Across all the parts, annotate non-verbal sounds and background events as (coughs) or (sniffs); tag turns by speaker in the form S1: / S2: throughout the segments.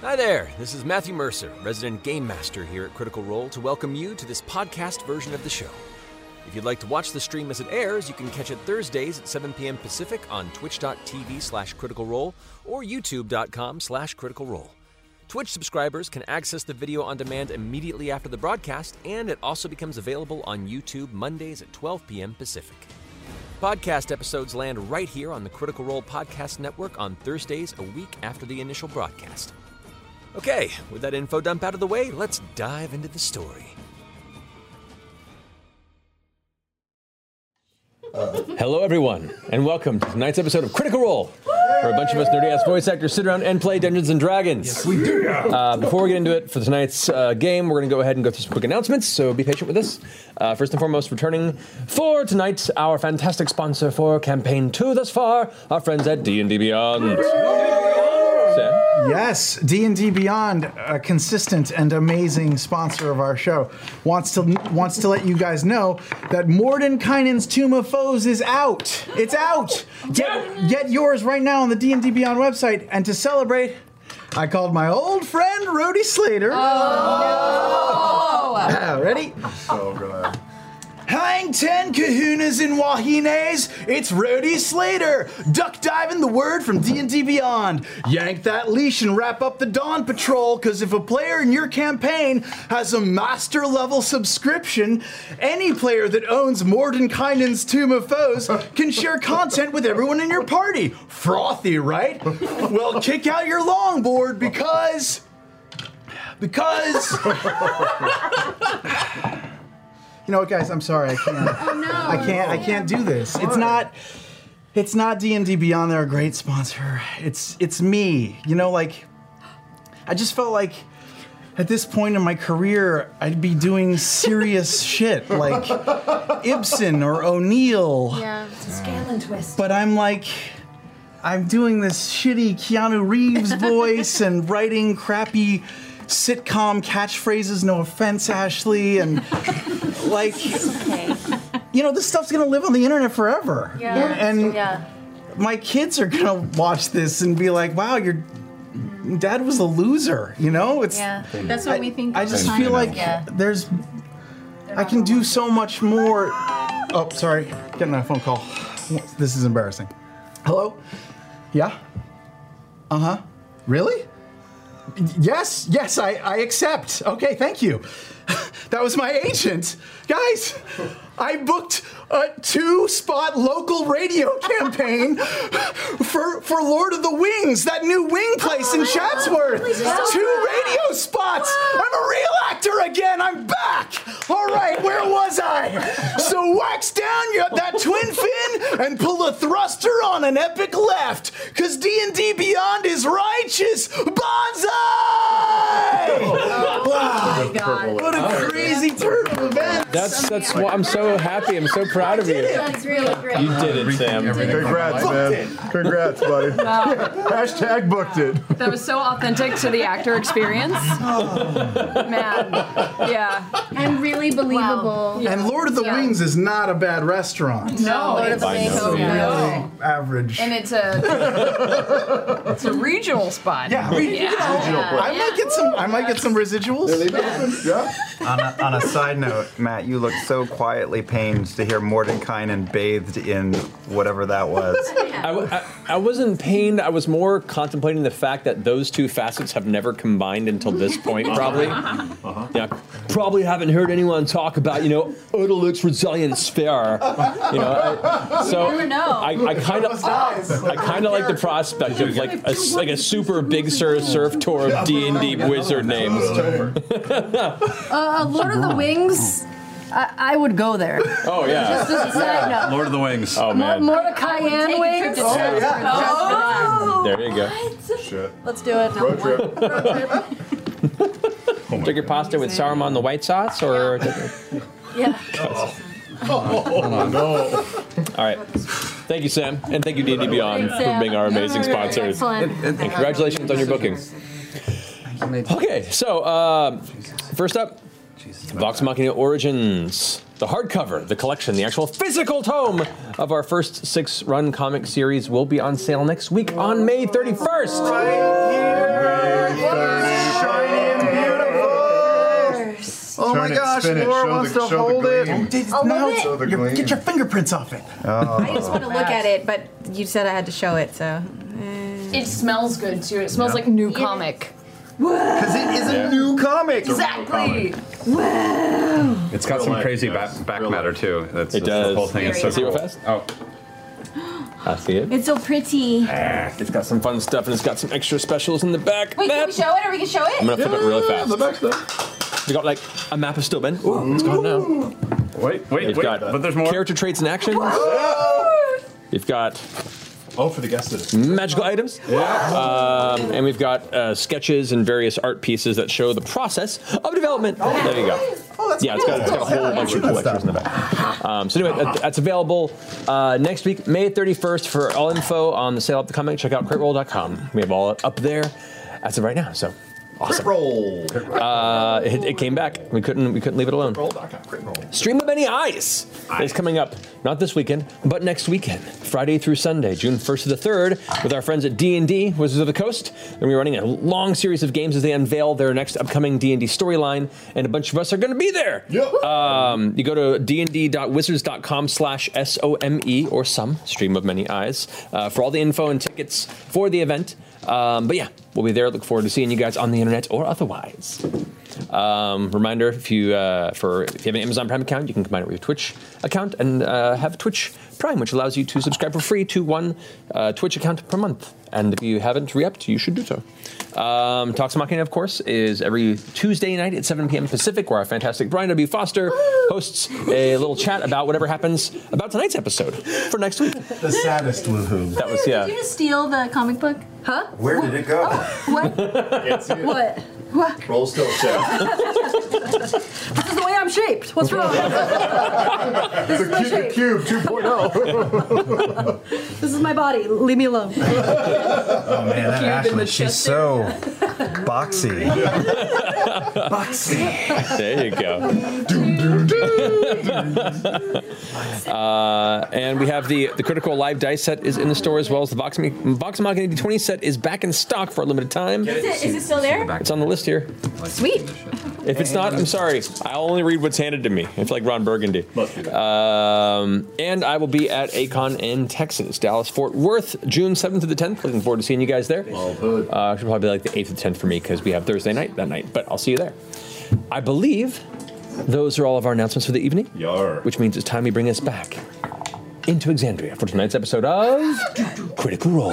S1: Hi there, this is Matthew Mercer, resident game master here at Critical Role, to welcome you to this podcast version of the show. If you'd like to watch the stream as it airs, you can catch it Thursdays at 7 p.m. Pacific on twitch.tv slash critical role or youtube.com slash critical role. Twitch subscribers can access the video on demand immediately after the broadcast, and it also becomes available on YouTube Mondays at 12 p.m. Pacific. Podcast episodes land right here on the Critical Role Podcast Network on Thursdays a week after the initial broadcast. Okay, with that info dump out of the way, let's dive into the story.
S2: Uh, Hello, everyone, and welcome to tonight's episode of Critical Role, where a bunch of us nerdy ass voice actors sit around and play Dungeons and Dragons. Yes, we do. Uh, before we get into it for tonight's uh, game, we're going to go ahead and go through some quick announcements, so be patient with us. Uh, first and foremost, returning for tonight, our fantastic sponsor for campaign two thus far, our friends at D&D Beyond. Sam?
S3: Yes, D&D Beyond, a consistent and amazing sponsor of our show, wants to wants to let you guys know that Mordenkainen's Tomb of Foes is out. It's out. Get, get yours right now on the D&D Beyond website and to celebrate I called my old friend Rody Slater.
S4: Oh.
S3: (coughs) Ready?
S4: So good.
S3: Hang ten kahunas and wahines. It's Rody Slater, duck diving the word from D&D Beyond. Yank that leash and wrap up the Dawn Patrol, because if a player in your campaign has a master level subscription, any player that owns Mordenkainen's Tomb of Foes can share content with everyone in your party. Frothy, right? Well, kick out your longboard because... Because... You know what, guys? I'm sorry. I can't.
S5: (laughs) Oh,
S3: I can't. I can't do this. It's not. It's not D and D Beyond. They're a great sponsor. It's it's me. You know, like I just felt like at this point in my career, I'd be doing
S5: (laughs)
S3: serious shit like Ibsen or O'Neill.
S5: Yeah. It's a Scanlan twist.
S3: But I'm like. I'm doing this shitty Keanu
S5: (laughs)
S3: Reeves voice and writing crappy sitcom catchphrases, no offense, Ashley,
S5: (laughs)
S3: and like
S5: Okay.
S3: you know, this stuff's gonna live on the internet forever.
S5: Yeah.
S3: And
S5: yeah.
S3: my kids are gonna watch this and be like, wow, your dad was a loser, you know? It's
S5: Yeah.
S6: That's what we think.
S3: I
S6: all the
S3: just
S6: time.
S3: feel like
S5: Yeah.
S3: there's I can do so much more. Oh, sorry, getting a phone call. This is embarrassing. Hello? Yeah? Uh-huh. Really? Yes, yes, I, I accept. Okay, thank you. That was my agent. Guys, I booked a two spot local radio campaign for, for Lord of the Wings, that new wing place in Chatsworth. Two radio spots. I'm a real actor again. I'm back. All right, where was I? So wax down your, that twin fin and pull a thruster on an epic left, because D&D Beyond is righteous. Bonsai! Wow. What a crazy turn of events!
S2: Oh, That's, that's why I'm so happy. I'm so proud of you.
S6: That's really great.
S2: You did it, Sam.
S4: Congrats, man. Congrats, (laughs) buddy. Hashtag booked it.
S6: That was so authentic to the actor experience. Man, yeah. And really believable.
S3: and Lord of the
S6: Yeah.
S3: Wings is not a bad restaurant.
S6: No, it's so no.
S3: Average.
S6: And it's a it's a regional spot.
S3: yeah, I mean, you know, I might get some. I might get some residuals.
S4: Yeah.
S7: on, a, on a side note, Matt, you look so quietly pained to hear Mordenkainen bathed in whatever that was.
S2: I, w- I- I wasn't pained. I was more contemplating the fact that those two facets have never combined until
S5: (laughs)
S2: this point, probably. Yeah, probably haven't heard anyone talk about you know Odalux resilient sphere. You know, I, so
S6: never know.
S2: I, I kind kind of
S3: almost dies.
S2: I kind of (laughs) like the prospect of like a, s- like a super big sur surf tour of D and D wizard names.
S8: Uh, Lord of the Wings. I, I would go there.
S2: Oh yeah.
S8: Just as
S9: (laughs)
S8: a side note.
S4: (laughs) Lord of the Wings.
S2: Oh man.
S8: Mordecai and Wings. Oh.
S10: Oh,
S2: There you go.
S4: Shit.
S8: Let's do it.
S4: Road trip.
S9: Oh
S2: Take your pasta with Saruman the white sauce or
S8: Yeah. (laughs)
S4: Oh no.
S2: All right. Thank you, Sam, and thank you D&D Beyond
S8: Thanks, Sam.
S2: for being our amazing sponsors.
S8: Excellent.
S2: And congratulations on your booking. Okay, so uh, first up, Vox Machina Origins, the hardcover, the collection, the actual physical tome of our first six-run comic series will be on sale next week on May 31st.
S5: Oh
S4: Turn
S5: my
S4: it,
S5: gosh,
S4: spin it,
S5: Laura
S4: show
S5: wants
S4: the-
S5: to
S4: show the
S5: hold it.
S4: gleam. Oh,
S10: love it.
S4: So the
S3: Oh, Your-
S4: gleam. Oh.
S3: get your fingerprints off it.
S10: I just want to look at it, but you said I had to show it, so.
S6: It smells good too. eh. It smells like new comic.
S5: Because it is a new comic.
S6: Exactly.
S9: It's got some
S4: life,
S9: crazy
S4: guys.
S9: back, back
S4: Real
S9: matter
S4: life.
S9: too. That's,
S2: It
S9: that's
S2: does.
S9: The whole thing is so
S2: See
S9: cool.
S2: what fast?
S9: Oh,
S2: I see it.
S10: It's so pretty. Wait,
S2: Ah, It's got some fun stuff, and it's got some extra specials in the back.
S10: can
S2: map.
S10: we show it or we can show
S2: I'm
S10: it?
S2: gonna flip it really fast.
S4: The back stuff.
S2: We got like a map of Stillben. Ooh, it's gone now.
S9: wait, wait,
S2: You've
S9: wait.
S2: got
S9: but there's more.
S2: character traits and actions. You've got
S4: Oh, for the guesses.
S2: magical items, um, and we've got uh, sketches and various art pieces that show the process of development. There you go.
S3: Oh, that's
S2: Yeah, it's got, it's got a whole bunch of cool extras in the back. Um, so anyway, that, that's available uh, next week, May 31st. For all info on the sale up the coming, check out critroll.com. We have all up there as of right now. So awesome.
S4: Roll.
S2: Uh, it, it came back. We couldn't. We couldn't leave it alone. Stream of Many Eyes is coming up, not this weekend, but next weekend, Friday through Sunday, June 1st to the 3rd, with our friends at D&D, Wizards of the Coast. And we're running a long series of games as they unveil their next upcoming D&D storyline, and a bunch of us are going to be there. Um, you go to dnd.wizards.com slash S-O-M-E, E, or some, Stream of Many Eyes, uh, for all the info and tickets for the event. Um, but yeah, we'll be there. Look forward to seeing you guys on the internet or otherwise. Um, reminder: if you uh, for if you have an Amazon Prime account, you can combine it with your Twitch account and uh, have Twitch Prime, which allows you to subscribe for free to one uh, Twitch account per month. And if you haven't re-upped, you should do so. Um, Talks Machina, of course, is every Tuesday night at 7 p.m. Pacific, where our fantastic Brian W. Foster hosts a little chat about whatever happens about tonight's episode for next week.
S3: The saddest woohoo.
S2: That was
S8: Did you
S2: yeah.
S8: just steal the comic book? Huh?
S5: Where did it go?
S8: What? what? What?
S4: Roll still check.
S8: This is the way I'm shaped.
S5: (laughs)
S8: What's wrong? this is my
S4: The
S8: shape.
S4: cube 2.0.
S8: This is my body. Leave me alone.
S5: Oh man, that Ashley, she's so boxy. boxy.
S2: There you go. Uh, and we have the the critical live dice set is in the store as well as the Vox, Vox Machina D20 set is back in stock for a limited time.
S10: Is it, is it still there?
S2: It's on the list here.
S10: Sweet.
S2: If it's not, I'm sorry. I only read what's handed to me. It's like Ron Burgundy.
S4: Must be there.
S2: Um, and I will be at Acon in Texas, Dallas, Fort Worth, June 7th to the 10th. Looking forward to seeing you guys there.
S4: Well put.
S2: Uh, should probably be like the 8th to the 10th for me because we have Thursday night that night. But I'll see you there. I believe those are all of our announcements for the evening.
S4: Yar.
S2: Which means it's time we bring us back into Exandria for tonight's episode of Critical Role.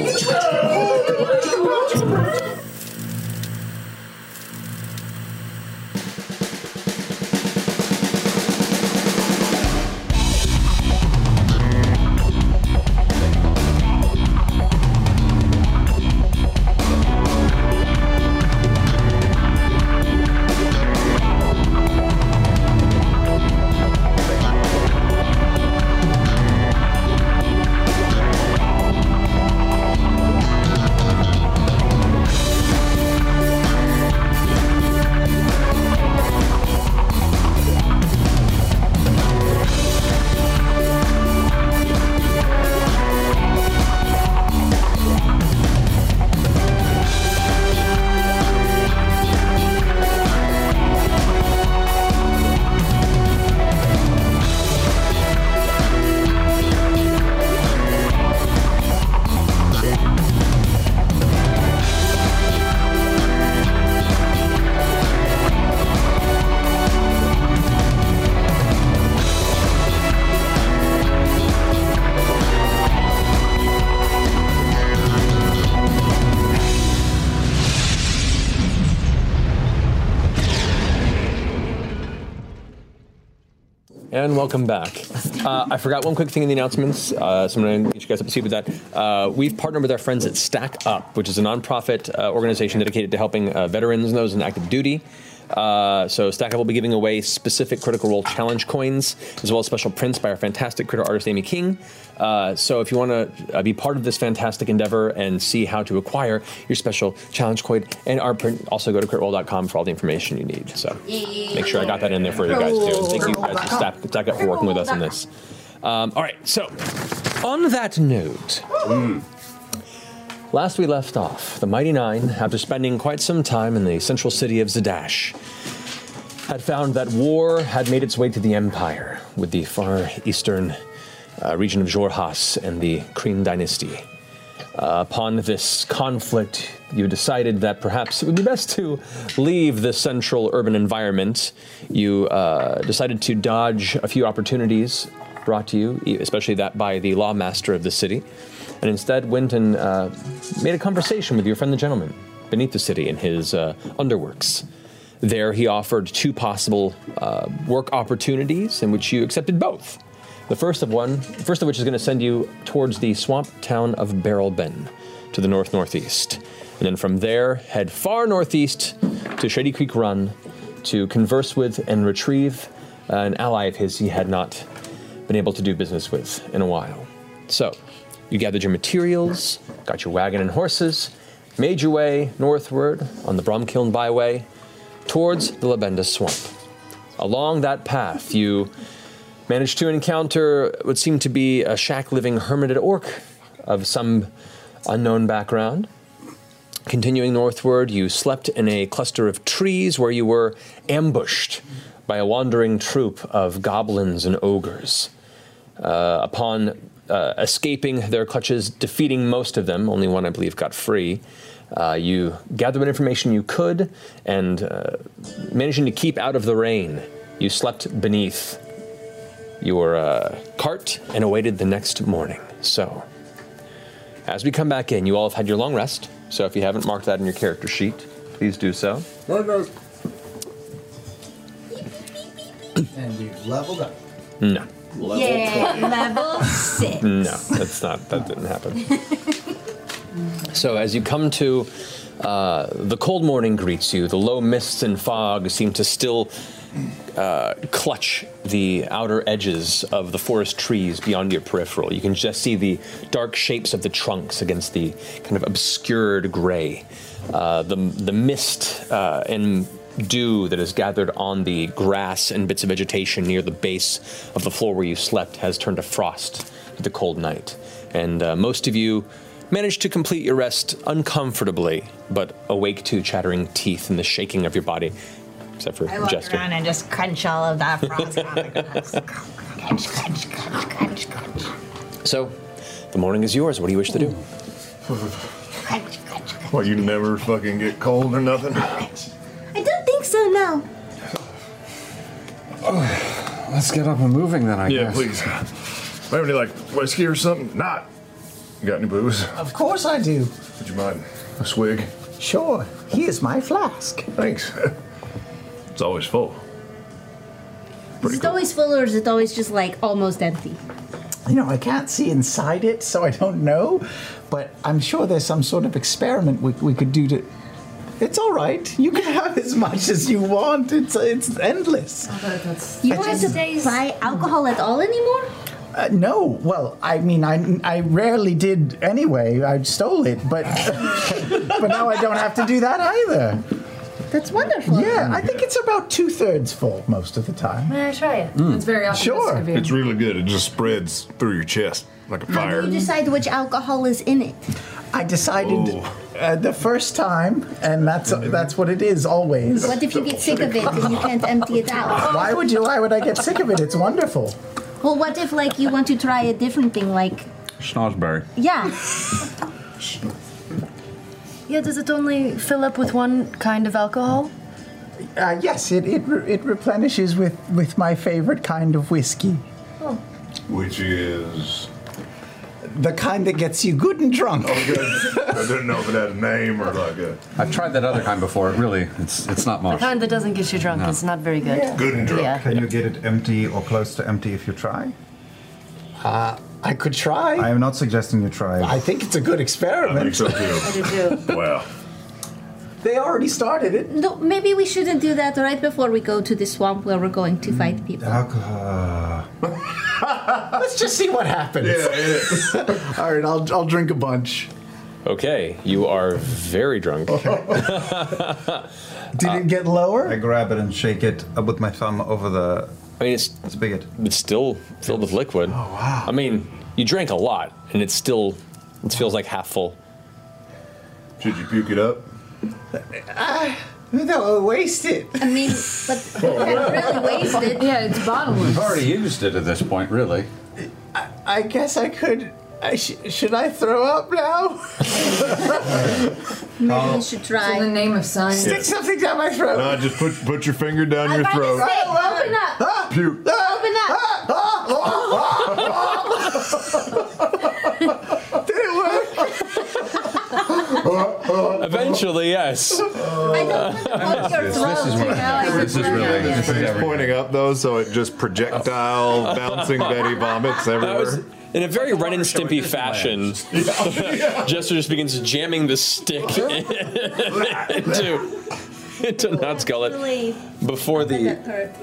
S2: And welcome back. Uh, I forgot one quick thing in the announcements, uh, so I'm going to get you guys up to speed with that. Uh, we've partnered with our friends at Stack Up, which is a nonprofit uh, organization dedicated to helping uh, veterans and those in active duty. Uh, so Stack Up will be giving away specific Critical Role challenge coins, as well as special prints by our fantastic critter artist Amy King. Uh, so if you want to uh, be part of this fantastic endeavor and see how to acquire your special challenge coin and art print, also go to critroll.com for all the information you need. So make sure I got that in there for you guys too. And thank you guys for Stack, Stack Up for working with us on this. Um, all right, so on that note. Last we left off, the Mighty Nine, after spending quite some time in the central city of Zadash, had found that war had made its way to the Empire with the far eastern uh, region of Jorhas and the Kryn dynasty. Uh, upon this conflict, you decided that perhaps it would be best to leave the central urban environment. You uh, decided to dodge a few opportunities brought to you, e, especially that by the lawmaster of the city, and instead went and uh, made a conversation with your friend the gentleman beneath the city in his uh, underworks. There, he offered two possible uh, work opportunities, in which you accepted both. The first of one, first of which is going to send you towards the swamp town of Barrel Bend, to the north northeast, and then from there head far northeast to Shady Creek Run to converse with and retrieve uh, an ally of his he had not been able to do business with in a while. So, you gathered your materials, got your wagon and horses, made your way northward on the Bromkiln Byway towards the Labenda Swamp. Along that path, you managed to encounter what seemed to be a shack living hermited orc of some unknown background. Continuing northward, you slept in a cluster of trees where you were ambushed by a wandering troop of goblins and ogres. Uh, upon uh, escaping their clutches, defeating most of them, only one I believe got free, uh, you gathered what information you could, and uh, managing to keep out of the rain, you slept beneath your uh, cart and awaited the next morning. So, as we come back in, you all have had your long rest. So, if you haven't marked that in your character sheet, please do so.
S3: and we've leveled up.
S2: No.
S11: yeah,
S10: (laughs)
S11: level six.
S2: No, that's not. That didn't happen. so as you come to, uh, the cold morning greets you. The low mists and fog seem to still uh, clutch the outer edges of the forest trees beyond your peripheral. You can just see the dark shapes of the trunks against the kind of obscured gray. Uh, the the mist uh, and dew that is gathered on the grass and bits of vegetation near the base of the floor where you slept has turned to frost with the cold night. And uh, most of you managed to complete your rest uncomfortably, but awake to chattering teeth and the shaking of your body, except for
S10: I walk
S2: Jester.
S10: around and just crunch all
S2: (laughs)
S10: of that frost.
S2: So, the morning is yours. What do you wish to do?
S12: (laughs) Well, you never fucking get cold or nothing.
S10: I don't think so now.
S13: Let's get up and moving then, I
S12: yeah,
S13: guess.
S12: please. Have any like whiskey or something? Not. You got any booze?
S3: Of course I do.
S12: Would you mind a swig?
S3: Sure. Here's my flask.
S12: Thanks. (laughs) It's always full.
S10: Is it always full or is it always just like almost empty?
S3: You know, I can't see inside it, so I don't know. But I'm sure there's some sort of experiment we, we could do to. It's all right. You can have as much as you want. It's it's endless.
S10: You
S3: I
S10: don't have
S3: just-
S10: to buy alcohol at all anymore?
S3: Uh, no, well, I mean, I, I rarely did anyway. I stole it, but (laughs) but now I don't have to do that either.
S10: That's wonderful.
S3: Yeah, I think it's about two thirds full most of the time.
S10: May I try it?
S3: It's very optimistic Sure. of you.
S12: It's really good. It just spreads through your chest like a
S10: How
S12: fire.
S10: do you decide which alcohol is in it?
S3: I decided uh, the first time, and that's that's what it is always.
S10: What if you get sick of it and you can't empty it out?
S3: Why would you? Why would I get sick of it? It's wonderful.
S10: Well, what if like you want to try a different thing? Like,
S13: Schnozberry.
S10: yeah,
S8: (laughs) Yeah, does it only fill up with one kind of alcohol?
S3: Uh, yes, it it, re- it replenishes with with my favorite kind of whiskey.
S12: Which is
S3: The kind that gets you good and drunk.
S4: oh, I didn't know if it had a name or like a.
S9: I've tried that other kind before. Really, it's it's not
S8: The
S9: much.
S8: kind that doesn't get you drunk
S9: No.
S8: is not very good. Yeah.
S7: Can you get it empty or close to empty if you try?
S3: Uh, I could try.
S7: I am not suggesting you try.
S3: I think it's a good experiment.
S7: I think so
S10: I do too.
S4: Wow.
S3: They already started it.
S10: No, maybe we shouldn't do that right before we go to the swamp where we're going to fight people.
S3: Mm, (laughs) Let's just see what happens. (laughs) All right, I'll, I'll drink a bunch.
S2: Okay, you are very drunk. (laughs)
S7: Did
S3: it get lower?
S7: I grab it and shake it up with my thumb over the.
S2: I mean, it's
S7: spigot.
S2: It's still filled with liquid. Oh wow! I mean, you drank a lot, and it's still it feels like half full.
S4: Should you puke it up?
S3: Ah, no, Oh, waste it.
S10: I mean, but
S3: (laughs)
S10: really wasted.
S6: Yeah, it's
S5: Oh,
S6: bottomless.
S9: You've already used it at this point, really.
S3: I guess I could. I Uh, sh- should I throw up now?
S10: Maybe
S4: Oh.
S10: we should try.
S6: In the name of science.
S3: Stick something down my throat.
S4: No, just put put your finger down
S10: I
S4: your
S10: might
S4: throat.
S10: mistake. Open up.
S4: Puke.
S10: Open up.
S3: Did it work?
S2: Eventually, yes.
S4: This is what this is really this is pointing up though, so it just projectile bouncing Betty vomits
S2: That was
S4: everywhere.
S2: in a very Ren and Stimpy fashion. (laughs) Jester just begins jamming the stick (laughs) into into Knott's gullet
S10: Really.
S2: before the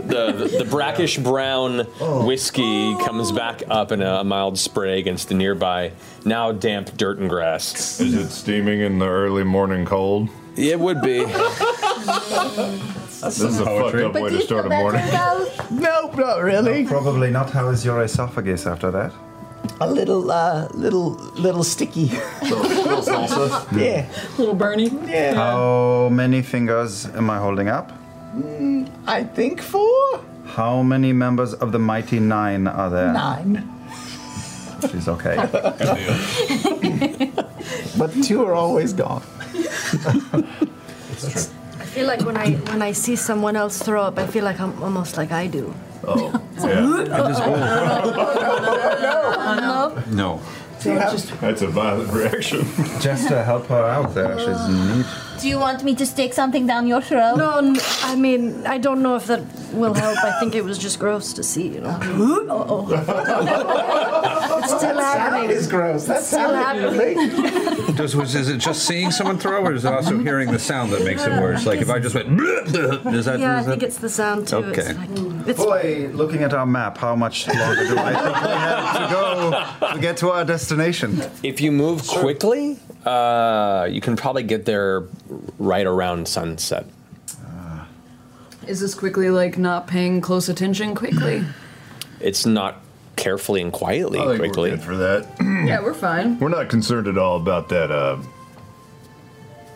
S2: the, the, the brackish brown whiskey comes back up in a, mild spray against the nearby now damp dirt and grass.
S4: Is it steaming in the early morning cold?
S2: It would be.
S4: This is a fucked up way to start a morning.
S3: Nope, not really.
S7: probably not. How is your esophagus after that?
S3: A little, uh, little, little sticky.
S7: little salsa?
S3: Yeah.
S6: Little Bernie.
S3: Yeah.
S7: How many fingers am I holding up?
S3: Mm, I think four.
S7: How many members of the mighty nine are there?
S3: Nine.
S7: She's okay.
S3: (laughs) But two are always gone.
S8: I feel like when I when I see someone else throw up, I feel like I'm almost like I do. (laughs)
S4: Oh,
S9: No.
S4: That's a violent reaction.
S7: Just to help her out there, she's in need.
S10: Do you want me to stick something down your throat?
S8: No, n- I mean I don't know if that will help. I think it was just gross to see, you know. oh, it's still happening.
S3: It's gross. That's
S8: It's still happening.
S9: Does was is it just seeing someone throw, or is it also hearing the sound that makes it worse? Like if I just went, is that?
S8: yeah, I
S9: is that-
S8: think it's the sound too.
S9: Okay.
S8: It's like, it's
S7: Boy, looking at our map, how much longer do I think we have to go to Oh, get to our destination?
S2: If you move quickly, uh, you can probably get there right around sunset.
S6: Is this quickly like not paying close attention quickly?
S2: It's not carefully and quietly.
S4: I think
S2: quickly
S4: we're good for that.
S6: yeah, we're fine.
S4: We're not concerned at all about that. Uh,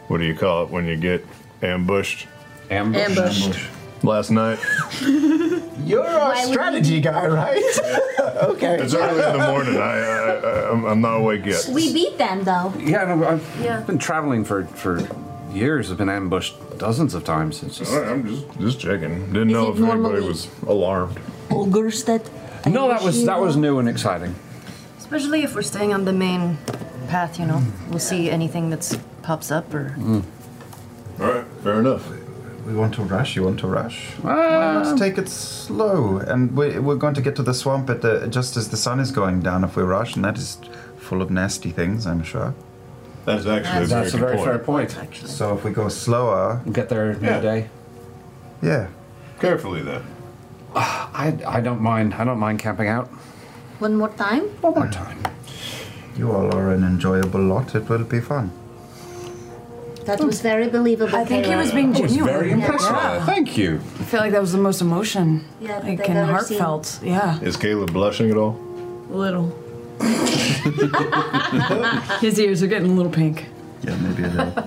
S4: what do you call it when you get ambushed?
S6: Ambush. Ambushed.
S4: Last night.
S3: You're our strategy guy, right? okay.
S4: It's early in the morning. I, I, I Uh, I'm, I'm not awake yet.
S10: (laughs) We beat them though.
S9: Yeah, no, I've
S10: Yeah.
S9: been traveling for for years. I've been ambushed dozens of times. It's just.
S4: All right, I'm just just checking. Didn't know
S10: it
S4: if anybody
S10: normally-
S4: was alarmed.
S10: Ogres that.
S9: No, that was that was new and exciting.
S8: Especially if we're staying on the main path, you know, we'll see anything that's pops up or.
S4: Mm. All right, fair enough.
S7: We want to rush. You want to rush? Why
S9: Ah.
S7: not take it slow? And we, we're going to get to the swamp at the, just as the sun is going down. If we rush, and that is full of nasty things, I'm sure.
S4: That's actually
S9: That's a very fair point.
S7: So if we go slower,
S9: Get there
S4: Yeah.
S9: midday.
S7: yeah.
S4: Carefully then.
S9: (sighs) I I don't mind. I don't mind camping out.
S10: One more time.
S9: One more time.
S7: You all are an enjoyable lot. It will be fun.
S10: That was very believable.
S6: I think he was
S10: (laughs)
S6: being genuine.
S9: Uh, Thank you.
S6: I feel like that was the most emotion,
S10: Yeah, that
S6: like
S10: they've
S6: and
S10: ever
S6: heartfelt. Yeah,
S4: Is Caleb blushing at all?
S6: little. (laughs) His ears are getting a little pink.
S7: Yeah, maybe a little.
S4: (laughs)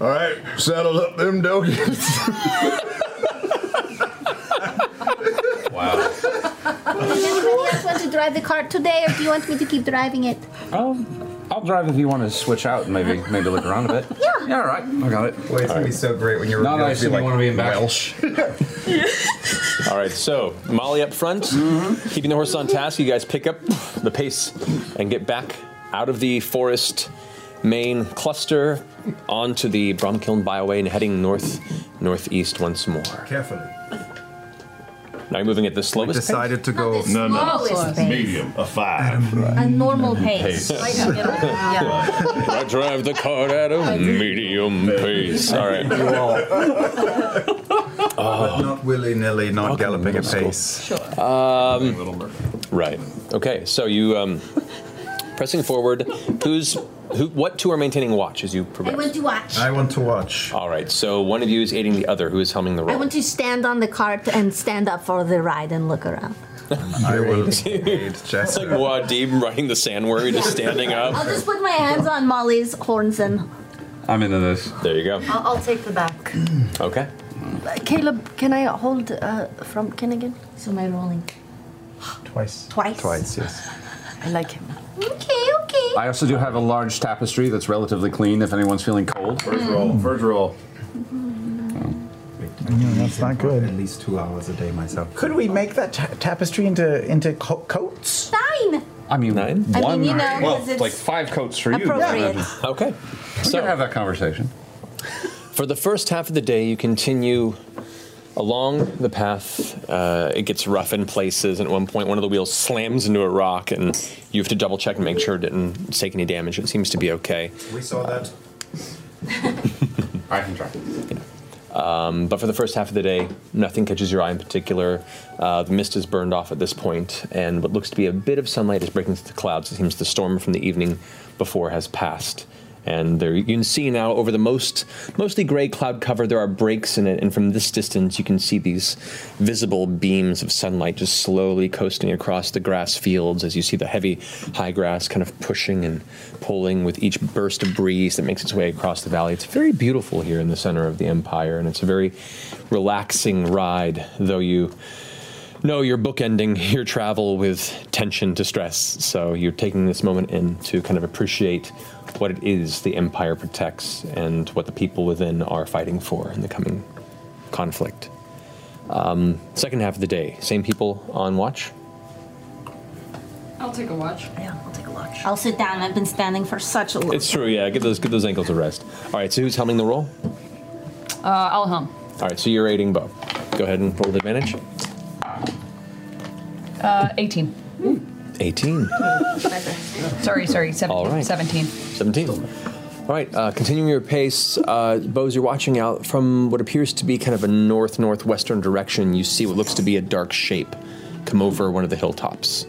S4: All right, saddle up them dogies.
S9: Wow.
S10: Does anybody else want to drive the cart today, or do you want me to keep driving it?
S7: (laughs)
S9: I'll, I'll drive if you want to switch out and maybe maybe look around a bit.
S10: Yeah,
S13: Yeah, all right. I got it.
S7: Well, it's gonna be so great when you're
S13: Not that I
S7: revealed
S13: assume
S7: to be
S13: you want to
S7: like
S13: be in back.
S7: Welsh.
S2: All right, so Molly up front, keeping the horse on task. You guys pick up the pace and get back out of the forest main cluster onto the Bromkiln byway and heading north northeast once more.
S7: Carefully.
S2: Now you're moving at the slowest.
S7: decided to go.
S10: No, no. Slowest pace. Medium,
S2: a five.
S10: A normal pace.
S2: Pace.
S10: Right in the middle. Yeah.
S2: I
S4: (laughs)
S2: drive the car at a medium pace. All right. (laughs)
S7: But not willy nilly, not galloping at pace.
S2: Um, right. Okay. So you um, pressing forward. Who's who? What two are maintaining watch as you
S10: (laughs) I
S2: progress?
S10: want to watch.
S2: I want to watch. All right. So one of you is aiding the other. Who is helming the
S10: I
S2: roll?
S10: want to stand on the cart and stand up for the ride and look around.
S2: I will (laughs) aid It's like Wadim riding the sandworm, just standing
S10: I'll
S2: up.
S10: just put my hands on Molly's horns and
S2: I'm into this. There you go.
S8: I'll, I'll take the back.
S7: Hmm.
S2: Okay.
S8: Uh, Caleb, can I hold uh, Frumpkin again? So my rolling.
S13: Twice.
S10: Twice.
S13: Twice,
S10: (laughs)
S13: yes.
S8: I like him.
S10: Okay, okay.
S9: I also do have a large tapestry that's relatively clean if anyone's feeling cold.
S12: First
S7: Hmm.
S12: roll,
S9: First roll.
S3: that's not good.
S7: At least two hours a day myself.
S3: Could we make that ta- tapestry into into co- coats?
S10: Nine.
S9: I mean,
S10: I
S9: one.
S10: mean, you know,
S9: well,
S10: 'cause it's
S9: like five coats for you.
S10: appropriate.
S2: Okay.
S9: So have that conversation.
S2: For the first half of the day, you continue along the path. Uh, it gets rough in places, and at one point, one of the wheels slams into a rock, and you have to double check and make sure it didn't take any damage. It seems to be okay.
S7: We saw that.
S9: I can try.
S2: Um, but for the first half of the day, nothing catches your eye in particular. Uh, the mist is burned off at this point, and what looks to be a bit of sunlight is breaking through the clouds. It seems the storm from the evening before has passed. And there, you can see now over the most mostly gray cloud cover, there are breaks in it, and from this distance, you can see these visible beams of sunlight just slowly coasting across the grass fields as you see the heavy high grass kind of pushing and pulling with each burst of breeze that makes its way across the valley. It's very beautiful here in the center of the empire, and it's a very relaxing ride, though you know you're bookending (laughs) your travel with tension to stress. So you're taking this moment in to kind of appreciate what it is the empire protects and what the people within are fighting for in the coming conflict. Um, second half of the day, same people on watch.
S10: I'll take a watch. Yeah, I'll take a watch. I'll sit down. I've been standing for such a long
S2: It's true, yeah. Get those, get those ankles a rest. All right. So who's helming the roll?
S14: Uh, I'll hum.
S2: All right. So you're aiding Bo. Go ahead and roll the advantage.
S14: Uh, 18.
S2: 18.
S14: sorry, sorry. 17.
S2: All right.
S14: 17.
S2: 17. All right, uh, continuing your pace, uh, Bose, you're watching out from what appears to be kind of a north northwestern direction. You see what looks to be a dark shape come over one of the hilltops,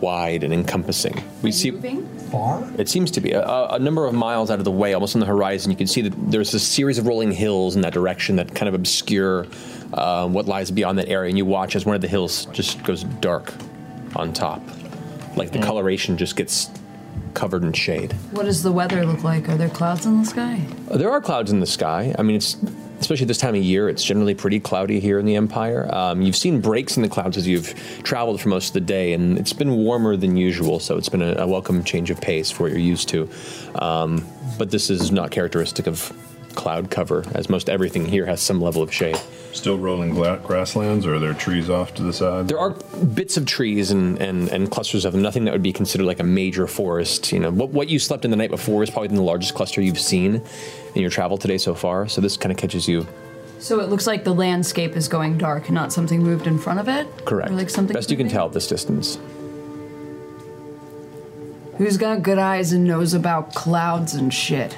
S2: wide and encompassing. We see
S3: Far?
S2: it seems to be a, a a number of miles out of the way, almost on the horizon. You can see that there's a series of rolling hills in that direction that kind of obscure uh, what lies beyond that area. And you watch as one of the hills just goes dark on top, like the coloration just gets covered in shade.
S15: What does the weather look like? Are there clouds in the sky?
S2: There are clouds in the sky. I mean, it's especially this time of year. It's generally pretty cloudy here in the Empire. Um, you've seen breaks in the clouds as you've traveled for most of the day, and it's been warmer than usual. So it's been a, a welcome change of pace for what you're used to. Um, but this is not characteristic of cloud cover, as most everything here has some level of shade.
S12: Still rolling gla- grasslands, or are there trees off to the side?
S2: There are bits of trees and, and, and clusters of them. Nothing that would be considered like a major forest. You know, what, what you slept in the night before is probably the largest cluster you've seen in your travel today so far. So this kind of catches you
S15: So it looks like the landscape is going dark, not something moved in front of it.
S2: Correct.
S15: Or like something.
S2: Best you can tell at this distance.
S15: Who's got good eyes and knows about clouds and shit?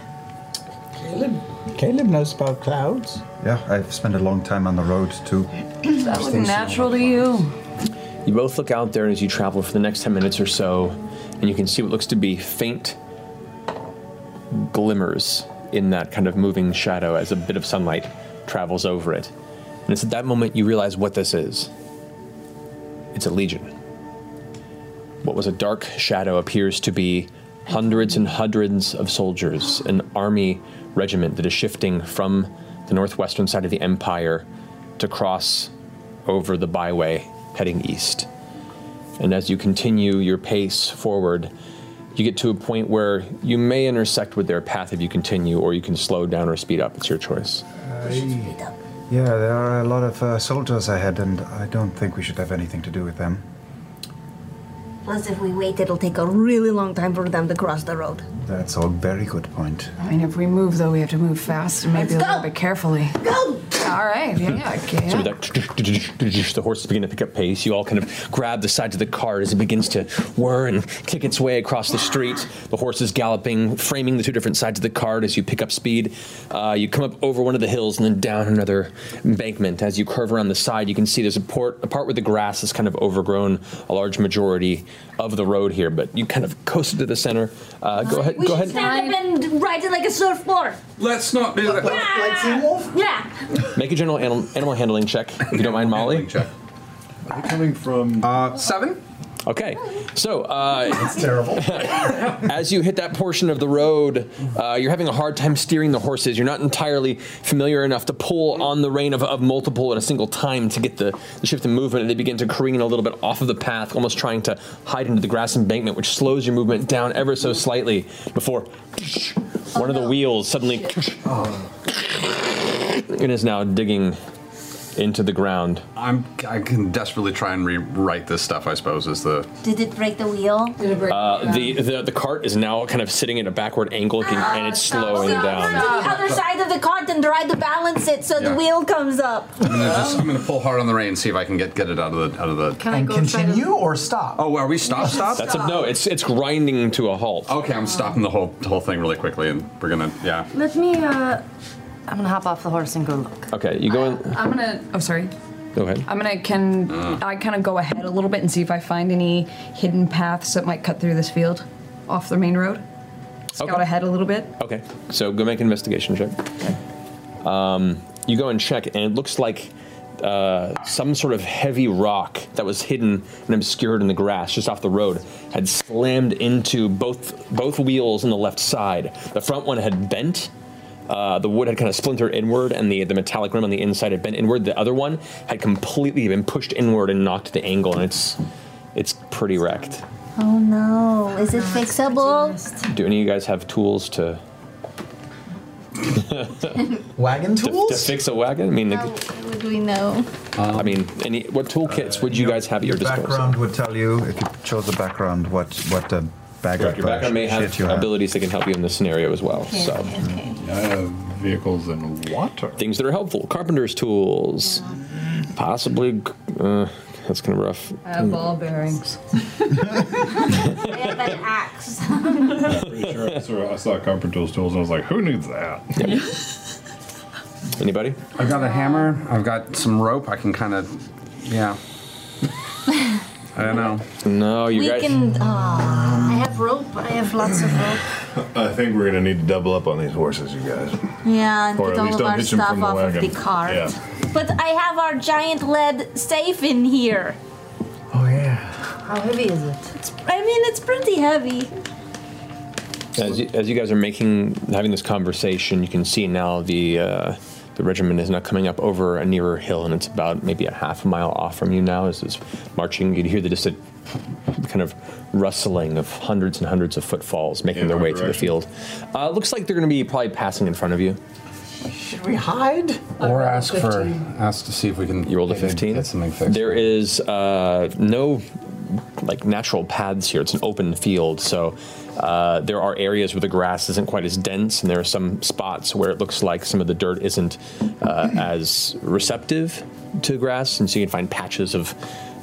S3: Caleb. Caleb knows about clouds.
S7: Yeah, I've spent a long time on the road too.
S15: Does that look natural to you?
S2: You both look out there as you travel for the next 10 minutes or so, and you can see what looks to be faint glimmers in that kind of moving shadow as a bit of sunlight travels over it. And it's at that moment you realize what this is it's a legion. What was a dark shadow appears to be hundreds and hundreds of soldiers, an army regiment that is shifting from the northwestern side of the empire to cross over the byway heading east. And as you continue your pace forward, you get to a point where you may intersect with their path if you continue, or you can slow down or speed up. It's your choice.
S7: Yeah, there are a lot of uh, soldiers ahead, and I don't think we should have anything to do with them.
S10: Plus, if we wait, it'll take a really long time for them to cross the road.
S7: That's a very good point.
S14: I mean, if we move, though, we have to move fast and maybe a little bit carefully. Go! All right, yeah, okay.
S2: So with that, the horses begin to pick up pace. You all kind of grab the sides of the cart as it begins to whir and kick its way across the street. The horses galloping, framing the two different sides of the cart as you pick up speed. Uh, you come up over one of the hills and then down another embankment. As you curve around the side, you can see there's a, port, a part where the grass is kind of overgrown, a large majority of the road here, but you kind of coasted to the center. Uh, go ahead,
S10: We
S2: go
S10: should
S2: ahead.
S10: stand up and ride it like a surfboard.
S13: Let's not do that.
S10: Like Seawolf? Yeah.
S2: Make a general animal, animal handling check, if you don't mind, Molly. Check. Are they coming from uh, seven? Okay, so uh, (laughs)
S3: That's terrible.
S2: as you hit that portion of the road, uh, you're having a hard time steering the horses. You're not entirely familiar enough to pull on the rein of, of multiple at a single time to get the, the shift in movement, and they begin to careen a little bit off of the path, almost trying to hide into the grass embankment, which slows your movement down ever so slightly before one of the wheels suddenly and is now digging into the ground.
S13: I'm. I can desperately try and rewrite this stuff. I suppose is the.
S10: Did it break the wheel? Did it break
S2: Uh, the, the the cart is now kind of sitting at a backward angle and, and it's
S10: Ah,
S2: slowing
S10: the
S2: down.
S10: other side of the cart and try to balance it so
S13: Yeah.
S10: the wheel comes up.
S13: I'm gonna just. I'm gonna pull hard on the rein and see if I can get get it out of the out of the.
S10: Can I And go try to- continue
S13: or stop? Oh, are we stop stop?
S2: That's a, no. It's it's grinding to a halt.
S13: Okay, I'm stopping the whole whole thing really quickly, and we're gonna yeah.
S8: Let me, uh, I'm gonna hop off the horse and go look.
S2: Okay, you go in.
S14: I'm gonna. Oh, sorry.
S2: Go ahead.
S14: I'm gonna can I kind of go ahead a little bit and see if I find any hidden paths that might cut through this field, off the main road. Scout ahead a little bit.
S2: Okay, so go make an investigation check. Um, you go and check, and it looks like uh, some sort of heavy rock that was hidden and obscured in the grass just off the road had slammed into both both wheels on the left side. The front one had bent. Uh, the wood had kind of splintered inward, and the, the metallic rim on the inside had bent inward. The other one had completely been pushed inward and knocked the angle, and it's it's pretty wrecked.
S10: Oh no. Is it fixable?
S2: Do any of you guys have tools to?
S3: wagon
S2: To, to fix a wagon? I mean, the-
S10: Would we know?
S2: I mean, any what toolkits would you guys have at your
S7: Your
S2: disposal?
S7: background would tell you if you chose a background what what a bag
S2: Correct.
S7: of uh,
S2: Your background may have
S7: shit you have.
S2: abilities that can help you in this scenario as well.
S7: Okay,
S2: so,
S13: vehicles and water.
S2: Things that are helpful: carpenter's tools, possibly. Uh, that's kind of rough.
S14: I have ball (laughs) bearings.
S10: I have an axe.
S4: Pretty sure I saw, I saw carpenter's tools and I was like, who needs that?
S2: Anybody?
S13: I've got a hammer. I've got some rope. I can kind of
S10: (laughs)
S13: yeah. I don't know.
S2: No,
S10: we can. Oh, I have rope. I have lots of rope.
S4: I think we're gonna need to double up on these horses, you guys.
S10: Yeah, and
S4: Or
S10: get all of
S4: at least don't
S10: our
S4: hitch 'em
S10: stuff
S4: from the
S10: off of the
S4: wagon.
S10: cart.
S4: Yeah.
S10: But I have our giant lead safe in here.
S8: How heavy is it?
S10: It's, I mean, it's pretty heavy. (gasps)
S2: As you, as you guys are making having this conversation, you can see now the uh, the regiment is now coming up over a nearer hill, and it's about maybe a half a mile off from you now. As it's marching, you'd hear the distant kind of rustling of hundreds and hundreds of footfalls making
S4: In
S2: their
S4: what
S2: way through the
S4: direction?
S2: field. Uh, looks like they're going to be probably passing in front of you.
S3: Should we hide?
S13: Or ask for ask to see if we can. You rolled
S2: a fifteen.
S13: Get something fixed.
S2: There is uh, no like natural paths here. It's an open field, so uh, there are areas where the grass isn't quite as dense, and there are some spots where it looks like some of the dirt isn't uh, as receptive to grass, and so you can find patches of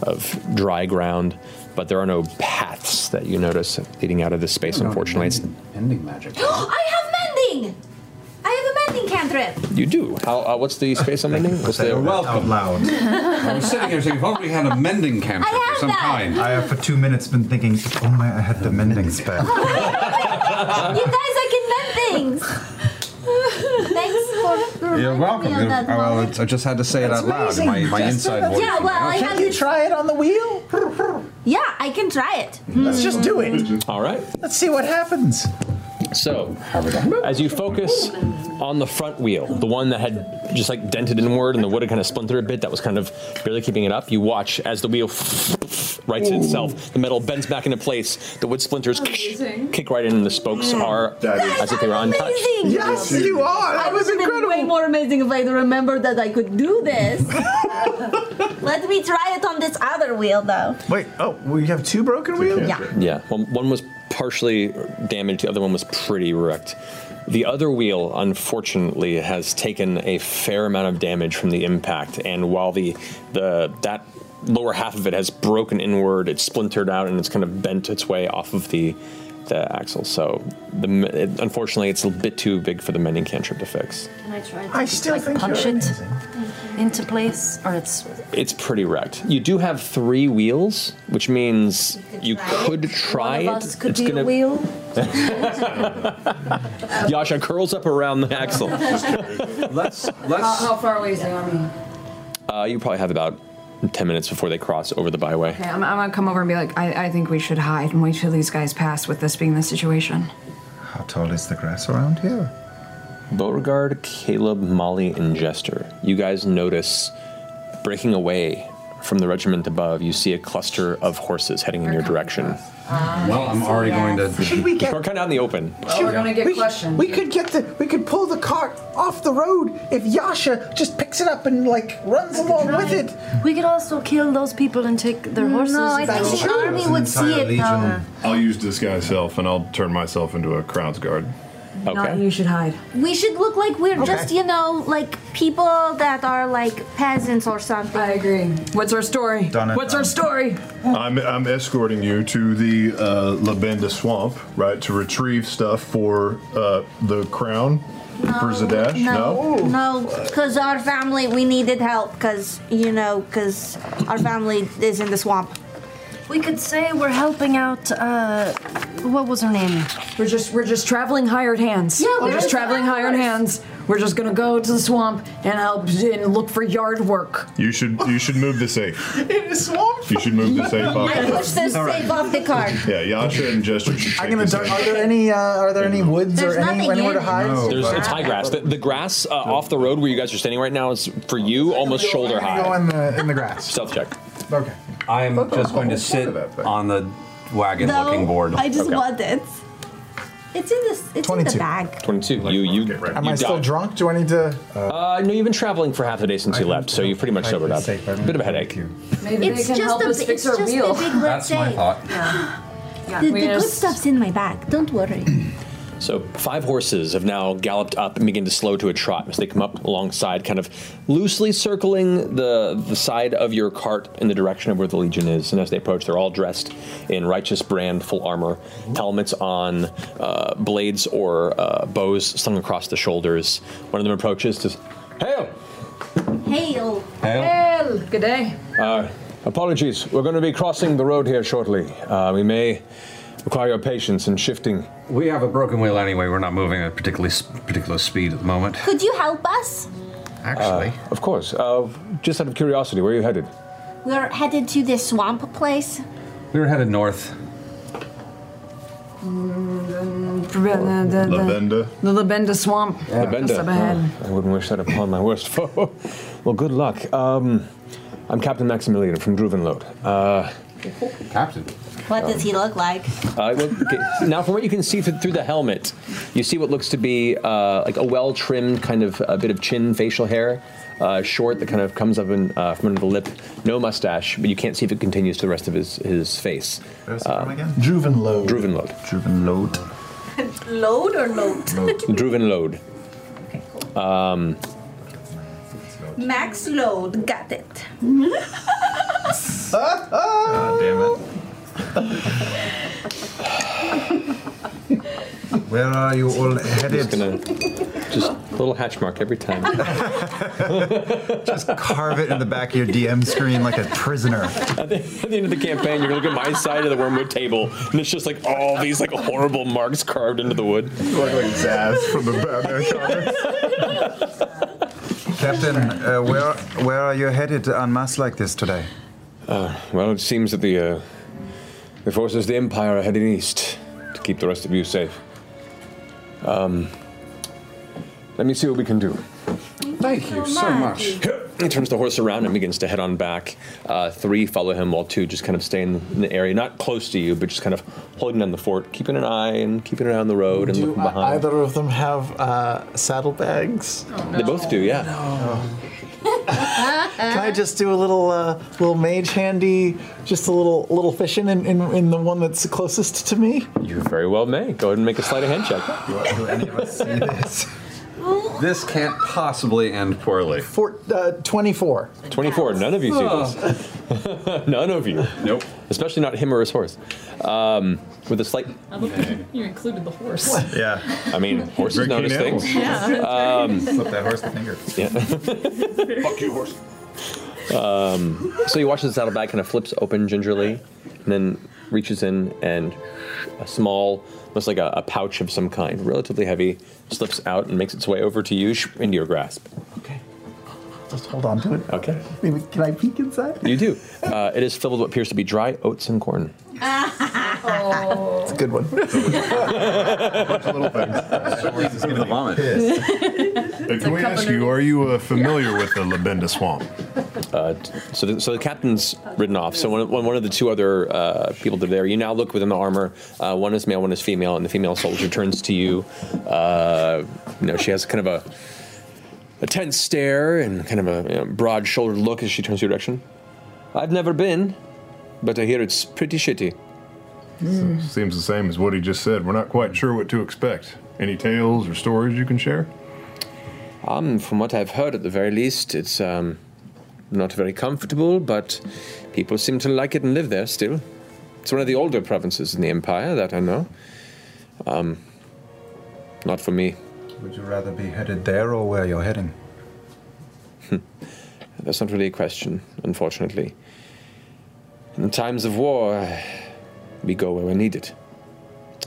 S2: of dry ground. But there are no paths that you notice leading out of this space.
S13: Oh, no,
S2: Unfortunately, it's
S13: ending magic.
S10: I have mending. I have a mending cantrip.
S2: You do. How? Uh, what's the space I'm
S13: (laughs)
S2: ending? What's the
S13: welcome
S7: loud?
S13: I was sitting here thinking, if only we had a mending cantrip of some kind.
S7: I have for two minutes been thinking, oh my, I had the mending spell.
S10: You guys, I can mend things.
S15: (laughs)
S10: Thanks for.
S13: You're welcome.
S10: on that
S13: I,
S4: uh,
S13: well, it's- I just had to say it out loud. My, my inside voice.
S10: Yeah, well, I
S3: Can
S10: have.
S3: you try it on the wheel?
S10: Yeah, I can try it.
S3: Let's just do it.
S2: All right.
S3: Let's see what happens.
S2: So, as you focus on the front wheel, the one that had just like dented inward and the wood had kind of splintered a bit, that was kind of barely keeping it up, you watch as the wheel (laughs) rights
S4: Ooh.
S2: itself. The metal bends back into place. The wood splinters
S5: Oh.
S15: Amazing.
S2: kick right in, and the spokes are as if they were untouched.
S15: Yes, you are. That was incredible. Way
S10: more amazing if I remembered that I could do
S15: (laughs)
S10: this. Let me try it on this other wheel, though.
S16: Wait,
S4: uh,
S16: oh, we have two broken wheels?
S10: Yeah.
S2: Yeah, one, one was partially damaged, the other one was pretty wrecked. The other wheel, unfortunately, has taken a fair amount of damage from the impact, and while the the that lower half of it has broken inward, it's splintered out, and it's kind of bent its way off of the the axle. So, the, me- it, unfortunately, it's a bit too big for the mending cantrip to fix.
S8: Can
S10: I try?
S8: I still like,
S15: think
S8: punch
S15: you're
S8: it into place, or it's
S2: It's pretty wrecked. You do have three wheels, which means you could try,
S8: one
S2: it.
S8: of us could
S2: it's
S8: be a
S2: gonna-
S8: wheel.
S2: (laughs) Yasha curls up around the axle.
S13: (laughs) Let's
S14: How, how far away is the army?
S2: Uh, you probably have about 10 minutes before they cross over the byway.
S14: Okay, I'm, I'm gonna come over and be like, I, I think we should hide and wait till these guys pass with this being the situation.
S7: How tall is the grass around here? (laughs)
S2: Beauregard, Caleb, Molly, and Jester, you guys notice breaking away from the regiment above, you see a cluster of horses heading in your direction.
S13: Well, I'm already going to.
S2: Should (laughs) we get... We're kind of out in the open.
S10: Oh,
S14: we're gonna get
S3: we, (laughs)
S14: questioned.
S3: We could get the we could pull the cart off the road if Yasha just picks it up and like runs along with it.
S8: We could also kill those people and take their horses.
S15: No, I think the army would see it
S10: uh,
S15: though.
S4: I'll use disguise self and I'll turn myself into a crowd's guard.
S10: Not
S14: you should hide.
S10: We should look like we're
S14: Okay.
S10: just, you know, like people that are like peasants or something. I
S14: agree. What's our story?
S4: Done it,
S14: What's our
S4: done.
S14: story?
S4: I'm, I'm escorting you to the uh, Labenda Swamp, right, to retrieve stuff for uh, the crown for Zadash.
S10: Um, No, no, because our family, we needed help because, you know, because our family is in the swamp.
S8: We could say we're helping out. Uh, what was her name?
S14: We're just we're just traveling hired hands. Yeah, we're
S8: we're
S14: just
S8: just
S14: traveling hired hands. We're just gonna go to the swamp and help and look for yard work.
S4: You should you should move the
S10: (laughs)
S4: safe.
S3: In the swamp?
S4: You should move the safe off.
S10: I pushed the
S4: All right.
S10: safe off the car.
S4: Yeah, Yasha and Jester should
S3: I'm
S4: take
S3: gonna.
S4: the
S3: Are
S4: safe.
S3: there any? Uh, are there any woods
S10: There's
S3: or any,
S10: nothing
S3: anywhere to
S10: in
S3: hide?
S2: There's, it's high grass. The, the grass uh, off the road where you guys are standing right now is, for you, almost shoulder
S3: Go
S2: high.
S3: in the in the grass.
S2: Stealth check.
S3: Okay.
S13: I am just going to sit on the wagon
S10: No,
S13: looking board.
S10: I just want it. It's in this. It's in the bag.
S2: 22. You, you,
S3: Am
S2: you
S3: I still
S2: dive.
S3: drunk? Do I need to?
S2: Uh, no, you've been traveling for half the day since you left, so you've pretty much sobered up. Bit of a headache.
S14: Maybe
S10: It's
S14: they can
S10: just
S14: help
S10: a
S14: us
S10: big-
S14: fix
S10: it's
S14: our
S10: just a
S14: wheel.
S10: big red That's my safe.
S2: thought.
S14: Yeah,
S10: The,
S14: we
S10: the good
S14: just-
S10: stuff's in my bag. Don't worry.
S2: So five horses have now galloped up and begin to slow to a trot as they come up alongside, kind of loosely circling the the side of your cart in the direction of where the legion is. And as they approach, they're all dressed in righteous brand full armor, helmets on, uh, blades or uh, bows slung across the shoulders. One of them approaches to, "Hail!"
S10: Hail.
S2: Hail.
S14: Hail. Good day.
S2: Uh, apologies, we're going to be crossing the road here shortly. Uh, we may require your patience in shifting.
S13: We have a broken wheel anyway. We're not moving at a particularly s- particular speed at the moment.
S10: Could you help us?
S13: Actually,
S2: of course. Uh, just out of curiosity, where are you headed?
S10: We're headed to this swamp place.
S13: We were headed north.
S14: The, the, the Labenda swamp. Just up ahead.
S2: I wouldn't wish that upon my worst foe. (laughs) well, good luck. Um, I'm Captain Maximilian from Druvenload. Uh, Captain?
S10: What does he look like?
S2: Uh, well, okay. (laughs) Now, from what you can see through, through the helmet, you see what looks to be uh, like a well-trimmed kind of a bit of chin, facial hair, uh, short that kind of comes up in, uh, from under the lip, no mustache, but you can't see if it continues to the rest of his, his face. Uh, Where's
S3: it from again?
S2: Druvenload. Druvenload. Druvenload.
S10: (laughs) Load or load?
S2: Druvenload. Um,
S10: Max load. Got it.
S3: God
S7: damn it. Where are you all headed?
S2: Just gonna, just a little hatch mark every time. (laughs)
S7: Just carve it in the back of your DM screen like a prisoner.
S2: At the, at the end of the campaign, you're gonna look at my side of the wormwood table, and it's just like all these like horrible marks carved into the wood.
S4: Look like Zaz from the (laughs) Batman comics.
S7: Captain, uh, where where are you headed en masse like this today?
S2: Uh, well, it seems that the uh, the forces of the Empire are heading east to keep the rest of you safe. Um, let me see what we can do.
S13: (laughs) Thank you so much.
S2: He turns the horse around and begins to head on back. Uh, three follow him, while two just kind of stay in, in the area, not close to you, but just kind of holding down the fort, keeping an eye and keeping an eye on the road and
S17: Do
S2: looking
S17: ei-
S2: behind.
S17: either of them have uh, saddlebags?
S2: They both do, yeah.
S10: Oh.
S17: Can I just do a little uh, little mage handy, just a little little fishing in, in, in the one that's closest to me?
S2: You very well may. Go ahead and make a sleight of hand check.
S13: Do any of us see (laughs) this? This can't possibly end poorly.
S17: Four, uh, 24.
S2: 24. None of you see
S17: Oh.
S2: this. (laughs) None of you. Nope. Especially not him or his horse. Um, with a slight.
S18: I love that you included the horse.
S2: Yeah. I mean,
S13: Very
S2: horses
S13: keen
S2: notice
S13: animals.
S2: things.
S18: Yeah,
S2: Um,
S18: that's right. Slip that horse the
S2: finger. Yeah. Fuck you, horse. (laughs) Um, so he watches the saddlebag kind of flips open gingerly, and then reaches in and a small, almost like a, a pouch of some kind, relatively heavy, slips out and makes its way over to you, sh- into your grasp.
S17: Just hold on to it.
S2: Okay.
S17: Maybe, can I peek
S10: (laughs)
S17: inside?
S2: You do. Uh, it is filled with what appears to be dry oats and corn.
S17: It's a
S2: (laughs)
S17: good one.
S4: Uh, Can we ask you, are you uh, familiar with the Labenda Swamp?
S2: Uh, t- so, the, so the captain's ridden off. So one, of- one, one of the two other uh, people that are there, you now look within the armor. Uh, one is male, one is female, and the female soldier turns to you. Uh, you know, she has kind of a a tense stare and kind of a you know, broad-shouldered look as she turns your direction. I've never been, but I hear it's pretty shitty.
S4: Seems the same as what he just said. We're not quite sure what to expect. Any tales or stories you can share?
S2: Um, from what I've heard, at the very least, it's um, not very comfortable, but people seem to like it and live there still. It's one of the older provinces in the empire that I know. Um, not for me. (laughs)
S7: Would you rather be headed there or where you're heading?
S2: That's not really a question, unfortunately. In times of war, we go where we're needed,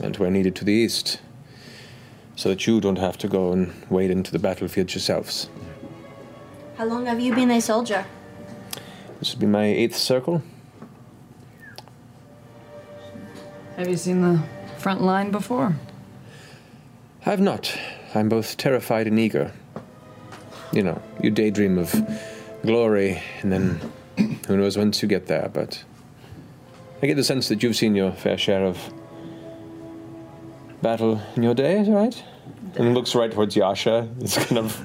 S2: and we're needed to the east, so that you don't have to go and wade into the battlefield yourselves.
S10: How long have you been a soldier?
S2: This would be my eighth circle.
S14: Have you seen the front line before?
S2: I have not. I'm both terrified and eager. You know, you daydream of glory, and then who knows once you get there, but I get the sense that you've seen your fair share of battle in your day, right? And looks right towards Yasha, this kind of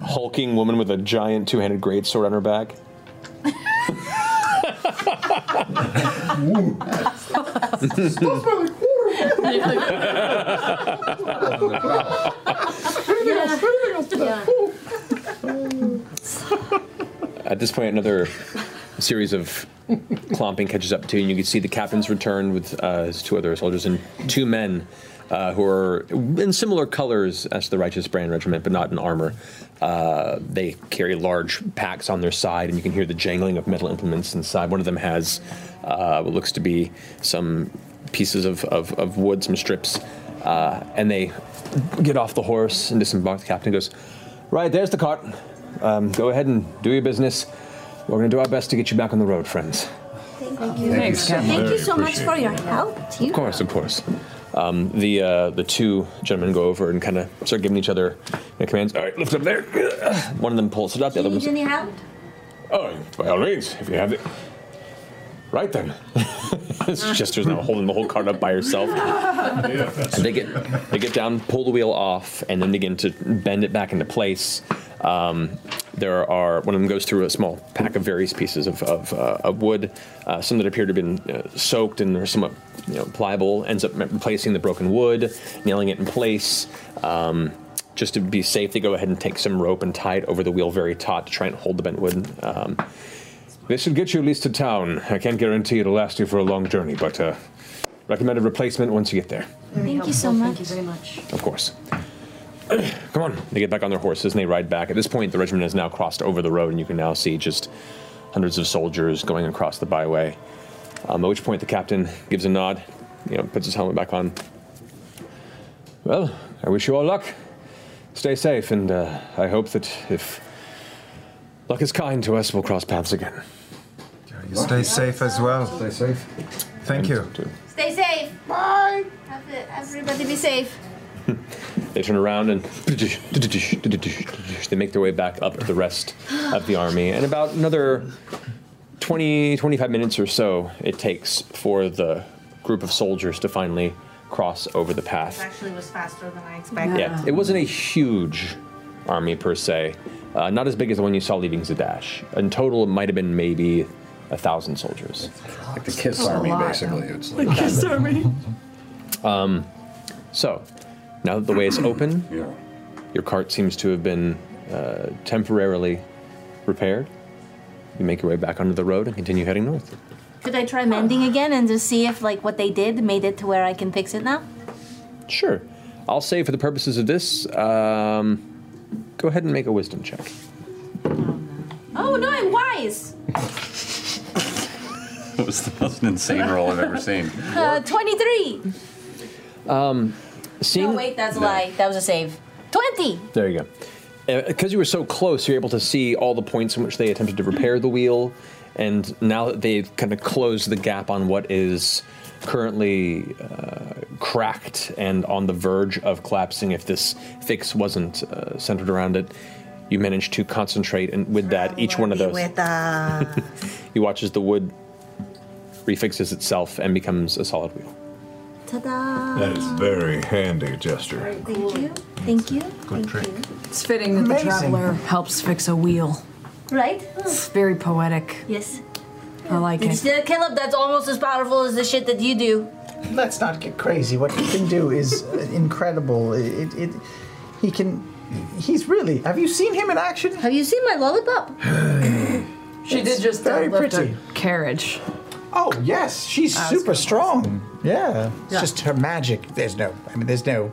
S2: hulking woman with a giant two handed greatsword on her back. At this point, another series of clomping catches up to you, and you can see the captain's return with uh, his two other soldiers and two men uh, who are in similar colors as the Righteous Brand Regiment, but not in armor. Uh, they carry large packs on their side, and you can hear the jangling of metal implements inside. One of them has uh, what looks to be some pieces of, of, of wood, some strips, uh, and they get off the horse and disembark. The captain goes, Right, there's the cart. Um, go ahead and do your business. We're going to do our best to get you back on the road, friends.
S10: Thank
S2: you. Thank you so much.
S10: Thank you so
S2: Very
S10: much for your help, too.
S2: Of course, of course. Um, the uh, the two gentlemen go over and kind of start giving each other the commands. All right, lift up there. One of them pulls it up. The other
S10: Need
S2: one's
S10: any help?
S2: oh, by all means, if you have it. Right then, (laughs) it's just there's now holding the whole cart up by herself. And (laughs) they get they get down, pull the wheel off, and then begin to bend it back into place. Um, there are one of them goes through a small pack of various pieces of of, uh, of wood, uh, some that appear to have been uh, soaked and are somewhat you know, pliable. Ends up replacing the broken wood, nailing it in place. Um, just to be safe, they go ahead and take some rope and tie it over the wheel very taut to try and hold the bent wood. Um, this should get you at least to town. I can't guarantee it'll last you for a long journey, but uh, recommended replacement once you get there.
S10: Thank you so much.
S18: Thank you very much.
S2: Of course. (clears throat) Come on. They get back on their horses and they ride back. At this point, the regiment has now crossed over the road, and you can now see just hundreds of soldiers going across the byway. Um, at which point, the captain gives a nod, you know, puts his helmet back on. Well, I wish you all luck. Stay safe, and uh, I hope that if luck is kind to us, we'll cross paths again.
S7: You stay safe as well. Stay
S2: uh,
S7: safe. Thank you.
S10: Stay safe. Bye. Everybody be safe.
S2: They turn around and they make their way back up to the rest of the army. And about another 20, 25 minutes or so it takes for the group of soldiers to finally cross over the path.
S10: Actually, was faster than I
S2: Yeah.
S10: expected.
S2: it wasn't a huge army per se. Uh, not as big as the one you saw leaving Zadash. In total, it might have been maybe a thousand soldiers. Like the
S13: Kiss Army, basically. It's like
S2: Um, so, now that the way is
S9: (clears throat)
S2: open, your cart seems to have been uh, temporarily repaired. You make your way back onto the road and continue heading north.
S10: Could I try mending again and just see if like what they did made it to where I can fix it now?
S2: Sure. I'll say for the purposes of this, um, go ahead and make a wisdom check.
S10: Oh no, I'm wise.
S9: (laughs) That was the most insane roll I've ever seen.
S10: Uh, Twenty-three.
S2: Um, seeing
S10: No, wait, that's a
S2: No.
S10: lie. That was a save. Twenty.
S2: There you go. Because you were so close, you're able to see all the points in which they attempted to repair the wheel, and now that they've kind of closed the gap on what is currently uh, cracked and on the verge of collapsing, if this fix wasn't uh, centered around it, you manage to concentrate, and with that, each one of those,
S10: With uh,
S2: you watch as the wood refixes itself and becomes a solid wheel.
S10: ta-da.
S4: That is very handy gesture.
S10: Thank you. Thank you.
S4: Good trick.
S15: It's fitting that
S10: Amazing.
S15: the traveler helps fix a wheel.
S10: Right?
S15: It's very poetic.
S10: Yes.
S15: I like
S10: It's
S15: it.
S10: still Caleb, that's almost as powerful as the shit that you do.
S3: Let's not get crazy. What he can do is uh, incredible. It, it, it, he can. He's really. Have you seen him in action? Have
S10: you seen
S17: (sighs)
S10: my lollipop?
S15: She
S3: It's
S15: did just
S3: very
S15: very
S3: pretty.
S15: a carriage.
S3: Oh yes, she's
S15: I was
S3: super strong. Yeah, it's
S10: Yeah.
S3: just her magic. There's no. I mean, there's no.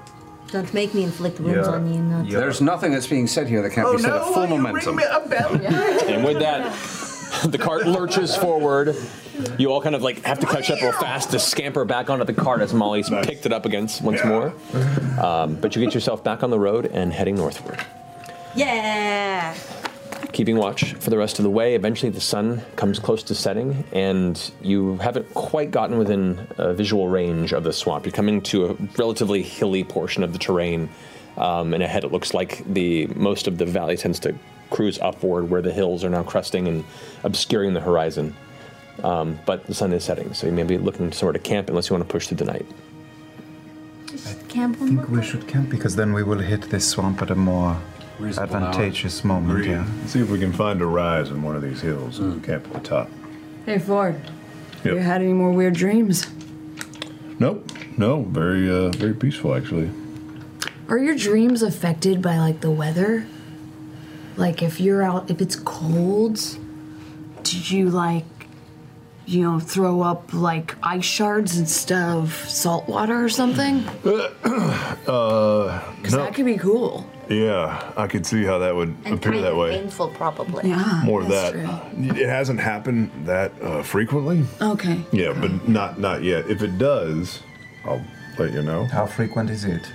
S10: Don't make me inflict wounds
S3: Yeah.
S10: on you. No.
S13: There's nothing that's being said here that can't
S3: Oh,
S13: be said
S3: no,
S13: at full
S3: you ring
S13: momentum.
S3: me
S13: (laughs)
S3: a bell?
S2: And with that, (laughs) the cart lurches forward. You all kind of like have to catch up real fast to scamper back onto the cart as Molly's picked it up against once more. Um, but you get yourself back on the road and heading northward,
S10: Yeah.
S2: keeping watch for the rest of the way. Eventually, the sun comes close to setting, and you haven't quite gotten within uh, visual range of the swamp. You're coming to a relatively hilly portion of the terrain, um, and ahead it looks like the most of the valley tends to cruise upward, where the hills are now cresting and obscuring the horizon. Um, but the sun is setting, so you may be looking somewhere to camp unless you want to push through the night.
S10: Camp
S7: I think we should camp because then we will hit this swamp at a more advantageous moment. Yeah.
S4: See if we can find a rise in one of these hills and camp at the top.
S15: Hey Ford,
S4: Yep.
S15: you had any more weird dreams?
S4: Nope. No. Very, uh, very peaceful actually.
S15: Are your dreams affected by like the weather? Like if you're out, if it's cold, did you like, you know, throw up like ice shards instead of salt water or (laughs) something?
S4: Uh,
S15: Because
S4: no.
S15: that could be cool.
S4: yeah, I could see how that would appear that way.
S10: Painful, probably.
S15: Yeah.
S4: More of that. It hasn't happened that uh, frequently.
S6: Oh.
S15: Okay.
S4: Yeah, but not not yet. If it does, I'll let you know.
S7: How frequent is it?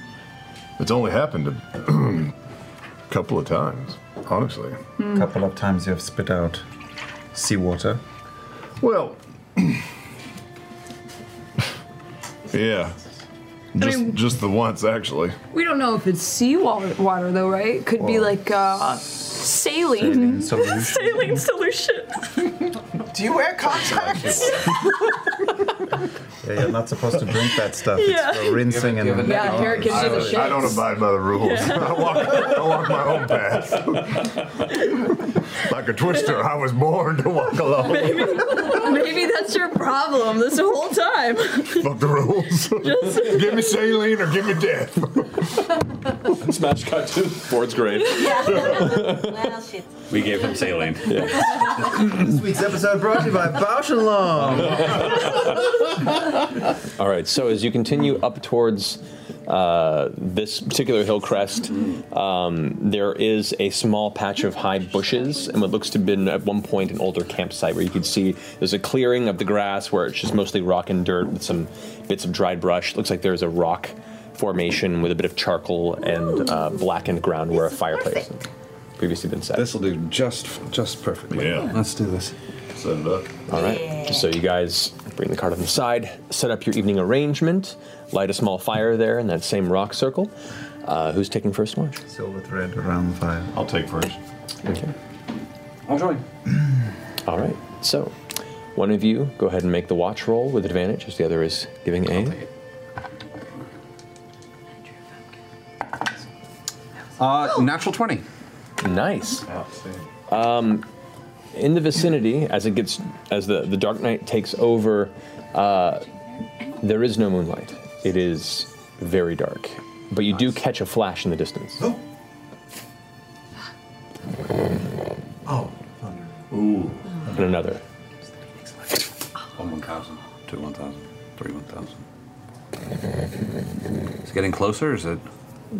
S4: It's only happened a (clears throat) couple of times, honestly.
S7: A couple of times you have spit out seawater.
S4: Well, yeah, just
S15: mean-
S4: just the once actually.
S15: We don't know if it's seawater water though, right? Could be like uh, saline. (laughs)
S4: saline
S13: (laughs)
S4: solution.
S15: saline solution.
S3: Do you wear contacts?
S7: Yeah, you're not supposed to drink that stuff. It's
S15: Yeah.
S7: for rinsing
S15: Give it-
S7: and
S15: give it Yeah, Derek gives you the
S4: I, I don't
S15: shakes.
S4: abide by the rules.
S7: (laughs)
S4: (laughs) I, walk, I walk my
S15: (laughs)
S4: own path. like a twister, I was born
S15: (laughs)
S4: to walk alone.
S15: Maybe that's your problem this whole
S3: (sighs)
S15: time.
S4: Fuck
S15: (laughs)
S4: the rules. (laughs) give me saline or give me death.
S2: Smash cut to Ford's grave.
S9: We gave him saline.
S7: This week's episode brought to you by Bausch and
S10: (laughs)
S7: Lomb.
S2: All right. So as you continue up towards uh, this particular hill crest, um, there is a small patch of high bushes and what looks to have been at one point an older campsite where you can see there's a clearing of the grass where it's just mostly rock and dirt with some bits of dried brush. Looks like there's a rock formation with a bit of charcoal and uh, blackened ground where a fireplace had previously been set.
S13: This will do just just perfectly.
S2: Yeah.
S13: Let's do this.
S4: Set it up.
S2: All right. So you guys Bring the cart on the side, set up your evening arrangement, light a small fire there in that same rock circle. Uh, who's taking first watch?
S7: Silver thread around the fire.
S2: I'll take first. Okay.
S9: I'll join.
S2: All right. So, one of you go ahead and make the watch roll with advantage, as the other is giving aid.
S9: Uh, natural 20.
S2: Nice. Um, in the vicinity, as it gets, as the, the dark night takes over, uh, there is no moonlight. It is very dark, but you do catch a flash in the distance.
S9: Oh.
S2: Ooh. And another.
S9: One one thousand, two one thousand, three one (laughs) thousand. It's getting closer. Is it?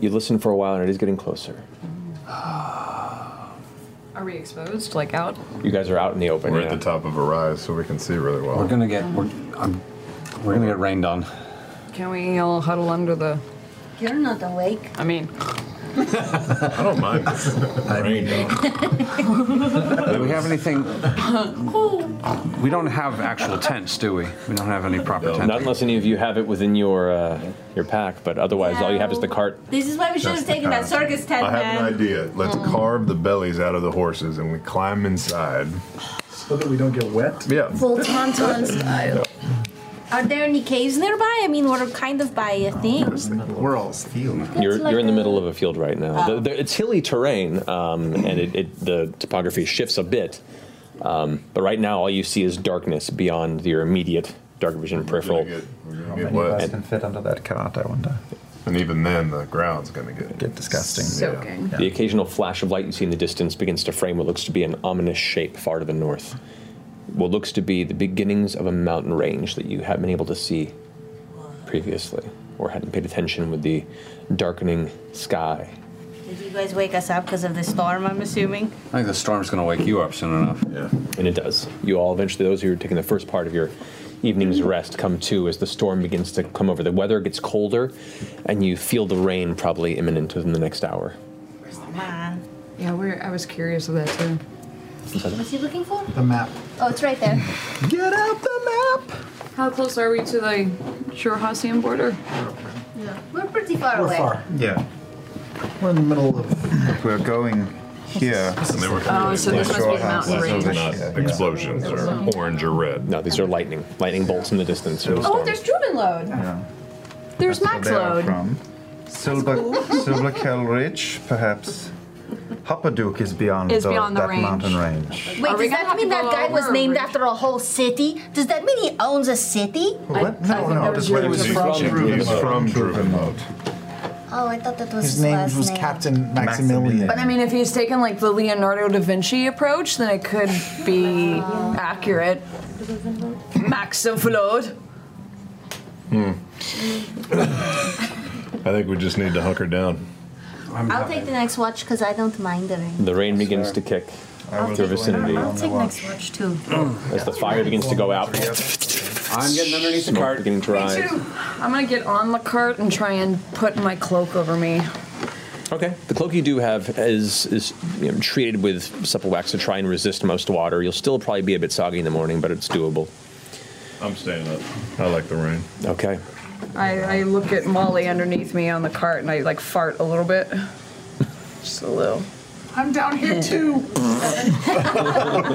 S2: You listen for a while, and it is getting closer.
S14: Are we exposed? Like out?
S2: You guys are out in the open.
S4: We're at the top of a rise, so we can see really well.
S9: We're gonna get. We're, I'm, we're gonna get rained on.
S14: Can we all huddle under the?
S10: You're not awake.
S14: I mean,
S4: (laughs) I don't
S9: (laughs)
S4: mind. Rain
S9: Do we have anything?
S18: oh.
S9: We don't have actual tents, do we? We don't have any proper tents.
S2: Not unless any of you have it within your uh, your pack, but otherwise, all you have is the cart.
S10: This is why we should have taken that circus tent,
S4: I
S10: man. Oh.
S4: have an idea. Let's carve the bellies out of the horses and we climb inside. So that we don't get wet? Yeah.
S10: Full tauntaun style. Are there any caves nearby? I mean, we're kind of by a thing.
S2: We're all steel. You're,
S10: like
S2: you're in the middle of a field right now.
S10: Oh.
S2: The- the- it's hilly terrain, um, and it, it, the topography shifts a bit. Um, but right now, all you see is darkness beyond your immediate dark vision peripheral.
S7: How many of us can fit under that cart, I wonder?
S4: And even then, the ground's going to get
S7: get disgusting.
S2: Soaking. The occasional flash of light you see in the distance begins to frame what looks to be an ominous shape far to the north. What looks to be the beginnings of a mountain range that you haven't been able to see previously, or hadn't paid attention with the darkening sky.
S10: Did you guys wake us up because of the storm? I'm assuming.
S9: I think the storm's gonna wake you up soon enough.
S2: Yeah. And it does. You all eventually, those who are taking the first part of your evening's rest, come to as the storm begins to come over. The weather gets colder, and you feel the rain probably imminent within the next hour.
S10: Man,
S14: yeah, we're. I was curious of that too.
S10: what's he looking for?
S14: The map.
S10: Oh, it's right there.
S14: Get out the map. How close are we to the Shurhasian border?
S10: Yeah, we're pretty far away.
S7: Yeah. We're in the middle of. We're going here.
S10: Oh, so this must be mountain
S4: Those are
S10: range.
S4: not explosions or orange or red.
S2: No, these are lightning. Lightning bolts in the distance. From the
S14: Oh,
S2: storm.
S14: there's Druven load. There's Max
S7: Where they are
S14: load.
S7: from. Silver, Silver Kell Ridge, perhaps. Hoppaduke is beyond,
S10: Is
S7: the,
S10: beyond the
S7: that
S10: range.
S7: mountain range.
S10: Wait,
S14: Are we gonna
S10: does that
S14: have to
S10: mean
S14: go
S10: that guy was
S14: over or
S10: named after a whole city? Does that mean he owns a city?
S7: What? No,
S10: that
S7: no,
S10: was
S7: that's
S10: your
S7: where it was
S4: name.
S7: from.
S4: From Druvenhout. From Druvenhout.
S10: Oh, I thought that was
S17: His
S10: his,
S17: name
S10: last
S17: was
S10: name.
S17: Captain Maximilian.
S14: But I mean, if he's taken like the Leonardo da Vinci approach, then it could be accurate. Max of Flood.
S4: Hmm. I think we just need to hunker down.
S10: I'll take the next watch because I don't mind the rain.
S2: The rain begins to kick
S10: I'll
S2: through the
S10: take-
S2: vicinity Mm.
S10: I'll take next watch too.
S2: as the fire begins to go out. I'm
S9: getting underneath the cart.
S2: Beginning to rise.
S14: I'm gonna get on the cart and try and put my cloak over me.
S2: Okay. The cloak you do have is is you know, treated with supple wax to try and resist most water. You'll still probably be a bit soggy in the morning, but it's doable.
S4: I'm staying up. I like the rain.
S2: Okay.
S14: I, I look at Molly underneath me on the cart and I like fart a
S18: (sighs)
S14: little bit. Just a little.
S17: I'm down here too.
S4: (laughs)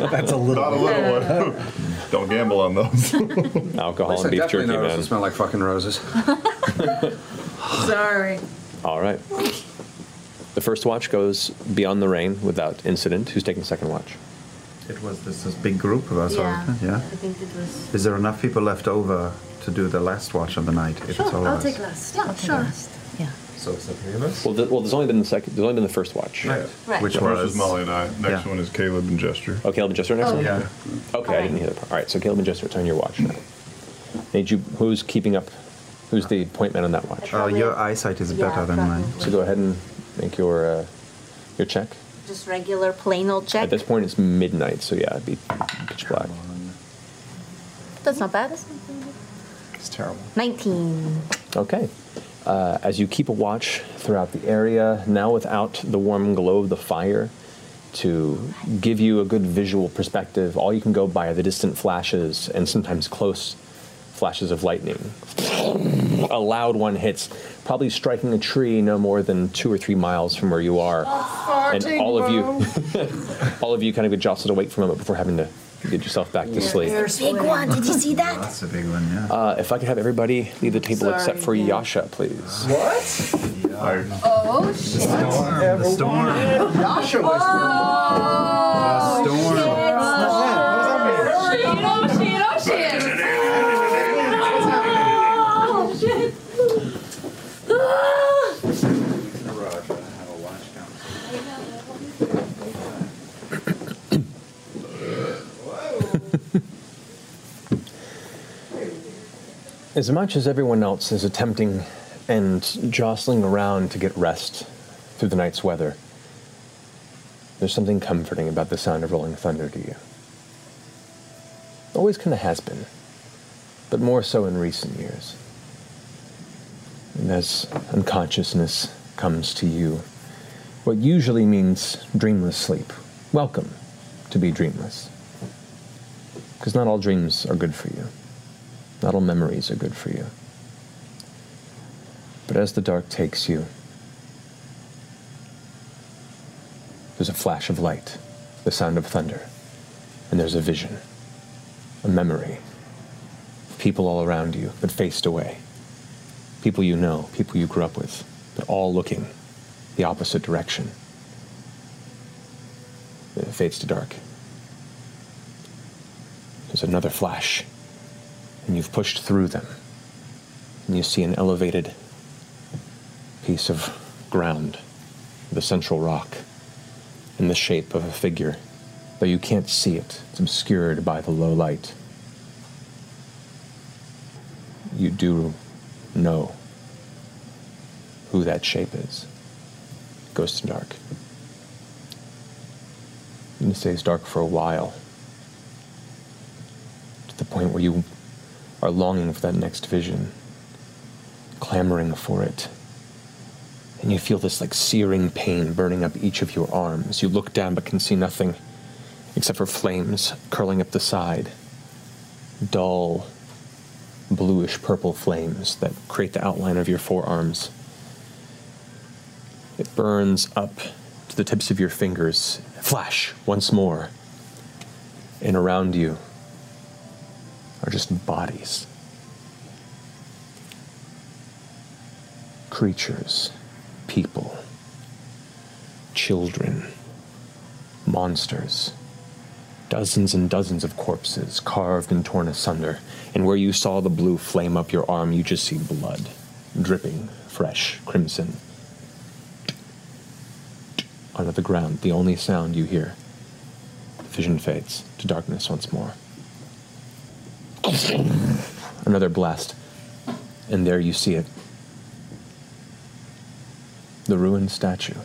S4: That's a little. Not a little one. (laughs) Don't gamble on
S2: (laughs)
S4: those.
S2: Alcohol
S9: At least I
S2: and beef
S9: definitely
S2: jerky,
S9: know it
S2: man.
S9: doesn't smell like fucking
S2: (laughs)
S9: roses.
S14: Sorry.
S2: All right. The first watch goes beyond the rain without incident. Who's taking the second watch?
S7: It was this, this big group of us,
S10: Yeah.
S7: wasn't it? Yeah.
S10: I think it was.
S7: Is there enough people left over to do the last watch of the night? If it's all of us?
S10: last. Yeah, sure.
S7: So it's the three of us.
S2: Well, th well, there's only been the second. There's only been the first watch.
S10: Right.
S7: Which
S4: The
S7: was,
S4: first was Molly and I. Next one is Caleb and Jester.
S2: Oh, Caleb and Jester are next
S4: Oh,
S2: one.
S4: yeah.
S2: Okay, I didn't hear that part. All right, so Caleb and Jester, turn your watch. now. Need you. Who's keeping up? Who's the point man on that watch?
S7: Uh, your eyesight is better than mine.
S2: So go ahead and make your uh, your check.
S10: Just regular plain old
S2: At
S10: check.
S2: this point, it's midnight, so yeah, it'd be pitch black.
S10: That's not bad.
S2: It's terrible.
S10: 19.
S2: Okay. Uh, as you keep a watch throughout the area, now without the warm glow of the fire to give you a good visual perspective, all you can go by are the distant flashes and sometimes close flashes of lightning. A loud one hits, probably striking a tree no more than two or three miles from where you are, and all of you, (laughs) all of you, kind of get jostled awake for a moment before having to get yourself back to sleep.
S10: Big one. Did you see that?
S7: That's a big one, yeah.
S2: Uh, if I could have everybody leave the table except for Yasha, please.
S16: What?
S10: Oh shit!
S7: The storm.
S16: Yasha was.
S10: Oh,
S7: storm.
S18: Oh, shit.
S10: Oh,
S2: As much as everyone else is attempting and jostling around to get rest through the night's weather, there's something comforting about the sound of rolling thunder to you. Always kind of has been, but more so in recent years. And as unconsciousness comes to you, what usually means dreamless sleep, welcome to be dreamless. Because not all dreams are good for you. Not all memories are good for you. But as the dark takes you, there's a flash of light, the sound of thunder, and there's a vision, a memory. People all around you, but faced away. People you know, people you grew up with, but all looking the opposite direction. It fades to dark. There's another flash and you've pushed through them, and you see an elevated piece of ground, the central rock, in the shape of a figure, though you can't see it, it's obscured by the low light. You do know who that shape is. It goes to dark. And it stays dark for a while, to the point where you are longing for that next vision, clamoring for it. And you feel this like searing pain burning up each of your arms. You look down but can see nothing except for flames curling up the side. Dull, bluish purple flames that create the outline of your forearms. It burns up to the tips of your fingers. Flash once more. And around you, are just bodies. Creatures, people, children, monsters, dozens and dozens of corpses carved and torn asunder. And where you saw the blue flame up your arm, you just see blood dripping fresh, crimson. Onto the ground, the only sound you hear. The vision fades to darkness once more. Another blast. And there you see it. The ruined statue.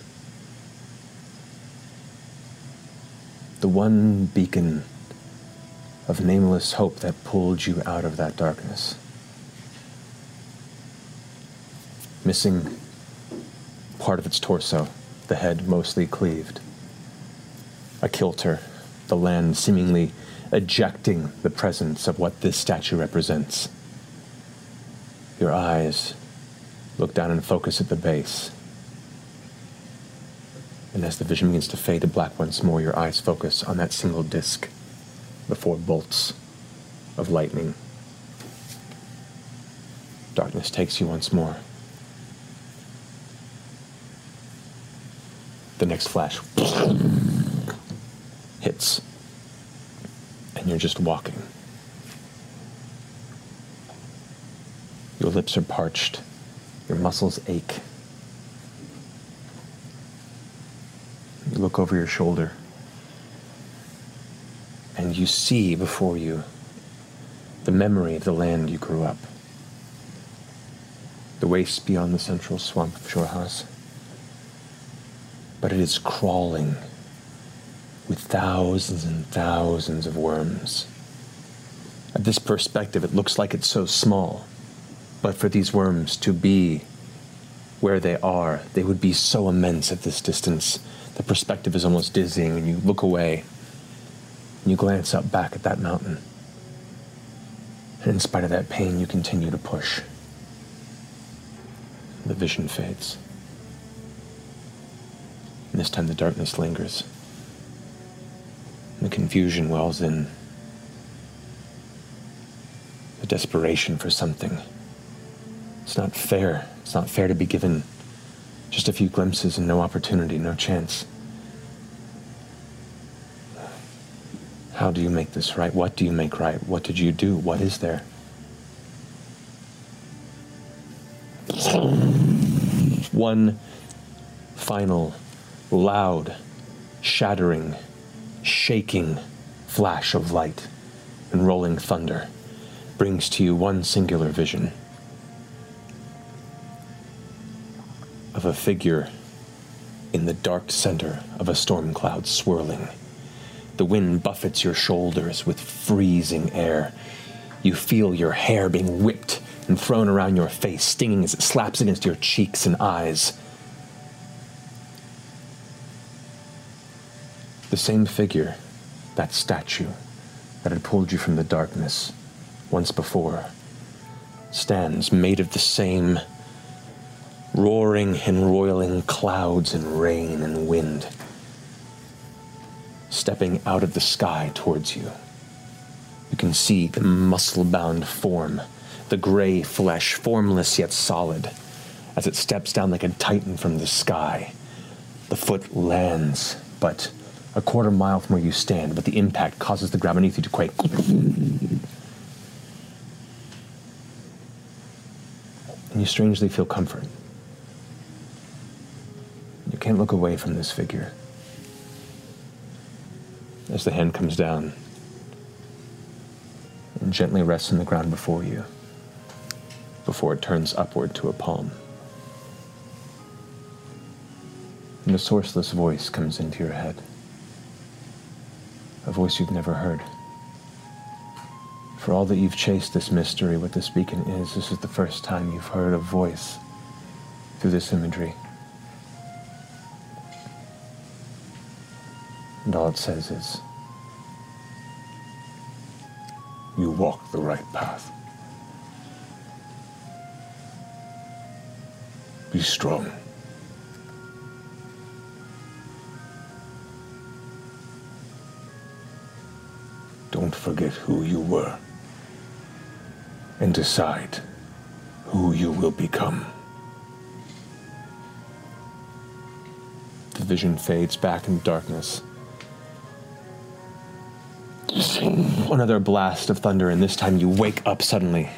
S2: The one beacon of nameless hope that pulled you out of that darkness. Missing part of its torso, the head mostly cleaved. A kilter, the land seemingly ejecting the presence of what this statue represents. Your eyes look down and focus at the base. And as the vision begins to fade to black once more, your eyes focus on that single disc before bolts of lightning. Darkness takes you once more. The next flash (sniffs) hits and you're just walking. Your lips are parched, your muscles ache. You look over your shoulder, and you see before you the memory of the land you grew up, the wastes beyond the central swamp of Shorehouse. But it is crawling with thousands and thousands of worms. At this perspective, it looks like it's so small, but for these worms to be where they are, they would be so immense at this distance. The perspective is almost dizzying, and you look away and you glance up back at that mountain. And in spite of that pain, you continue to push. The vision fades. And this time the darkness lingers. And the confusion wells in. The desperation for something. It's not fair. It's not fair to be given just a few glimpses and no opportunity, no chance. How do you make this right? What do you make right? What did you do? What is there? One final, loud, shattering, shaking flash of light and rolling thunder brings to you one singular vision of a figure in the dark center of a storm cloud swirling. The wind buffets your shoulders with freezing air. You feel your hair being whipped and thrown around your face, stinging as it slaps against your cheeks and eyes. The same figure, that statue that had pulled you from the darkness once before, stands made of the same roaring and roiling clouds and rain and wind, stepping out of the sky towards you. You can see the muscle bound form, the gray flesh, formless yet solid, as it steps down like a titan from the sky. The foot lands, but a quarter mile from where you stand, but the impact causes the ground beneath you to quake. and you strangely feel comfort. You can't look away from this figure. As the hand comes down and gently rests on the ground before you, before it turns upward to a palm. And a sourceless voice comes into your head, a voice you've never heard. For all that you've chased this mystery, what this beacon is, this is the first time you've heard a voice through this imagery. And all it says is, You walk the right path. Be strong. Don't forget who you were. And decide who you will become. The vision fades back into darkness. Another blast of thunder, and this time you wake up suddenly.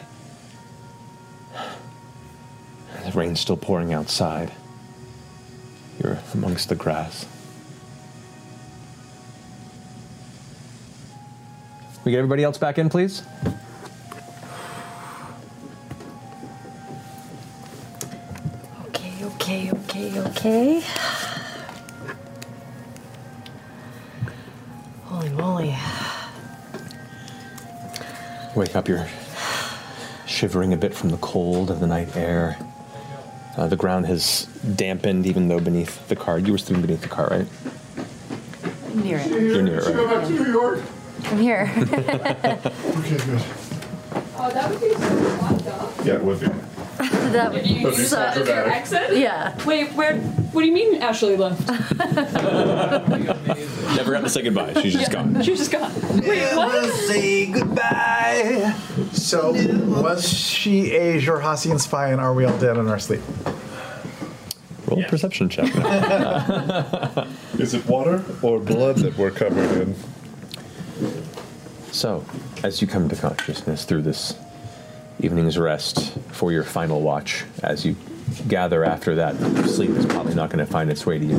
S2: The rain's still pouring outside. You're amongst the grass. We get everybody else back in, please?
S11: Okay, okay, okay, okay. Holy moly.
S2: Wake up, you're shivering a bit from the cold of the night air. Uh, the ground has dampened, even though beneath the car, you were sleeping beneath the car, right?
S8: Near it.
S2: You're near it, right?
S8: Yeah.
S2: (laughs)
S8: I'm
S10: (laughs)
S8: here.
S4: okay, good.
S18: Oh, that would be so fucked up.
S4: Yeah, it would be.
S18: That would
S4: be so
S18: uh,
S4: dramatic.
S18: exit? Yeah. Wait, where? What do you mean Ashley (laughs) left?
S2: (laughs) Never got to say goodbye. She's just gone.
S18: She was just gone. Wait, what?
S17: Say goodbye. So, was she a Jorhassian spy, and are we all dead in our sleep?
S2: Roll a perception check. (laughs)
S4: Is it water or blood that we're covered in?
S2: So, as you come to consciousness through this evening's rest for your final watch, as you gather after that, sleep is probably not going to find its way to you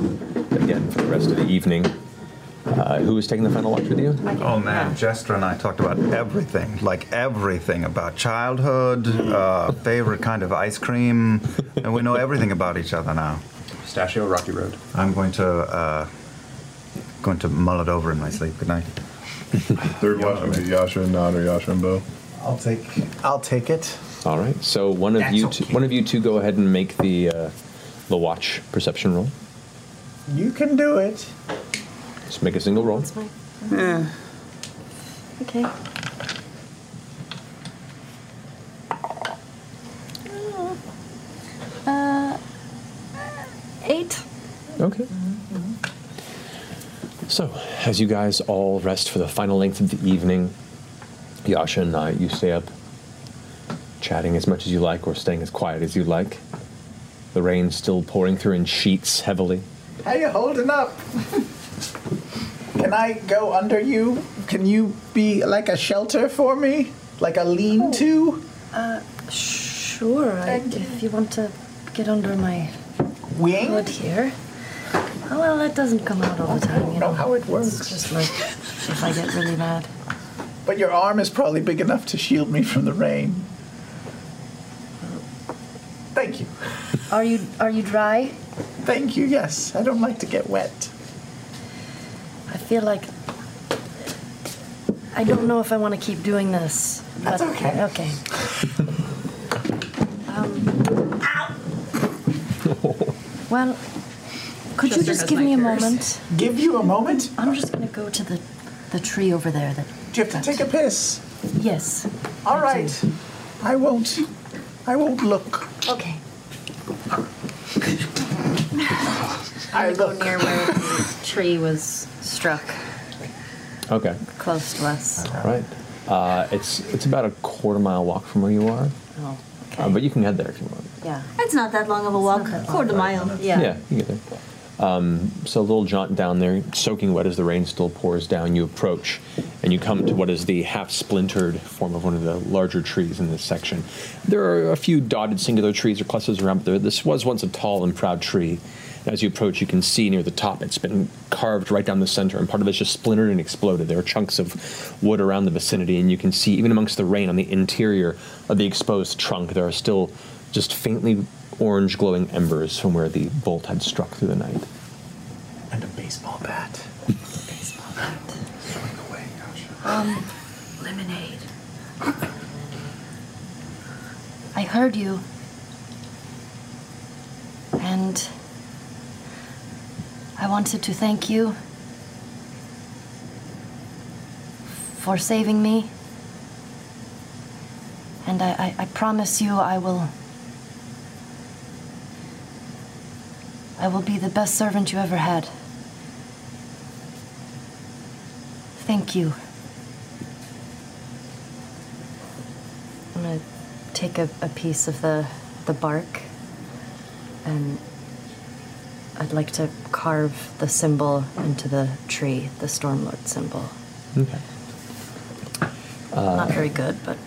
S2: again for the rest of the evening. Uh, who is taking the final watch with you?
S7: Oh man, Jester and I talked about everything, like everything about childhood, uh, favorite kind of ice cream, and we know everything about each other now.
S9: Pistachio Rocky Road.
S7: I'm going to uh, going to mull it over in my sleep.
S2: (laughs)
S7: Good night.
S4: Third watch would be Yasha and Nod or Yasha and Bo.
S17: I'll take. I'll take it.
S2: All right. So one of you, two, one of you two, go ahead and make the uh, the watch perception roll.
S17: You can do it.
S2: Just make a single roll.
S17: Yeah.
S11: Okay.
S10: Uh, Eight. Mm-hmm.
S2: Okay. So, as you guys all rest for the final length of the evening, Yasha and I, you stay up chatting as much as you like or staying as quiet as you like. The rain still pouring through in sheets heavily.
S3: How you holding up? Can I go under you? Can you be like a shelter for me? Like a lean-to?
S8: Uh, sure. I, if you want to get under my
S3: Wing?
S8: hood here. Oh, well, that doesn't come out all the time. You know how it works. It's just like if I get really mad.
S3: But your arm is probably big enough to shield me from the rain. Thank you.
S8: Are you are you dry?
S3: Thank you. Yes, I don't like to get wet.
S8: I feel like I don't know if I want to keep doing this. That's okay.
S3: (laughs)
S8: Okay. um, well, could you
S3: Chester
S8: just
S3: has
S8: give me a
S3: nightmares.
S8: moment?
S3: Give you a moment?
S8: I'm just gonna go to the the tree over there. That
S3: Do you have to take a piss?
S8: Yes.
S3: All right. I won't. I won't look.
S8: Okay.
S3: I go near
S8: where the tree was struck
S2: Okay.
S8: close to us.
S2: All right. Uh, it's it's about a quarter mile walk from where you are,
S10: Oh,
S2: uh, but you can head there if you want.
S10: yeah. It's not that long of a walk. Quarter mile. Yeah.
S2: Yeah, you get there. Um, so a little jaunt down there, soaking wet as the rain still pours down. You approach, and you come to what is the half-splintered form of one of the larger trees in this section. There are a few dotted singular trees or clusters around, but there, this was once a tall and proud tree. And as you approach, you can see near the top it's been carved right down the center, and part of it's just splintered and exploded. There are chunks of wood around the vicinity, and you can see even amongst the rain on the interior of the exposed trunk, there are still just faintly orange glowing embers from where the bolt had struck through the night.
S3: And a baseball bat.
S8: (laughs) Um, lemonade. I heard you. And I wanted to thank you for saving me. And I, I, I promise you I will. I will be the best servant you ever had. Thank you. I'm gonna take a, a piece of the the bark, and I'd like to carve the symbol into the tree, the Stormlord symbol.
S2: Okay.
S8: Uh,
S2: Uh,
S3: (laughs)
S8: Not very good, but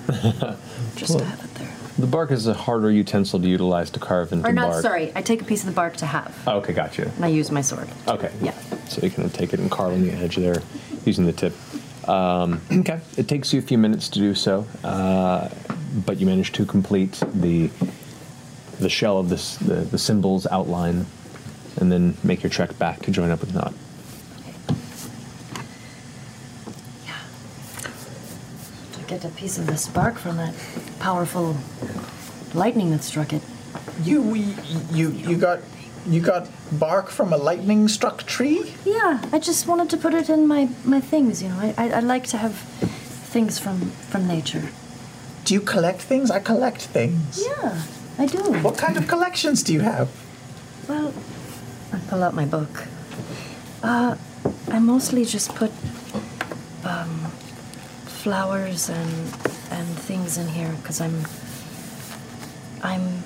S8: just to have it there.
S2: The bark is a harder utensil to utilize to carve into
S8: Or not,
S2: bark.
S8: sorry. I take a piece of the bark to have,
S2: Oh, okay, gotcha.
S8: and I use my sword.
S2: Okay. Yeah. So you kind of take it and carve on the edge there using the tip. Um, (clears throat) okay. It takes you a few minutes to do so, uh, but you manage to complete the the shell of this the, the symbols outline, and then make your trek back to join up with Nod.
S8: To get a piece of the spark from that powerful lightning that struck it.
S3: You we, you you got you got bark from a lightning struck tree.
S8: Yeah, I just wanted to put it in my, my things, you know. I, I, I like to have things from, from nature.
S3: Do you collect things? I collect things.
S8: Yeah, I do.
S3: What kind of collections do you have?
S8: Well, I pull out my book. Uh, I mostly just put um, flowers and and things in here because I'm I'm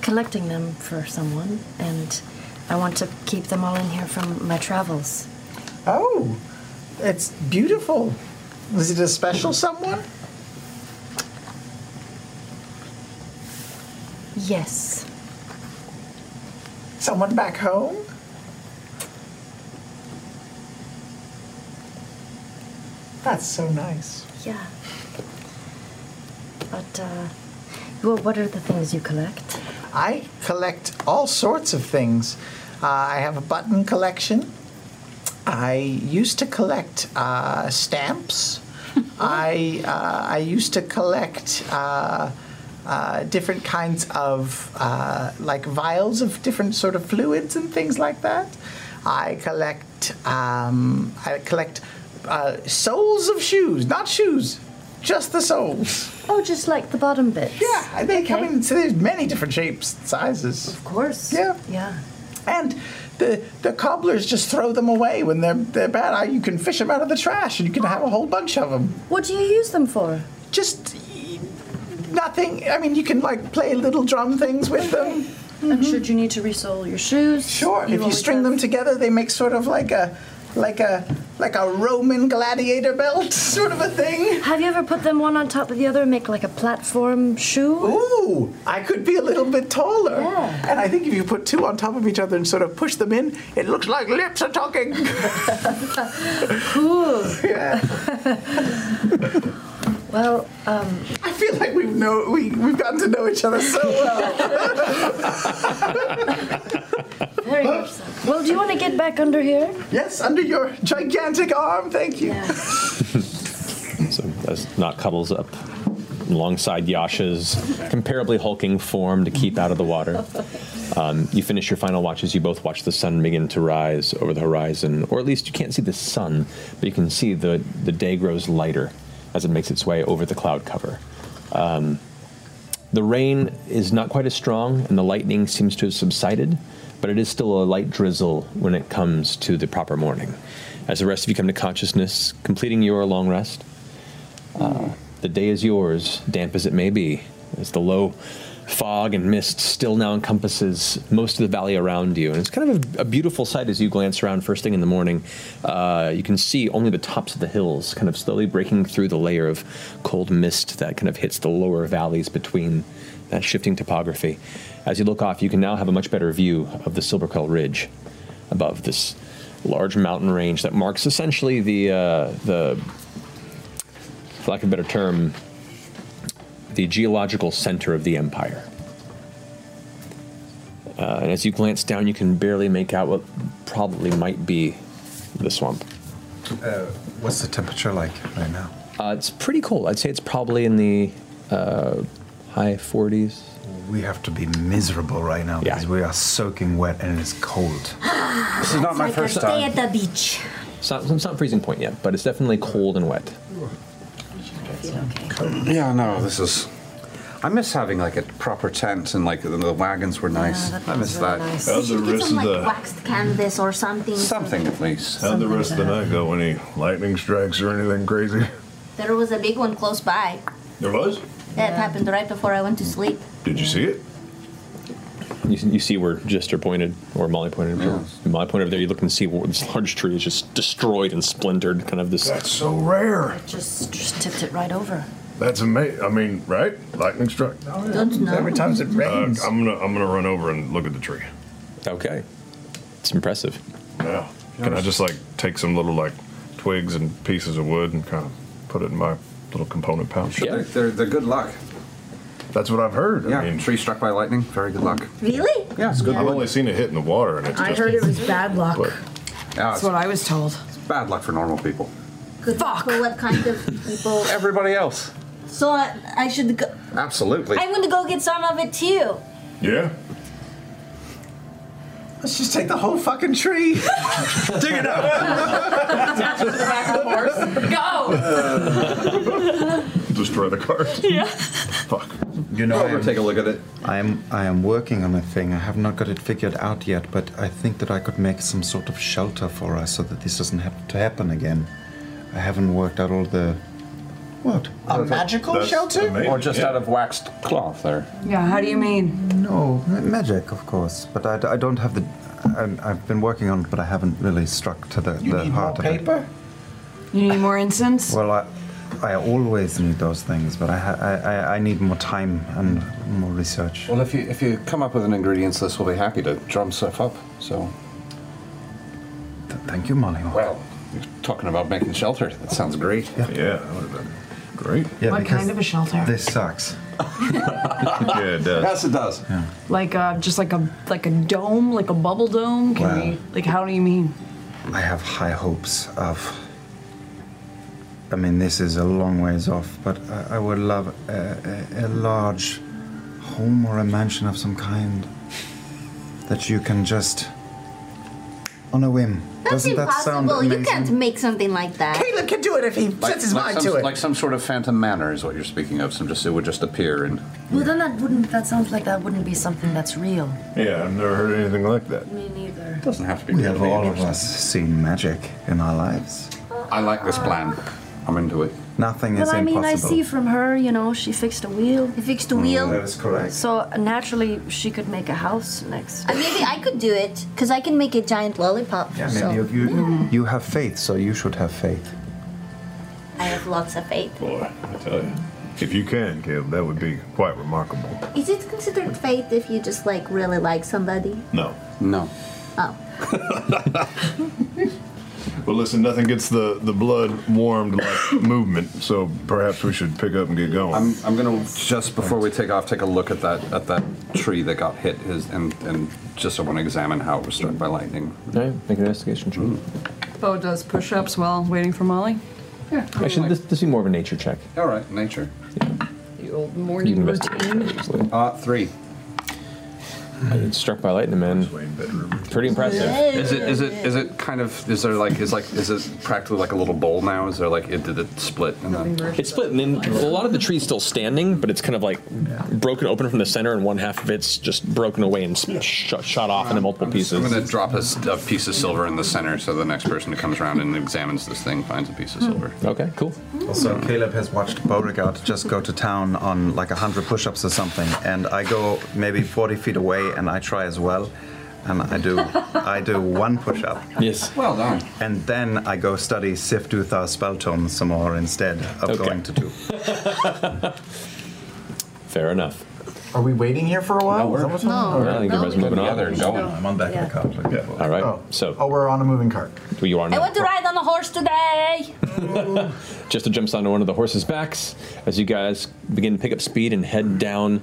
S8: collecting them for someone, and I want to keep them all in here from my travels.
S3: Oh, it's beautiful. Is it a special someone?
S8: Yes.
S3: Someone back home? That's so nice.
S8: Yeah. But uh, well, what are the things you collect?
S3: I collect all sorts of things. Uh, I have a button collection. I used to collect uh,
S8: (laughs)
S3: stamps. I uh, I used to collect uh, uh, different kinds of uh, like vials of different sort of fluids and things like that. I collect um, I collect uh, soles of shoes, not shoes, Just the soles.
S8: Oh, just like the bottom bits.
S3: Yeah, they come in so there's many different shapes, and sizes. Of
S8: course.
S3: Yeah.
S8: Yeah.
S3: And the the cobblers just throw them away when they're they're bad. I- You can fish them out of the trash, and you can have a whole bunch of them.
S8: What do you use them for?
S3: Just e- nothing. I mean, you can like play little drum things with them.
S8: And should you need to resole your shoes?
S3: Sure. if you
S8: always
S3: string them together, they make sort of like a like a like a Roman gladiator belt (laughs) sort of a thing.
S8: Have you ever put them one on top of the other and make like a platform shoe?
S3: Ooh, I could be a little bit taller. And I think if you put two on top of each other and sort of push them in, it looks like lips are talking.
S8: (laughs) cool.
S3: Yeah.
S8: Well, um,
S3: I feel like we've know we we've gotten to know each other so well.
S8: very much so. Well, do you want to get back under here?
S3: yes, under your gigantic arm. Thank you.
S2: So as Knot cuddles up alongside Yasha's comparably hulking form to keep out of the water, um, you finish your final watches. You both watch the sun begin to rise over the horizon, or at least you can't see the sun, but you can see the, the day grows lighter as it makes its way over the cloud cover. Um, the rain is not quite as strong, and the lightning seems to have subsided, but it is still a light drizzle when it comes to the proper morning. As the rest of you come to consciousness, completing your long rest, uh, the day is yours, damp as it may be, as the low fog and mist still now encompasses most of the valley around you. And it's kind of a, a beautiful sight as you glance around first thing in the morning. Uh, you can see only the tops of the hills kind of slowly breaking through the layer of cold mist that kind of hits the lower valleys between that shifting topography. As you look off, you can now have a much better view of the Silbercull Ridge above this large mountain range that marks essentially the uh, the for lack of a better term, the geological center of the empire. Uh, and as you glance down, you can barely make out what probably might be the swamp.
S7: Uh, what's the temperature like right now?
S2: Uh, it's pretty cold. I'd say it's probably in the uh, high 40s.
S7: We have to be miserable right now because we are soaking wet and it's cold. this is not
S10: It's
S7: my
S10: like
S7: first
S10: a day
S7: time.
S10: at the beach.
S2: It's not, it's not freezing point yet, but it's definitely cold and wet.
S4: (laughs)
S9: Yeah, no, this is. I miss having like a proper tent and like the, the wagons were nice. I miss that.
S10: You should get some like waxed canvas or something.
S9: Something at least.
S4: How'd the rest of the night go? Any lightning strikes or anything crazy?
S10: There was a big one close by.
S4: There was?
S10: That happened right before I went to sleep.
S4: Did you see it?
S2: You, you see where Jester pointed, or Molly pointed. Molly pointed over there. You look and see where this large tree is just destroyed and splintered. Kind of this.
S4: That's so rare.
S8: Just, just tipped it right over.
S4: That's amazing. I mean, right? Lightning struck.
S8: Don't know. Every time it
S4: rains. I'm gonna I'm gonna run over and look at the tree.
S2: Okay. It's impressive.
S4: Yeah. Can I just like take some little like twigs and pieces of wood and kind of put it in my little component pouch?
S9: They're, they're, they're good luck.
S4: That's what I've heard.
S9: Yeah, tree struck by lightning, very good luck.
S10: Really?
S9: Yeah, it's good
S4: I've only seen it hit in the water, and it's
S19: I
S4: just
S19: heard it was bad luck.
S9: That's what I was told. It's bad luck for normal people.
S10: Good Fuck. what kind of people?
S9: Everybody else.
S10: So I, I should go.
S9: Absolutely.
S10: I'm gonna go get some of it too.
S4: Yeah.
S3: Let's just take the whole fucking tree. (laughs) Dig it
S5: Attach it to the back of the horse. Go!
S4: (laughs) destroy the cart.
S5: yeah.
S7: You know,
S9: Over, take a look at it.
S7: I am I am working on a thing. I have not got it figured out yet, but I think that I could make some sort of shelter for us so that this doesn't have to happen again. I haven't worked out all the what
S3: A magical That's shelter? amazing,
S9: Or just yeah. out of waxed cloth there.
S6: Yeah, how do you mean?
S7: No, ma- magic, of course, but I, d- I don't have the. I, I've been working on it, but I haven't really struck to the, the heart of it.
S6: You need more incense?
S7: Well, I, I always need those things, but I, ha- I, I, I need more time and more research.
S9: Well, if you if you come up with an ingredients list, we'll be happy to drum stuff up. So.
S7: thank you, Molly.
S9: Well, you're talking about making shelter. That sounds great.
S7: Yeah,
S4: that would have been great.
S7: Yeah,
S6: what kind of a shelter?
S7: This sucks.
S4: yeah, it does.
S9: Yes, it does.
S6: Like uh, just like a like a dome, like a bubble dome? Can
S7: Wow.
S6: we like how do you mean?
S7: I have high hopes of. I mean, this is a long ways off, but I, I would love a, a, a large home or a mansion of some kind that you can just on a whim.
S10: That's
S7: Doesn't that sound
S10: impossible.
S7: amazing?
S10: you can't make something like that.
S17: Caleb can do it if he
S10: sets his mind
S9: some,
S10: to it.
S9: Like some sort of phantom manner is what you're speaking of. Some just it would just appear and
S8: Well, then that wouldn't. That sounds like that wouldn't be something that's real.
S4: Yeah, I've never heard anything like that.
S8: Me neither.
S9: doesn't have to be.
S7: We
S9: real
S7: have
S9: to be
S7: all of
S9: interesting.
S7: us seen magic in our lives.
S9: I like this plan. I'm into it.
S7: Nothing
S8: Well,
S7: is
S8: I mean, I
S7: impossible.
S8: see from her, you know, she fixed a wheel. He fixed
S7: a Mm, wheel. that is correct.
S8: So naturally, she could make a house next.
S10: Uh, maybe I could do it because I can make a giant lollipop.
S7: Yeah, maybe
S10: so
S7: you, you, you have faith, so you should have faith.
S10: I have lots of faith.
S4: I tell you. If you can, Caleb, that would be quite remarkable.
S10: Is it considered faith if you just like really like somebody?
S4: No.
S9: No.
S10: Oh,
S4: Well, listen, nothing gets the, the blood warmed like movement, so perhaps we should pick up and get going.
S9: I'm, I'm gonna just before we take off, take a look at that at that tree that got hit. His and and just I want to examine how it was struck by lightning.
S2: Alright, make an investigation check.
S14: Bo does push ups while waiting for Molly. Yeah.
S2: Actually, this this would be more of a nature check.
S9: All right, nature.
S14: The old morning
S2: You can
S14: routine.
S9: Uh, three.
S2: struck by lightning, man. Pretty impressive.
S9: Is it is it is it kind of is there like is like is it practically like a little bowl now? Is there like it did it split and then
S2: It's split, and then a lot of the tree's still standing, but it's kind of like broken open from the center, and one half of it's just broken away and s- sh- shot off into multiple pieces.
S9: I'm gonna drop a, s- a piece of silver in the center so the next person who comes around and examines this thing finds a piece of silver.
S2: Okay, cool.
S7: Also, Caleb has watched Beauregard just go to town on like 100 push ups or something, and I go maybe 40 feet away and I try as well. And I do, I do one push up.
S2: Yes.
S9: Well done.
S7: And then I go study Sifduthar spell tome some more instead of going to two.
S2: (laughs) Fair enough.
S3: Are we waiting here for a while? Is that what's
S10: Oh,
S3: going on?
S2: Yeah, I think everybody's moving on.
S7: I'm on back of the cart. looking for it.
S2: All right. So.
S3: Oh, we're on a moving cart.
S2: You are
S10: I
S2: now.
S10: want to ride on a horse today.
S2: Jester jumps onto one of the horses' backs as you guys begin to pick up speed and head down.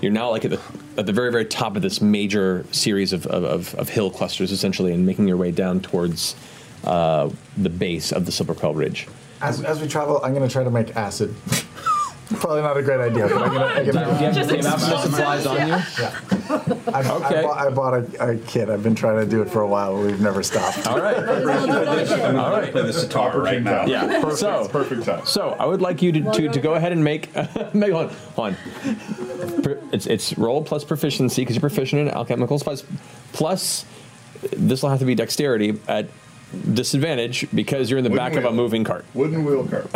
S2: You're now like at the at the very very top of this major series of of, of, of hill clusters essentially, and making your way down towards uh, the base of the Silverpell Ridge.
S3: As, as we travel, I'm going to try to make acid. (laughs) Probably not a great idea, but I'm going to.
S2: Do you have- do you have (laughs) Just the amount of explosives, supplies on yeah.
S3: Yeah. I've, I bought, I bought a, a kit. I've been trying to do it for a while, but we've never stopped.
S2: All right. All right.
S13: Play the sitar right now.
S2: Yeah. so, perfect time. So I would like you to, to, to go ahead and make (laughs) make one on. It's it's roll plus proficiency because you're proficient in alchemical spice. Plus, this will have to be dexterity at disadvantage because you're in the
S3: Wooden
S2: back of a
S3: wheel.
S2: moving cart.
S3: Wooden wheel cart.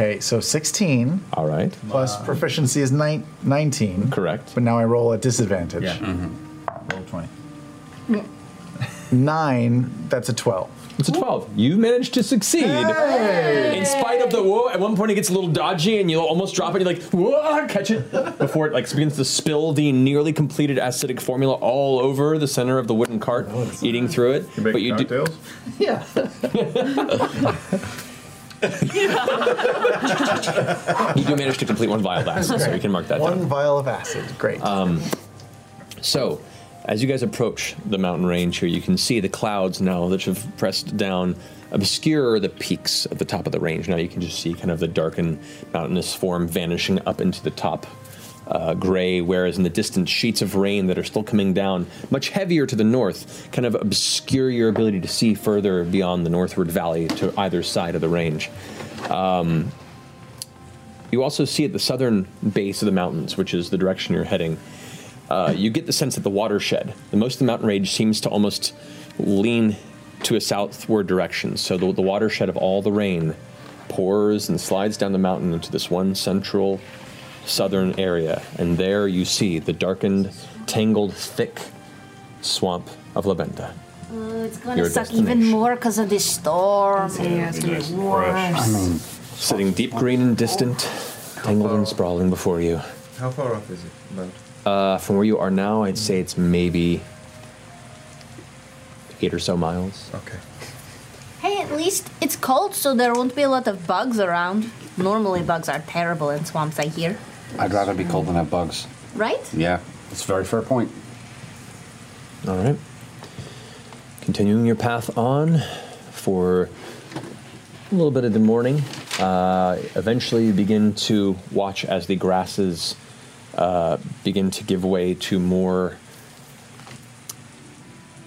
S3: Okay, so 16.
S2: All right.
S3: Plus proficiency is nine, 19.
S2: Correct. Mm-hmm.
S3: But now I roll at disadvantage.
S13: Yeah.
S3: Roll 20. Nine, that's a 12.
S2: It's a 12. You managed to succeed.
S3: Hey!
S2: In spite of the whoa, at one point it gets a little dodgy and you'll almost drop it. You're like, whoa, catch it before it like begins to spill the nearly completed acidic formula all over the center of the wooden cart, eating through it. but you do,
S3: Yeah.
S2: (laughs) you do manage to complete one vial of acid, so you can mark that down.
S3: One vial of acid. Great.
S2: Um, so, as you guys approach the mountain range here, you can see the clouds now that have pressed down obscure the peaks at the top of the range. Now you can just see kind of the darkened mountainous form vanishing up into the top. Uh, gray, whereas in the distance, sheets of rain that are still coming down, much heavier to the north, kind of obscure your ability to see further beyond the northward valley to either side of the range. Um, you also see at the southern base of the mountains, which is the direction you're heading, uh, you get the sense that the watershed, the most of the mountain range, seems to almost lean to a southward direction. So the, the watershed of all the rain pours and slides down the mountain into this one central southern area. And there you see the darkened, tangled, thick swamp of Labenda.
S10: Oh, it's gonna
S2: Your
S10: suck even more because of this storm.
S14: Yeah, it's gonna be
S10: worse.
S2: Sitting deep green and distant, tangled and sprawling before you.
S7: How far off is it? About?
S2: Uh, from where you are now, I'd say it's maybe eight or so miles.
S7: Okay.
S10: Hey, at least it's cold, so there won't be a lot of bugs around. Normally, bugs are terrible in swamps. I hear,
S9: I'd rather be cold than have bugs.
S10: right?
S9: Yeah, it's a very fair point.
S2: All right. Continuing your path on for a little bit of the morning. Uh, eventually, you begin to watch as the grasses uh, begin to give way to more.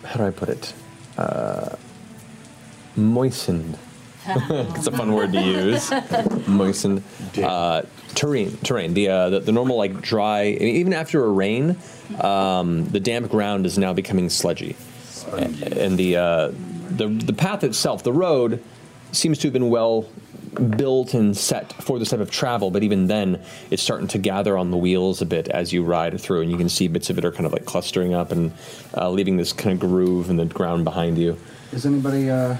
S2: How do I put it? Uh, moistened. (laughs) it's a fun word to
S20: (laughs)
S2: use. Moistened. Uh, terrain, terrain. The, uh, the the normal like dry. Even after a rain, um, the damp ground is now becoming sludgy, and, and the, uh, the the path itself, the road, seems to have been well built and set for this type of travel. But even then, it's starting to gather on the wheels a bit as you ride through, and you can see bits of it are kind of like clustering up and uh, leaving this kind of groove in the ground behind you.
S9: Is anybody? Uh,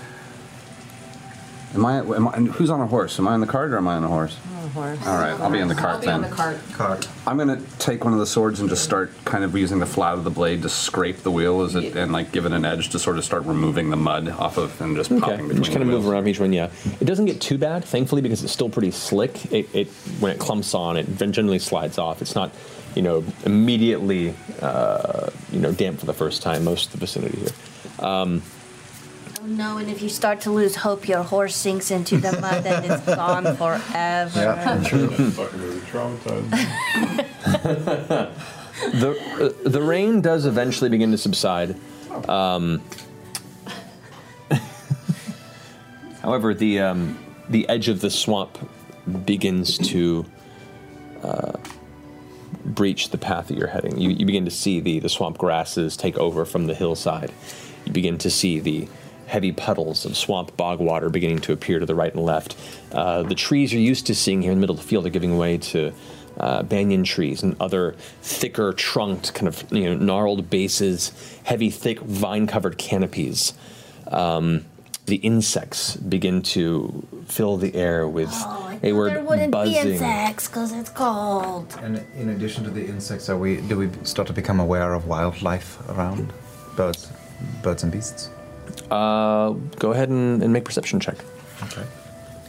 S9: am I? Am I? and Who's on a horse? Am I on the cart or am I on a horse? All right, I'll be in the cart
S14: I'll be on
S9: then.
S14: the cart.
S9: Cart. I'm gonna take one of the swords and just start kind of using the flat of the blade to scrape the wheel as it and like give it an edge to sort of start removing the mud off of and just popping between.
S2: just kind of move around each one. Yeah, it doesn't get too bad, thankfully, because it's still pretty slick. It, it when it clumps on, it gen- generally slides off. It's not, you know, immediately, uh, you know, damp for the first time. Most of the vicinity here. Um,
S10: Oh, no, and if you start to lose hope, your horse sinks into the mud and it's gone forever. Oh, (laughs)
S2: (laughs) the uh, the rain does eventually begin to subside. Um, (laughs) however, the um, the edge of the swamp begins to uh, breach the path that you're heading. You, you begin to see the, the swamp grasses take over from the hillside. You begin to see the heavy puddles of swamp bog water beginning to appear to the right and left. Uh, the trees you're used to seeing here in the middle of the field are giving way to uh, banyan trees and other thicker trunked, kind of you know, gnarled bases, heavy, thick vine covered canopies. Um, the insects begin to fill the air with a word
S10: Oh, there wouldn't
S2: buzzing.
S10: be insects because it's cold.
S7: And in addition to the insects, are we do we start to become aware of wildlife around? Birds, birds and beasts.
S2: Uh, go ahead and, and make perception check.
S7: Okay.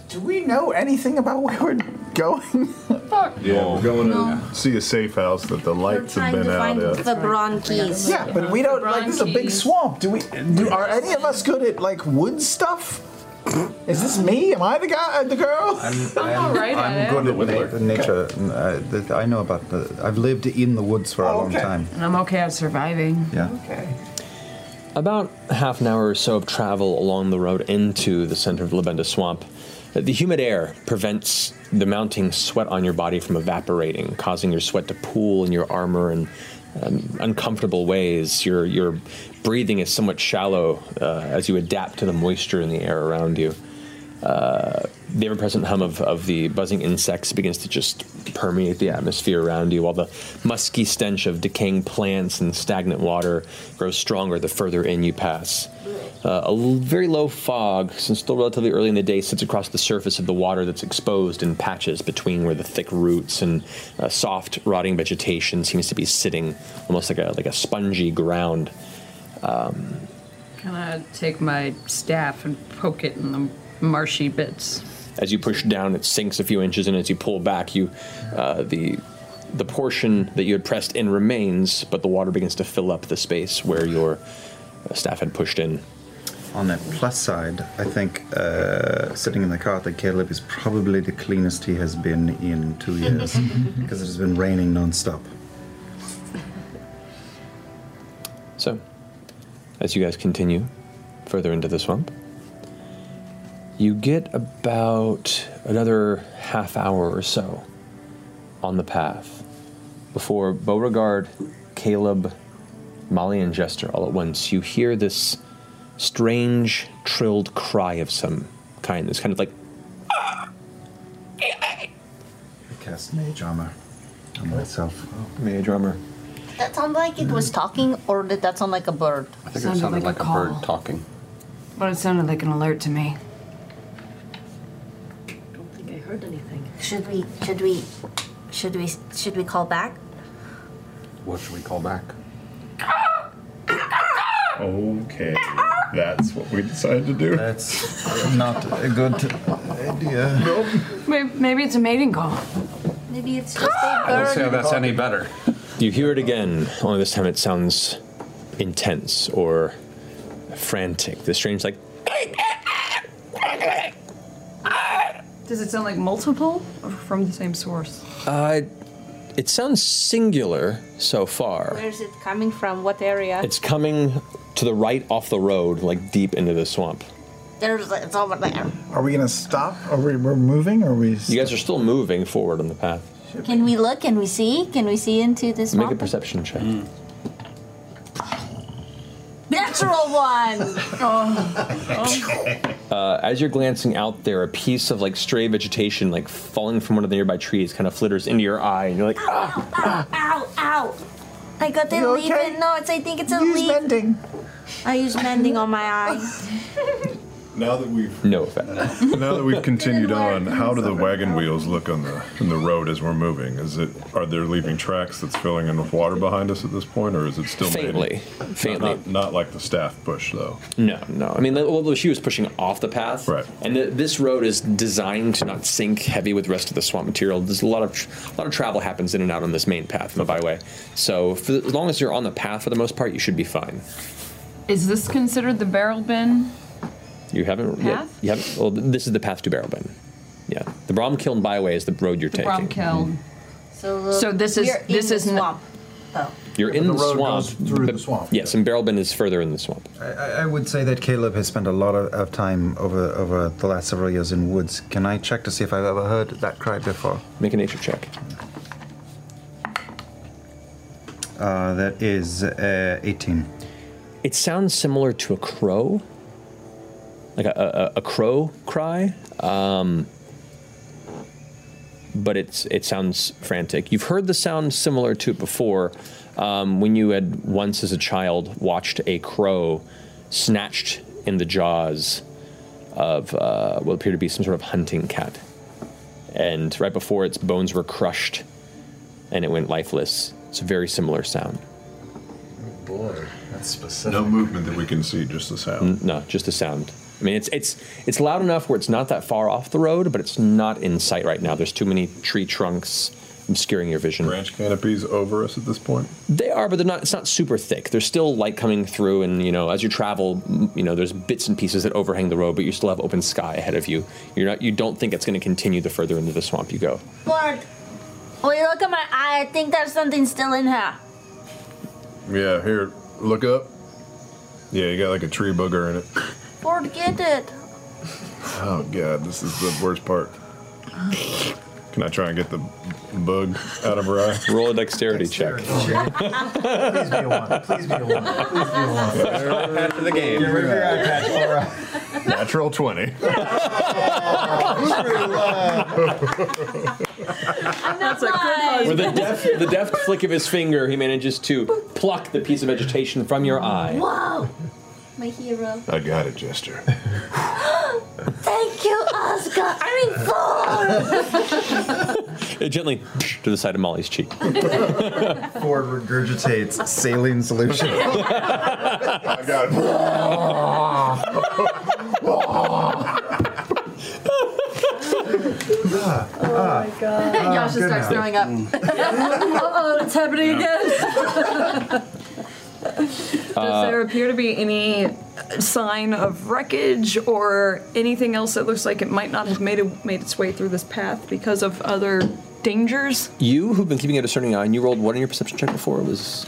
S3: Do we know anything about where we're going? Fuck.
S4: Yeah, we're going
S3: No.
S4: to see a safe house that the lights have been out at.
S10: Bronchies.
S3: Yeah, but we don't like. This is a big swamp. Do we? Do, are any of us good at like wood stuff? Is this me? Am I the guy? uh, The girl?
S7: I'm, (laughs)
S3: alright at it.
S7: I'm good at na- nature. Uh, th- I know about the. I've lived in the woods for a long time.
S14: And I'm okay at surviving.
S7: Yeah.
S3: Okay.
S2: About half an hour or so of travel along the road into the center of Labenda Swamp, the humid air prevents the mounting sweat on your body from evaporating, causing your sweat to pool in your armor in um, uncomfortable ways. Your your breathing is somewhat shallow uh, as you adapt to the moisture in the air around you. Uh, the ever-present hum of, of the buzzing insects begins to just permeate the atmosphere around you, while the musky stench of decaying plants and stagnant water grows stronger the further in you pass. Uh, a l- very low fog, since still relatively early in the day, sits across the surface of the water that's exposed in patches between where the thick roots and uh, soft, rotting vegetation seems to be sitting, almost like a like a spongy ground. Um,
S14: Can I take my staff and poke it in the marshy bits?
S2: as you push down, it sinks a few inches, and as you pull back, you uh, the the portion that you had pressed in remains, but the water begins to fill up the space where your uh, staff had pushed in.
S7: On a plus side, I think uh, sitting in the cart that Caleb is probably the cleanest he has been in two years because it has been raining nonstop.
S2: So, as you guys continue further into the swamp, you get about another half hour or so on the path before Beauregard, Caleb, Molly, and Jester all at once. You hear this strange, trilled cry of some kind. It's kind of like
S7: I cast mage armor on myself.
S2: mage armor.
S10: That sounded like it was talking, or did that sound like a bird?
S9: I
S14: think it Sounded sounded like a like a bird call.
S9: talking.
S14: But it sounded like an alert to me.
S10: I heard anything. Should we? Should we? Should we? Should we call back?
S9: What should we call back?
S4: Okay, that's what we decided to do. That's
S7: not a good idea.
S14: Maybe, maybe it's a mating call.
S10: Maybe it's just a
S9: I
S10: bird.
S9: don't see how that's any better.
S2: You hear it again, only this time it sounds intense or frantic. The strange, like,
S14: Does it sound like multiple or from the same source?
S2: uh, It sounds singular so far.
S10: Where is it coming from? What area?
S2: It's coming to the right off the road, like deep into the swamp.
S10: There's, it's over there.
S2: Are we gonna stop? Are we we're moving? Or are we? You guys are still moving forward on the path.
S10: Can we look? Can we see? Can we see into this
S2: Make a
S10: swamp?
S2: perception check.
S9: Hmm.
S3: (laughs)
S10: Natural one.
S2: Uh, as you're glancing out there, a piece of like stray vegetation, like falling from one of the nearby trees, kind of flitters into your eye, and you're like, ah.
S10: ow, ow, ow. I got the
S17: You
S10: leaf.
S17: okay?
S10: in- No, it's. I think it's a leaf. mending. I use mending on my eye.
S4: Now that we've
S2: no effect.
S4: (laughs) now that we've continued on, how do the wagon wheels look on the on the road as we're moving? Is it are there leaving tracks that's filling in with water behind us at this point, or is it still
S2: Faintly.
S4: Not-
S2: Faintly.
S4: Not, not like the staff push though.
S2: No, no. I mean, the- although she was pushing off the path, right? And th this road is designed to not sink heavy with the rest of the swamp material. There's a lot of tr- a lot of travel happens in and out on this main path, the byway. So for, as long as you're on the path for the most part, you should be fine.
S18: Is this considered the barrel bin?
S2: You haven't yet.
S18: Path?
S2: You haven't. Well, th- this is the path to Barrowbend. Yeah, the Bromkiln byway is the road you're taking.
S18: Bromkill.
S10: So,
S18: so this is
S10: we're in
S18: this
S10: the
S18: is not.
S2: You're in the,
S7: the road
S2: swamp.
S7: goes through
S2: the swamp. Yes, and Barrowbend is further in the swamp.
S7: I, I I would say that Caleb has spent a lot of, of time over over the last several years in woods. Can I check to see if I've ever heard that cry before?
S2: Make a nature check.
S7: Uh, that is uh, 18.
S2: It sounds similar to a crow, like a, a, a crow cry, um, but it's it sounds frantic. You've heard the sound similar to it before um, when you had once as a child watched a crow snatched in the jaws of uh, what appeared to be some sort of hunting cat, and right before its bones were crushed, and it went lifeless. It's a very similar sound.
S3: Oh,
S4: Boy, that's specific. No movement that we can see, just the sound.
S2: N- No, just the sound. I mean, it's it's it's loud enough where it's not that far off the road, but it's not in sight right now. There's too many tree trunks obscuring your vision.
S4: Branch canopies over us at this point.
S2: They are, but they're not. It's not super thick. There's still light coming through, and you know, as you travel, m- you know, there's bits and pieces that overhang the road, but you still have open sky ahead of you. You're not. You don't think it's going to continue the further into the swamp you go.
S10: Lord, when you look at my eye, I think there's something still in her.
S4: Yeah, here, look up. Yeah, you got like a tree booger in it.
S10: Lord, get it.
S4: Oh god, this is the worst part. Can I try and get the bug out of her eye?
S2: Roll a dexterity,
S4: check.
S3: Please be a one. Please be a one. Please be a (laughs) one.
S4: After the game. Natural 20.
S18: That's a good husband.
S2: (laughs) With
S6: (laughs)
S2: the deft, the deft flick of his finger, he manages to pluck the piece of vegetation from your eye.
S10: Whoa! My hero. (gasps)
S4: I got it, Jester.
S10: Thank you, Oscar.
S2: (laughs)
S10: I
S2: It (laughs) gently to the side of Molly's
S7: (laughs)
S2: cheek.
S7: Ford regurgitates saline
S10: (laughs)
S7: solution.
S4: I
S7: (laughs)
S4: got
S3: Oh my god.
S8: (laughs)
S14: Yasha starts throwing up. oh, it's happening again. Does
S2: Uh,
S14: there appear to be any sign of wreckage or anything else that looks like it might not have made it, made its way through this path because of other dangers?
S2: You, who've been keeping a discerning eye, and you rolled what in your perception check before? It was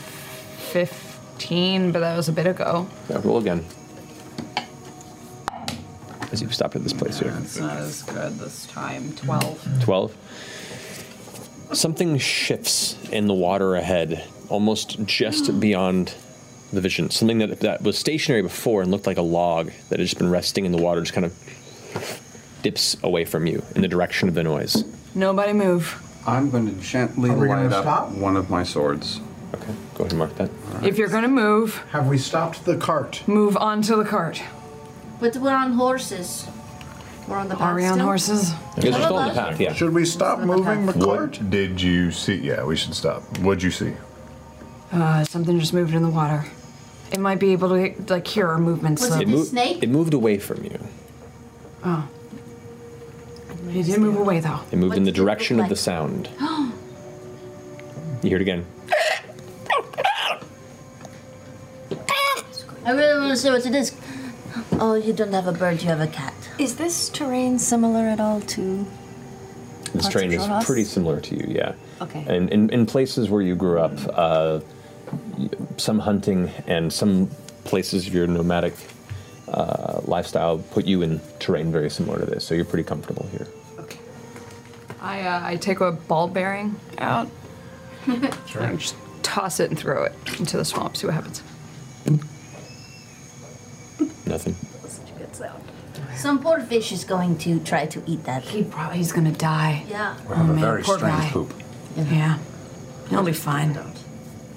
S14: Fifteen, but that was a bit ago.
S2: yeah, roll again. As you stopped at this place here.
S6: It's not as good this time. 12.
S2: 12. Something shifts in the water ahead, almost (gasps) just beyond the vision. Something that, that was stationary before and looked like a log that had just been resting in the water just kind of dips away from you in the direction of the noise.
S14: Nobody move.
S9: I'm going to gently
S14: Are we
S9: light
S14: gonna
S9: up
S14: stop?
S9: one of my swords.
S2: Okay, go ahead and mark that.
S14: If you're gonna move,
S3: have we stopped the cart?
S14: Move on to the cart.
S10: But we're on horses. We're on the.
S14: Are we on horses?
S4: Should we stop moving
S14: the
S4: What did you see? Yeah, we should stop. What'd you see?
S14: Uh, something just moved in the water. It might be able to like hear our movements. though.
S2: moved, it moved away from you.
S14: Oh. It did move away though.
S2: It moved in the direction of the sound. You hear it again.
S10: I really want to see what it is. Oh, you don't have a bird. You have a cat.
S6: (laughs) Is this terrain similar at all to.
S2: This
S6: Parts
S2: train
S6: of
S2: is
S6: Kronos?
S2: pretty similar to you, yeah.
S21: Okay.
S2: And in, in places where you grew up, uh, y- some hunting and some places of your nomadic uh, lifestyle put you in terrain very similar to this, so you're pretty comfortable here.
S14: I, uh, I take a ball bearing out.
S2: Sure.
S14: I just toss it and throw it into the swamp, see what happens.
S2: Nothing.
S10: Good sound. Some poor fish is going to try to eat that. He
S21: probably he's gonna die.
S10: Yeah.
S21: We'll have a Oh, man, very poor strange guy. poop. Yeah. He'll be fine.
S2: What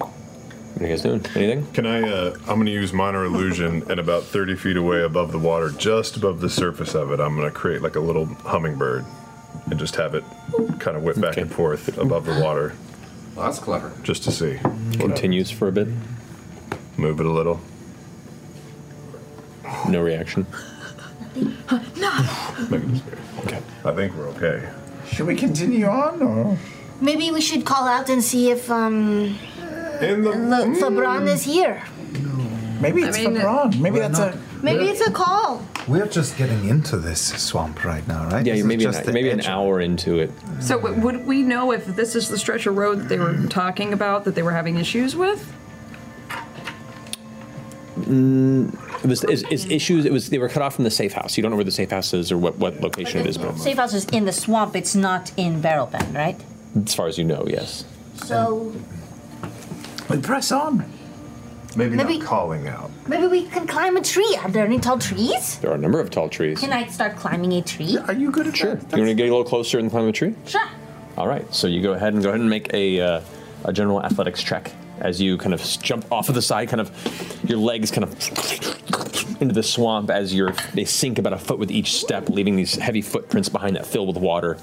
S2: are you guys doing? Anything?
S4: Can I? Uh, I'm going to use minor illusion, and about 30 feet away above the water, just above the surface of it, I'm going to create like a little hummingbird, and just have it kind of whip back and forth above the water.
S9: that's clever.
S4: Just to see.
S2: Continues for a bit.
S4: Move it a little.
S2: No reaction.
S4: Okay. I think we're okay.
S3: Should we continue on, or
S10: (laughs) Maybe we should call out and see if um
S4: In the,
S10: look, Fabron is here.
S3: maybe it's
S10: uh,
S3: for prawn? Maybe that's a
S10: Maybe it's a call.
S7: We're just getting into this swamp right now, right?
S2: Yeah,
S7: This is
S2: you're maybe
S7: just
S2: an,
S7: the
S2: maybe an
S7: edge.
S2: hour into it.
S14: So, w- would we know if this is the stretch of road that they were talking about that they were having issues with?
S2: Mm, it was is, is issues. It was they were cut off from the safe house. You don't know where the safe house is or what, what location it is, but
S10: Safe house is in the swamp. It's not in Barrel Bend, right?
S2: as far as you know, yes.
S10: So
S3: we press on.
S4: Maybe,
S10: Maybe-
S4: calling out.
S10: maybe we can climb a tree. Are there any tall trees?
S2: There are a number of tall trees.
S10: Can I start climbing a tree?
S3: Are you good at
S2: Sure. You want to get a little closer and climb a tree?
S10: Sure.
S2: All right. So you go ahead and go ahead and make a uh, a general athletics check as you kind of s- jump off of the side, kind of your legs kind of into the swamp as you're they sink about a foot with each step, leaving these heavy footprints behind that fill with water.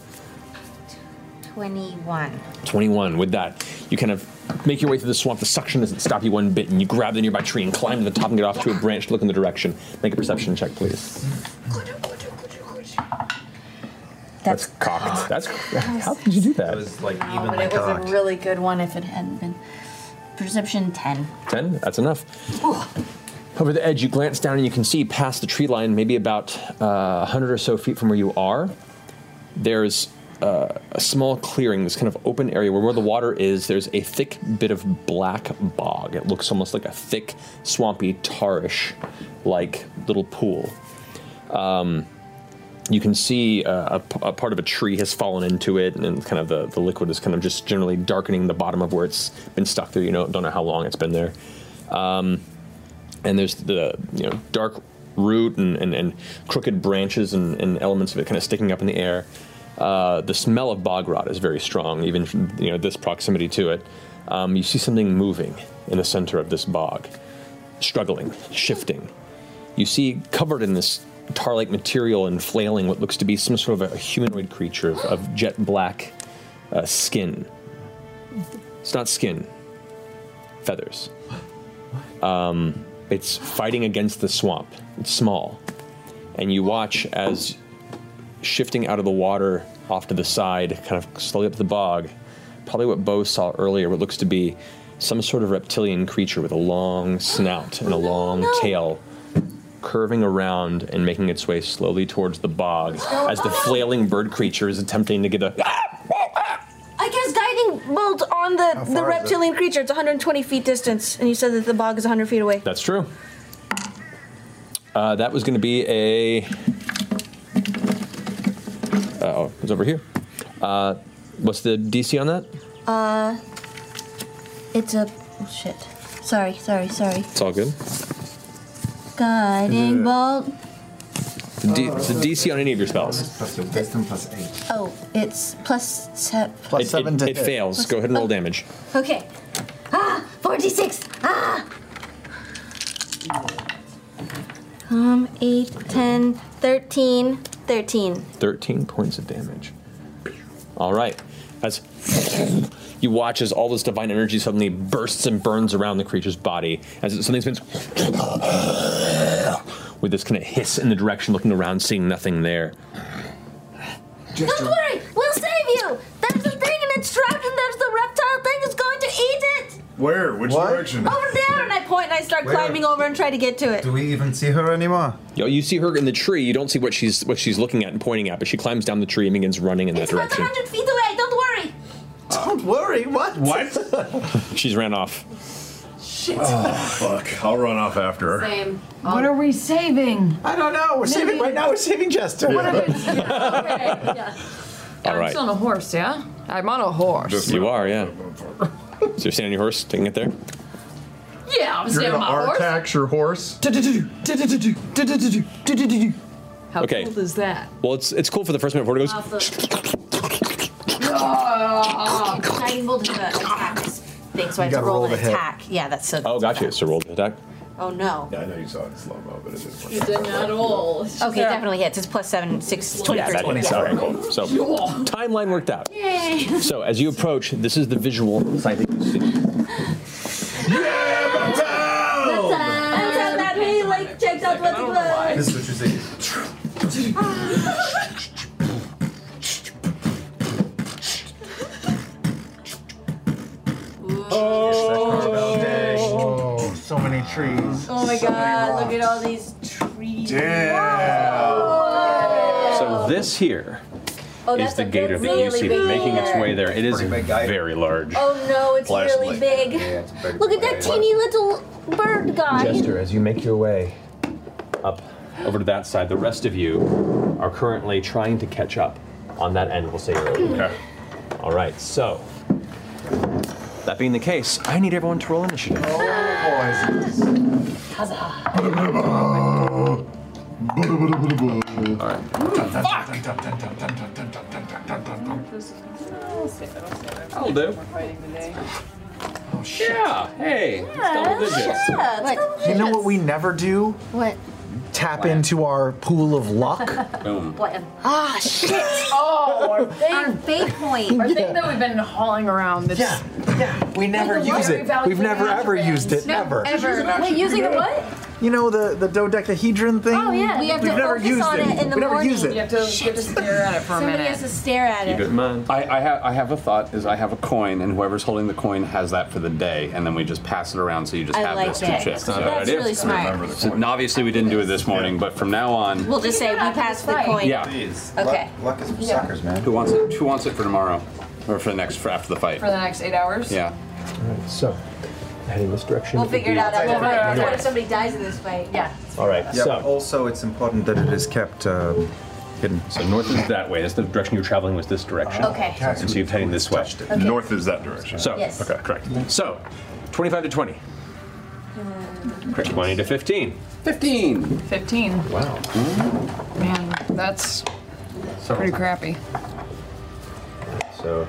S10: Twenty-one.
S2: 21 with that you kind of make your way through the swamp the suction doesn't stop you one bit and you grab the nearby tree and climb to the top and get off to a branch to look in the direction make a perception check please that's, cocked that's how did you do that it was like
S10: Oh, but it was a really good one if it hadn't been. Perception ten.
S2: 10 that's enough over the edge you glance down and you can see past the tree line maybe about uh, 100 or so feet from where you are there's uh, a small clearing, this kind of open area where, where the water is, there's a thick bit of black bog. It looks almost like a thick, swampy, tarish like little pool. Um, you can see uh, a, p- a part of a tree has fallen into it, and, kind of the, the liquid is kind of just generally darkening the bottom of where it's been stuck there. You know, don't know how long it's been there. Um, and there's the you know dark root and, and, and crooked branches and, and elements of it kind of sticking up in the air. Uh, the smell of bog rot is very strong, even from, you know this proximity to it. Um, you see something moving in the center of this bog, struggling, shifting. You see covered in this tar-like material and flailing what looks to be some sort of a humanoid creature of, of jet black uh, skin. It's not skin, feathers. Um, it's fighting against the swamp. It's small. And you watch as shifting out of the water off to the side, kind of slowly up the bog, probably what Bo saw earlier, what looks to be some sort of reptilian creature with a long snout and a long tail curving around and making its way slowly towards the bog as the flailing bird creature is attempting to get a
S10: I cast guiding bolt on the, the
S2: far is it?
S10: reptilian creature. It's 120 feet distance, and you said that the bog is 100 feet away.
S2: That's true. Uh, that was going to be a. Oh, it's over here. Uh, what's the DC on that?
S10: Uh, it's a oh, shit. Sorry, sorry, sorry.
S2: It's all good.
S10: Guiding
S2: Yeah.
S10: bolt.
S2: The, D, the DC on any of your spells.
S7: Wisdom plus eight.
S10: Oh, it's plus seven.
S2: it, it, It fails. Go ahead and roll damage.
S10: Okay. Ah, 46. Ah. Um, 8, 10, 13, 13.
S2: 13 points of damage. All right. As you watch as all this divine energy suddenly bursts and burns around the creature's body, as it suddenly spins with this kind of hiss in the direction, looking around, seeing nothing there.
S10: Don't worry, we'll save you. There's a thing and it's trapped, and there's the reptile thing that's going to eat it.
S4: Where? Which direction?
S10: Over there, and I point and I start
S2: Where?
S10: climbing over and try to get to it.
S2: we even see her anymore? You, you see her in the tree. You don't see what she's what she's looking at and pointing at, but she climbs down the tree and begins running in
S5: (laughs)
S2: that
S10: It's about
S2: direction.
S10: 100 feet away, don't worry.
S3: Don't worry. What?
S2: What? She's ran off.
S3: Shit.
S4: Oh, fuck. I'll run off after her.
S3: Same.
S15: What are we saving?
S3: I don't know. We're saving right now. We're saving Jester.
S4: What
S3: Yeah.
S2: All right.
S6: I'm still on a horse, yeah? I'm on a horse.
S2: You are, yeah. So you're standing on your horse, taking it there.
S6: Yeah, I'm staying on my horse.
S4: artax your horse.
S6: How
S2: Okay.
S6: cool is that?
S2: Well, it's it's cool for the first minute. Before it goes.
S10: Oh, it's not even rolled into the attack thing, so I
S2: You
S10: have to
S2: gotta
S10: roll
S2: roll
S10: an
S2: the hit.
S10: attack. Yeah, that's so.
S2: Oh, gotcha. So roll the attack.
S10: Oh no.
S4: Yeah, I know you saw it in slow mo, but it didn't.
S10: You did not roll. Okay, it definitely hits. It's plus seven, six,
S2: Yeah,
S10: 23.
S2: that hits. All right, cool. So timeline worked out.
S10: Yay.
S2: So as you approach, this is the visual sight that you see.
S10: That's how that he like checks out what's blood.
S13: This is what you see.
S3: Oh, so many trees.
S10: (laughs) Oh my god, look at all these trees.
S2: So this here
S10: Oh,
S2: is
S10: that's
S2: the
S10: a-
S2: gator
S10: that's
S2: that you
S10: really
S2: see
S10: big
S2: making its
S10: gator.
S2: way there. It is very large.
S10: Oh no, it's really
S2: Flashlight.
S10: big. Look at that teeny little bird guy.
S2: Jester, as you make your way up over to that side, the rest of you are currently trying to catch up on that end. We'll say you're okay. All right. So that being the case, I need everyone to roll initiative.
S10: Huzzah.
S2: All right.
S6: I'll save it, I'll save it.
S2: That'll do.
S6: We're fighting today.
S13: Oh, shit. Yeah,
S2: hey.
S3: You know what we never do?
S10: What?
S3: Tap into our pool of luck.
S13: Boom.
S10: Ah, shit.
S6: (laughs) Oh, our
S10: Our fate point.
S6: Our thing that we've been hauling around. That's yeah.
S3: We never
S6: Like a
S3: use it.
S6: lottery
S3: We've never
S6: value
S3: ever
S6: thing.
S3: used it.
S6: No,
S3: Never.
S10: ever. Wait, using the what?
S3: You know the, the dodecahedron thing?
S10: Oh, yeah. We have
S3: We've
S10: to
S3: never
S10: focus
S3: used
S10: on
S3: it.
S10: it in the
S3: we never
S10: morning.
S3: use it.
S10: You have
S6: to get to stare at it for a
S10: Somebody
S6: minute.
S10: has to stare at it.
S9: I, I, ha- I have a thought is I have a coin and whoever's holding the coin has that for the day and then we just pass it around so you just
S10: I
S9: have
S10: like
S9: this
S10: that.
S9: to check.
S10: That's not a bad That's idea. really smart. Remember the
S9: So, and obviously we didn't do it this morning, but from now on,
S10: We'll just say we passed the coin.
S9: yeah.
S10: Okay.
S9: Luck, is
S10: for Yeah. suckers,
S9: man. Who wants it? Who wants it for tomorrow or for the next for after the fight?
S6: For the next eight hours?
S9: yeah.
S2: All right. So heading this direction.
S10: We'll figure it out after the
S2: North.
S10: fight. What if somebody dies in this fight? Yeah.
S2: All right.
S7: Yeah,
S2: So
S7: but also it's important that it is kept um, hidden.
S2: So north is that way. That's the direction you're traveling. Was this direction?
S10: Okay.
S2: And so you're heading this way.
S10: Okay.
S4: North is that direction.
S2: So
S10: Yes.
S2: okay, correct. So twenty-five to twenty. Correct. Twenty to fifteen.
S9: 15.
S6: 15.
S2: Wow.
S6: Man, that's
S2: So-
S6: pretty crappy.
S2: So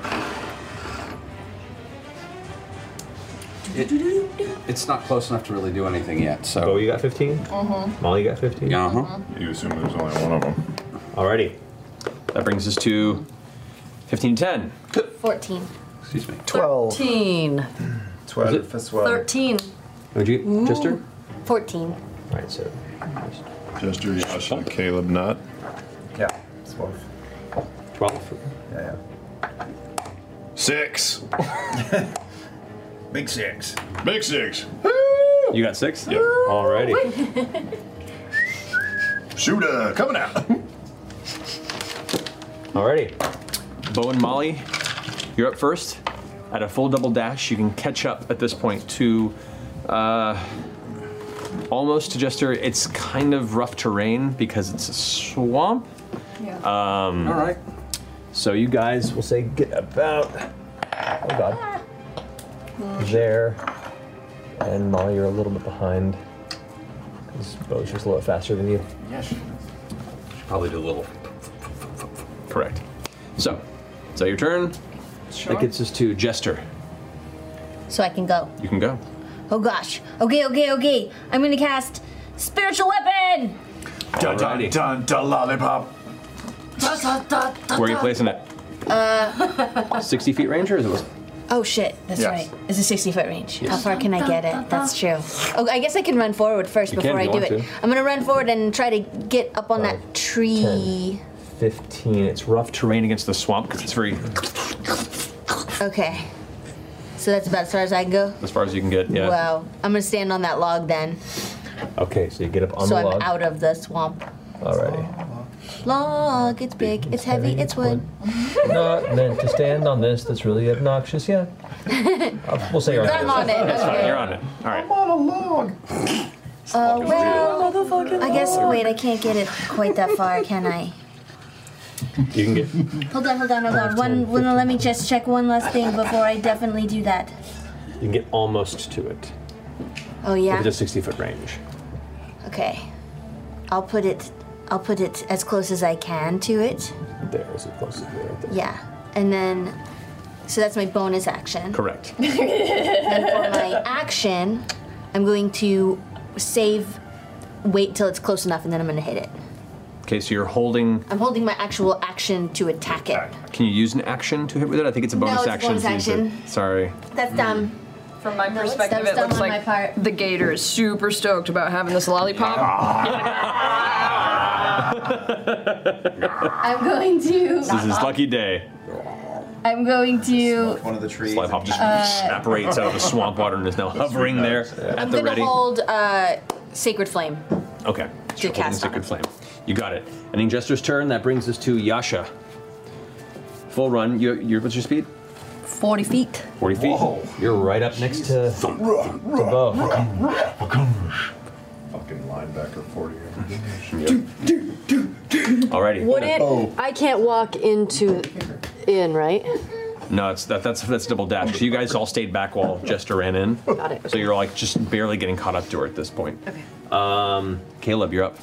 S9: It's not close enough to really do anything yet. So.
S2: Bo, you got fifteen.
S6: Mm-hmm.
S2: Molly got fifteen.
S9: Uh huh.
S4: Mm-hmm. You assume there's only one of them.
S2: Alrighty. That brings us to fifteen to ten.
S10: 14.
S2: Excuse me.
S21: 13.
S2: Twelve as
S21: 13.
S2: Would you, Jester?
S10: 14.
S2: All right, so
S4: Jester, Yasha, Caleb, not.
S7: Yeah, 12.
S2: 12.
S7: Yeah,
S4: yeah.
S7: (laughs)
S4: Six.
S13: Big six.
S4: Big six.
S7: (laughs)
S2: You got six?
S4: Yeah.
S2: Alrighty.
S4: Shooter, coming out.
S2: Alrighty. Bo and Molly, you're up first. At a full double dash, you can catch up at this point to uh, almost to Jester. It's kind of rough terrain because it's a swamp.
S6: Yeah.
S2: Um,
S6: All right.
S2: So you guys will say get about oh god there, and Molly, you're a little bit behind because Bo's just a little faster than you.
S13: Yes.
S2: Probably do a little. Correct. So, is that your turn?
S10: Sure.
S2: That gets us to Jester.
S10: So I can go.
S2: You can go.
S10: Oh gosh. Okay, okay, okay. I'm gonna cast Spiritual Weapon!
S2: Dun dun
S3: dun, dun lollipop.
S2: Where are you placing it?
S10: Uh,
S2: 60 feet range or is it?
S10: oh shit, that's
S2: Yes.
S10: right. It's a 60 foot range. How
S2: Yes.
S10: far can I get it? That's true. Oh, I guess I can run forward first
S2: You can
S10: before
S2: if
S10: I
S2: you
S10: do
S2: want
S10: it.
S2: to.
S10: I'm gonna run forward and try to get up on that tree.
S2: 15. It's rough terrain against the swamp because it's very
S10: Okay. So that's about as far as I can go?
S2: as far as you can get. Yeah.
S10: Wow. I'm gonna stand on that log then.
S2: Okay, so you get up on
S10: so
S2: the
S10: I'm
S2: log.
S10: out of the swamp.
S2: Alrighty.
S10: Log, it's big, it's heavy, it's wood.
S17: Not meant to stand on this. That's really obnoxious. Yeah,
S10: (laughs)
S17: Uh, we'll say you're on
S10: I'm
S17: it.
S10: on it,
S17: That's fine.
S10: okay.
S17: You're on it. All right.
S10: on a log. Uh, well, I guess,
S22: log.
S10: wait, I can't get it quite that far, can I?
S17: You can get.
S10: Hold on, hold on, hold on. One, one, let me just check one last thing before I definitely do that.
S17: You can get almost to it.
S10: Oh, yeah?
S17: With a 60 foot range.
S10: Okay. I'll put it, I'll put it as close as I can to it.
S17: There is as close as there.
S10: Yeah. And then, so that's my bonus action. (laughs)
S17: Correct.
S10: and for my action, I'm going to save, wait till it's close enough, and then I'm going to hit it.
S2: Okay, so you're holding.
S10: I'm holding my actual action to attack it.
S2: Can you use an action to hit with it? I think it's a
S10: No,
S2: bonus
S10: it's a
S2: action.
S10: bonus
S2: to use it.
S10: action.
S2: Sorry.
S10: That's dumb.
S6: Um, From my perspective,
S10: that's
S6: it
S10: dumb
S6: looks
S10: on my
S6: like the gator is super stoked about having this lollipop.
S10: I'm going to.
S2: This is his lucky day.
S10: I'm going to.
S2: One of the trees. Slide hop just
S10: Uh,
S2: evaporates out of the swamp water and is (laughs) now hovering there at
S10: I'm
S2: the
S10: going to
S2: ready.
S10: hold uh, Sacred Flame.
S2: Okay. You're holding
S10: cast
S2: Sacred Flame. You got it. Ending Jester's turn. That brings us to Yasha. Full run. You, you're, what's your speed?
S8: 40 feet.
S2: 40 feet. You're right up next to, to Bo.
S5: Fucking linebacker
S7: (laughs)
S5: 40.
S2: Alrighty.
S8: Would it?
S2: Oh.
S8: I can't walk into in, right?
S2: No, it's that, that's that's double dash. So you guys all stayed back while Jester ran in. Got it. So you're like just barely getting caught up to her at this point. Okay. Um, Caleb, you're up.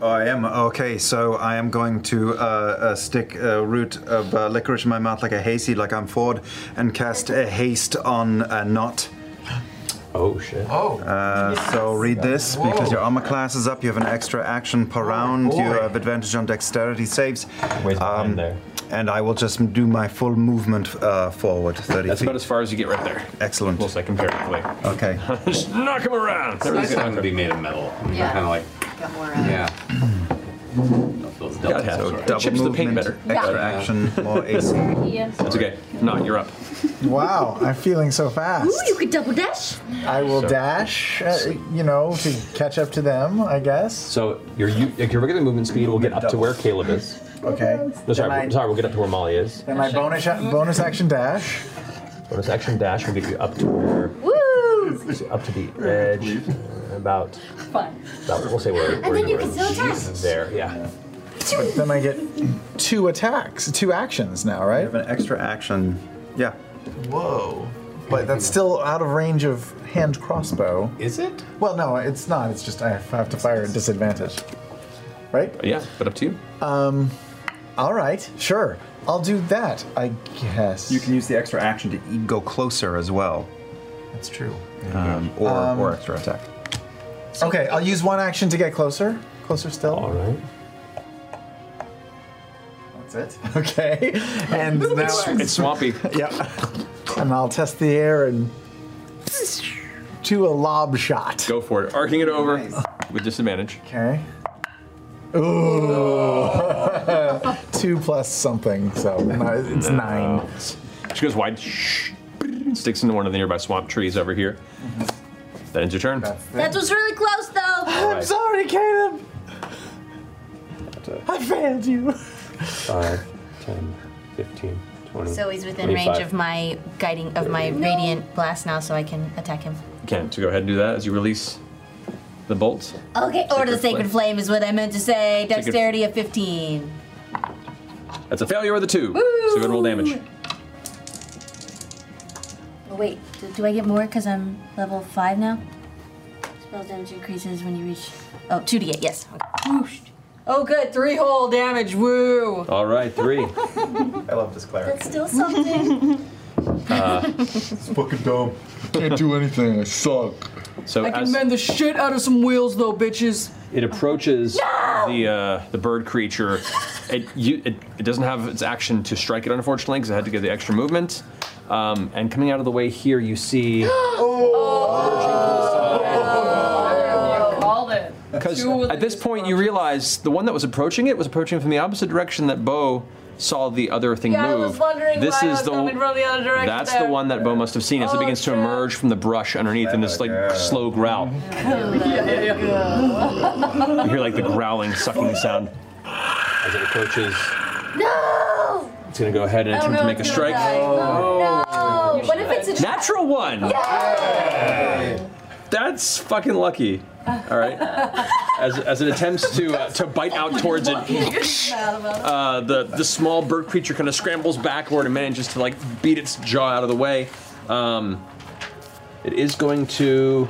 S7: Oh, I am. Okay, so I am going to uh, uh, stick a root of uh, licorice in my mouth like a hasty, like I'm Ford, and cast a haste on a knot.
S17: Oh, shit.
S7: Oh. Uh, So read this because your armor class is up. You have an extra action per round. You
S17: boy.
S7: have advantage on dexterity saves. Um,
S17: Where's behind there?
S7: And I will just do my full movement uh, forward 30
S2: That's
S7: feet.
S2: about as far as you get right there.
S7: Excellent.
S2: Close like comparatively.
S7: Okay.
S2: just knock him around.
S7: It's nice having to be
S2: made of metal.
S8: Yeah.
S9: Kind of like
S8: Got more uh,
S9: yeah.
S2: Those double,
S9: double taps are-
S2: so double chips the paint better.
S7: movement, extra
S2: Yeah.
S7: action,
S17: (laughs)
S7: more AC.
S2: That's okay. No, you're up.
S3: Wow, I'm feeling so fast.
S10: Ooh, you could double dash.
S3: I will
S2: So-
S3: dash, uh, you know, to catch up to them, I guess.
S17: So your u- your regular movement speed will get up to where Caleb is.
S3: Okay.
S17: No,
S3: Then
S17: sorry,
S3: my,
S17: sorry, we'll get up to where Molly is.
S3: then my bonus, a- bonus action dash.
S17: Bonus action dash will get you up to where
S10: Woo!
S3: (laughs)
S17: up to the edge, uh, about
S10: Fine.
S17: about we'll say where
S10: And
S17: where
S10: then you
S17: were.
S10: can still attack.
S17: There, yeah.
S3: But then I get two attacks, two actions now, right? You have
S7: an extra action. Yeah.
S3: Whoa. But that's still out of range of hand crossbow.
S7: Is it?
S3: Well, no, it's not. It's just I have to fire at disadvantage. Right?
S2: Yeah, but up to you.
S3: Um, all right, sure. I'll do that, I guess.
S7: You can use the extra action to e- go closer as well.
S3: That's true.
S7: Um, or,
S3: Um,
S7: or extra attack.
S3: Okay, I'll use one action to get closer. Closer still. All
S17: right.
S3: That's it.
S10: (laughs)
S3: Okay. And now
S2: It's swampy.
S3: (laughs) yeah. And I'll test the air and do a lob shot.
S2: Go for it. Arcing it over with disadvantage.
S3: Okay. Ooh. (laughs) Two plus something, so no, it's nine.
S2: Uh, She goes wide. Sticks into one of the nearby swamp trees over here.
S3: Mm-hmm.
S2: That ends your turn.
S10: That was really close, though.
S3: I'm sorry, Caleb. I failed you.
S17: 5, 10, 15, 20.
S10: So he's within range of my guiding of my radiant blast now, so I can attack him.
S2: You can. So go ahead and do that as you release the bolt.
S10: Okay, or the
S2: Sacred
S10: sacred
S2: flame.
S10: flame is what I meant to say.
S2: Sacred-
S10: Dexterity of 15.
S2: That's a failure with a two. So go and roll damage.
S10: Oh, wait, do, do I get more because I'm level 5 now? Spell damage increases when you reach. Oh, 2d8, yes. Okay. Whoosh. Oh, good, 3 whole damage, woo!
S2: All right,
S10: (laughs)
S2: three.
S7: I love this cleric.
S10: That's still (laughs) something.
S2: Uh,
S10: (laughs)
S5: it's fucking dumb. Can't do anything. I suck.
S2: So
S6: I can
S2: as
S6: mend the shit out of some wheels, though, bitches.
S2: it approaches
S6: No!
S2: the uh, the bird creature, it, you, it it doesn't have its action to strike it, unfortunately, because it had to get the extra movement. Um, and coming out of the way here, you
S6: (gasps)
S2: see.
S6: Oh,
S3: Oh.
S6: You called it.
S2: Because at this point, you realize the one that was approaching it was approaching from the opposite direction that Bo saw the other thing
S6: Yeah, I
S2: move.
S6: was wondering
S2: this
S6: why I
S2: is
S6: was
S2: the
S6: coming from the other direction
S2: That's
S6: there. Oh,
S2: the
S6: (laughs)
S2: one that Bo must have seen as it begins to emerge from the brush underneath in this like slow growl. You hear like the growling, sucking sound. as it approaches.
S10: (laughs) No!
S2: It's going to go ahead and attempt to make a strike.
S10: Oh, no! What if it's a
S2: Natural one. That's fucking lucky. All right. As, as it attempts to uh, to bite out towards
S10: (laughs)
S2: it, uh, the the small bird creature kind of scrambles backward and manages to like beat its jaw out of the way. Um, it is going to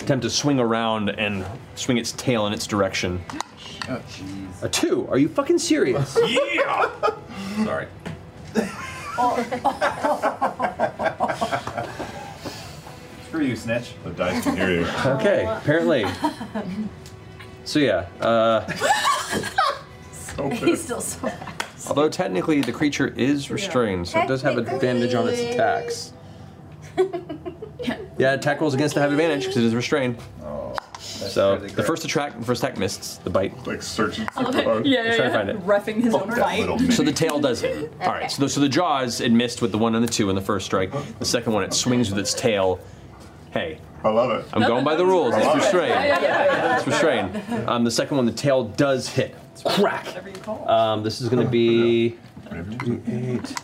S2: attempt to swing around and swing its tail in its direction. A two? Are you
S5: (laughs)
S2: fucking serious? (laughs) yeah. Sorry.
S23: Screw you, Snitch.
S4: The dice
S14: (laughs)
S4: can hear you.
S2: Okay. Apparently. So yeah. Uh,
S10: He's still so bad.
S2: although technically the creature is restrained, so it does have advantage on its
S14: (laughs)
S2: attacks. Yeah, attack rolls against it have advantage because it is restrained.
S4: Oh,
S2: so the first attack, the first attack missed the bite.
S4: Like searching
S14: I love it. (laughs) Yeah, yeah,
S2: trying
S14: yeah.
S2: to find it.
S14: Refing his own fight.
S10: (laughs)
S2: So the tail does it. All right. So the, so the jaws it missed with the one and the two in the first strike. The second one it swings with its tail. Hey.
S4: I love it.
S2: I'm going by the rules. It's
S14: Yeah, yeah,
S2: restrained.
S14: yeah.
S2: It's restrained. Um, the second one, the tail does hit. It's crack. Um, this is going to be. Eight.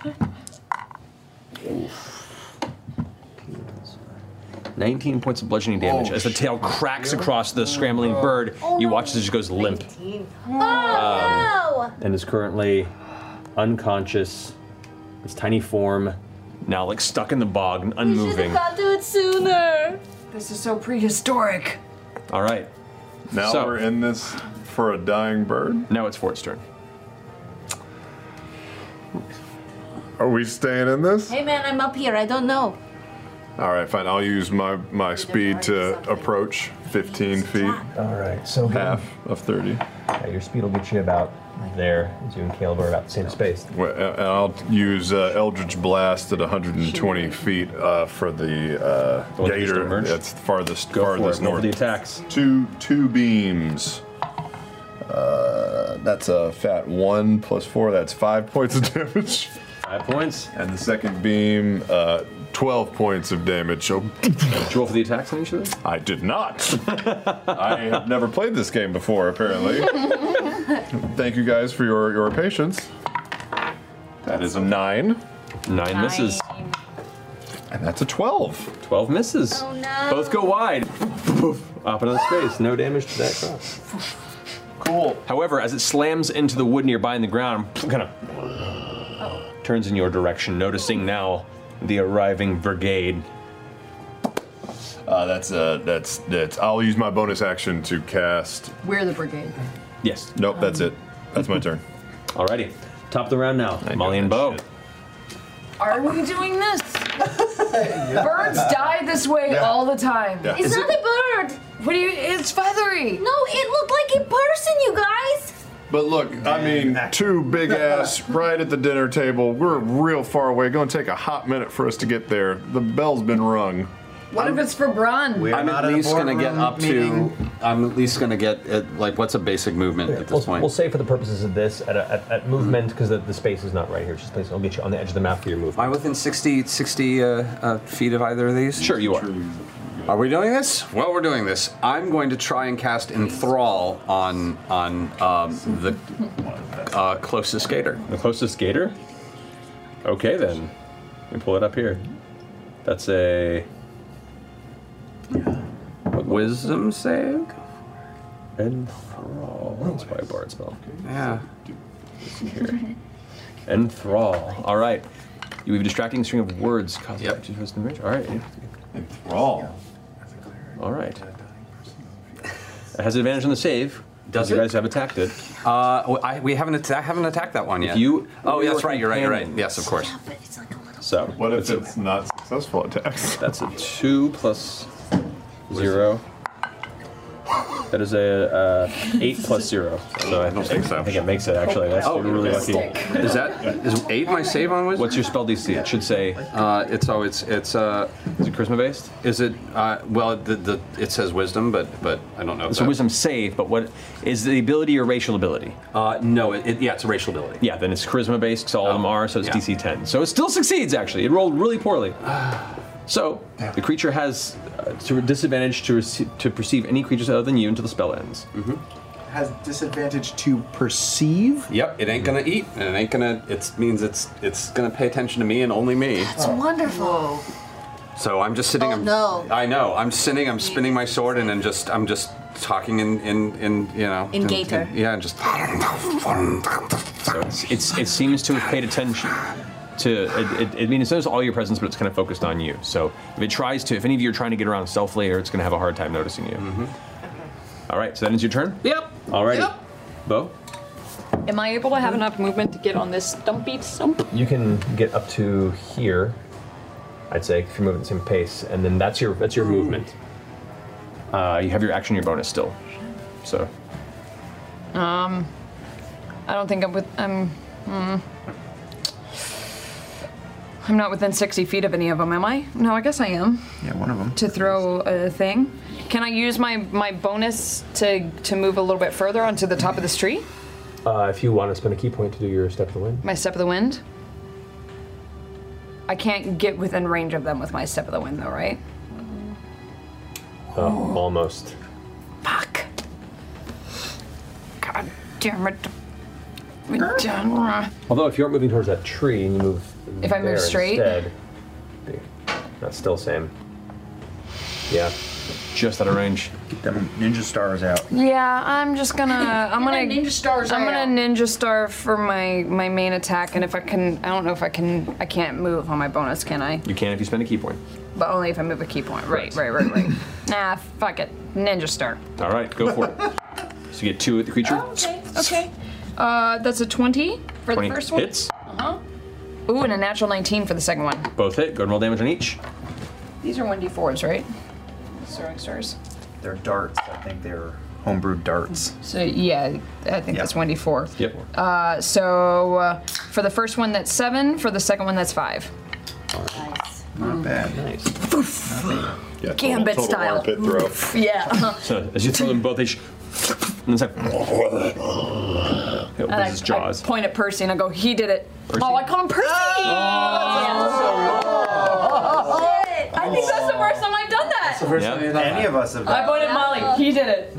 S2: 19 points of bludgeoning damage as the tail cracks across the scrambling bird. You watch as it just goes limp
S10: Oh,
S2: and is currently unconscious. Its tiny form now like stuck in the bog and
S10: no! You should have
S2: unmoving.
S10: got to it sooner.
S14: This is so prehistoric.
S2: All right.
S4: Now we're in this for a dying bird.
S2: Now it's for its turn.
S4: Are we staying in this?
S10: Hey man, I'm up here. I
S2: (laughs)
S10: don't know.
S4: All right, fine. I'll use my my speed to approach 15 feet.
S2: All right, so
S4: half of 30.
S2: Yeah, your speed will get you about there, as you and Caleb are about the same space.
S4: Well, a- And I'll use uh, Eldritch Blast at 120 feet uh, for the, uh,
S2: The one that just
S4: gator.
S2: emerged?
S4: That's farthest
S2: Go for
S4: farthest
S2: it. Roll for
S4: north.
S2: the attacks.
S4: Two two beams. Uh, that's a fat one plus four. That's five (laughs) points of damage.
S2: Five points.
S4: And the second beam, uh, twelve points of damage. So, did
S2: you roll for the attacks on each of those?
S4: I did not. (laughs) I have never played this game before. Apparently. Thank you guys for your, your patience. That is a nine.
S2: Nine misses.
S4: And that's a 12.
S2: 12 misses. Oh, no. Both go wide. Up into space. No damage to that cross.
S4: Cool.
S2: However, as it slams into the wood nearby in the ground, kind of turns in your direction, noticing now the arriving brigade.
S4: Uh, that's uh, that's that's. I'll use my bonus action to cast.
S21: We're the brigade.
S2: Yes.
S4: Nope. That's it. That's my turn.
S2: Alrighty. Top of the round now. Molly and Bo.
S21: Are we doing
S2: (laughs)
S21: this? Birds die this way
S2: Yeah.
S21: all the time.
S2: Yeah. It's Is not
S21: a bird. What do you? It's feathery.
S10: No, it looked like a person, you guys.
S4: But look, I mean, two big ass right at the dinner table. We're real far away. Going to take a hot minute for us to get there. The bell's been rung.
S21: What if it's for Bron?
S9: I'm at least going to get up to. I'm at least going to get uh like what's a basic movement at this point.
S2: We'll say for the purposes of this at, a, at, at movement because the, the space is not right here. It's Just place. I'll get you on the edge of the map for your movement.
S9: Am I within 60, 60 uh, uh, feet of either of these? Sure,
S2: you are.
S9: Are we doing this? Well, we're doing this. I'm going to try and cast enthrall on on um, the uh, closest gator.
S2: The closest skater? Okay then. Let me pull it up here. That's a
S9: wisdom save?
S2: Enthrall. That's probably a bard spell. (laughs)
S9: Yeah.
S2: Enthrall. All right. You have a distracting string of words caused yep. to the mirror. All right.
S4: Enthrall.
S2: All right. It has advantage on the save.
S9: Does
S2: because you
S9: it?
S2: guys have attacked it?
S9: Uh, w- I, we haven't atta- I haven't attacked that one
S2: If
S9: yet.
S2: you-
S9: oh,
S2: we
S9: yeah,
S2: were
S9: that's right. You're right. You're right.
S2: companions.
S9: Yes, of course.
S2: So
S4: what if it's not successful attacks?
S2: (laughs) That's a two plus zero. That is a uh, eight plus zero. So I don't think so. I think it makes it actually. That's
S9: Oh,
S2: you're really lucky.
S9: stick. Is that- is eight my save on wisdom?
S2: What's your spell DC? It should say.
S9: Uh, it's oh, it's it's. Uh,
S2: is it charisma based?
S9: Is it? Uh, well, the, the it says wisdom, but but I don't know. if
S2: It's a
S9: that-
S2: wisdom save, but what is the ability or racial ability?
S9: Uh, no, it, it, yeah, it's a racial ability.
S2: Yeah, then it's charisma based because all of them are, so it's
S9: yeah.
S2: DC 10. So it still succeeds, actually. It rolled really (sighs) poorly. So the creature has uh, to disadvantage to, rece- to perceive any creatures other than you until the spell ends. Mm-hmm.
S3: has disadvantage to perceive.
S9: Yep, it ain't gonna eat, and it ain't gonna. It means it's it's gonna pay attention to me and only me.
S5: It's wonderful.
S9: So I'm just sitting.
S5: Oh,
S9: I'm,
S5: no.
S9: I know. I'm sitting. I'm spinning my sword, and I'm just. I'm just talking in in in you know.
S10: In Gator.
S9: yeah, and just. (laughs)
S2: So it's, it's, it seems to have paid attention to. It, it, I mean, it says all your presence, but it's kind of focused on you. So if it tries to, if any of you are trying to get around stealthily, or it's going to have a hard time noticing you. All right, so that ends your turn.
S24: Mm-hmm. Yep.
S2: All right,
S24: Yep.
S2: Bo.
S24: Am I able to have enough movement to get on this stumpy stump?
S2: You can get up to here. I'd say if you're moving at the same pace, and then that's your that's your movement. Uh, you have your action, your bonus still. So
S6: Um, I don't think I'm with. I'm. mm. I'm not within 60 feet of any of them, am I? No, I guess I am.
S25: Yeah, one of them.
S6: To throw a thing. Can I use my, my bonus to, to move a little bit further onto the top of this tree?
S2: uh, if you want to spend a key point to do your step of the wind,
S6: My step of the wind? I can't get within range of them with my step of the wind, though, right?
S2: uh, almost.
S6: God damn it. Damn it.
S2: Although if you aren't moving towards that tree and you move
S6: If I move
S2: there
S6: straight?
S2: instead, be- that's still same. Yeah, just out of range. Get them ninja stars out.
S6: Yeah, I'm just (laughs) gonna. I'm gonna
S26: You're gonna ninja stars
S6: I'm
S26: right
S6: gonna ninja star for my my main attack, and if I can, I don't know if I can. I can't move on my bonus, can I?
S2: You can if you spend a key point.
S6: But only if I move a key point. Right, right, right, (laughs) right. nah, fuck it. Ninja star.
S2: All right, go for (laughs) it. so you get two at the creature.
S6: Okay. Okay. Uh, that's a twenty for
S2: 20
S6: the first one.
S2: hits.
S6: Uh huh. Ooh, and a natural nineteen for the second one.
S2: Both hit. Go ahead and roll damage on each.
S6: These are one d fours, right? Throwing stars.
S2: They're darts. I think they're homebrewed darts.
S6: So yeah, I think that's one d four.
S2: Yep.
S6: Uh, so uh, for the first one, that's seven. For the second one, that's five.
S25: Not bad. Nice.
S2: Yeah,
S6: Hmm. Gambit style. yeah. (laughs)
S2: So as you throw them both, they sh- and (laughs) it's like it opens
S6: And I-
S2: its jaws.
S6: Point at Percy and I go, he did it.
S2: Percy?
S6: Oh, I call him Percy! Yeah. I think that's the first time I've done that.
S27: the first time you've done Any of us
S2: (laughs)
S27: have
S6: I voted Molly. He did it.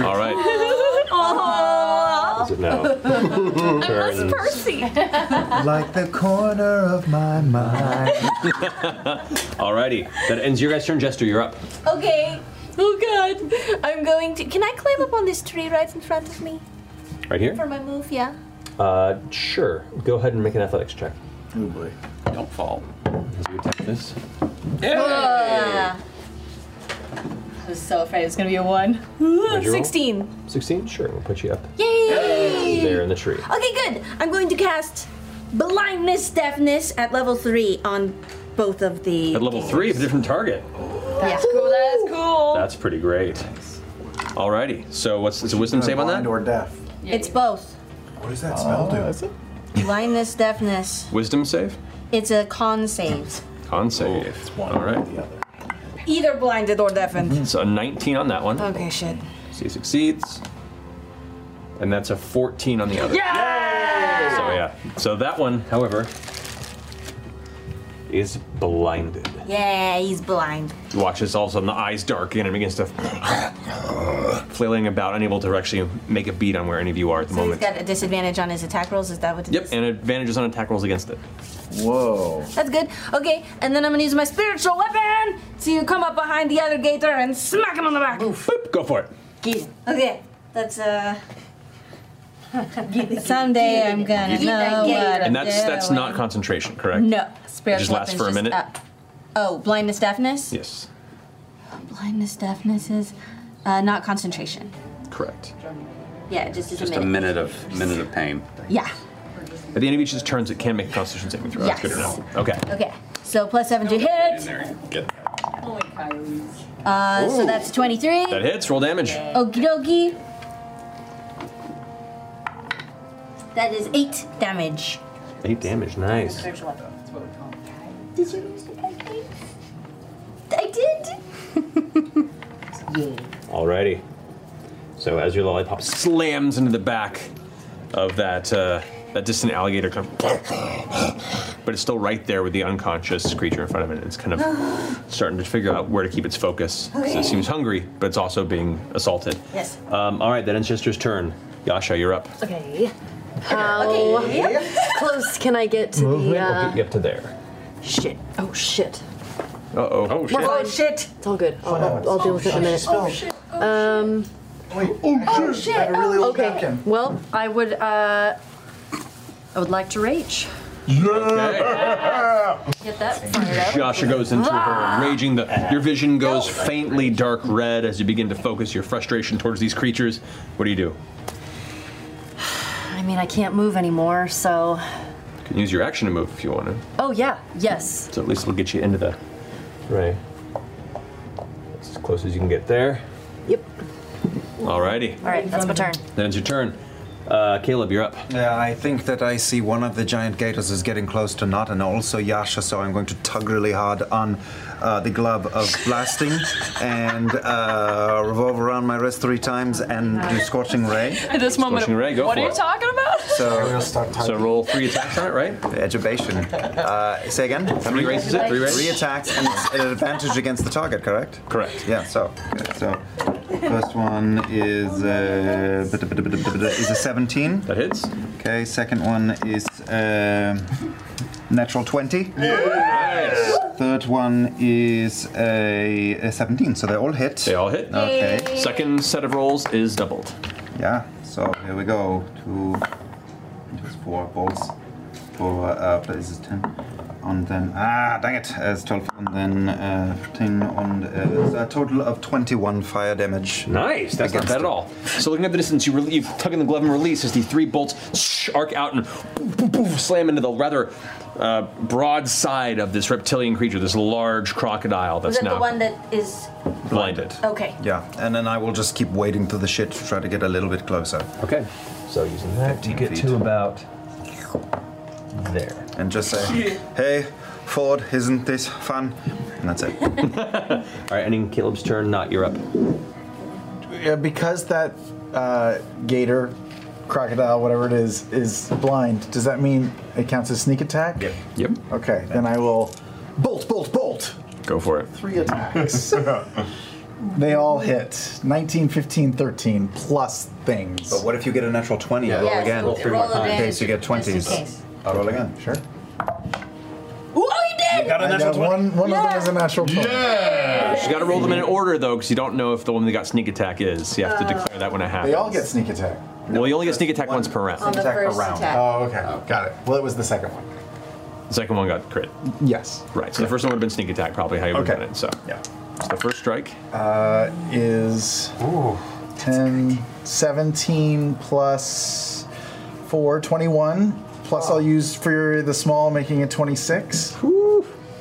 S2: All right.
S6: Oh.
S2: Is it
S6: (laughs)
S2: now? Turns.
S6: Percy.
S7: like the corner of my mind.
S2: (laughs) Alrighty, that ends your guys' turn. Jester, you're up.
S10: Okay. Oh god. I'm going to. Can I climb up on this tree right in front of me?
S2: Right here.
S10: For my move, yeah.
S2: Uh, sure. Go ahead and make an athletics check. Oh boy. Don't fall. As you attack this.
S10: Ah. I was so afraid it was gonna be a one.
S2: What'd you roll? (gasps)
S10: 16.
S2: 16? Sure, we'll put you up
S10: Yay!
S2: there in the tree.
S10: Okay, good. I'm going to cast blindness, deafness at level three on both of the.
S2: At level three, it's a different target.
S10: That's cool. That is cool.
S2: That's pretty great. Alrighty, so what's it's a wisdom save on that? uh, Or deaf.
S10: It's both
S2: What does that spell do?
S10: blindness, deafness.
S2: Wisdom save?
S10: It's a con save.
S2: Con save. Oh, it's one All right. The other.
S10: Either blinded or deafened.
S2: Mm-hmm. So a 19 on that one.
S10: Okay, shit.
S2: So he succeeds. And that's a 14 on the other. So yeah. So that one, however, is blinded.
S10: Yeah, he's blind.
S2: You watch this all of a sudden the eyes darken and begins to (coughs) flailing about, unable to actually make a beat on where any of you are at the
S10: So he's
S2: moment.
S10: got a disadvantage on his attack rolls. Is that what? it
S2: Yep, and advantages on attack rolls against it. Whoa.
S10: That's good. Okay, and then I'm gonna use my spiritual weapon to come up behind the other gator and smack him on the back.
S2: Go for it.
S10: Okay,
S2: (laughs)
S10: that's uh. (laughs) Someday I'm gonna
S2: Get that
S10: know what
S2: And
S10: I'm
S2: that's that's
S10: doing.
S2: not concentration, correct?
S10: No,
S2: It
S10: spiritual
S2: just lasts
S10: weapon's
S2: for a minute.
S10: up. Oh, blindness, deafness.
S2: Yes,
S10: Blindness, deafness is uh, not concentration.
S2: correct.
S10: Yeah, it just is
S9: Just
S10: a
S9: a
S10: minute.
S9: minute of minute of pain.
S10: Yeah.
S2: At the end of each of his turns, it can make a Constitution saving throw. That's good
S10: Yes.
S2: enough. Okay.
S10: Okay, so plus seven to hit.
S2: Good.
S10: Uh, so
S2: Ooh.
S10: that's 23.
S2: That hits. Roll damage.
S10: Okie dokie. That is eight damage.
S2: Eight damage. Nice.
S10: I did.
S2: Alrighty. So as your lollipop slams into the back of that uh, That distant alligator kind of, but it's still right there with the unconscious creature in front of it. It's kind
S8: (gasps)
S2: of starting to figure out where to keep its focus. 'cause It seems hungry, but it's also being assaulted.
S10: Yes.
S2: Um, all right, that ends Jester's turn. Yasha, you're up.
S8: Okay. How (laughs) close can I get to the?
S2: Movement will
S8: Uh,
S2: get you up to there.
S8: Shit. Oh shit.
S2: Uh oh. Oh
S8: Oh shit. It's all good. I'll, I'll, I'll deal with it in a minute.
S2: Oh,
S8: shit. Um. Wait. Oh, shit.
S3: I have a really old
S8: okay.
S3: napkin.
S8: Well, I would. Uh, I would like to rage. Get that fired up.
S2: Yasha goes into her raging. The, your vision goes faintly dark red as you begin to focus your frustration towards these creatures. What do you do?
S8: I mean, I can't move anymore, so.
S2: You can use your action to move if you want to.
S8: Oh yeah. Yes.
S2: So at least it'll get you into the ray. That's as close as you can get there.
S8: Yep.
S2: Alrighty.
S8: All right. That's my turn.
S2: Then it's your turn. Uh, Caleb, you're up.
S7: Yeah, I think that I see one of the giant gators is getting close to Nut and also Yasha, so I'm going to tug really hard on uh, the glove (laughs) of blasting and uh, revolve around my wrist three times and do scorching ray.
S6: At this moment,
S7: Scorching ray, go
S6: what
S7: for
S6: are
S7: it.
S6: you talking about?
S7: So,
S2: so roll three attacks on it, right?
S7: (laughs) Adjubation. Uh, say again. How
S2: many raises is it? Three raises?
S7: Three attacks and it's at an advantage against the target, correct?
S2: Correct.
S7: Yeah. So, good. so first one is uh, is a 17.
S2: That hits.
S7: Okay. Second one is uh, natural 20. Third one is a, a 17. So they all hit. They
S2: all hit.
S7: Okay.
S2: Second set of rolls is doubled.
S7: Yeah, so here we go. Two, just four bolts. Four uh, places, ten. And then, ah, dang it, uh, it's 12. And then uh, 15, and uh, it's a total of 21 fire damage.
S2: Nice. That's not
S7: against
S2: bad
S7: it.
S2: at all. So looking at the distance, you really, you tug in the glove and release as the three bolts shh, arc out and poof, poof, poof, slam into the rather uh, broad side of this reptilian creature, this large crocodile
S10: Was
S2: that's
S10: that the
S2: now
S10: one that is?
S2: blinded.
S10: Okay.
S7: Yeah, and then I will just keep wading through the shit to try to get a little bit closer.
S2: Okay, so using that,
S7: you get
S2: to about there.
S7: And just say, hey, Ford, isn't this fun? And that's it.
S2: (laughs) all right, ending Caleb's turn. Not you're up.
S3: Yeah, because that uh, gator, crocodile, whatever it is, is blind. Does that mean it counts as sneak attack? Yep.
S2: Yep.
S3: Okay, then I will bolt, bolt, bolt.
S2: Go for it.
S3: Three attacks. (laughs) they all hit 19, 15, 13 plus things. But
S7: what if you get a natural 20?
S3: Yeah.
S7: Roll
S3: Yes,
S7: again.
S3: roll three more roll times.
S7: Okay, so you get
S3: advantage,
S7: 20s.
S3: just in case.
S7: I'll roll again. Sure.
S10: Oh, you did!
S3: I got one. One of them is a natural 20.
S2: You got to roll them in order though, because you don't know if the one that got sneak attack is. You have to declare that when it happens.
S3: They all get sneak attack.
S2: Well, you only get sneak attack once per round.
S3: Sneak attack around. Oh, okay. Got it. Well, it was the second one.
S2: The second one got crit.
S3: Yes.
S2: Right. So the first one would have been sneak attack, probably how you would have
S3: Okay.
S2: done it. So yeah. So the first strike.
S3: Uh, is ooh, 10, 17 plus 4, 21. Plus I'll use for the small, making it 26.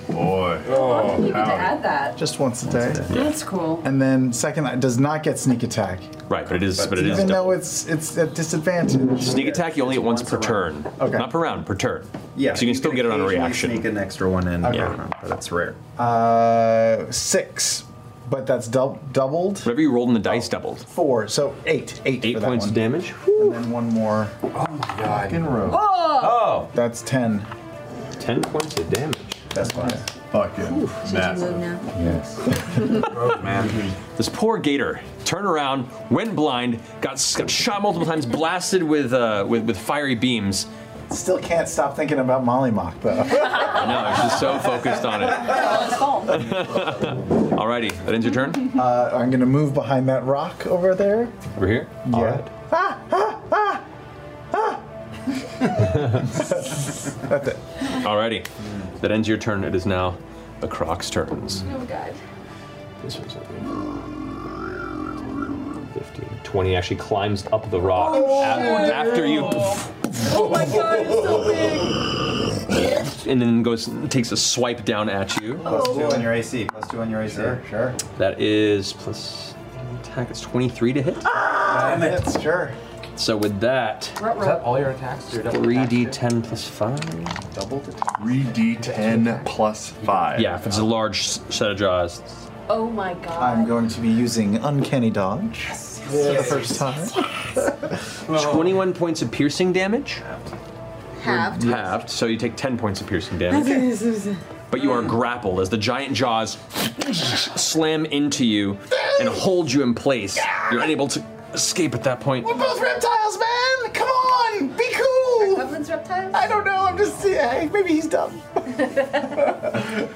S4: Boy.
S8: Oh, you get to add that.
S3: Just once a day.
S8: That's cool.
S3: And then second, it does not get sneak attack.
S2: Right, but it is. But, it is.
S3: Even though it's it's at disadvantage.
S2: Sneak attack, you only get once per turn. Okay. Not per round, per turn.
S3: Yeah,
S2: So you can still get it on a reaction.
S7: Sneak an extra one in.
S3: Okay.
S7: Yeah, but that's rare.
S3: Uh, six, but that's dou- doubled. Oh,
S2: Whatever you rolled in the dice doubled.
S3: Four, so eight. Eight. Eight
S2: points of damage.
S3: And then one more. Oh my god. In row.
S2: Oh.
S3: That's ten.
S2: Ten points of damage.
S3: That's fine.
S4: Fucking massive.
S3: Yes.
S2: This poor gator turned around, went blind, got, s- got shot multiple times, blasted with uh, with, with fiery beams.
S3: Still can't stop thinking about Molly Mock though. (laughs)
S2: I know, I was just so focused on it. (laughs) Alrighty, that ends your turn.
S3: Uh, I'm gonna move behind that rock over there.
S2: Over here.
S3: Yeah. Ah, ah, ah, ah. That's it.
S2: Alrighty, that ends your turn. It is now the Croc's turns.
S8: Oh god.
S2: This one's Fifteen, twenty. actually climbs up the rock
S8: Oh,
S2: af-
S8: shit.
S2: after you
S8: Oh my god, it's so
S2: (laughs)
S8: big.
S2: and then goes takes a swipe down at you.
S7: Plus
S3: Oh.
S7: two on your AC. Plus two on your AC. Sure, sure.
S2: That is plus attack. It's 23 to hit.
S3: Damn it. Sure.
S2: So with that,
S3: Is that all your attacks?
S2: 3d10 plus 5.
S3: Double
S2: 3d10 plus 5. Yeah, if it's a large s- set of jaws.
S8: Oh my god.
S3: I'm going to be using Uncanny Dodge for the
S8: yes,
S3: first time.
S2: 21 points of piercing damage.
S10: Halved.
S2: You're halved, so you take 10 points of piercing (laughs) damage. But you are
S5: Mm.
S2: grappled as the giant jaws slam into you and hold you in place. You're unable to escape at that point.
S5: We're both reptiles, man! Come on! Be cool! goblins reptiles? I don't know, I'm just. Yeah, maybe he's dumb.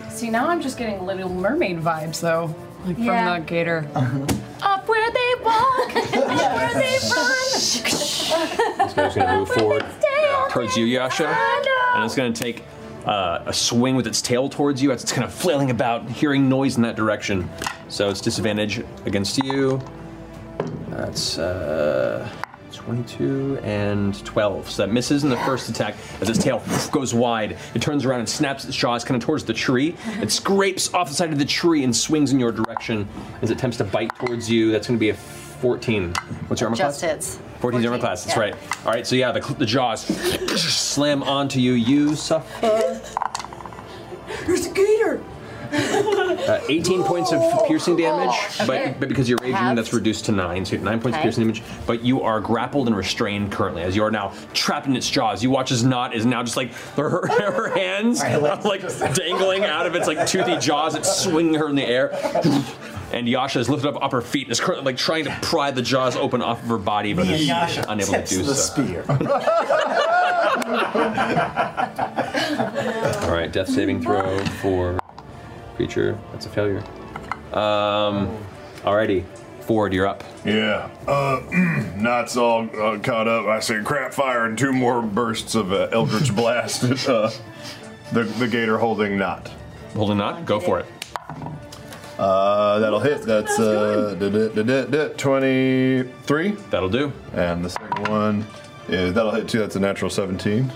S6: See, now I'm just getting Little Mermaid vibes, though. Like
S28: Yeah.
S6: from the gator. Up where they walk, (laughs) up where they run.
S2: This guy's gonna move forward towards you, Yasha, and it's gonna take uh, a swing with its tail towards you as it's kind of flailing about, hearing noise in that direction. So it's disadvantage against you. That's uh, 22 and 12. So that misses in the first attack as its tail goes wide. It turns around and snaps its jaws kind of towards the tree. It scrapes off the side of the tree and swings in your direction as it attempts to bite towards you. That's gonna be a 14. What's your armor class?
S6: Just hits.
S2: 14 armor class, that's
S6: yeah.
S2: right. All right, so yeah, the, the jaws slam onto you. You suffer
S6: There's a gator.
S2: uh, 18 points of
S6: (laughs)
S2: piercing damage,
S6: Oh. Okay.
S2: but, but because you're raging, that's reduced to 9, so you have 9 points
S6: Okay.
S2: of piercing damage. But you are grappled and restrained currently, as you are now trapped in its jaws. You watch as Knot is now just like, her, her
S6: (laughs)
S2: hands
S29: My legs
S2: are (laughs)
S5: (laughs)
S2: like dangling out of its like toothy jaws. It's swinging her in the air. And Yasha is lifted up off her feet and is currently like trying to pry the jaws open off of her body, but
S5: Me and
S2: is
S5: Yasha
S2: unable to
S5: tips
S2: do
S5: the
S2: so.
S3: (laughs)
S2: All right, death saving throw for creature. That's a failure. Um, alrighty, Ford, you're up.
S4: Yeah. Uh, (clears throat) Knots all uh, caught up. I say, crap fire, and two more bursts of uh, Eldritch Blast. (laughs) Uh, the, the gator holding Knot.
S2: Holding Knot? Go for it.
S4: Uh, that'll hit. That's uh, duh, duh, duh, duh, duh, 23.
S2: That'll do.
S4: And the second one, is, that'll hit too. That's a natural 17.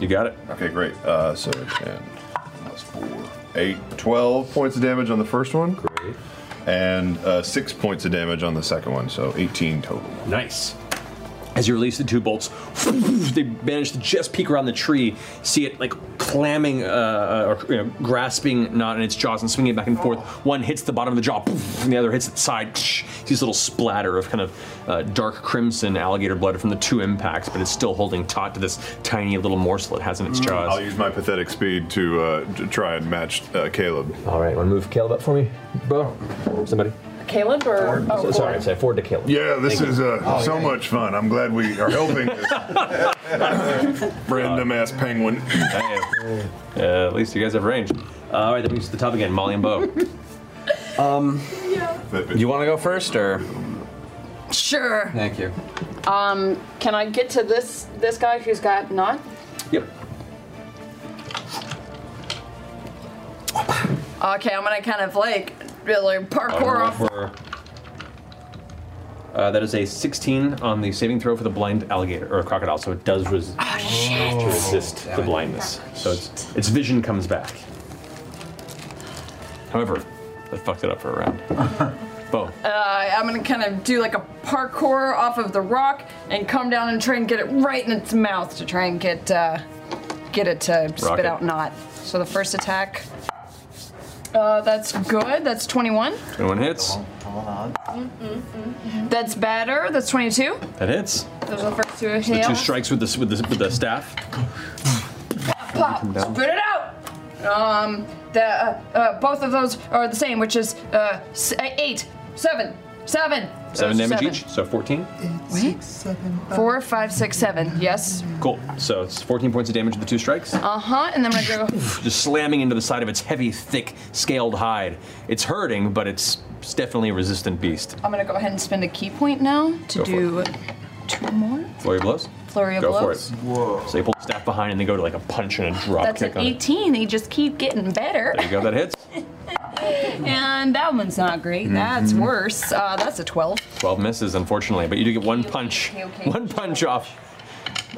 S2: You got it.
S4: Okay, great. Uh, so 10 plus 4, 8, 12 points of damage on the first one. Great. And uh, 6 points of damage on the second one, so 18 total.
S2: Nice. As you release the two bolts, they manage to just peek around the tree. See it like clamming uh, uh, or you know, grasping knot in its jaws and swinging it back and forth. One hits the bottom of the jaw, and the other hits its side. See this little splatter of kind of uh, dark crimson alligator blood from the two impacts, but it's still holding taut to this tiny little morsel it has in its jaws.
S4: Mm, I'll use my pathetic speed to, uh, to try and match uh, Caleb.
S2: All right, want to move Caleb up for me, bro? Somebody.
S6: Caleb or oh,
S2: Sorry, I Ford to Caleb.
S4: Yeah, this
S2: Thank
S4: is
S2: you.
S4: uh, so much fun. I'm glad we are helping this
S2: (laughs)
S4: random ass penguin.
S2: Uh, at least you guys have range. Uh, all right, that moves to the top again, Molly
S29: (laughs)
S2: and Bo. um,
S29: You want to go first, or?
S6: Sure.
S29: Thank you.
S6: Um, can I get to this this guy who's got not?
S2: Yep.
S30: Okay, I'm gonna kind of like really parkour off.
S2: for- Uh, that is a 16 on the saving throw for the blind alligator or crocodile, so it does res-
S29: Ah,
S2: resist the blindness. So it's, its vision comes back. However, that fucked it up for a
S29: (laughs)
S2: round. Bo,
S6: Uh, I'm gonna kind of do like a parkour off of the rock and come down and try and get it right in its mouth to try and get uh, get it to
S2: Rock
S6: spit
S2: it.
S6: out knot. So the first attack. Uh, that's good. That's 21.
S2: 21 hits.
S6: That's better. That's 22.
S2: That hits.
S6: Those are the first two
S2: So the two
S6: hits.
S2: strikes with the, s- with the, with the staff.
S29: Uh,
S6: Pop.
S2: Come down.
S6: Spit it out. Um, the uh, uh, both of those are the same, which is uh, s- eight, seven, seven.
S2: Seven
S6: Those are
S2: damage each, so 14.
S6: Wait. Four, five, six, seven. Yes.
S2: Cool. So it's 14 points of damage with the two strikes.
S6: Uh huh. And then I'm gonna go.
S2: just slamming into the side of its heavy, thick, scaled hide. It's hurting, but it's it's definitely a resistant beast.
S6: I'm gonna go ahead and spend a key point now to
S2: Go for
S6: do two more.
S2: Flurry of blows.
S6: Flurry of
S2: go
S6: blows.
S2: for it. Whoa. So you pull the staff behind, and they go to like a punch and a drop
S6: That's
S2: kick
S6: an
S2: on it.
S6: 18. They just keep getting better.
S2: There you go. That hits.
S6: (laughs) And that one's not great. That's
S2: Mhm.
S6: worse. Uh, that's a 12.
S2: 12 misses, unfortunately, but you do get one punch.
S6: okay, okay.
S2: One punch off.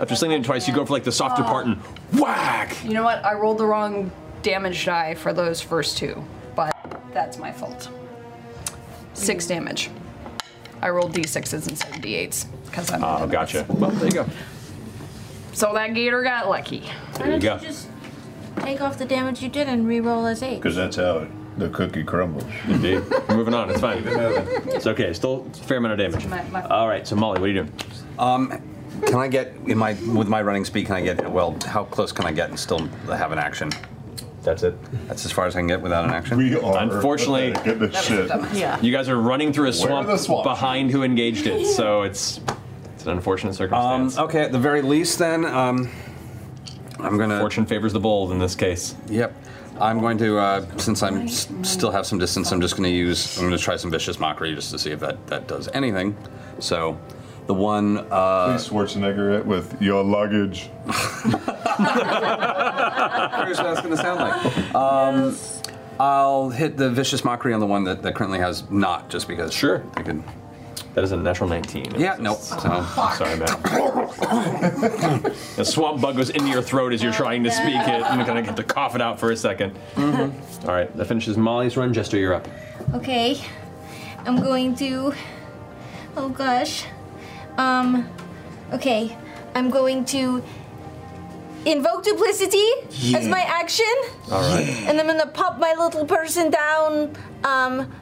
S2: After slinging it twice, you go for like the softer
S6: Oh.
S2: part and whack.
S6: You know what? I rolled the wrong damage die for those first two, but that's my fault. Six damage. I rolled d6s instead of d8s because I'm.
S2: Oh, gotcha. Well, there you go.
S6: So that gator got lucky.
S10: Why don't you just take off the damage you did and re-roll as eight? (laughs)
S4: Because that's how the cookie crumbles.
S2: Indeed. We're moving on. It's fine. It's okay. Still a fair amount of damage. Uh,
S10: My- my-
S2: All right. So Molly, what are you doing?
S9: Um, Can I get in my with my running speed? Can I get well? How close can I get and still have an action?
S2: That's it.
S9: That's as far as I can get without an action.
S4: We are.
S2: Unfortunately,
S4: Yeah.
S2: you guys are running through a
S9: Where
S2: swamp,
S9: are the swamps?
S2: behind who engaged it, so it's it's an unfortunate circumstance.
S9: okay, at the very least, then um, I'm gonna.
S2: Fortune favors the bold in this case.
S9: Yep. I'm going to, uh, since I'm s- still have some distance, I'm just going to use, I'm going to try some vicious mockery just to see if that, that does anything. So, the one. Uh,
S4: Please Schwarzenegger it with your luggage.
S9: Here's what that's going to sound like. Um, I'll hit the vicious mockery on the one that, that currently has not, just because. Sure. I could.
S2: That is a natural 19.
S9: Yeah, nope. So.
S2: I'm uh, sorry, Matt. the swamp bug goes into your throat as you're trying to speak it, and you kind of get to cough it out for a 2nd Mm-hmm. All right, that finishes Molly's run. Jester, you're up.
S10: Okay. I'm going to. Oh gosh. Um. Okay. I'm going to invoke duplicity as
S2: Yeah.
S10: my action.
S2: All right.
S10: And I'm gonna pop my little person down. Um.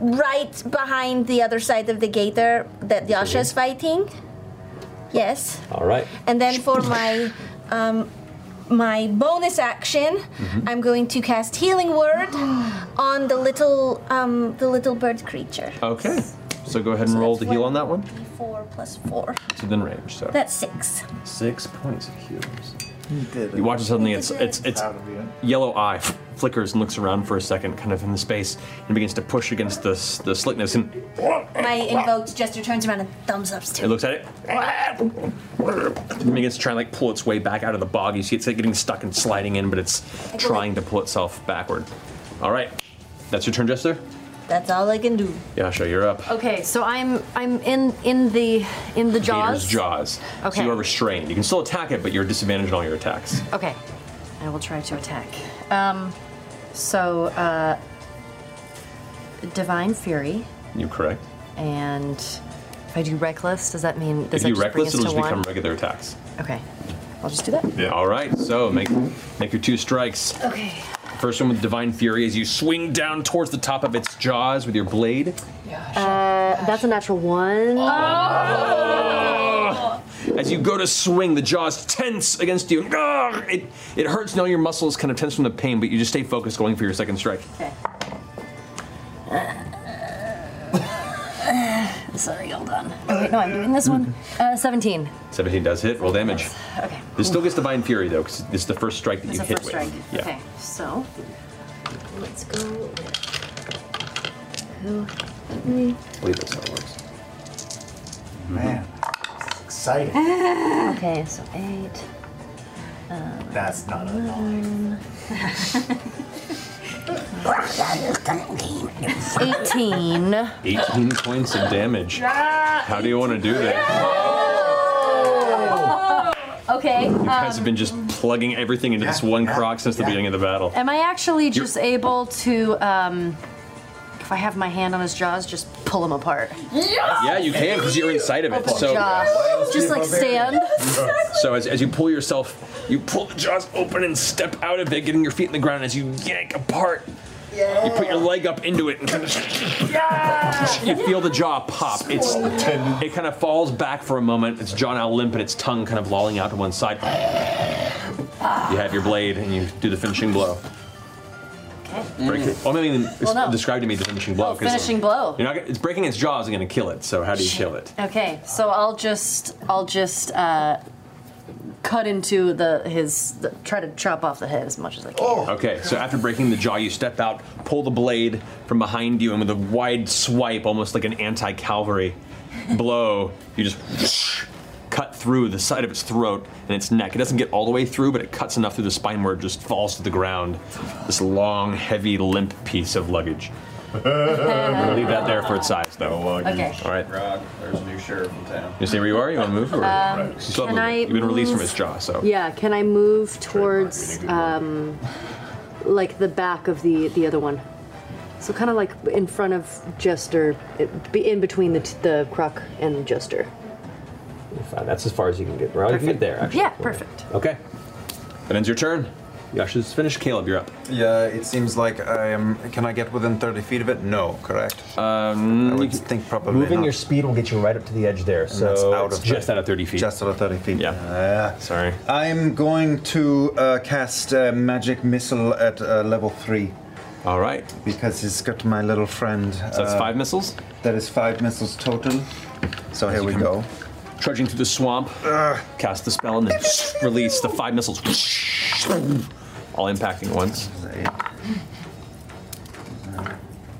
S10: Right behind the other side of the gator that Yasha's fighting. Yes.
S31: All right.
S10: And then for my um, my bonus action,
S2: Mm-hmm.
S10: I'm going to cast Healing
S2: (gasps)
S10: Word on the little um, the little bird creature.
S2: Okay. So go ahead and roll to heal on that one.
S10: Four plus four.
S2: So then range. So
S10: That's six.
S2: six points of heals. You watch it suddenly. It's it's it's yellow eye flickers and looks around for a second, kind of in the space, and begins to push against the s- the slickness. And
S10: My invoked gesture turns around and thumbs ups to
S2: it looks at it. And begins to try and like pull its way back out of the bog. You see it's like getting stuck and sliding in, but it's trying to pull itself backward. All right, that's your turn, Jester.
S10: That's all I can do.
S2: Yasha, you're up.
S8: Okay, so I'm I'm in in the in the
S2: Gator's
S8: jaws.
S2: jaws. So
S8: Okay.
S2: you are restrained. You can still attack it, but you're disadvantaged on all your attacks.
S8: Okay, I will try to attack. Um, so uh, divine fury,
S2: You correct?
S8: and if I do reckless, does that mean does
S2: if you
S8: that just bring
S2: reckless,
S8: us
S2: it'll
S8: to
S2: just
S8: one?
S2: become regular attacks.
S8: okay, I'll just do that.
S2: Yeah. All right. So make make your two strikes.
S8: Okay.
S2: First one with divine fury as you swing down towards the top of its jaws with your blade.
S8: Uh, that's a natural one.
S2: As you go to swing, the jaws tense against you. Grr! It it hurts now. Your muscles kind of tense from the pain, but you just stay focused, going for your second strike.
S8: (sighs) Sorry, hold on. Oh, wait, no, I'm doing
S2: (clears throat)
S8: this one. Uh, 17.
S2: 17 does hit. Roll damage.
S8: Okay.
S2: This still gets divine fury though, because it's the first strike that
S8: That's
S2: you
S8: a
S2: hit
S8: first
S2: with.
S8: strike.
S2: Yeah.
S8: Okay, so let's go with two, three.
S2: I believe that's how it works. Mm-hmm.
S5: Man, exciting.
S6: Ah.
S8: okay, so eight. Um,
S5: That's not a
S8: nine. 18.
S2: 18 points of damage. How do you want to do that?
S8: Okay.
S2: You guys have
S8: Um,
S2: been just plugging everything into this one croc since the beginning of the battle.
S8: am I actually
S2: You're-
S8: just able to, um, if I have my hand on his jaws, just pull him apart?
S2: Yeah, you can because you're inside of it.
S8: Open
S2: So,
S8: jaws. Just like stand.
S2: so as, as you pull yourself, you pull the jaws open and step out of it, getting your feet in the ground. As you yank apart, you put your leg up into it and kind of you feel the jaw pop. It's it kind of falls back for a moment. Its jaw now limp and its tongue kind of lolling out to one side. You have your blade and you do the finishing blow. Okay. Break it. Well, I mean,
S8: Well, no. Oh,
S2: describe to me the finishing blow. 'cause
S8: finishing blow.
S2: You're not. gonna- It's breaking its jaws and going to kill it. So how do you kill it?
S8: Okay, so I'll just, I'll just, uh, cut into the, his, the, try to chop off the head as much as I can.
S2: Okay, so after breaking the jaw, you step out, pull the blade from behind you, and with a wide swipe, almost like an anti cavalry blow, you just whoosh, cut through the side of its throat and its neck. It doesn't get all the way through, but it cuts enough through the spine where it just falls to the ground. This long, heavy, limp piece of luggage. We're gonna (laughs) leave that there for its size, though.
S8: Okay.
S2: All right.
S9: Rock, there's a new sheriff in town.
S2: You see where you are? You want to move? Or?
S8: Um,
S2: You still
S8: can
S2: haven't moved.
S8: I
S2: You've been released from
S8: move-
S2: its jaw, so.
S8: Yeah, can I move towards um, like the back of the the other one? So kind of like in front of Jester, it- be in between the t- the croc and Jester.
S31: Fine, that's as far as you can get. Well, you can get there, actually.
S8: Yeah, perfect.
S31: Okay.
S2: That ends your turn. Yasha's finished. Caleb, you're up.
S7: Yeah, it seems like I am. Can I get within 30 feet of it? No, correct?
S2: Um,
S7: I would think probably
S5: Moving
S7: not.
S5: your speed will get you right up to the edge there.
S7: And that's
S5: So
S7: out
S5: it's
S7: of
S5: just
S7: the-
S5: out of 30 feet.
S7: Just out of 30 feet. Yeah.
S2: Sorry.
S7: I'm going to uh, cast uh, Magic Missile at uh, level 3.
S2: All right.
S7: Because it's got my little friend. So
S2: that's five missiles?
S7: That is five missiles total. So here we go.
S2: Trudging through the swamp, cast the spell, and then release the five missiles, all impacting at once.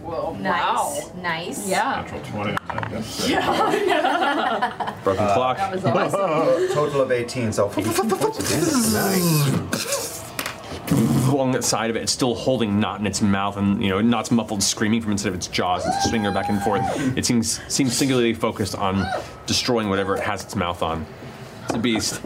S10: Whoa. Nice. Nice. Yeah.
S2: (laughs) Broken clock.
S10: That was awesome.
S7: (laughs) Total of 18,
S2: (laughs)
S7: so 18 points of damage.
S2: along the side of it. It's still holding Knot in its mouth, and you know Knot's muffled screaming from inside of its jaws. It's swinging her back and forth. It seems seems singularly focused on destroying whatever it has its mouth on. It's a beast.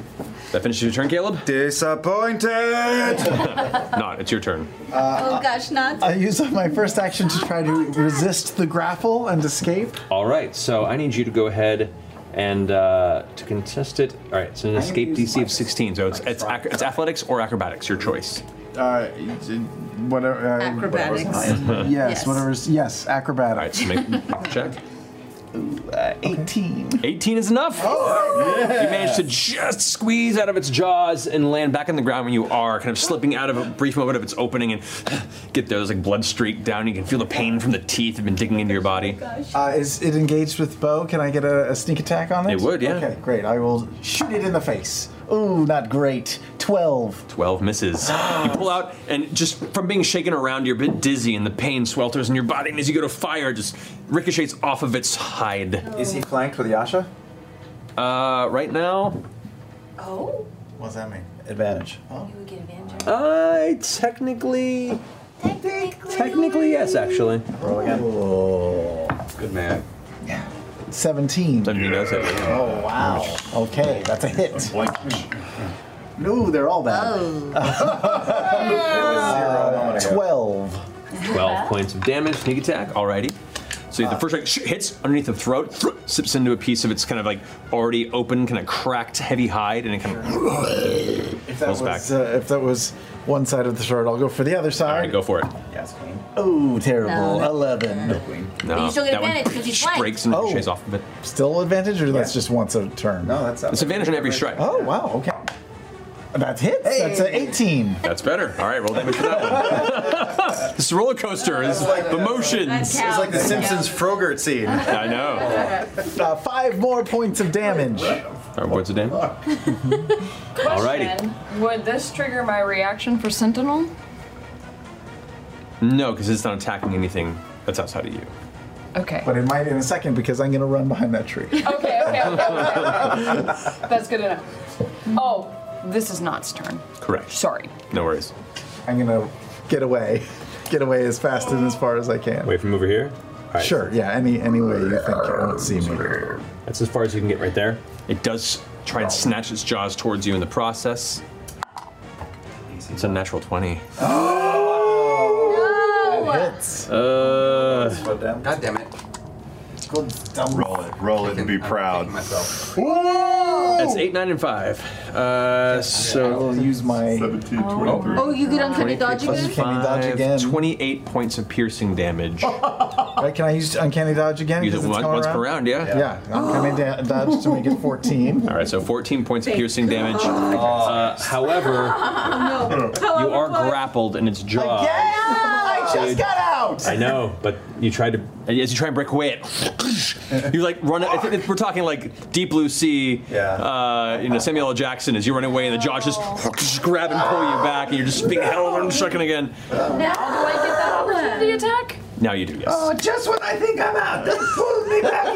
S2: That finishes your turn, Caleb. (laughs)
S7: Disappointed.
S2: Knot, it's your turn.
S10: oh gosh, not.
S3: I use up my first action to try to resist the grapple and escape.
S5: All right, so I need you to go ahead and uh, to contest it. All right, so an escape DC of 16. So it's it's, ac- it's athletics or acrobatics, your choice.
S3: Uh, whatever. Uh,
S5: Acrobatics.
S3: whatever's- yes,
S5: Yes.
S3: whatever's. Yes, acrobatics.
S2: check.
S3: Uh, 18.
S2: 18 is enough. You manage to just squeeze out of its jaws and land back on the ground where you are, kind of slipping out of a brief moment of its opening and (gasps) get there. There's like blood streak down. You can feel the pain from the teeth have been digging into your body.
S3: Uh, is it engaged with bow? Can I get a, a sneak attack on it?
S2: It would, yeah.
S3: Okay, great. I will shoot it in the face. Ooh, not great. 12.
S2: 12 misses. You pull out, and just from being shaken around, you're a bit dizzy, and the pain swelters in your body. And as you go to fire, it just ricochets off of its hide.
S7: Is he flanked with Yasha?
S2: Uh, right now,
S10: Oh.
S3: What does that mean? Advantage. Oh.
S10: You would get advantage.
S5: Uh, technically.
S10: Technically.
S5: Technically, yes, actually.
S3: Roll again.
S32: Good man.
S3: 17.
S2: 17 does hit.
S3: Oh, wow. Okay, that's a hit. No, they're all bad.
S10: Oh.
S3: (laughs) Uh, 12.
S2: 12 points of damage, sneak attack, alrighty. So the first strike sh- hits underneath the throat, sips into a piece of its kind of like already open, kind of cracked, heavy hide, and it kind of
S3: If that,
S2: falls
S3: was,
S2: back.
S3: uh, if that was one side of the throat, I'll go for the other side.
S2: All right, go for it.
S3: Yes, Oh, terrible.
S10: No.
S3: 11.
S2: No,
S10: But you still get
S2: Uh, that one
S10: advantage 'cause he's flanked.
S2: breaks and ricochets off of it.
S3: Oh. Still advantage, or that's just once a turn? No,
S7: that's
S2: It's advantage on every strike.
S3: Oh, wow, okay. That hits. That's an 18.
S2: That's better. All right, roll damage for that one. (laughs) this roller coaster is emotions.
S7: It's like the Simpsons Frogurt scene.
S2: I know.
S3: Uh, five more points of damage.
S2: All right, what's the damage? Alrighty.
S6: Question, Would this trigger my reaction for Sentinel?
S2: No, because it's not attacking anything that's outside of you.
S6: Okay.
S3: But it might in a second because I'm going to run behind that tree.
S6: Okay, okay, okay, okay. (laughs) That's good enough. Oh, this is Not's turn.
S2: Correct.
S6: (laughs) Sorry.
S2: No worries.
S3: I'm going to get away. (laughs) Get away as fast and as far as I can.
S5: Away from over here?
S3: Sure, yeah, any, any way you (laughs) think it won't see me.
S5: That's as far as you can get right there.
S2: It does try and snatch its jaws towards you in the process. It's a natural 20.
S5: Oh. (gasps)
S2: Uh,
S32: God damn it.
S9: Roll it. Roll it and be proud.
S2: That's 8, 9, and 5. Uh, so.
S3: I'll use my.
S9: 17,
S10: Oh, you get
S2: 23
S10: uncanny dodge
S2: plus
S10: again?
S2: five,
S6: (laughs)
S3: dodge again.
S2: 28 points of piercing damage.
S3: Right, can I use Uncanny Dodge again?
S2: Use it
S3: 'Cause it's
S2: one-
S3: going
S2: once
S3: around?
S2: per round, yeah.
S3: Yeah,
S10: Oh.
S3: Uncanny da- Dodge to make it 14.
S2: All right, so 14 points of
S3: Thank
S2: piercing damage.
S10: Oh
S2: Uh,
S10: (laughs)
S2: however,
S6: Oh,
S3: (laughs)
S2: you are grappled in its jaw.
S3: I just got out!
S2: I know, but you tried to. As you try and break away, it (sniffs) you like run. I think we're talking like Deep Blue Sea. Uh, you know Samuel L. Jackson as you run away, and the jaws just, (sniffs) grab and pull you back, and you're just being held and shaken again.
S6: Now do I get that opportunity attack?
S2: Now you do yes.
S3: Oh, just when I think I'm out, they pulled me back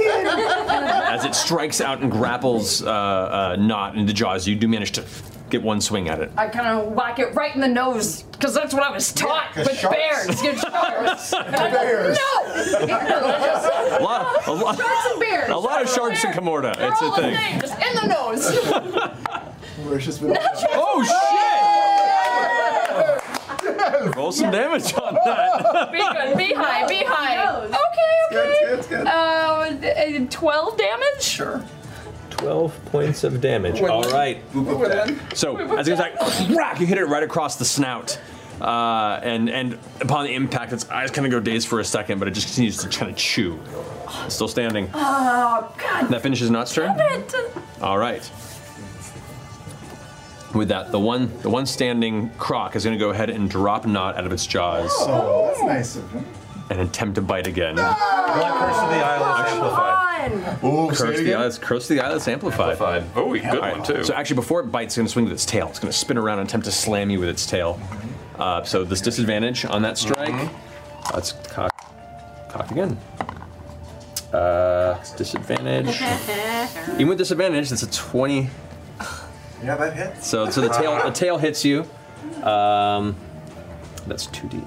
S2: As it strikes out and grapples uh, uh, Knot in the jaws, you do manage to get one swing
S6: (laughs)
S2: at it.
S6: I kind of whack it right in the nose because that's what I was taught with
S2: sharks.
S6: bears. Get sharks. And I'm like,
S2: Bears.
S6: No.
S2: A lot, a lot,
S6: Sharks and bears.
S2: a lot of sharks in Komoda.
S6: They're
S2: It's
S6: all
S2: a
S6: the
S2: thing.
S6: same, Just in the nose.
S3: in! Where's just been.
S2: (laughs) Oh shit! Roll some damage on that.
S6: (laughs) Be good. Be high. Be high. Okay. Okay.
S2: good, it's good.
S6: Uh, d- uh, Twelve damage.
S3: Sure.
S33: 12 points of damage.
S2: Wait,
S33: All
S2: what?
S33: right.
S2: Wait, what? So as it was like, (laughs) crack, you hit it right across the snout. Uh, and and upon the impact, its eyes kind of go dazed for a second, but it just continues to kind of chew. It's Still standing.
S34: Oh,
S2: And that finishes Not's turn.
S34: it!
S2: All right. With that, the one the one standing croc is going to go ahead and drop Knot out of its jaws
S3: Oh, that's nice of him.
S2: and attempt to bite again.
S3: Curse of the Isles
S2: curse,
S3: say it
S2: the
S3: again?
S2: eyes, curse the eyelids amplified. Oh, good one too. So actually, before it bites, it's going to swing with its tail. It's going to spin around and attempt to slam you with its tail. Uh, so this disadvantage on that strike.
S3: Mm-hmm.
S2: Let's cock, cock again. Uh,
S3: (laughs)
S2: disadvantage. Even with disadvantage, it's a twenty.
S3: Yeah, that hits.
S2: So so
S3: (laughs)
S2: the tail the tail hits you. Um, that's two d.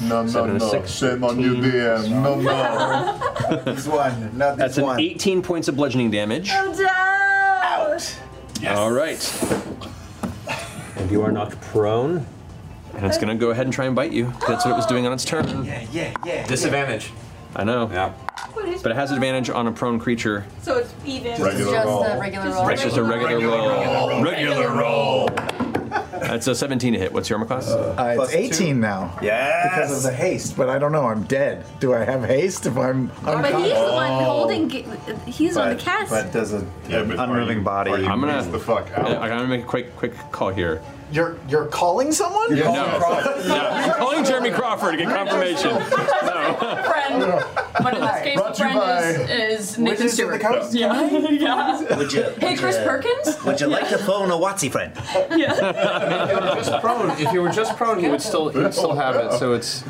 S35: No, no,
S2: Seven and a
S35: no.
S2: six,
S35: Shame on you, DM. No, no.
S2: This one, not That's an 18 points of bludgeoning damage.
S3: Out!
S2: All right. And you are knocked prone. And it's going to go ahead and try and bite you. That's what it was doing on its turn.
S36: Yeah, yeah, yeah.
S2: I know. Yeah. But it has advantage on a prone creature.
S37: So it's even.
S2: Regular It's just roll. a regular roll. It's just a regular roll. Regular
S37: roll.
S2: That's a 17 to hit. What's your armor class?
S3: Uh, it's 18 now. Yeah. Because of the haste, but I don't know. I'm dead. Do I have haste if I'm
S10: But
S3: unconscious?
S10: he's the one holding. g- He's on the cast.
S3: Oh. does a
S2: unmoving body. I'm gonna the fuck out. I'm gonna make a quick, quick call here.
S3: You're you're calling someone?
S2: You're calling (laughs) No. Crawford. No, I'm calling Jeremy Crawford to get confirmation.
S6: friend. But in this case, the
S35: Brought to you
S6: friend
S35: by
S6: is,
S35: Witches
S6: is Nathan
S35: of the
S6: Stewart.
S35: Coast.
S6: Yeah. yeah.
S5: Would you,
S6: Hey,
S5: would
S6: Chris
S5: you-
S6: Perkins?
S5: Would you like to phone a Watsy friend?
S6: Yeah.
S5: If you were just prone,
S36: if you were just prone, he would still he would still have it. So it's.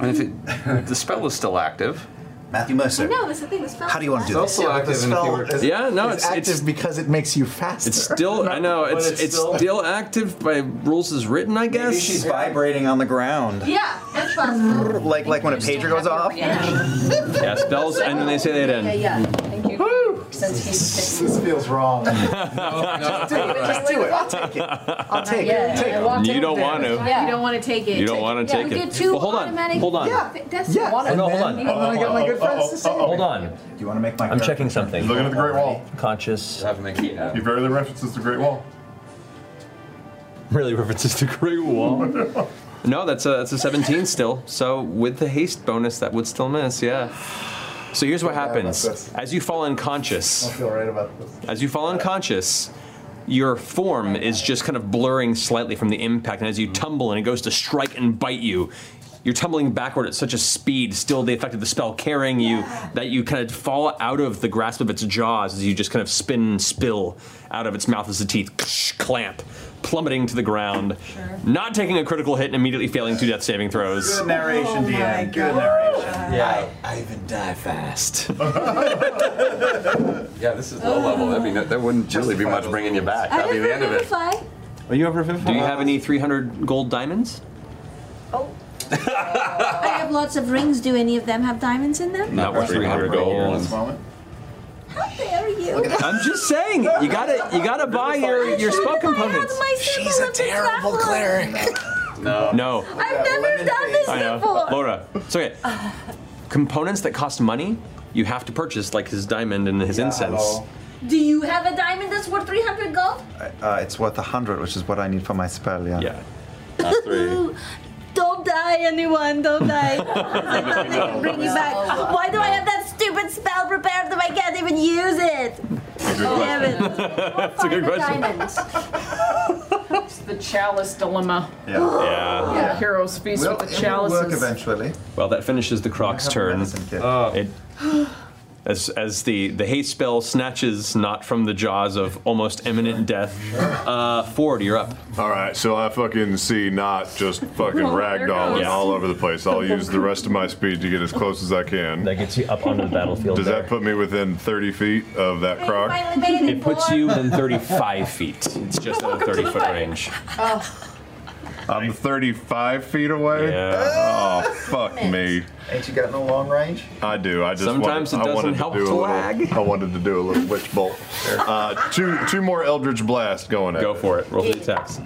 S38: And if it, the spell is still active,
S5: Matthew Mercer.
S10: No, that's the thing. This felt.
S5: do this?
S3: Yeah, but the spell is-
S2: Yeah, no,
S3: is
S2: it's-
S3: active
S2: it's-
S3: because it makes you faster.
S2: It's still, I know,
S3: But
S2: it's
S3: it's
S2: it's,
S3: still-
S2: still, active by rules as written, I guess.
S5: she's
S2: vibrating on the ground.
S10: Yeah, that's possible.
S5: Like like when a pager goes off.
S2: Yeah, spells, and then they say they'd end.
S10: Yeah, yeah. Thank you. Since
S3: (laughs)
S10: he's
S3: This feels
S2: (laughs)
S3: wrong.
S10: just do it. Just do it. I'll take it. I'll
S3: take it, take it.
S2: You don't want to.
S10: Yeah. You don't want to take it.
S2: You don't want to
S10: Yeah,
S2: take
S10: we
S2: it.
S10: did two
S2: Well, hold on,
S10: automatic-
S2: hold on.
S10: Yeah, that's
S3: Yeah.
S10: one.
S2: Oh, no, hold on.
S3: And then I got
S2: (laughs)
S3: my good
S2: Uh,
S3: friends to say.
S33: Hold on. Do
S3: you want to make my?
S33: I'm checking something.
S4: Looking at the Great Wall.
S33: Conscious.
S4: He barely references the Great Wall.
S2: (laughs) Really references the Great Wall.
S4: (laughs)
S2: no, that's a that's a 17 still. So with the haste bonus, that would still miss. Yeah. So here's what happens: as you fall unconscious,
S3: I feel right about this. (gasps)
S2: As you fall unconscious, your form is just kind of blurring slightly from the impact, and as you tumble and it goes to strike and bite you, you're tumbling backward at such a speed, still the effect of the spell carrying you, that you kind of fall out of the grasp of its jaws as you just kind of spin and spill out of its mouth as the teeth clamp, plummeting to the ground, not taking a critical hit and immediately failing two death saving throws.
S5: Good narration,
S3: Oh my
S5: DM. Good
S3: God.
S5: narration.
S2: Yeah.
S5: I, I even die (laughs) fast.
S9: Yeah, this is low level. That'd be no, that wouldn't really be much bringing you back. That'd be the end of it.
S10: Fly.
S2: Are you ever Do you have any 300 gold diamonds?
S10: I have lots of rings. Do any of them have diamonds in them?
S2: Not worth 300 gold.
S10: How dare you?
S2: I'm just saying, you gotta you gotta buy your your spell components.
S10: She's a terrible cleric.
S2: No. No.
S10: (laughs) I've never done this
S2: I know.
S10: before.
S2: Laura. It's okay. Components that cost money, you have to purchase, like his diamond and his incense.
S10: Do you have a diamond that's worth 300 gold?
S7: Uh, it's worth 100, which is what I need for my spell, yeah.
S2: Yeah.
S10: Don't die, anyone. Don't die. I thought they could bring you back. Why do I have that stupid spell prepared that I can't even use it? Damn it.
S2: (laughs) That's a good
S10: Diamonds.
S6: It's the chalice dilemma.
S7: Yeah.
S2: Yeah.
S6: (gasps) Yeah, heroes feast
S7: Well,
S6: with
S7: it
S6: the
S7: will work
S6: chalices.
S7: eventually.
S2: Well, that finishes the croc's turn. It, as as the the haste spell snatches not from the jaws of almost imminent death. Uh, Ford, you're up.
S4: All right, so I fucking see not just
S6: (laughs)
S4: fucking
S6: Oh, there
S4: ragdolling
S6: goes.
S4: all over the
S6: (laughs)
S4: place. I'll use the rest of my speed to get as close as I can. That
S2: gets you up onto the battlefield.
S4: Does that put me within 30 feet of that croc?
S2: It puts you within 35 feet. It's just at a 30 foot range.
S4: I'm 35 feet away.
S2: Yeah.
S4: Oh fuck me.
S3: Ain't you got no long range?
S4: I do. I just
S2: Sometimes
S4: wanted,
S2: it
S4: I wanted
S2: doesn't help
S4: to, do
S2: to
S4: a little,
S2: lag.
S4: I wanted to do a little witch bolt. Uh, two two more Eldritch Blast going at
S2: Go for it. Roll three attacks.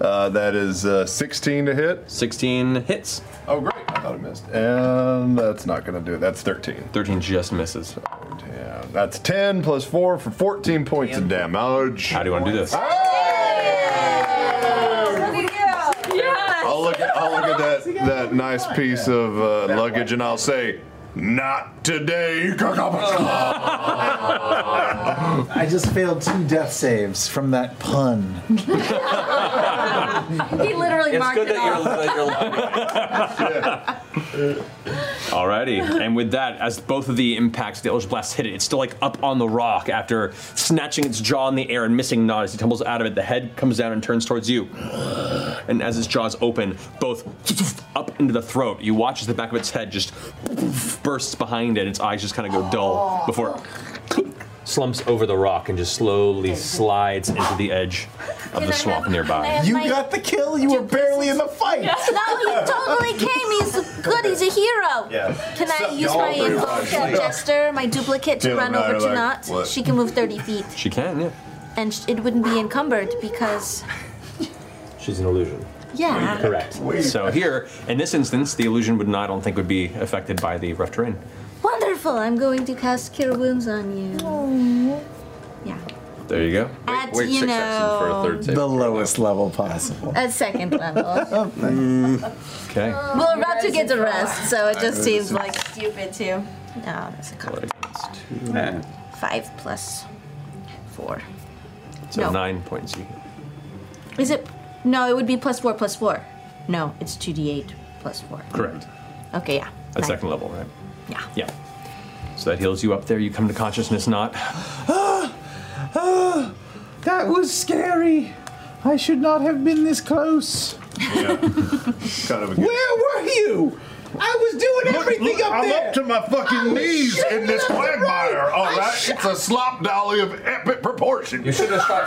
S4: Uh, that is uh, 16 to hit.
S2: 16 hits.
S4: Oh great! I Not a missed. And that's not going to do it. That's 13.
S2: 13 just misses.
S4: Damn. That's 10 plus 4 for 14 points of damage. Ah! How
S2: do you want to do this? Oh.
S4: I'll look at, I'll look at that, that nice piece of uh, luggage and I'll say, Not today.
S3: I just failed two death saves from that pun.
S5: he literally
S2: It's
S5: marked
S2: good
S5: it
S2: that you're-
S5: off.
S2: Alrighty, and with that, as both of the impacts, the Eldritch Blast hit it, it's still like up on the rock after snatching its jaw in the air and missing Nod as he tumbles out of it. The head comes down and turns towards you. And as its jaws open, both up into the throat, you watch as the back of its head just bursts behind it, its eyes just kind of go dull before it slumps over the rock and just slowly slides into the edge of the swamp nearby.
S3: You got the kill. You were barely in the fight.
S10: No, he
S2: (laughs)
S10: totally came. He's good. He's a hero.
S4: Yeah.
S10: Can I
S4: So-
S10: use
S4: y'all
S10: my
S4: pretty
S10: invoke
S4: much,
S10: uh,
S4: like-
S10: jester, my duplicate, to
S4: Taylor
S10: run
S4: and I
S10: over
S4: are
S10: to
S4: like,
S10: Nott?
S4: what?
S10: She can move 30 feet,
S2: She can, yeah.
S10: and sh- it wouldn't be encumbered because,
S2: She's an illusion.
S10: yeah.
S2: Correct. So here, in this instance, the illusion would not, I don't think, would be affected by the rough terrain.
S10: Wonderful. I'm going to cast Cure Wounds on you.
S2: There you go.
S10: At, you know, Uh,
S3: The lowest level possible.
S10: at second level.
S2: Mm. Okay.
S10: well, Raptor gets a rest, so it just
S3: I-
S10: seems like stupid too. No, that's a con. Five plus four.
S2: So
S10: No.
S2: nine points. You
S10: Is it? No, it would be plus four plus four. No, it's two d8 plus four.
S2: Correct.
S10: Okay, yeah.
S2: At second level, right?
S10: Yeah.
S2: Yeah. So that heals you up there. You come to consciousness, not.
S3: Ah, (gasps) that was scary. I should not have been this close.
S4: kind of a
S3: Where were you? I was doing everything up
S4: I'm
S3: there.
S4: up to my fucking knees in this quagmire, all right? It's a slop dolly of epic proportion. You should have shot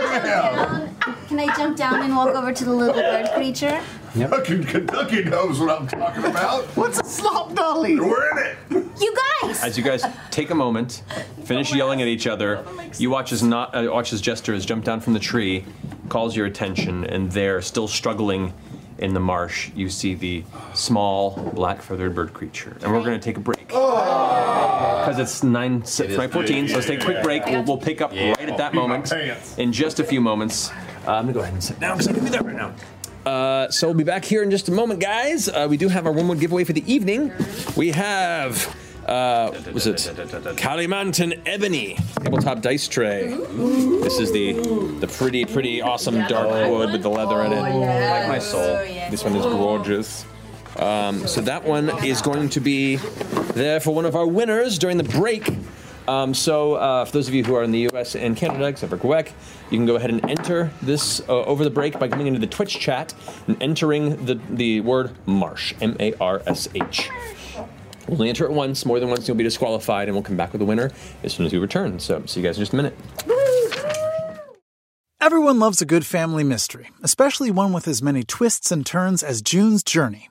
S10: Can I jump down and walk over to the little bird creature?
S4: Fucking Kentucky knows what I'm talking about.
S3: What's a slop dolly?
S4: We're in it.
S10: You guys!
S2: As you
S10: (laughs)
S2: guys (laughs) take a moment, finish yelling at each other, you watch as not uh, watch as Jester has jumped down from the tree, calls your attention, and there, still struggling in the marsh, you see the small black feathered bird creature. And we're going to take a break because it's nine si-
S20: Oh. is
S2: nine fourteen. So let's take a quick break. We'll, we'll pick up
S20: Yeah.
S2: right at that
S20: Pee my
S2: moment
S20: pants.
S2: in just a few moments. Uh, I'm gonna go ahead and sit down. I'm gonna do that right now. Uh, so we'll be back here in just a moment, guys. Uh, we do have our one word giveaway for the evening. We have. Uh, was it Calimantan Ebony tabletop dice tray? This is the the pretty, pretty awesome dark wood with the leather in it. Like my soul. This one is gorgeous. Um, so that one is going to be there for one of our winners during the break. Um, so uh, for those of you who are in the U.S. and Canada, except for Quebec, you can go ahead and enter this uh, over the break by coming into the Twitch chat and entering the the word marsh, M-A-R-S-H. Only enter it once. More than once, you'll be disqualified, and we'll come back with a winner as soon as we return. So see you guys in just a minute.
S3: Everyone loves a good family mystery, especially one with as many twists and turns as June's Journey.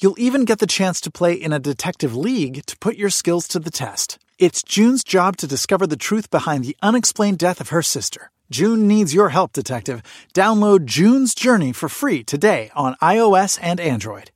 S3: You'll even get the chance to play in a detective league to put your skills to the test. It's June's job to discover the truth behind the unexplained death of her sister. June needs your help, detective. Download June's Journey for free today on iOS and Android.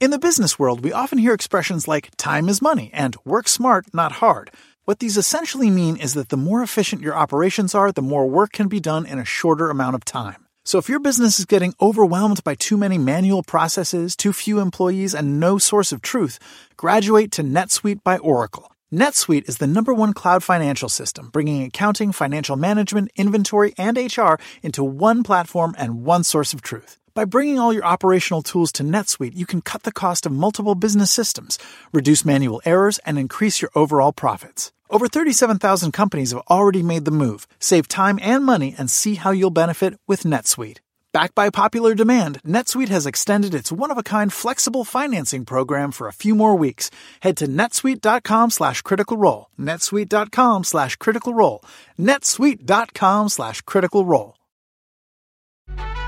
S3: In the business world, we often hear expressions like time is money and work smart, not hard. What these essentially mean is that the more efficient your operations are, the more work can be done in a shorter amount of time. So if your business is getting overwhelmed by too many manual processes, too few employees, and no source of truth, graduate to NetSuite by Oracle. NetSuite is the number one cloud financial system, bringing accounting, financial management, inventory, and HR into one platform and one source of truth. By bringing all your operational tools to NetSuite, you can cut the cost of multiple business systems, reduce manual errors, and increase your overall profits. Over 37,000 companies have already made the move. Save time and money and see how you'll benefit with NetSuite. Backed by popular demand, NetSuite has extended its one-of-a-kind flexible financing program for a few more weeks. Head to netsuite.com slash critical role. netsuite.com slash critical role. netsuite.com slash critical role.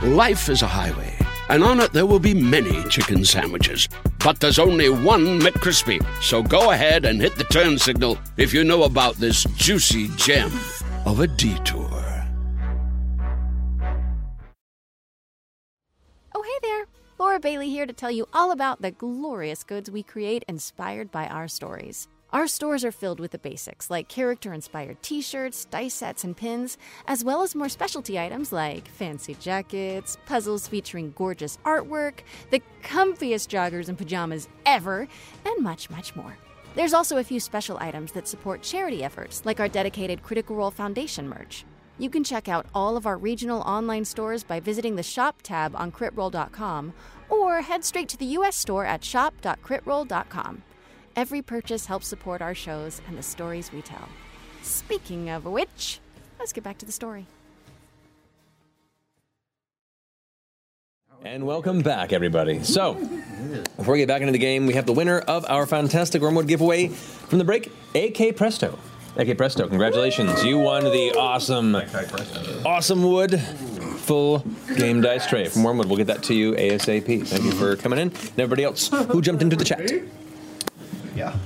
S12: Life is a highway, and on it there will be many chicken sandwiches. But there's only one McCrispy. So go ahead and hit the turn signal if you know about this juicy gem of a detour.
S10: Oh, hey there! Laura Bailey here to tell you all about the glorious goods we create inspired by our stories. Our stores are filled with the basics like character inspired t shirts, dice sets, and pins, as well as more specialty items like fancy jackets, puzzles featuring gorgeous artwork, the comfiest joggers and pajamas ever, and much, much more. There's also a few special items that support charity efforts, like our dedicated Critical Role Foundation merch. You can check out all of our regional online stores by visiting the Shop tab on critroll.com or head straight to the US store at shop.critroll.com. Every purchase helps support our shows and the stories we tell. Speaking of which, let's get back to the story.
S2: And welcome back, everybody. So, before we get back into the game, we have the winner of our fantastic Wormwood giveaway from the break, AK Presto. AK Presto, congratulations. You won the awesome, awesome wood full game dice tray from Wormwood. We'll get that to you ASAP. Thank you for coming in. And everybody else who jumped into the chat.
S3: Yeah.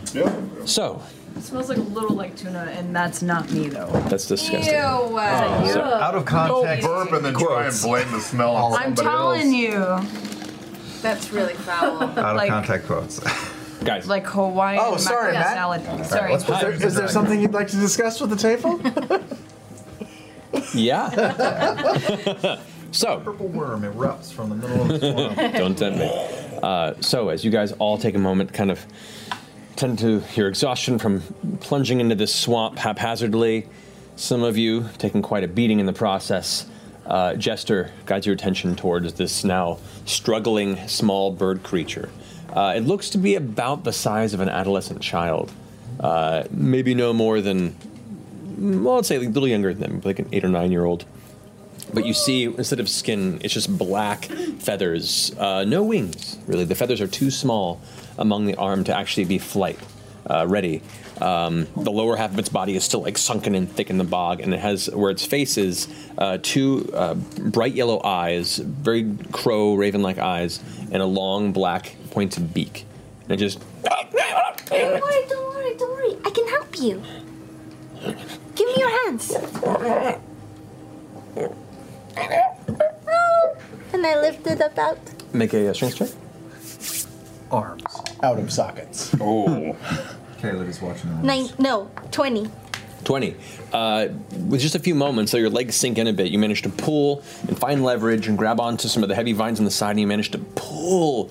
S2: So,
S6: It smells like a little like tuna, and that's not me though.
S2: that's disgusting.
S6: Ew.
S2: So-
S4: Oh, out
S6: of
S4: context. Don't burp and then try and blame the smell on
S6: I'm
S4: somebody
S6: telling
S4: else.
S6: you,
S39: That's really foul.
S7: Out of
S6: like
S7: contact (laughs) quotes.
S2: Guys.
S6: Like Hawaiian
S3: Oh, sorry,
S6: macaroni
S3: Matt.
S6: salad.
S3: Sorry. Is there- is there something you'd like to discuss with the table?
S2: Yeah. so.
S7: Purple worm erupts from the middle of the
S2: (laughs) Don't tempt me. Uh, so, as you guys all take a moment, kind of tend to your exhaustion from plunging into this swamp haphazardly, some of you taking quite a beating in the process. Uh, Jester guides your attention towards this now struggling small bird creature. Uh, it looks to be about the size of an adolescent child, uh, maybe no more than, well, I'd say a little younger than them, like an eight or nine year old. But you see, instead of skin, it's just black feathers. Uh, no wings, really. The feathers are too small among the arm to actually be flight uh, ready. Um, the lower half of its body is still like sunken and thick in the bog, and it has where its face is uh, two uh, bright yellow eyes, very crow raven like eyes, and a long black pointed beak. And it just (laughs)
S8: Don't worry, don't worry, don't worry. I can help you. Give me your hands. And I lift it up out.
S2: make a uh, strength check.
S3: Arms (laughs) out of sockets.
S2: Oh.
S7: Caleb is watching.
S8: Nine, no, 20.
S2: 20. Uh, with just a few moments, so your legs sink in a bit, you manage to pull and find leverage and grab onto some of the heavy vines on the side, and you manage to pull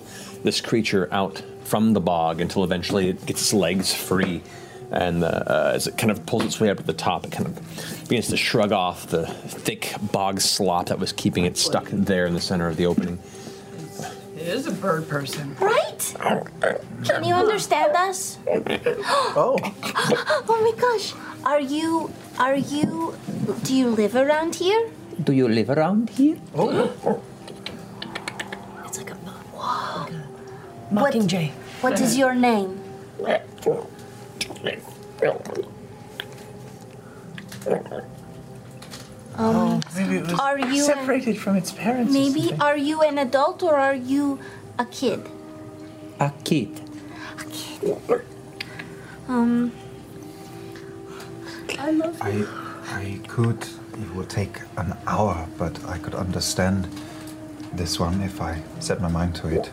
S2: this creature out from the bog until eventually it gets its legs free. And uh, uh, as it kind of pulls its way up to the top, it kind of begins to shrug off the thick bog slop that was keeping it stuck there in the center of the opening.
S6: It is a bird person.
S8: Right? Can you understand us?
S3: oh.
S8: oh my gosh. Are you, are you, do you live around here?
S2: Do you live around here?
S8: Wow. Mockingjay. What is your name? Um,
S3: Maybe it was
S8: are you
S3: separated from its parents. or
S8: Maybe
S3: something.
S8: are you an adult or are you a kid?
S2: A kid.
S8: Um. I love
S7: I, I could. It will take an hour, but I could understand this one if I set my mind to it.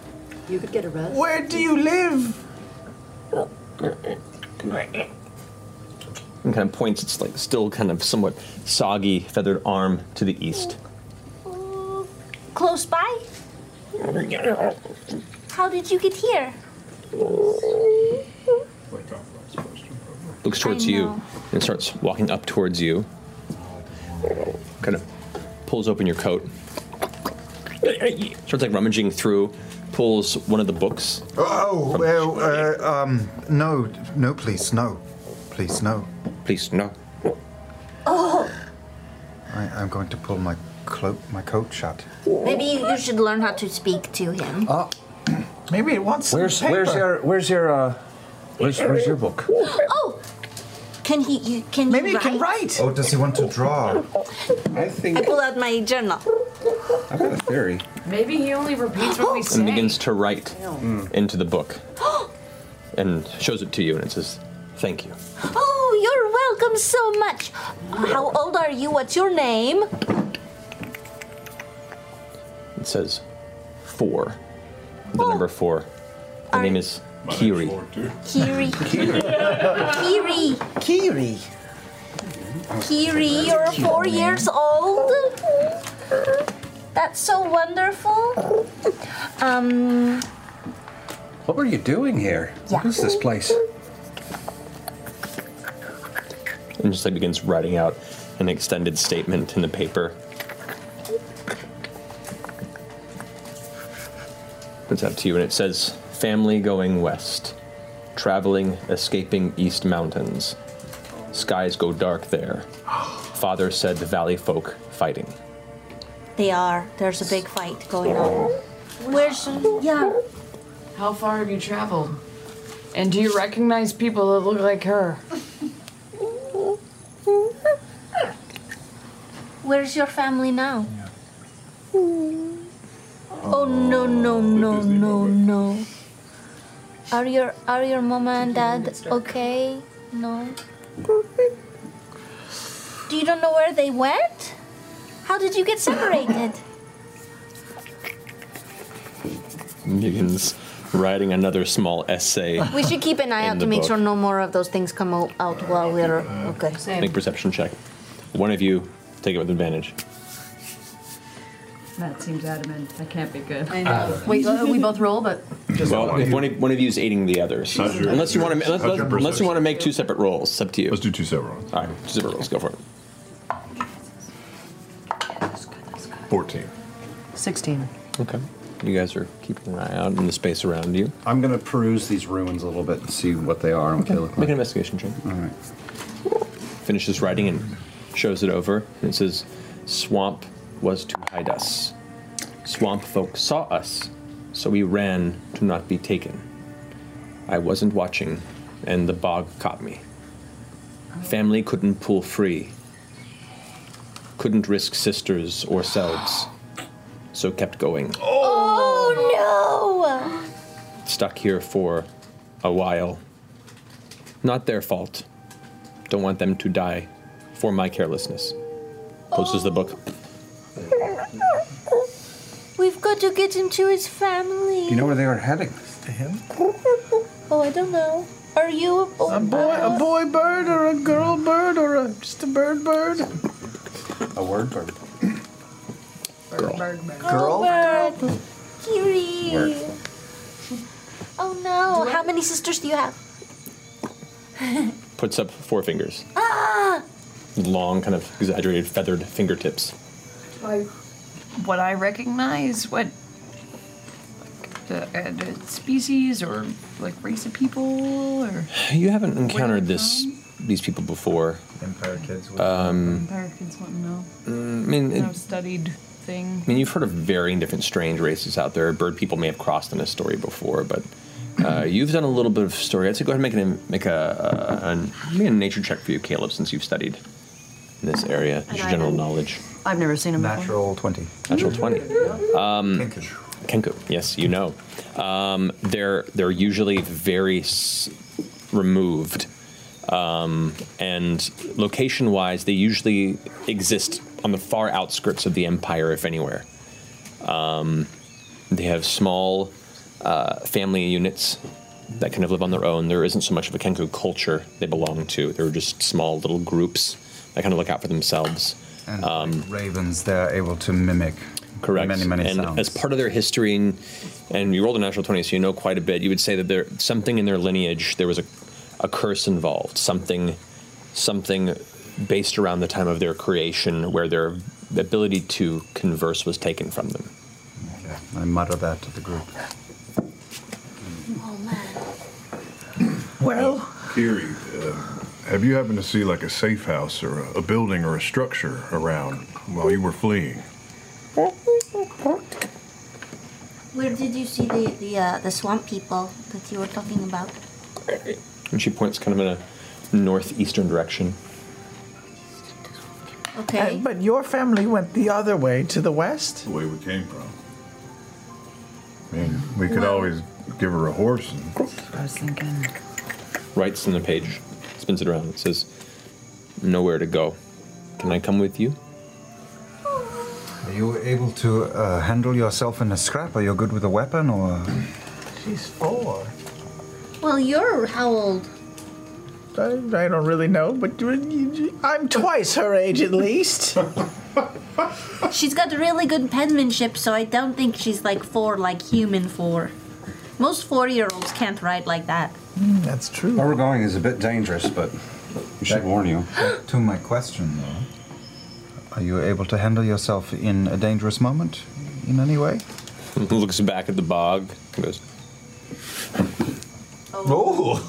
S3: You could get a rest. Where do you live?
S2: and kind of points its like still kind of somewhat soggy feathered arm to the east.
S8: Close by? How did you get here?
S2: Looks towards you and starts walking up towards you. Kind of pulls open your coat. Starts like rummaging through, pulls one of the books.
S7: Oh well, uh, um, no, no, please, no, please, no,
S2: please, no.
S8: Oh,
S7: I, I'm going to pull my cloak, my coat shut.
S10: Maybe you, you should learn how to speak to him.
S7: Oh,
S3: Uh, (clears throat) maybe it wants some
S7: Where's-
S3: paper.
S7: where's
S3: your where's your uh,
S7: where's- where's your
S3: book?
S10: Oh, can he? You, can
S3: Maybe
S10: he
S3: he
S10: write?
S3: can write.
S7: Oh, does he want to draw?
S40: I think
S10: I pull out my journal.
S40: I've got a theory.
S6: Maybe he only
S10: (gasps)
S6: repeats what we
S2: and
S6: say.
S2: begins to write into the book and shows it to you and it says, "Thank you."
S10: Oh, you're welcome so much. How old are you? What's your name?
S2: It says four, the number four. The name is Kiri.
S10: Kiri. Kiri.
S3: Kiri.
S10: Kiri, you're four years old. That's so wonderful. Um,
S9: What were you doing here? What is this place?
S2: and just like begins writing out an extended statement in the paper. It's up to you, and it says Family going west, traveling, escaping east mountains. Skies go dark there. Father said the valley folk fighting.
S10: they are. There's a big fight going on. Where's yeah?
S6: How far have you traveled? And do you recognize people that look like her?
S10: Where's your family now? Oh no no no
S5: Oh,
S10: no no. Are your are your mama and dad okay? No. Do you don't know where they went? How did you
S2: (laughs)
S10: get separated?
S2: And begins writing another small essay.
S10: We should keep an eye
S2: in
S10: out
S2: the
S10: to make
S2: book.
S10: sure no more of those things come o- out while we're okay.
S2: Make perception check. One of you take it with advantage.
S8: That seems adamant. That can't be good.
S2: know. Uh,
S8: Wait, uh, we both roll, but
S2: well, if one of, one of you is aiding the other, so-
S4: How's your-
S2: unless you want to, unless,
S4: how's your
S2: unless you want to make two separate rolls, it's up to you. Let's do two separate rolls. All right, two separate rolls. Go for it.
S4: Fourteen.
S8: 16.
S2: Okay. You guys are keeping an eye out in the space around you.
S9: I'm gonna peruse these ruins a little bit and see what they are and what they look like.
S2: Make an investigation check. All right. Finishes writing and shows it over. And it says, "Swamp was to hide us. Swamp folk saw us, so we ran to not be taken. I wasn't watching, and the bog caught me. Family couldn't pull free. Couldn't risk sisters or selves, so kept going.
S10: Oh
S2: stuck here for a while. Not their fault. Don't want them to die for my carelessness. Closes the book.
S10: no! We've got to get into his
S9: (laughs)
S10: family.
S9: Do you know where they are heading?
S3: To him?
S10: Oh, I don't know. Are you a boy?
S3: A boy, a boy bird, or a girl bird, or a, just a bird bird?
S9: A word bird.
S3: Girl.
S10: Girl bird. Kiri.
S9: Word.
S10: Oh no! How many sisters do you have?
S2: Puts up four fingers.
S10: ah!
S2: Long, kind of exaggerated, feathered fingertips.
S6: What I recognize, what like, the, uh, the species or like race of people or
S2: You haven't encountered this these people before. Empire kids. Um,
S8: Americans wouldn't know.
S2: mm, I mean,
S8: No
S2: it,
S8: studied thing. (laughs)
S2: I mean, you've heard of varying different strange races out there. Bird people may have crossed in a story before, but uh, you've done a little bit of story. I'd say go ahead and make an make a, a, an- maybe a nature check for you, Caleb, since you've studied in this area. Just your general knowledge.
S8: I've never seen him before.
S2: Natural twenty. Natural twenty. Um, Kenku. Yes, you know. Um, they're they're usually very s- removed, um, and location-wise, they usually exist on the far outskirts of the empire, if anywhere. Um, they have small uh, family units that kind of live on their own. There isn't so much of a Kenku culture they belong to. They're just small little groups that kind of look out for themselves. Um,
S7: And like ravens, they're able to mimic
S2: Correct.
S7: many, many
S2: and
S7: sounds.
S2: as part of their history, and, and you rolled a natural 20, so you know quite a bit, you would say that there something in their lineage, there was a, a curse involved, something, something based around the time of their creation where their ability to converse was taken from them.
S7: I mutter that to the group.
S3: Well,
S4: Kiri, uh, have you happened to see like a safe house or a, a building or a structure around while you were fleeing?
S10: Where did you see the the uh, the swamp people that you were talking about?
S2: And she points kind of in a northeastern direction.
S10: Okay.
S3: but your family went the other way to the west?
S41: The way we came from. I mean, we could always give her a horse. And...
S8: I was thinking.
S2: Writes on the page, spins it around. It says, "Nowhere to go. Can I come with you?" (laughs)
S7: Are you able to uh, handle yourself in a scrap? Are you good with a weapon or?
S3: She's four.
S10: Well, you're how old?
S3: I, I don't really know, but you- you- you- I'm twice her age at least.
S10: She's got really good penmanship, so I don't think she's like four, like human four. Most four-year-olds can't write like that.
S7: Mm,
S3: that's true.
S9: Where we're going is a bit dangerous, but we should warn you.
S7: (gasps) to my question, though, are you able to handle yourself in a dangerous moment in any way?
S2: Looks back at the bog. and Goes.
S7: Oh,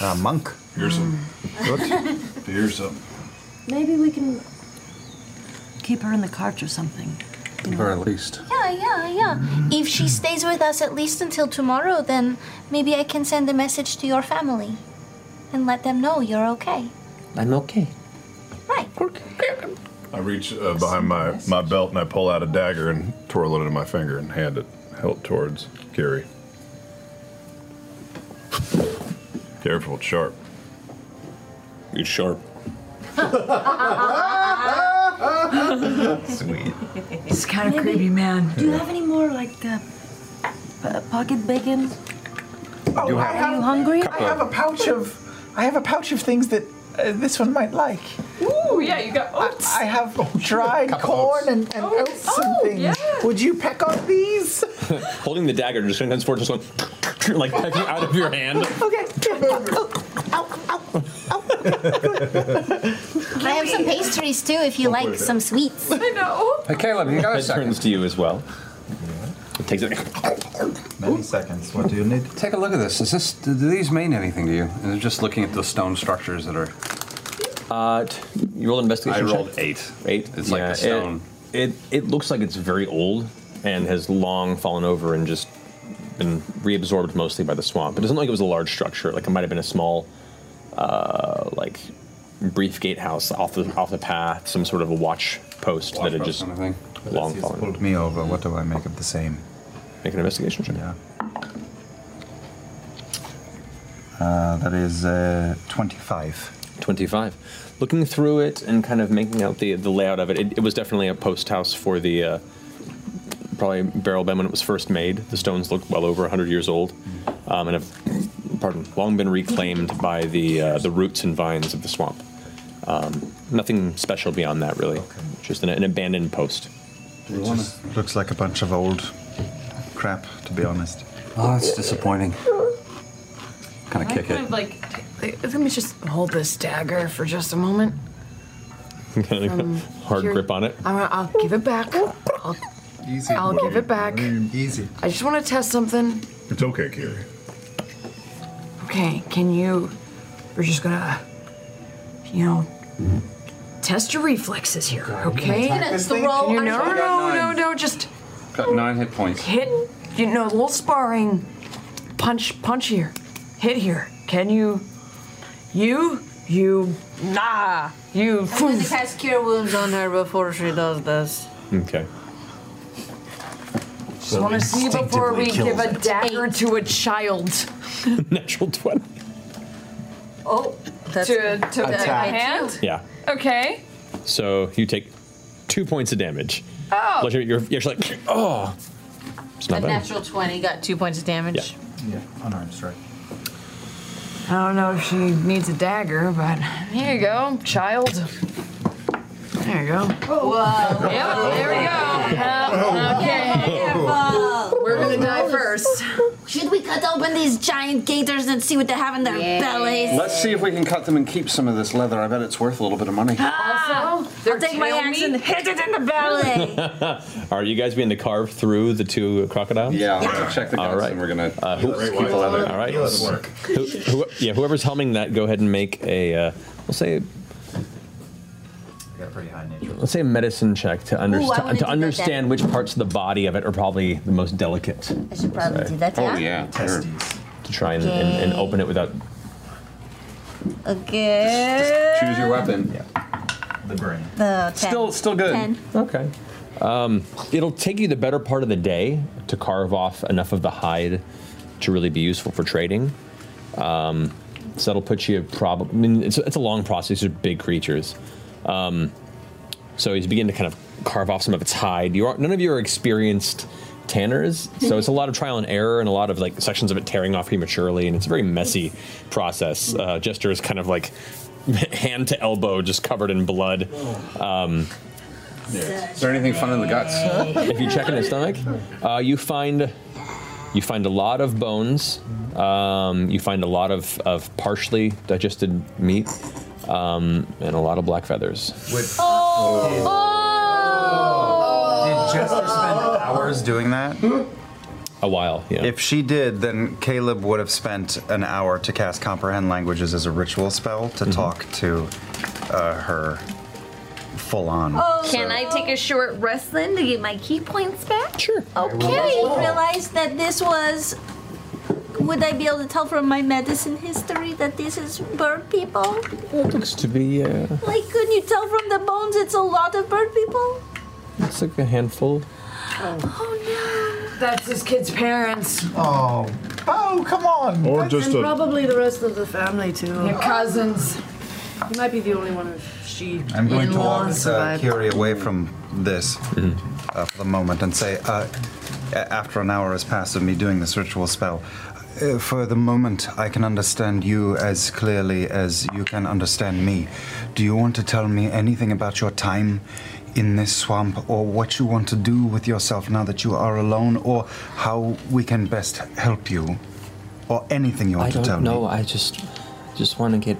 S7: a monk.
S4: Fearsome.
S8: (laughs)
S7: Good.
S4: Fearsome.
S42: Maybe we can
S8: Keep her in the cart or something.
S9: Or at least.
S10: Yeah, yeah, yeah. If she stays with us at least until tomorrow, then maybe I can send a message to your family and let them know you're okay.
S9: I'm okay.
S4: I reach uh, behind my, my belt and I pull out a dagger and twirl it in my finger and hand it held towards Gary. Careful, it's sharp.
S2: It's sharp.
S3: Uh-huh.
S8: Sweet. It's kind of creepy, man. Do you have any more like uh, p- pocket bacon?
S3: Oh,
S8: You
S3: I
S8: have-
S3: have,
S8: Are you hungry?
S3: I have a pouch of, I have a pouch of things that uh, this one might like.
S6: Ooh, yeah, you got oats.
S3: I have dried corn and,
S8: Oh,
S3: and oats and things. Would you peck on these?
S2: Holding the dagger, just kind of comes forward, just going (laughs) like pecking out of your hand.
S6: (laughs)
S3: Okay.
S10: I have some pastries too if you like some sweets. I
S6: know.
S2: Hey, Caleb,
S9: you got a
S2: it
S9: second.
S2: turns to you as well. It takes it.
S9: Many seconds. What do you need? Take a look at this. Is this? Do these mean anything to you? And they're just looking at the stone structures that are.
S2: Uh, t- you rolled investigation.
S9: I rolled
S2: eight. Eight.
S9: It's like the
S2: it-
S9: stone.
S2: It, it looks like it's very old and has long fallen over and just been reabsorbed mostly by the swamp. It doesn't look like it was a large structure. Like it might have been a small, uh, like brief gatehouse off the off the path, some sort of a watch post that had
S7: post
S2: just
S7: kind of thing.
S2: long
S7: He's
S2: fallen.
S7: pulled me over. What do I make of the same?
S2: Make an investigation check.
S7: Yeah. Uh, that is uh, 25.
S2: 25. Looking through it and kind of making out the, the layout of it, it, it was definitely a post house for the uh, probably barrel bend when it was first made. The stones look well over 100 years old um, and have, pardon, long been reclaimed by the, uh, the roots and vines of the swamp. Um, nothing special beyond that, really. Just an, an abandoned post. (laughs)
S7: It just looks like a bunch of old crap, to be honest.
S9: Oh, that's disappointing. Kind
S6: I kind of like, t- let me just hold this dagger for just a moment. Um,
S2: Hard
S6: here-
S2: grip on it.
S6: I'm gonna, I'll give it back. I'll,
S7: Easy.
S6: I'll give it back.
S7: Easy.
S6: I just want to test something.
S4: It's okay, Gary.
S6: Okay, can you? We're just gonna, you know, test your reflexes here, okay?
S9: attack this thing?
S6: Can you-
S9: I'm
S6: no,
S9: sure.
S6: no, no,
S9: Nine.
S6: no, just
S9: Got nine hit points.
S6: hit. You know, a little sparring. Punch, punch here. Hit here. Can you? You, you, nah, you.
S8: I'm going to cast Cure Wounds on her before she does this.
S2: Okay.
S6: Just want to see before we give a dagger to a child.
S20: (laughs)
S2: Natural 20.
S6: Oh, that's to, to the
S2: Attack.
S6: hand.
S2: Yeah.
S6: Okay.
S2: So you take two points of damage.
S8: Oh.
S2: Plus You're, you're, you're just like, oh. It's not
S8: a
S2: bad. (laughs)
S8: natural 20 got two points of damage.
S7: Yeah, unarmed strike.
S6: I don't know if she needs a dagger, but here you go, child. There you go.
S8: Whoa.
S6: Yep, there we go.
S8: Yeah,
S6: okay. Uh, We're gonna die first.
S10: Should we cut open these giant gators and see what they have in their bellies?
S9: Let's see if we can cut them and keep some of this leather. I bet it's worth a little bit of money.
S10: Also, Ah, I'll take my axe and hit it in the belly.
S2: Are you guys being to carve through the two crocodiles?
S9: Yeah, we're gonna check the guts and we're gonna
S2: uh, who,
S9: keep the leather.
S2: All right.
S9: Let it work.
S2: Who, who, yeah, whoever's helming that, go ahead and make a. Uh, we'll say.
S20: got pretty high nature.
S2: Let's say a medicine check to
S20: I wanna
S2: understand
S20: do
S2: to
S20: that
S2: understand
S20: then.
S2: which parts of the body of it are probably the most delicate.
S20: I should probably
S2: Say.
S20: do that, Oh, yeah. yeah,
S2: Or To try and, and, and
S20: Okay.
S2: open it without
S43: Okay.
S2: choose your weapon. Yeah.
S20: The brain.
S43: The ten.
S2: Still- still good.
S43: Ten.
S2: Okay. Um, it'll take you the better part of the day to carve off enough of the hide to really be useful for trading. Um, so that'll put you probably. I mean, it's, it's a long process. These are big creatures. Um, so he's beginning to kind of carve off some of its hide. You are none of you are experienced tanners, so it's a lot of trial and error and a lot of like sections of it tearing off prematurely, and it's a very messy process. Uh, Jester is kind of like (laughs) hand to elbow, just covered in blood. Um,
S9: Is there anything fun in the guts?
S2: if you check in his stomach, uh, you find you find a lot of bones. Um, you find a lot of, of partially digested meat, um, and a lot of black feathers.
S3: Oh.
S10: Oh.
S7: Did Jester spend hours doing that?
S2: A while, yeah.
S7: If she did, then Caleb would have spent an hour to cast Comprehend Languages as a ritual spell
S2: Mm-hmm.
S7: to talk to uh, her full on.
S10: Oh,
S4: Oh.
S43: Can I take a short rest then to get my key points back?
S2: Sure.
S43: Okay.
S10: Well,
S43: I realized that this was. Would I be able to tell from my medicine history that this is bird people?
S2: It looks to be uh,
S43: Like, couldn't you tell from the bones it's a lot of bird people?
S2: it's like a handful.
S43: (gasps)
S6: That's this kid's parents.
S3: Oh. Oh, come on.
S44: Or
S5: and probably the rest of the family too.
S6: Your cousins.
S5: You might be the only one who she
S7: I'm going to walk
S5: in-laws
S7: uh,
S5: survived.
S7: Kiri away from this uh, for the moment and say, uh, a- after an hour has passed of me doing this ritual spell, uh, for the moment I can understand you as clearly as you can understand me. Do you want to tell me anything about your time in this swamp or what you want to do with yourself now that you are alone or how we can best help you? Or anything you want
S2: I
S7: to tell
S2: don't know.
S7: me?
S2: I just just want to get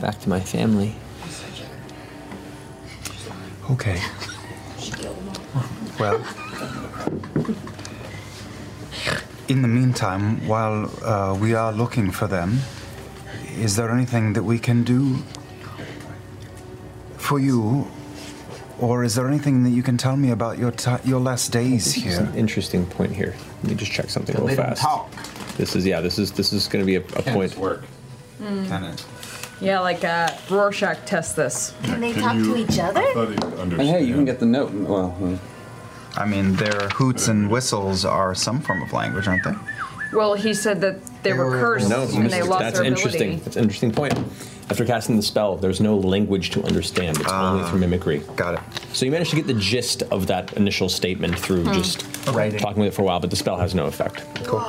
S2: back to my family.
S7: Okay. Well, in the meantime, while uh, we are looking for them, is there anything that we can do for you? Or is there anything that you can tell me about your ti your last days
S2: There's
S7: here?
S2: an interesting point here. Let me just check something
S7: They
S2: real
S7: don't
S2: fast.
S7: talk.
S2: This is yeah. This is this is going to be a, a point. Work. Hmm.
S6: Yeah, like uh, Rorschach test this.
S10: Can they talk to each other?
S7: And hey, you can get the note. Well, hmm. I mean, their hoots and whistles are some form of language, aren't they?
S6: Well, he said that they were cursed
S2: No,
S6: and they lost
S2: that's
S6: their
S2: interesting.
S6: ability.
S2: That's an interesting point. After casting the spell, there's no language to understand. It's only through mimicry.
S7: Ah. Got it.
S2: So you managed to get the gist of that initial statement through
S6: Hmm.
S2: just talking with it for a while, but the spell has no effect. Cool.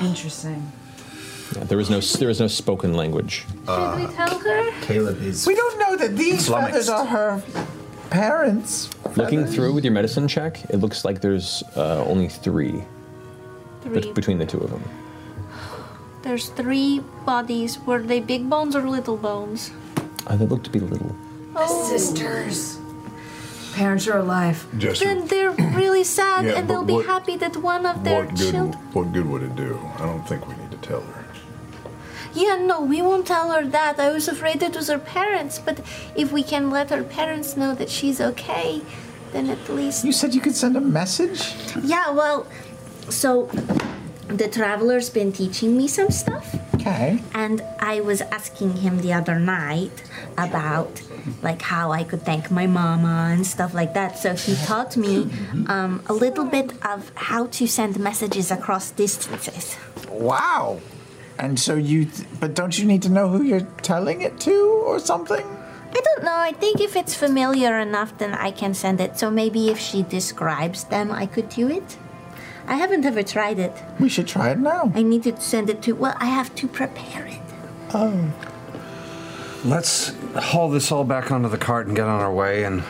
S6: Interesting.
S2: Yeah, there is no there is no spoken language.
S43: Should we tell her?
S7: Ah, Caleb is
S3: We don't know that these
S2: Flummoxed.
S3: feathers are her parents.
S2: Looking through with your medicine check, it looks like there's uh, only three, bet-
S10: Three.
S2: between the two of them.
S10: There's three bodies. Were they big bones or little bones?
S2: Uh, they look to be little.
S10: Sisters.
S5: Parents are alive.
S10: Then they're really sad,
S4: Yeah,
S10: and
S4: but
S10: they'll be
S4: what-
S10: happy that one of their
S4: What good,
S10: children.
S4: what good would it do? I don't think we need to tell her.
S10: Yeah, no, we won't tell her that. I was afraid it was her parents, but if we can let her parents know that she's okay, then at least.
S3: You said you could send a message?
S10: Yeah, well, so the traveler's been teaching me some stuff.
S3: Okay.
S10: And I was asking him the other night about like how I could thank my mama and stuff like that. So he taught me um, a little bit of how to send messages across distances.
S3: Wow. And so you, but don't you need to know who you're telling it to or something?
S10: I don't know. I think if it's familiar enough, then I can send it. So maybe if she describes them, I could do it. I haven't ever tried it.
S3: We should try it now.
S10: I need to send it to. Well, I have to prepare it.
S3: Oh.
S9: Let's haul this all back onto the cart and get on our way and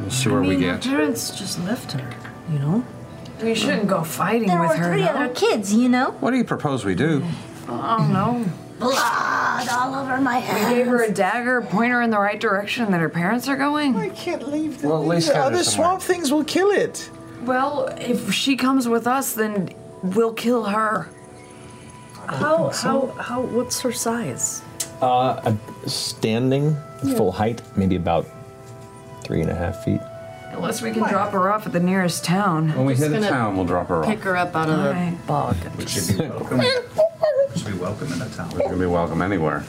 S9: we'll see
S5: I
S9: where we
S5: mean,
S9: get.
S5: Her parents just left her, you know? We shouldn't go fighting
S10: Mm. There
S5: with
S10: were
S5: her.
S10: three
S5: no?
S10: other kids,
S9: (clears throat)
S10: you know.
S9: What do you propose we do?
S6: I don't know.
S10: Blood all over my
S6: We gave her a dagger, point her in the right direction that her parents are going. I
S3: can't leave
S9: Well, at least
S3: The
S9: get her
S3: other
S9: somewhere.
S3: swamp things will kill it.
S6: Well, if she comes with us, then we'll kill her.
S5: How, how, how, what's her size?
S2: Uh, I'm standing
S5: Yeah.
S2: full height, maybe about three and a half feet.
S5: Unless we can drop her off at the nearest town.
S2: When we hit a town, we'll drop her off.
S8: Pick her up out of
S5: All
S8: the
S5: right.
S8: bog.
S9: We should
S8: (laughs)
S9: be welcome. should be welcome in a town. We're
S7: gonna be welcome anywhere.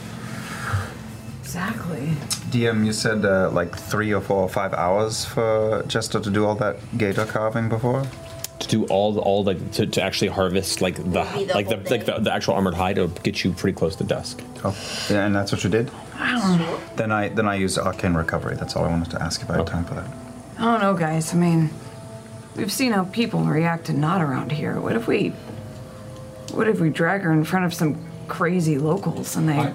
S5: Exactly.
S7: DM, you said uh, like three or four or five hours for Jester to do all that gator carving before?
S2: To do all the, all like to, to actually harvest like the
S7: be the
S2: like the like the, the actual armored hide, it'll get you pretty close to dusk.
S7: Oh, yeah, and that's what you did. Then I then I used arcane recovery. That's all I wanted to ask you about time for that.
S5: I don't know, Oh, guys. I mean, we've seen how people react to not around here. What if we, what if we drag her in front of some crazy locals and they?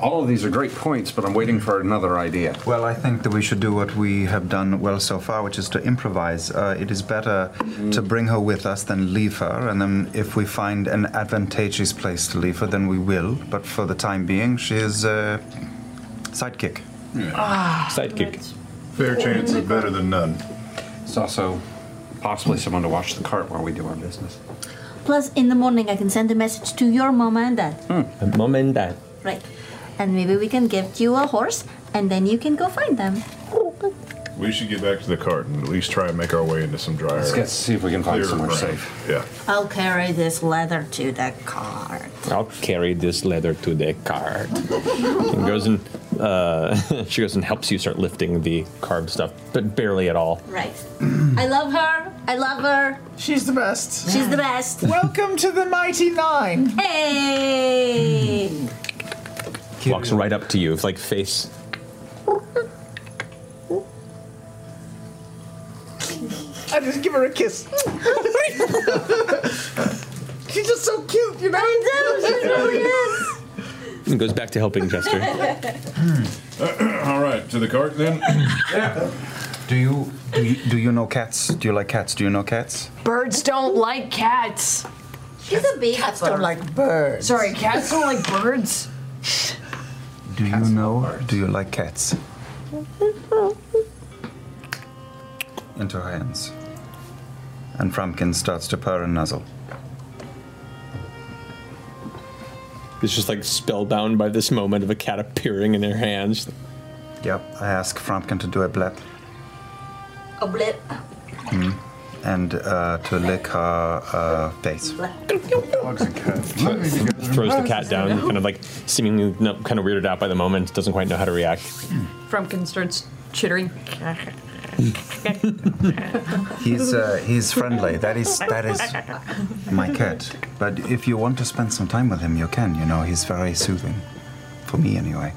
S9: All of these are great points, but I'm waiting for another idea.
S7: Well, I think that we should do what we have done well so far, which is to improvise. Uh, it is better to bring her with us than leave her, and then if we find an advantageous place to leave her, then we will. But for the time being, she is a sidekick.
S2: Sidekick.
S9: Fair chance is better than none. It's also possibly someone to watch the cart while we do our business.
S10: Plus, in the morning, I can send a message to your mom and dad.
S7: Hmm.
S2: Mom and dad.
S10: Right. And maybe we can gift you a horse, and then you can go find them.
S4: We should get back to the cart and at least try and make our way into some drier.
S9: Let's get- see if we can find
S4: clearer
S9: somewhere
S4: ground.
S9: safe.
S4: Yeah.
S10: I'll carry this leather to the car.
S2: I'll carry this leather to the cart. and goes and uh, (laughs) she goes and helps you start lifting the carb stuff, but barely at all.
S10: Right. I love her. I love her.
S3: She's the best.
S10: She's the best.
S3: Welcome to the Mighty Nine.
S10: Hey.
S2: Walks right up to you, like face.
S3: I just give her a
S10: (laughs)
S3: kiss. She's just so cute, you know.
S10: I know she really is.
S2: And goes back to helping Chester.
S5: (laughs)
S4: (clears throat) All right, to the cart (coughs) then.
S7: Do you, do you do you know cats? Do you like cats? Do you know cats?
S6: Birds don't like cats.
S10: She's a big
S6: Cats
S10: don't
S6: like
S7: birds.
S6: Sorry, cats don't like birds.
S7: Do you know? Do you like cats? Into her hands. And Frumpkin starts to purr and nuzzle.
S2: It's just like spellbound by this moment of a cat appearing in their hands.
S7: Yep, I ask Frumpkin to do a blep
S10: A blip.
S7: mm, and uh, to lick her uh, face.
S2: Throws the cat down, kind of like seemingly no, kind of weirded out by the moment, doesn't quite know how to react.
S45: Frumpkin starts chittering.
S7: He's uh, he's friendly. That is that is my cat. But if you want to spend some time with him, you can. You know, he's very soothing, for me anyway.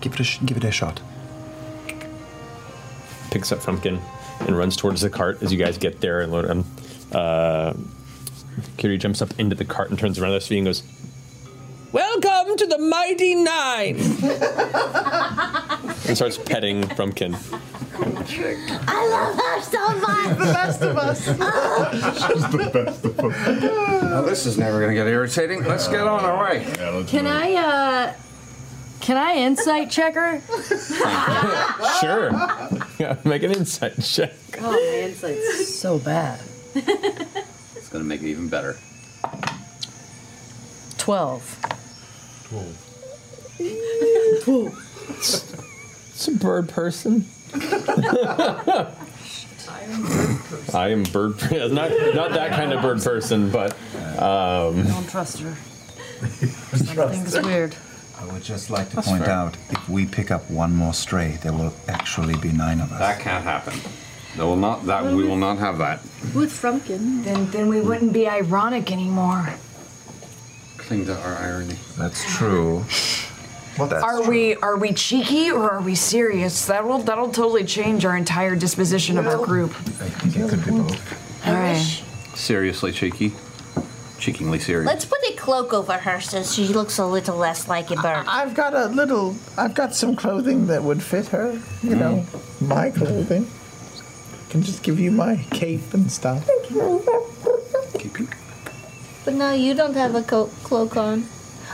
S7: Give it a sh- give it a shot.
S2: picks up Frumpkin and runs towards the cart as you guys get there and load him. Uh, Kiri jumps up into the cart and turns around to Svi and goes, Welcome to the Mighty Nine! (laughs) and starts petting Frumpkin. (laughs)
S10: I love her so much.
S3: the best of
S7: (laughs)
S3: us.
S9: Now, this is never going to get irritating. Let's get on our way.
S8: Can I, uh, can I insight check her?
S2: Sure. (laughs) Yeah, Make an insight check.
S8: God, my insight's so bad.
S9: It's going to make it even better.
S8: 12.
S2: It's a bird person. I am bird person. (laughs) Not, not that kind of bird person, but. Um,
S8: Don't
S7: (laughs)
S8: trust her. Something's weird.
S7: I would just like to
S8: That's
S7: point
S8: fair.
S7: out if we pick up one more stray, there will actually be nine of us.
S9: That can't happen. That will not. That we will not have that.
S6: With Frumpkin. Then, then we wouldn't be ironic anymore.
S9: Cling to our irony.
S7: That's true. Well, that's
S6: are we are we cheeky or are we serious? That will that'll totally change our entire disposition of our group. All right.
S9: Seriously cheeky. Cheekingly serious.
S10: Let's put a cloak over her so she looks a little less like a bird.
S3: I've got a little. I've got some clothing that would fit her. You know,
S2: Mm.
S3: my clothing. Can just give you my cape and stuff.
S10: But no, you don't have a co- cloak on.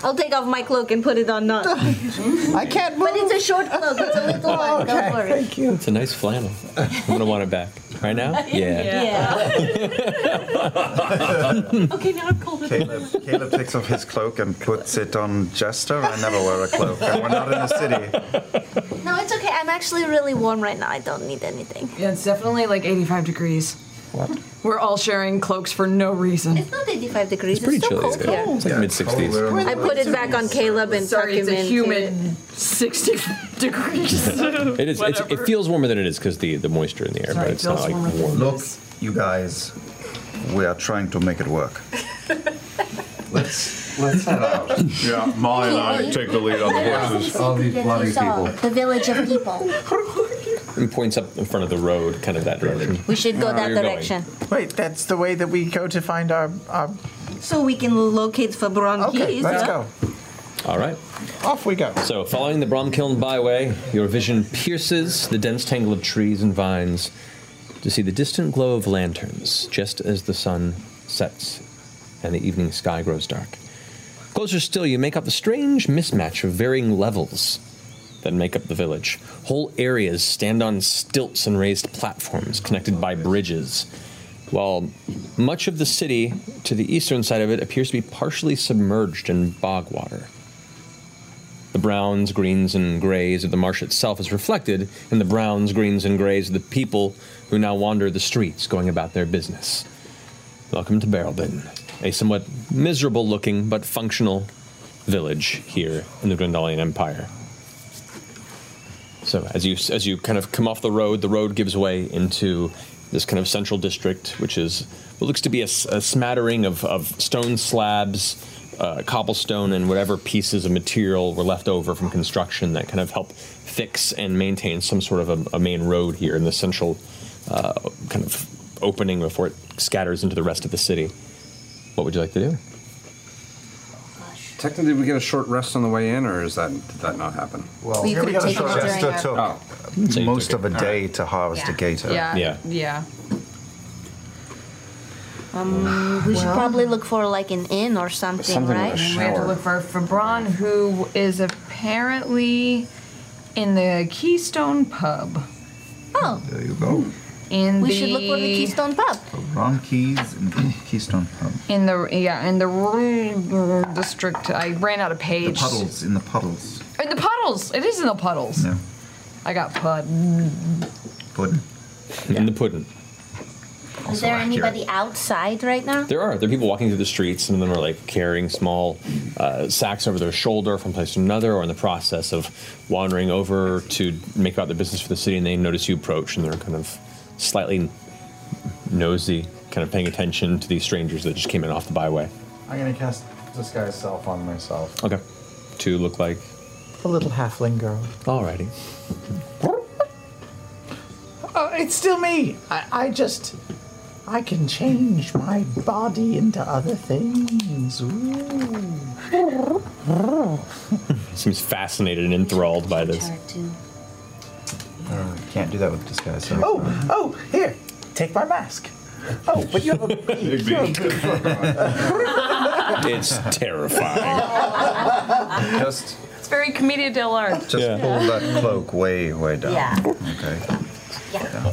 S10: I'll take off my cloak and put it on Nut. I
S3: can't
S10: But it's a short cloak. It's a little one. Don't worry.
S2: It's a nice flannel. I'm gonna want it back. Right
S10: (laughs)
S2: now?
S46: okay, now I'm cold.
S7: (laughs) Caleb, Caleb takes off his cloak and puts it on Jester. I never wear a cloak, and we're not in the city.
S10: No, it's okay. I'm actually really warm right now. I don't need anything.
S4: Yeah, it's definitely like 85 degrees. We're all sharing cloaks for no reason.
S10: It's not 85 degrees. It's,
S2: Pretty
S10: still
S2: chilly.
S10: cold
S2: It's,
S10: here.
S2: it's like mid 60s.
S10: I put it back on Caleb and
S4: Sorry,
S10: tuck
S4: it's
S10: him
S4: a
S10: in.
S4: humid
S6: (laughs)
S4: 60 degrees.
S2: It is. It's, it feels warmer than it is because the, the moisture in the air,
S4: Sorry,
S2: but
S4: it
S2: it's not
S4: feels
S2: like
S4: warmer than
S2: warm.
S7: Look, you guys, we are trying to make
S47: (laughs)
S7: it work. let's let's head out.
S48: Yeah, Molly and I take the lead on the horses. All these bloody people.
S10: The village of people.
S2: And points up in front of the road, kind of that direction.
S10: We should go
S2: Where
S10: that
S2: you're going.
S10: direction.
S5: Wait, that's the way that we go to find our. our
S10: So we can locate for bronchitis.
S5: okay, let's go.
S2: All right.
S5: Off we go.
S2: So, following the Bromkiln byway, your vision pierces the dense tangle of trees and vines to see the distant glow of lanterns just as the sun sets and the evening sky grows dark. Closer still, you make up a strange mismatch of varying levels that make up the village. Whole areas stand on stilts and raised platforms connected by bridges, while much of the city to the eastern side of it appears to be partially submerged in bog water. The browns, greens, and grays of the marsh itself is reflected in the browns, greens, and grays of the people who now wander the streets going about their business. Welcome to Barrelbin, a somewhat miserable looking but functional village here in the Grendalian Empire. So as you as you kind of come off the road, the road gives way into this kind of central district, which is what looks to be a, s- a smattering of, of stone slabs, uh, cobblestone, and whatever pieces of material were left over from construction that kind of help fix and maintain some sort of a, a main road here in the central uh, kind of opening before it scatters into the rest of the city. What would you like to do?
S9: Technically, we get a short rest on the way in, or is that did that not happen?
S7: Well, You here we could've go. taken it Just during took our-
S9: Oh.
S7: most of a day
S9: to harvest
S7: a gator.
S47: Yeah. Yeah.
S10: Um, we should
S6: Well-
S10: probably look for like an inn or something, right?
S6: And we have to look for, for Braun, who is apparently in the Keystone Pub.
S10: Oh.
S7: There you go.
S6: In
S10: We
S6: the,
S10: should look for the Keystone Pub.
S7: Ron Keys and Keystone Pub.
S6: In the yeah, in the rural district. I ran out of
S7: The
S6: page.
S7: puddles in the puddles.
S6: In the puddles. It is in the puddles.
S7: Yeah.
S6: I got pud.
S7: Pudding.
S2: In the pudding.
S10: Is there anybody outside right now?
S2: There are. There are people walking through the streets. Some of them are like carrying small uh, sacks over their shoulder from place to another, or in the process of wandering over to make out their business for the city. And they notice you approach, and they're kind of slightly nosy, kind of paying attention to these strangers that just came in off the byway.
S3: I'm gonna cast this guy's self on myself.
S2: Okay. To look like.
S5: A little halfling girl.
S2: Alrighty.
S5: Oh, it's still me. I, I just. I can change my body into other things. Ooh.
S2: Seems fascinated and enthralled by this.
S7: Uh, Can't do that with disguise. So.
S5: Oh, oh, here, take my mask. Oh, but you
S3: (laughs)
S5: have a beak. (laughs) you have a
S2: It's terrifying.
S7: Just,
S46: It's very Comedia dell'arte.
S7: just pull that cloak way, way down.
S46: Yeah.
S7: Okay.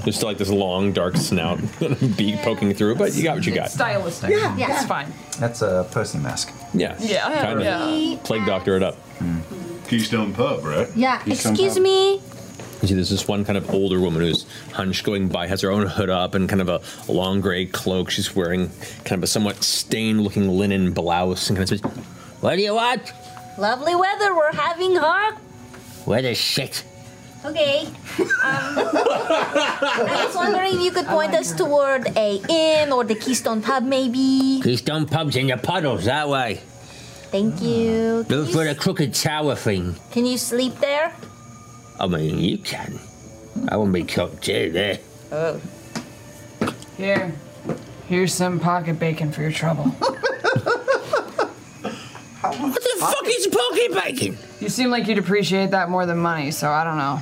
S2: There's still like this long, dark snout (laughs) beak poking through, but you got what you got.
S46: Stylistic.
S7: Yeah,
S46: It's fine.
S7: That's a Percy mask.
S2: Yeah.
S46: Yeah,
S2: Kinda.
S10: yeah.
S2: Plague doctor it up.
S48: Hmm. Keystone Pub, right?
S10: Yeah, excuse me.
S2: You see, there's this one kind of older woman who's hunched going by, has her own hood up and kind of a, a long gray cloak. She's wearing kind of a somewhat stained looking linen blouse and kind of says, What do you want?
S10: Lovely weather we're having, huh?
S2: Where the shit?
S10: Okay. Um, I was wondering if you could point us toward a inn or the Keystone Pub, maybe.
S20: Keystone Pub's in the puddles that way.
S10: Thank you.
S20: Look for the crooked tower thing.
S10: Can you sleep there?
S20: I mean, you can. I won't be caught dead there.
S10: Oh.
S4: Here. Here's some pocket bacon for your
S7: (laughs)
S4: trouble.
S20: What the fuck is pocket bacon?
S4: You seem like you'd appreciate that more than money, so I don't know.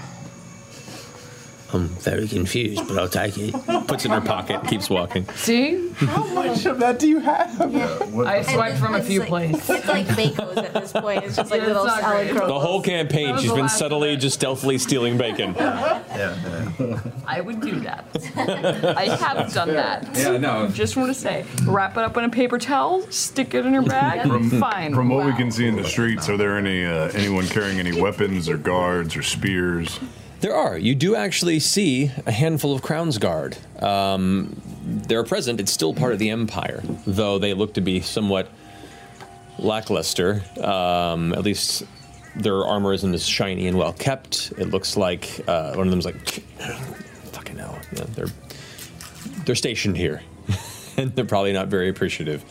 S20: I'm very confused, but I'll take it.
S2: Puts it in her pocket, keeps walking.
S4: See?
S5: How much of that do you have?
S4: I swiped from a few places.
S10: It's like Baco
S49: crows at this point. It's just like
S10: Yeah,
S49: little
S10: it's not
S49: salad
S10: great.
S49: crows.
S2: The whole campaign,
S49: That was
S2: she's
S49: the
S2: been
S49: last
S2: subtly, just stealthily
S49: (laughs)
S2: stealing bacon.
S14: I would do
S2: (laughs)
S14: that. I have done that.
S4: Yeah, no.
S14: Just want to say, wrap it up in a paper towel, stick it in her bag,
S4: From,
S14: fine.
S4: from what we can see in the streets, are there any uh, anyone carrying any weapons or guards or spears?
S2: There are. You do actually see a handful of Crown's Guard. Um, they're present. It's still part of the Empire, though they look to be somewhat lackluster. Um, at least their armor isn't as shiny and well kept. It looks like uh, one of them's like, fucking hell. Yeah, they're they're stationed here, (laughs) and they're probably not very appreciative,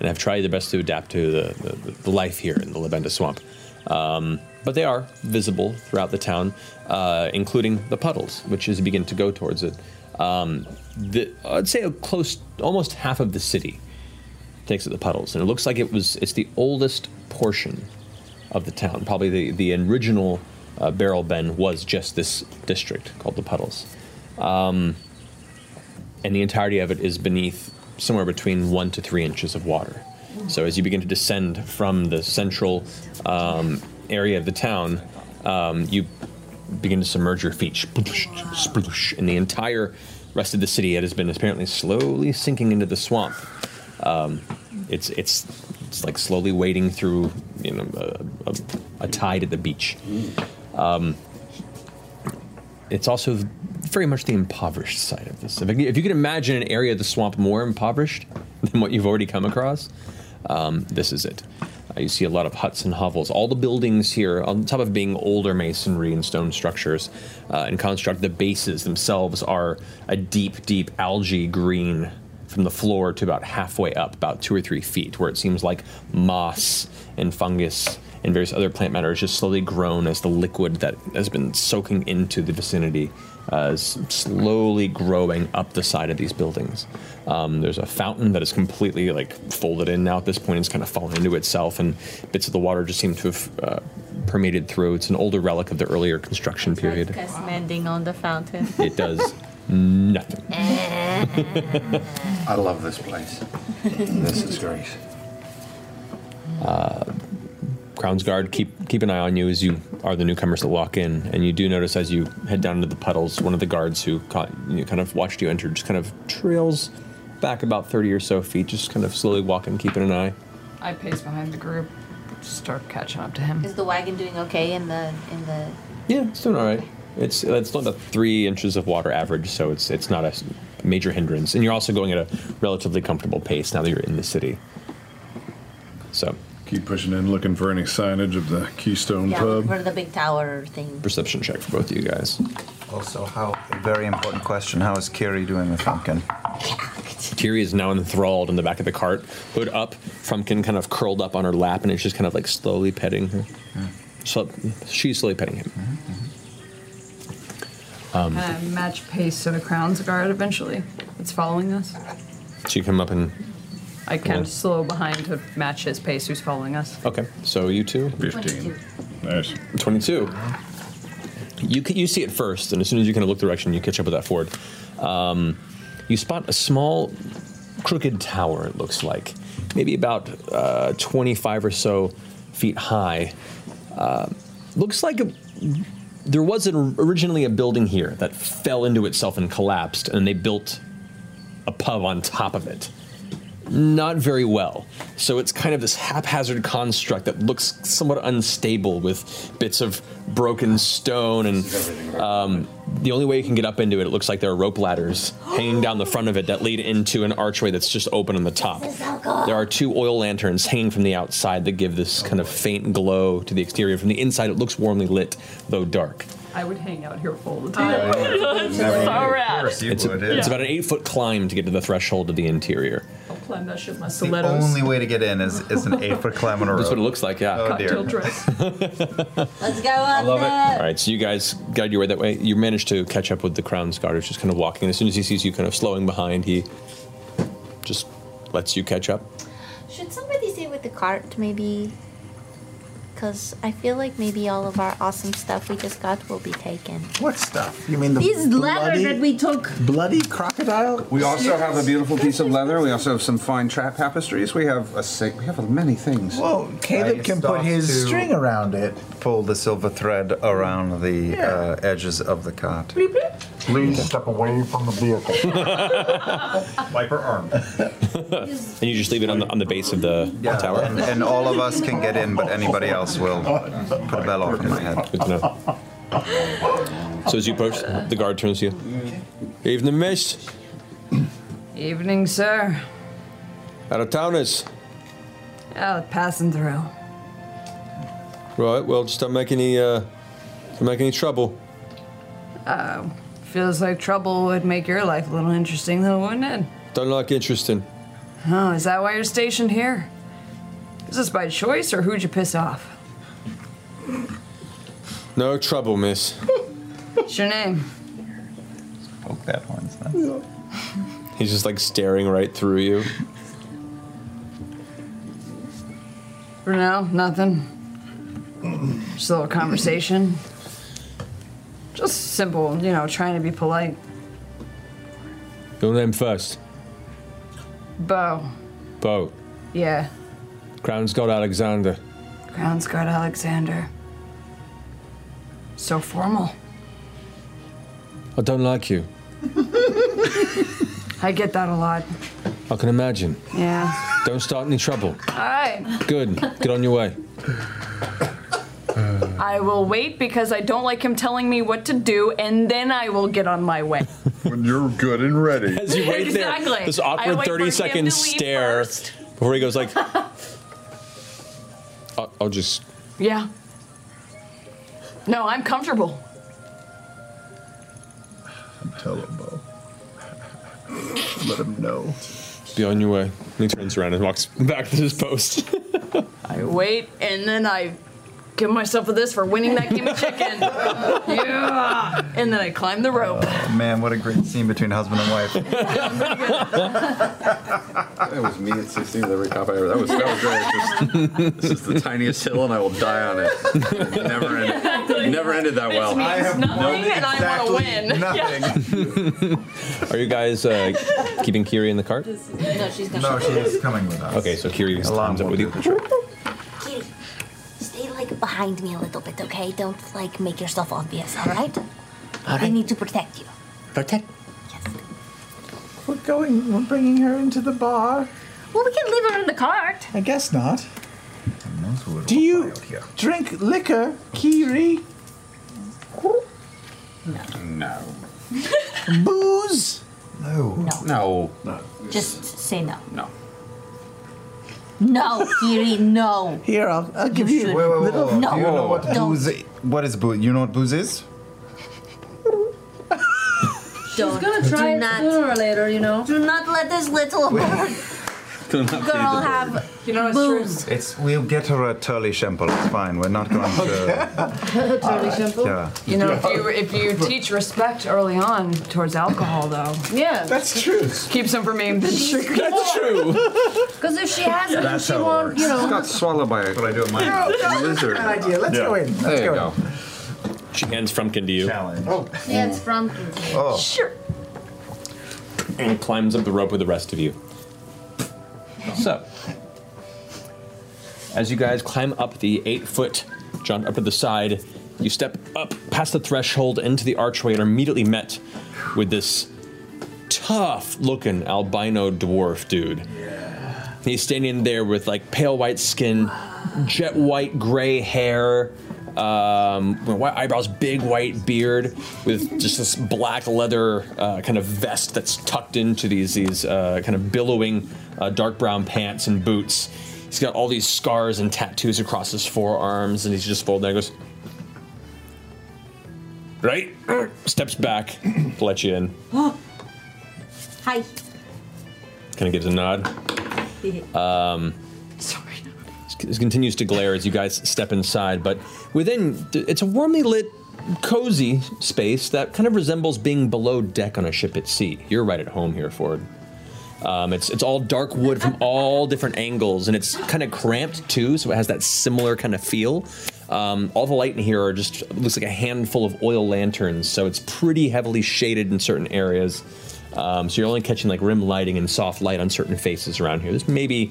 S2: and have tried their best to adapt to the, the, the life here in the Lavenda Swamp. Um, but they are visible throughout the town, uh, including the puddles, which as you begin to go towards it, um, the, I'd say a close, almost half of the city takes at the puddles, and it looks like it was it's the oldest portion of the town. Probably the the original uh, barrel bend was just this district called the puddles, um, and the entirety of it is beneath somewhere between one to three inches of water. So as you begin to descend from the central um, area of the town, um, you begin to submerge your feet, sploosh, sploosh, and the entire rest of the city it has been apparently slowly sinking into the swamp. Um, it's it's it's like slowly wading through you know a, a, a tide at the beach. Um, it's also very much the impoverished side of this. If you, if you can imagine an area of the swamp more impoverished than what you've already come across, um, this is it. Uh, you see a lot of huts and hovels. All the buildings here, on top of being older masonry and stone structures uh, and construct, the bases themselves are a deep, deep algae green from the floor to about halfway up, about two or three feet, where it seems like moss and fungus and various other plant matter has just slowly grown as the liquid that has been soaking into the vicinity uh, is slowly growing up the side of these buildings. Um, there's a fountain that is completely like folded in now at this point. It's kind of fallen into itself, and bits of the water just seem to have uh, permeated through. It's an older relic of the earlier construction period.
S10: Cuss mending on the fountain.
S2: (laughs)
S10: Eh.
S2: It does nothing. (laughs)
S50: I love this place. This is great.
S2: Uh, Crown's Guard, keep keep an eye on you as you are the newcomers that walk in, and you do notice as you head down into the puddles, one of the guards who caught, you know, kind of watched you enter just kind of trails back about thirty or so feet, just kind of slowly walking, keeping an eye.
S21: I pace behind the group, start catching up to him.
S10: Is the wagon doing okay in the in the?
S2: Yeah, it's doing all right. It's it's not a three inches of water average, so it's it's not a s- major hindrance, and you're also going at a relatively comfortable pace now that you're in the city. So
S4: keep pushing in, looking for any signage of the Keystone
S10: Yeah, look for the big tower thing.
S2: Perception check for both of you guys.
S7: Also, how very important question. How is Kiri doing with Pumpkin?
S2: Kiri is now enthralled in the back of the cart, hood up, Frumpkin kind of curled up on her lap, and it's just kind of like slowly petting her.
S7: Hmm.
S2: So she's slowly petting him.
S7: Mm-hmm.
S2: Um,
S14: And I match pace to the crown's guard eventually. It's following us.
S2: so you come up and
S14: I kind
S2: Yeah.
S14: of slow behind to match his pace who's following us.
S2: okay. So you two,
S14: 15.
S2: nice, twenty-two. You ca- you see it first, and as soon as you kind of look direction, you catch up with that Ford. Um, you spot a small, crooked tower. It looks like maybe about uh, twenty-five or so feet high. Uh, looks like a, there was an, originally a building here that fell into itself and collapsed, and they built a pub on top of it. Not very well. So it's kind of this haphazard construct that looks somewhat unstable with bits of broken stone. And um, the only way you can get up into it, it looks like there are rope ladders hanging down the front of it that lead into an archway that's just open on the top. There are two oil lanterns hanging from the outside that give this kind of faint glow to the exterior. From the inside, it looks warmly lit, though dark.
S14: I would hang out here all the time.
S2: time.
S14: (laughs) it's so rad.
S2: It's, a- it's about an eight foot climb to get to the threshold of the interior.
S14: I'll climb that shit with my
S7: The
S14: stilettos.
S7: only way to get in is, is an eight foot climb on a rope.
S2: That's what it looks like, yeah.
S7: Oh
S14: cocktail
S7: dear.
S14: dress.
S10: Let's go up.
S2: All right, so you guys guide your way that way. You manage to catch up with the crown's guard, who's just kind of walking. As soon as he sees you kind of slowing behind, he just lets you catch up.
S49: Should somebody stay with the cart, maybe? because I feel like maybe all of our awesome stuff we just got will be taken.
S3: What stuff? You mean the
S49: These leather
S3: bloody,
S49: that we took.
S3: bloody crocodile?
S50: We also have a beautiful piece of leather. We also have some fine trap tapestries. We have a sick. We have many
S9: (laughs)
S50: things.
S3: Whoa, Oh, Caleb can put his string around it.
S7: Pull the silver thread around the
S3: Yeah.
S7: uh, edges of the cart.
S15: Please step away from the vehicle. Wipe her arm.
S2: and you just leave it on the, on the base of the tower.
S7: And, and all of us can get in, but anybody else will put a bell off in my head.
S2: Good to know. So as you approach, the guard turns to you. Evening, miss.
S6: Evening, sir.
S2: Out of towners.
S6: Oh, passing through.
S2: Right. Well, just don't make any, uh, don't make any trouble.
S6: Uh, feels like trouble would make your life a little interesting, though, wouldn't it?
S2: Don't like interesting.
S6: Oh, is that why you're stationed here? Is this by choice, or who'd you piss off?
S2: No trouble, miss.
S6: What's your name?
S2: Poke that horn's He's just like staring right through you.
S6: For now, nothing. Just a little conversation. Just simple, you know, trying to be polite.
S2: Your name first.
S6: Bo,
S2: Bo.
S6: yeah,
S2: Crown's God Alexander.
S6: Crown Guard Alexander. So formal.
S2: I don't like you.
S6: I get that a lot.
S2: I can imagine.
S6: Yeah.
S2: Don't start any trouble.
S6: All right.
S2: Good. Get on your way.
S14: I will wait because I don't like him telling me what to do, and then I will get on my way.
S4: When you're good and ready.
S2: As you wait there,
S14: Exactly.
S2: this
S14: I
S2: awkward
S14: wait for him
S2: 30
S14: to
S2: second
S14: leave
S2: stare before he goes
S14: (laughs)
S2: like, I'll, I'll just,
S14: Yeah. No, I'm comfortable.
S4: Tell him, Bo. Let him know.
S2: be on your way. And he turns around and walks back to his post. (laughs)
S6: I wait, and then I give myself a this for winning that game of
S2: (laughs)
S6: chicken. yeah. And then I climb
S10: (laughs)
S6: the rope.
S7: Oh, man, what a great scene between husband and wife.
S23: That was me at 16 with every cop I ever. That was, that was great. Just, this is the tiniest hill, and I will die on it. It Never ended. Never ended that well.
S14: Which means nothing, and I want to
S20: (laughs)
S14: win.
S8: (laughs)
S14: Yeah.
S2: Are you guys uh, keeping Kiri in the cart?
S10: No, she's gonna.
S51: No, she is coming with us.
S2: Okay, so Kiri climbs up with you.
S49: Kitty, stay like behind me a little bit, okay? Don't like make yourself obvious, all right? I need to protect you.
S20: Protect.
S3: We're going, we're bringing her into the bar.
S49: Well, we can leave her in the cart.
S3: I guess not. Do you drink liquor, Kiri?
S23: No.
S3: (laughs) Booze?
S7: No.
S23: No. No.
S49: Just say no.
S23: No.
S49: No, Kiri, no.
S3: Here, I'll, I'll give you,
S7: Wait,
S3: a
S7: wait, wait,
S3: little.
S7: wait, wait. Do you know what
S49: don't.
S7: booze i- What is booze? You know what booze is?
S10: She's gonna try it sooner or later, you know.
S49: Do not let this little (laughs)
S23: (laughs)
S49: girl have you know, booze.
S7: It's we'll get her a Turley Shemple. It's fine. We're not going (laughs) to.
S14: Totally simple.
S7: Yeah.
S6: You know, if you if you teach respect early on towards alcohol, though,
S14: Yeah.
S3: That's true.
S6: keeps them from being. That's (laughs)
S2: true.
S10: Because if she has it, then she won't, you
S23: Just
S10: know.
S23: got swallowed by a, what I do
S3: mine. No, no, that's a
S23: lizard.
S3: bad idea. Let's go in. Let's
S23: there you
S3: go
S23: go.
S2: She hands Frumpkin to you.
S7: Oh.
S10: Yeah, it's from.
S14: Sure.
S2: And climbs up the rope with the rest of you. So, as you guys climb up the eight foot jaunt up to the side, you step up past the threshold into the archway and are immediately met with this tough looking albino dwarf dude. He's standing there with like pale white skin, jet white gray hair, um, white eyebrows, big white beard, with just this black leather uh, kind of vest that's tucked into these these uh, kind of billowing uh, dark brown pants and boots. He's got all these scars and tattoos across his forearms, and he's just folding there. and Goes right, (clears throat) steps back to let you in.
S49: (gasps) Hi. (laughs)
S2: Kind of gives a nod. Um, Sorry. continues to glare as you guys step inside, but within, it's a warmly lit, cozy space that kind of resembles being below deck on a ship at sea. You're right at home here, Ford. Um, it's it's all dark wood from all different angles, and it's kind of cramped too, so it has that similar kind of feel. Um, all the light in here are just it looks like a handful of oil lanterns, so it's pretty heavily shaded in certain areas. Um, so you're only catching like rim lighting and soft light on certain faces around here. There's maybe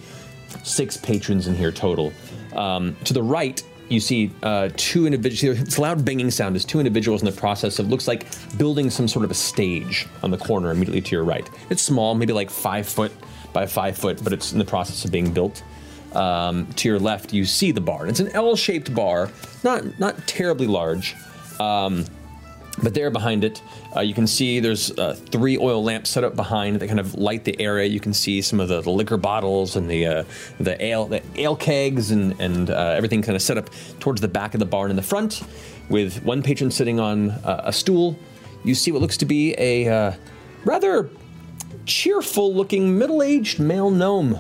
S2: six patrons in here total. Um, to the right, you see uh, two individuals. It's a loud banging sound. There's two individuals in the process of looks like building some sort of a stage on the corner immediately to your right. It's small, maybe like five foot by five foot, but it's in the process of being built. Um, to your left, you see the bar. It's an L-shaped bar, not not terribly large. Um, but there behind it, uh, you can see there's uh, three oil lamps set up behind that kind of light the area. You can see some of the, the liquor bottles and the uh, the ale the ale kegs and and uh, everything kind of set up towards the back of the barn in the front, with one patron sitting on uh, a stool. You see what looks to be a uh, rather cheerful-looking middle-aged male gnome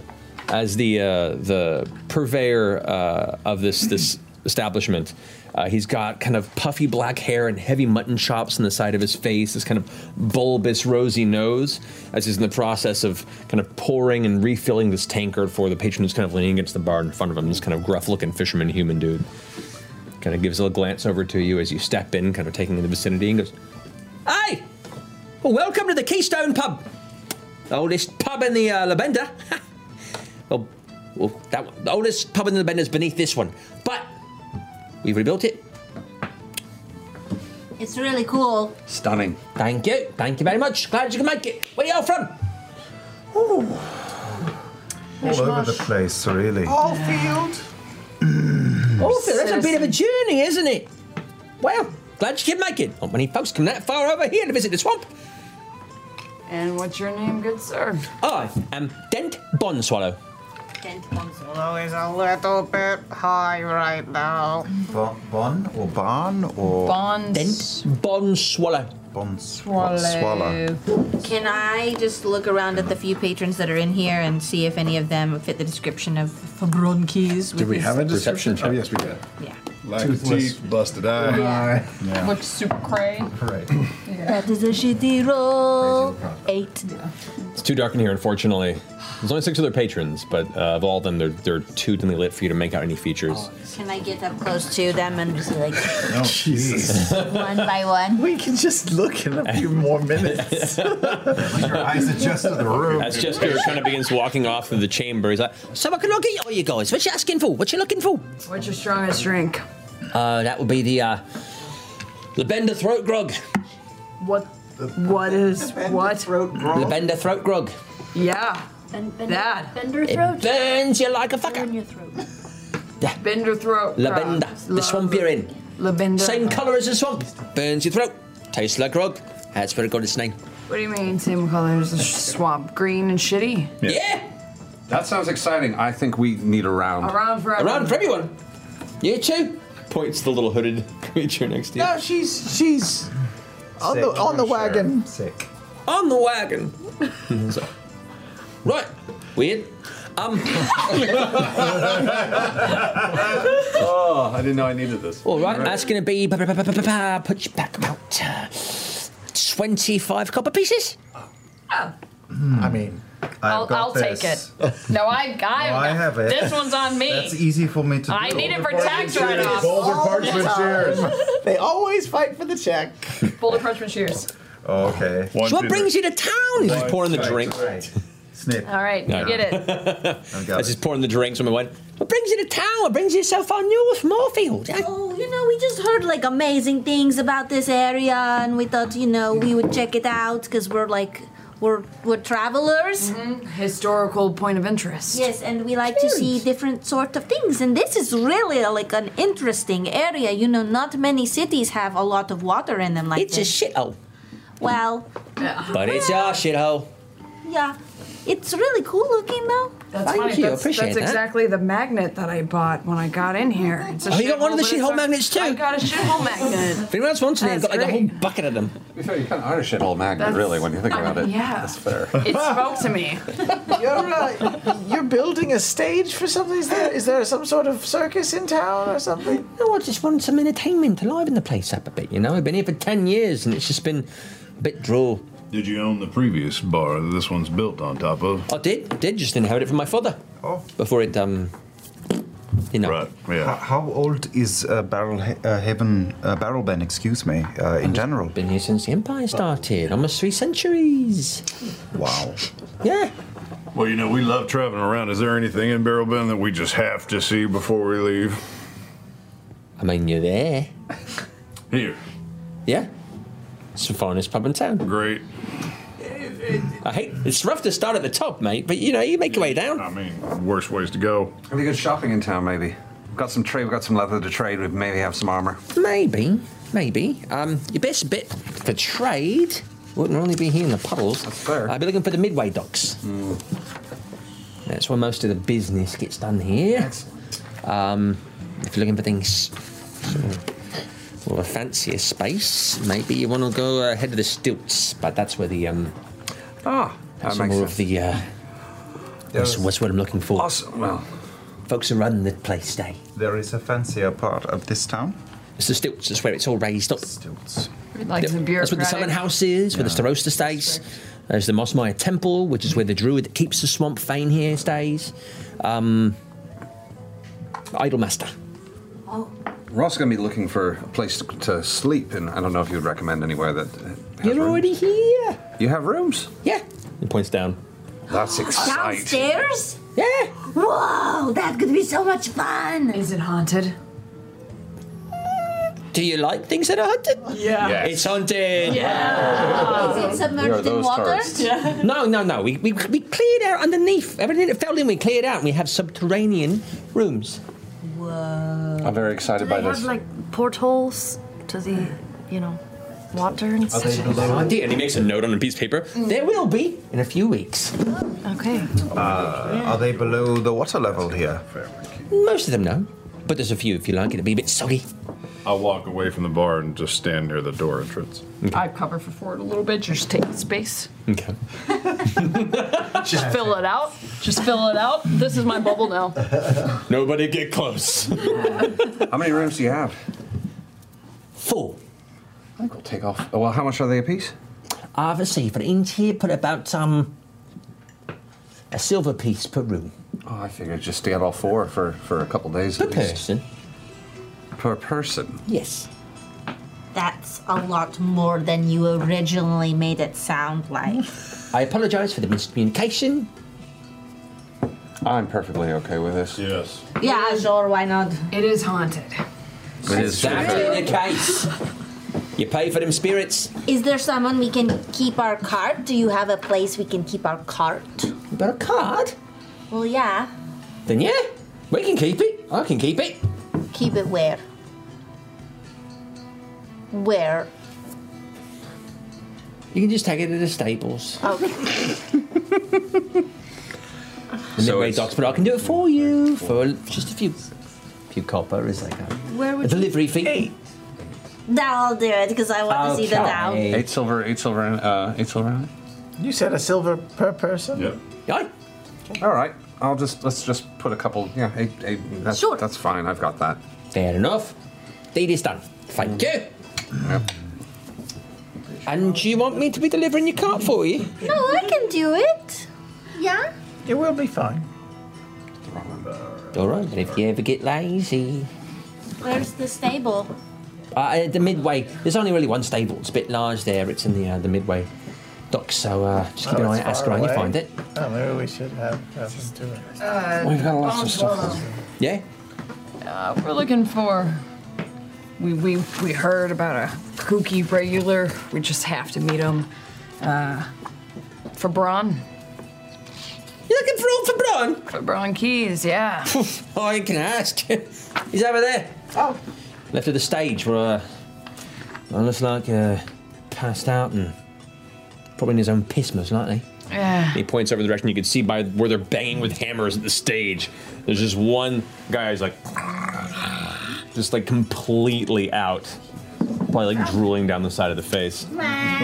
S2: as the uh, the purveyor uh, of this this establishment. Uh, he's got kind of puffy black hair and heavy mutton chops on the side of his face, this kind of bulbous rosy nose, as he's in the process of kind of pouring and refilling this tankard for the patron who's kind of leaning against the bar in front of him, this kind of gruff looking fisherman human dude. Kind of gives a little glance over to you as you step in, kind of taking in the vicinity, and goes, Hi! Well, welcome to the Keystone Pub, the oldest pub in the uh, Labender. (laughs) well, well, that one, the oldest pub in the Labender is beneath this one, but we've rebuilt it.
S10: It's really cool.
S2: Stunning. Thank you, thank you very much. Glad you can make it. Where y'all from?
S7: All over the place, really.
S10: Allfield.
S2: Oh, that's a bit of a journey, isn't it? Well, glad you can make it. Not many folks come that far over here to visit the swamp.
S6: And what's your name, good sir?
S2: I am Dent Bonswallow.
S52: Always a little bit high right now.
S7: Bon, bon or barn or
S6: Bond.
S2: Dent Bonswallow.
S7: Bonswallow.
S10: Can I just look around at the few patrons that are in here and see if any of them fit the description of Fabronki's?
S4: Do we have a description? Oh, yes, we do.
S10: Yeah.
S4: Lack of
S10: Toothless.
S4: teeth, busted eye.
S10: Yeah.
S4: Yeah.
S10: Looks super cray.
S4: Right.
S10: That is a shitty roll. Eight.
S2: It's too dark in here, unfortunately. There's only six other patrons, but uh, of all of them, they're, they're too dimly lit for you to make out any features.
S10: Can I get up close to them and just like
S2: Oh, Jesus.
S10: one by one?
S5: We can just look in a
S10: (laughs)
S5: few more minutes.
S2: Your
S5: eyes adjust to the room.
S2: As Jester kind of begins walking off through the chamber, he's like, So I can look at all you guys. What you asking for? What you looking for?
S6: What's your strongest drink?
S2: uh, that would be the, uh, the Bender Throat Grog.
S6: What? What is what? Throat
S2: The Bender Throat Grog.
S6: Yeah. that.
S10: Bender
S2: throat. burns you like a fucker.
S10: in your throat.
S6: Bender throat.
S2: La Bender, the swamp you're in.
S6: Lavender.
S2: Same colour as the swamp. Burns your throat. Tastes like grog. That's where it got its name.
S6: What do you mean, same color as the sh- swamp? Green and shitty?
S9: That sounds exciting. I think we need a round.
S6: Around for everyone.
S2: Around for everyone. You too. Points the little hooded creature next to you.
S5: No, she's she's on the
S2: Sick,
S5: on the
S2: I'm sure.
S5: wagon.
S2: Sick. On the wagon. So- right. Weird. Um. (laughs)
S20: oh, I didn't know I needed this.
S2: All right, that's going to be. ba- ba- ba- ba- ba- ba- Put you back about uh, 25 copper pieces.
S3: Hmm.
S7: I mean, I've
S53: I'll,
S7: got
S53: I'll take it.
S7: this. (laughs)
S53: No, I, I,
S7: No, I have it.
S53: This one's on me.
S7: That's e- easy for me to
S53: I
S7: do.
S53: need it for
S7: Boulder
S53: tax
S7: parchment
S53: write-offs.
S7: shares.
S53: Boulder
S7: All the
S53: parchment
S7: time.
S53: shares.
S5: (laughs) They always fight for the check.
S53: Boulder Parchment Shears.
S7: Oh, Okay.
S2: So what brings you to town? Just pouring the
S7: Right,
S2: drink.
S7: right. Snip.
S53: All right,
S2: No. (laughs)
S53: get it.
S2: That's just pouring the drink. Someone went, What brings you to town? What brings you so far north, Moorfield? eh?
S10: Oh, you know, we just heard like amazing things about this area, and we thought, you know, we would check it out because we're like, we're we're travelers.
S6: Mm-hmm. Historical point of interest.
S10: Yes, and we like to see different sort of things, and this is really like an interesting area. You know, not many cities have a lot of water in them like
S2: It's a
S10: this.
S2: shithole.
S10: Well,
S2: But it's our shithole.
S10: yeah, it's really cool looking though.
S6: That's funny. That's, that's exactly the magnet that I bought when I got in here. It's a
S2: Oh, you got one of the
S6: shithole, but
S2: shithole
S6: it's
S2: magnets
S6: a-
S2: too?
S6: I got a shithole magnet.
S2: If anyone else wants any, I've got
S6: That's
S2: like a whole bucket of them.
S9: You kind of are a shithole magnet,
S6: That's-
S9: really, when you think about it.
S6: yeah.
S9: That's fair.
S53: (laughs)
S6: It spoke to me.
S5: You're uh, you're building a stage for something. Is there is there some sort of circus in town or something?
S2: No, I just want some entertainment to liven the place up a bit, you know? I've been here for 10 years and it's just been a bit droll.
S4: Did you own the previous bar that this one's built on top of?
S20: I did. I did just inherit it from my father. Oh. Before it, um, you know. Right.
S7: How, how old is uh, Barrel he- uh, Heaven, uh, Barrel Band, excuse me, uh, in general?
S20: Been here since the Empire started, almost three centuries. (laughs)
S7: Wow.
S20: Yeah.
S4: Well, you know, we love traveling around. Is there anything in Barrel Bend that we just have to see before we leave?
S20: I mean, you're there.
S4: Here.
S20: Yeah. It's the finest pub in town.
S4: Great.
S20: I hate. It's rough to start at the top, mate, but you know you make your way down. I
S4: mean, worst ways to go.
S9: Have you got shopping in town? Maybe. We've got some trade. We've got some leather to trade. We maybe have some armor.
S20: Maybe, maybe. Um, your best bet for trade wouldn't only be here in the puddles. That's fair. I'd be looking for the midway docks. That's where most of the business gets done here. Um, if you're looking for things, sort of, well, a fancier space, maybe you want to go ahead of the stilts, but that's where the um,
S9: Ah,
S20: that's
S9: that makes
S20: more
S9: sense.
S20: of the. Uh, what's, what's what I'm looking for?
S9: Awesome. Well,
S20: folks who run the place day.
S7: There is a fancier part of this town.
S20: It's the stilts. That's where it's all raised up.
S7: Stilts.
S6: Like
S20: Yep.
S6: the
S20: That's where the Summon
S6: bureaucratic-
S20: House is, where the
S6: Yeah.
S20: Starosta stays. There's the Mossmire Temple, which is where the druid that keeps the swamp fane here stays. Um, Idolmaster.
S9: We're also going to be looking for a place to, to sleep, and I don't know if you would recommend anywhere that.
S20: You're already here.
S9: You have rooms?
S20: Yeah. He points down.
S9: That's exciting.
S10: Downstairs?
S20: Yeah.
S10: Whoa, that could be so much fun. Is it haunted?
S20: Do you like things that are haunted? Yeah.
S9: Yes.
S20: It's haunted.
S10: Yeah. Is it submerged There are in those water? tourists. Yeah.
S20: No, no, no. We, we, we cleared out underneath. Everything that fell in, we cleared out. And we have subterranean rooms.
S8: Whoa.
S9: I'm very
S8: Do
S9: excited
S8: they
S9: by
S8: have
S9: this.
S8: like portholes to the, you know, water and
S20: Are
S8: stuff?
S20: they below? Idea. And he makes a note on a piece of paper. There will be in a few weeks.
S8: Okay.
S7: Uh, are they below the water level here?
S20: Most of them know, but there's a few if you like. It'll be a bit soggy.
S54: I'll walk away from the bar and just stand near the door entrance.
S6: I cover for Ford a little bit. Just take space.
S20: Okay.
S6: Just fill it out. Just fill it out. This is my bubble now.
S20: Nobody get close.
S9: (laughs) how many rooms do you have?
S20: Four.
S9: I think we'll take off. Oh, Well, how much are they a piece?
S20: I've received for each here, put about um, a silver piece per room.
S9: Oh, I figured just to get all four for, for a couple days per at least.
S20: person.
S9: Per person.
S20: Yes.
S10: That's a lot more than you originally made it sound like.
S20: I apologise for the miscommunication.
S9: I'm perfectly okay with this.
S54: Yes.
S10: Yeah, sure, why not?
S6: It is haunted.
S9: It is
S20: Exactly the case. You pay for them spirits.
S10: Is there someone we can keep our cart? Do you have a place we can keep our cart?
S20: You got a card?
S10: Well, yeah.
S20: Then yeah, we can keep it. I can keep it.
S10: Keep it where? Where?
S20: You can just take it to the stables.
S6: (laughs)
S10: Okay.
S20: The midway docks, but I can do it for you for a- just a few, few copper is like a,
S10: Where
S20: a
S10: would you?
S20: delivery fee.
S10: That'll do it because I want to see the down.
S9: Eight silver, eight silver, uh, eight silver.
S3: (laughs) You said a silver per person?
S9: Yeah. All right. I'll just let's just put a couple. Yeah, eight, eight, that's, sure. That's fine. I've got that.
S20: Fair enough. Deed is done. Thank you. And do you want me to be delivering your cart for you?
S10: No, I can do it. Yeah?
S3: It will be fine.
S20: All right, but if you ever get lazy.
S10: Where's the stable?
S20: Uh, Uh, the midway, there's only really one stable. It's a bit large there. It's in the uh, the midway docks, so uh, just keep an
S3: Oh,
S20: eye
S3: it's
S20: out, ask
S3: far
S20: around, you
S3: away.
S20: find it.
S3: Oh, maybe we should have have them do it.
S6: Uh,
S9: We've got lots of
S6: stuff.
S20: Yeah?
S6: Uh, we're looking for. We, we we heard about a kooky regular. We just have to meet him. Uh, for Braun.
S20: You're looking for for Braun?
S6: For Braun Keys, yeah.
S20: oh, I can ask. (laughs) He's over there.
S6: Oh.
S20: Left of the stage where uh, well, looks like uh, passed out and probably in his own piss, most likely.
S6: Yeah.
S20: He points over the direction you can see by where they're banging with hammers at the stage. There's
S2: (sighs)
S20: just one guy who's like, just like completely out.
S2: Probably like drooling down the side of the face.
S10: Man,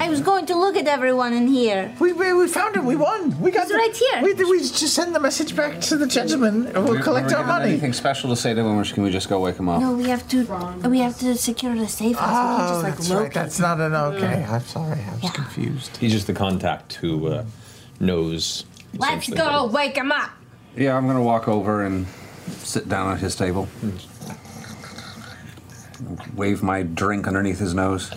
S10: I was going to look at everyone in here.
S3: We, we, we found it. We won. We got
S10: It's right here.
S3: We, we just send the message back to the gentleman, and we'll collect our money.
S9: Anything special to say to him, or can we just go wake him up?
S10: No, we have to. We have to secure the safe house.
S3: Oh,
S10: we can't
S3: that's
S10: just like
S3: right. That's not an okay. I'm sorry. I was
S2: Confused. He's just the contact who uh, knows.
S10: Let's
S2: essentially
S10: go wake him up. (laughs)
S9: Yeah, I'm gonna walk over and sit down at his table. Wave my drink underneath his nose.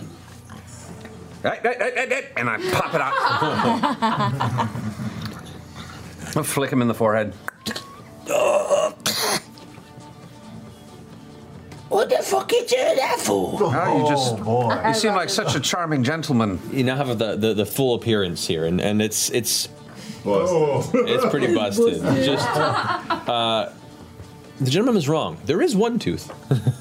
S9: Hey, hey, hey, hey, hey, And I pop it
S20: (laughs)
S9: out.
S53: (laughs)
S9: I flick him in the forehead.
S20: What the fuck is that for?
S9: Oh, you just
S20: boy.
S9: you seem like such a charming gentleman.
S2: You now have the, the, the full appearance here, and, and it's it's
S5: Busted.
S2: it's pretty busted.
S5: Busted.
S2: Just uh, the gentleman is wrong. There is
S12: (laughs)
S2: one tooth,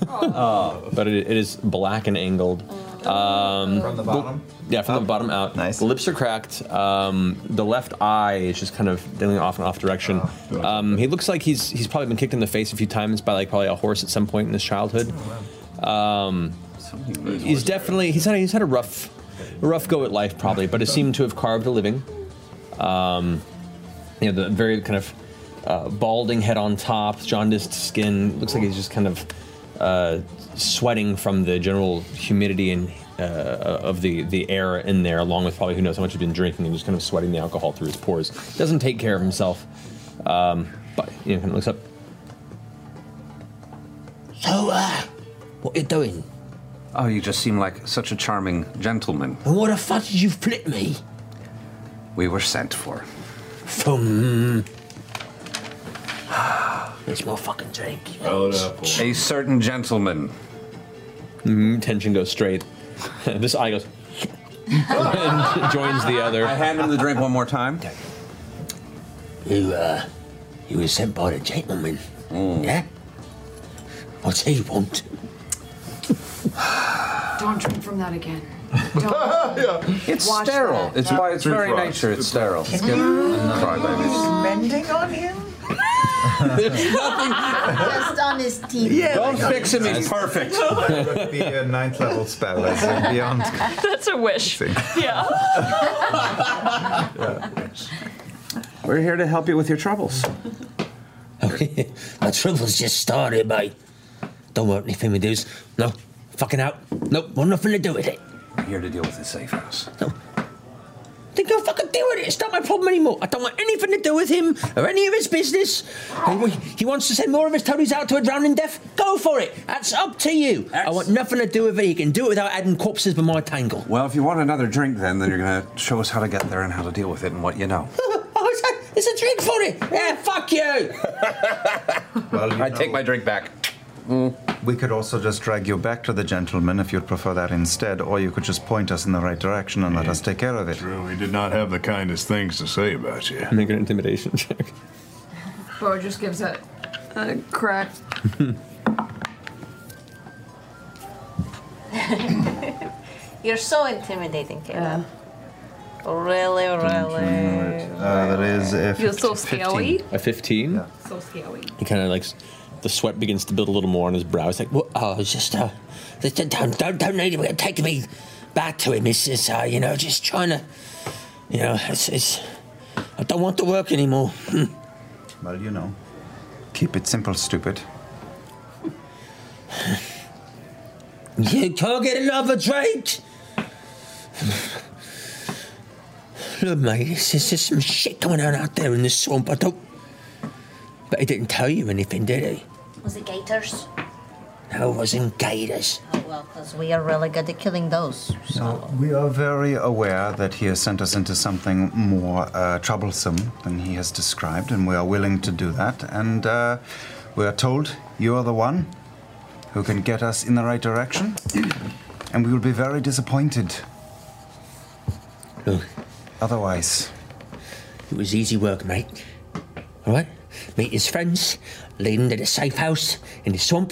S2: Oh. but it, it is black and angled. Um,
S12: Oh. From the
S2: but-
S12: bottom?
S2: yeah, from the bottom out. Nice. The lips are cracked. Um, the left eye is just kind of dangling off and off direction.
S12: Oh,
S2: Um, he looks like he's he's probably been kicked in the face a few times by like probably a horse at some point in his childhood.
S12: Oh,
S2: Um, he's definitely he's had a, he's had a rough a rough go at life probably, but it seemed to have carved a living. Um, you know the very kind of uh, balding head on top, jaundiced skin. Looks like he's just kind of uh, sweating from the general humidity and uh, of the the air in there, along with probably who knows how much he's been drinking and just kind of sweating the alcohol through his pores. Doesn't take care of himself, um, but you know kind of looks up.
S20: So, uh, what you doing?
S9: Oh, you just seem like such a charming gentleman.
S20: And what the fuck did you flip me?
S9: We were sent for.
S20: From. It's my fucking drink.
S9: A certain gentleman.
S2: Mm, tension goes straight. (laughs) this eye goes (laughs) and joins the other.
S9: I hand him the drink one more time.
S20: You, uh, you were sent by the gentleman. Yeah? What's he want?
S55: Don't drink from that again.
S9: It's
S55: Watch
S9: sterile.
S55: that.
S9: It's by its
S55: Too
S9: very
S55: far.
S9: nature, it's sterile. It's
S3: Can you-
S9: Crybabies.
S3: Mending on him?
S20: (laughs)
S9: There's
S10: Just on his teeth.
S5: perfect.
S12: That would be a ninth level spell. I'd say
S20: (laughs)
S12: beyond.
S6: (laughs) That's a wish. Yeah.
S9: We're here to help you with your troubles.
S20: (laughs) Okay, my trouble's just started, mate. Don't want anything with this. No, fucking out. Nope, want nothing to do with it.
S9: Here to deal with the safe house.
S20: Then go fucking deal with it. It's not my problem anymore. I don't want anything to do with him or any of his business. And we- he wants to send more of his toadies out to a drowning death. Go for it. That's up to you. I want nothing to do with it. You can do it without adding corpses to my tangle.
S9: Well, if you want another drink, then then you're gonna show us how to get there and how to deal with it and what you know.
S20: Oh, it's a, it's a drink for it. Yeah, fuck you.
S9: I take my drink back.
S56: Mm.
S7: We could also just drag you back to the gentleman if you'd prefer that instead, or you could just point us in the right direction and let us take care of it. True,
S56: we did not have the kindest things to say about you.
S2: Make an intimidation (laughs) check.
S55: Bo just gives it
S6: a crack.
S10: You're so intimidating, Caleb. Really, really.
S2: Uh, that is a
S10: You're so 15. scaly.
S2: A 15?
S10: So scary.
S2: He kind of like, s- the sweat begins to build a little more on his brow. He's like,
S20: Well, oh, it's just uh, they don't don't don't, don't need to take me back to him. It's, it's uh, you know, just trying to, you know, it's, it's I don't want to work anymore. Hmm.
S7: Well, you know. Keep it simple, stupid.
S20: You can't get another drink. Look, mate, it's just, there's some shit going on out there in the swamp. I don't. But he didn't tell you anything, did he?
S10: Was it gators?
S20: No, it wasn't gators.
S10: Oh well, because we are really good at killing those.
S7: So we are very aware that he has sent us into something more uh, troublesome than he has described, and we are willing to do that. And uh, we are told you are the one who can get us in the right direction, and we will be very disappointed. Otherwise,
S20: It was easy work, mate. All right? Meet his friends, lead them to the safe house in the swamp,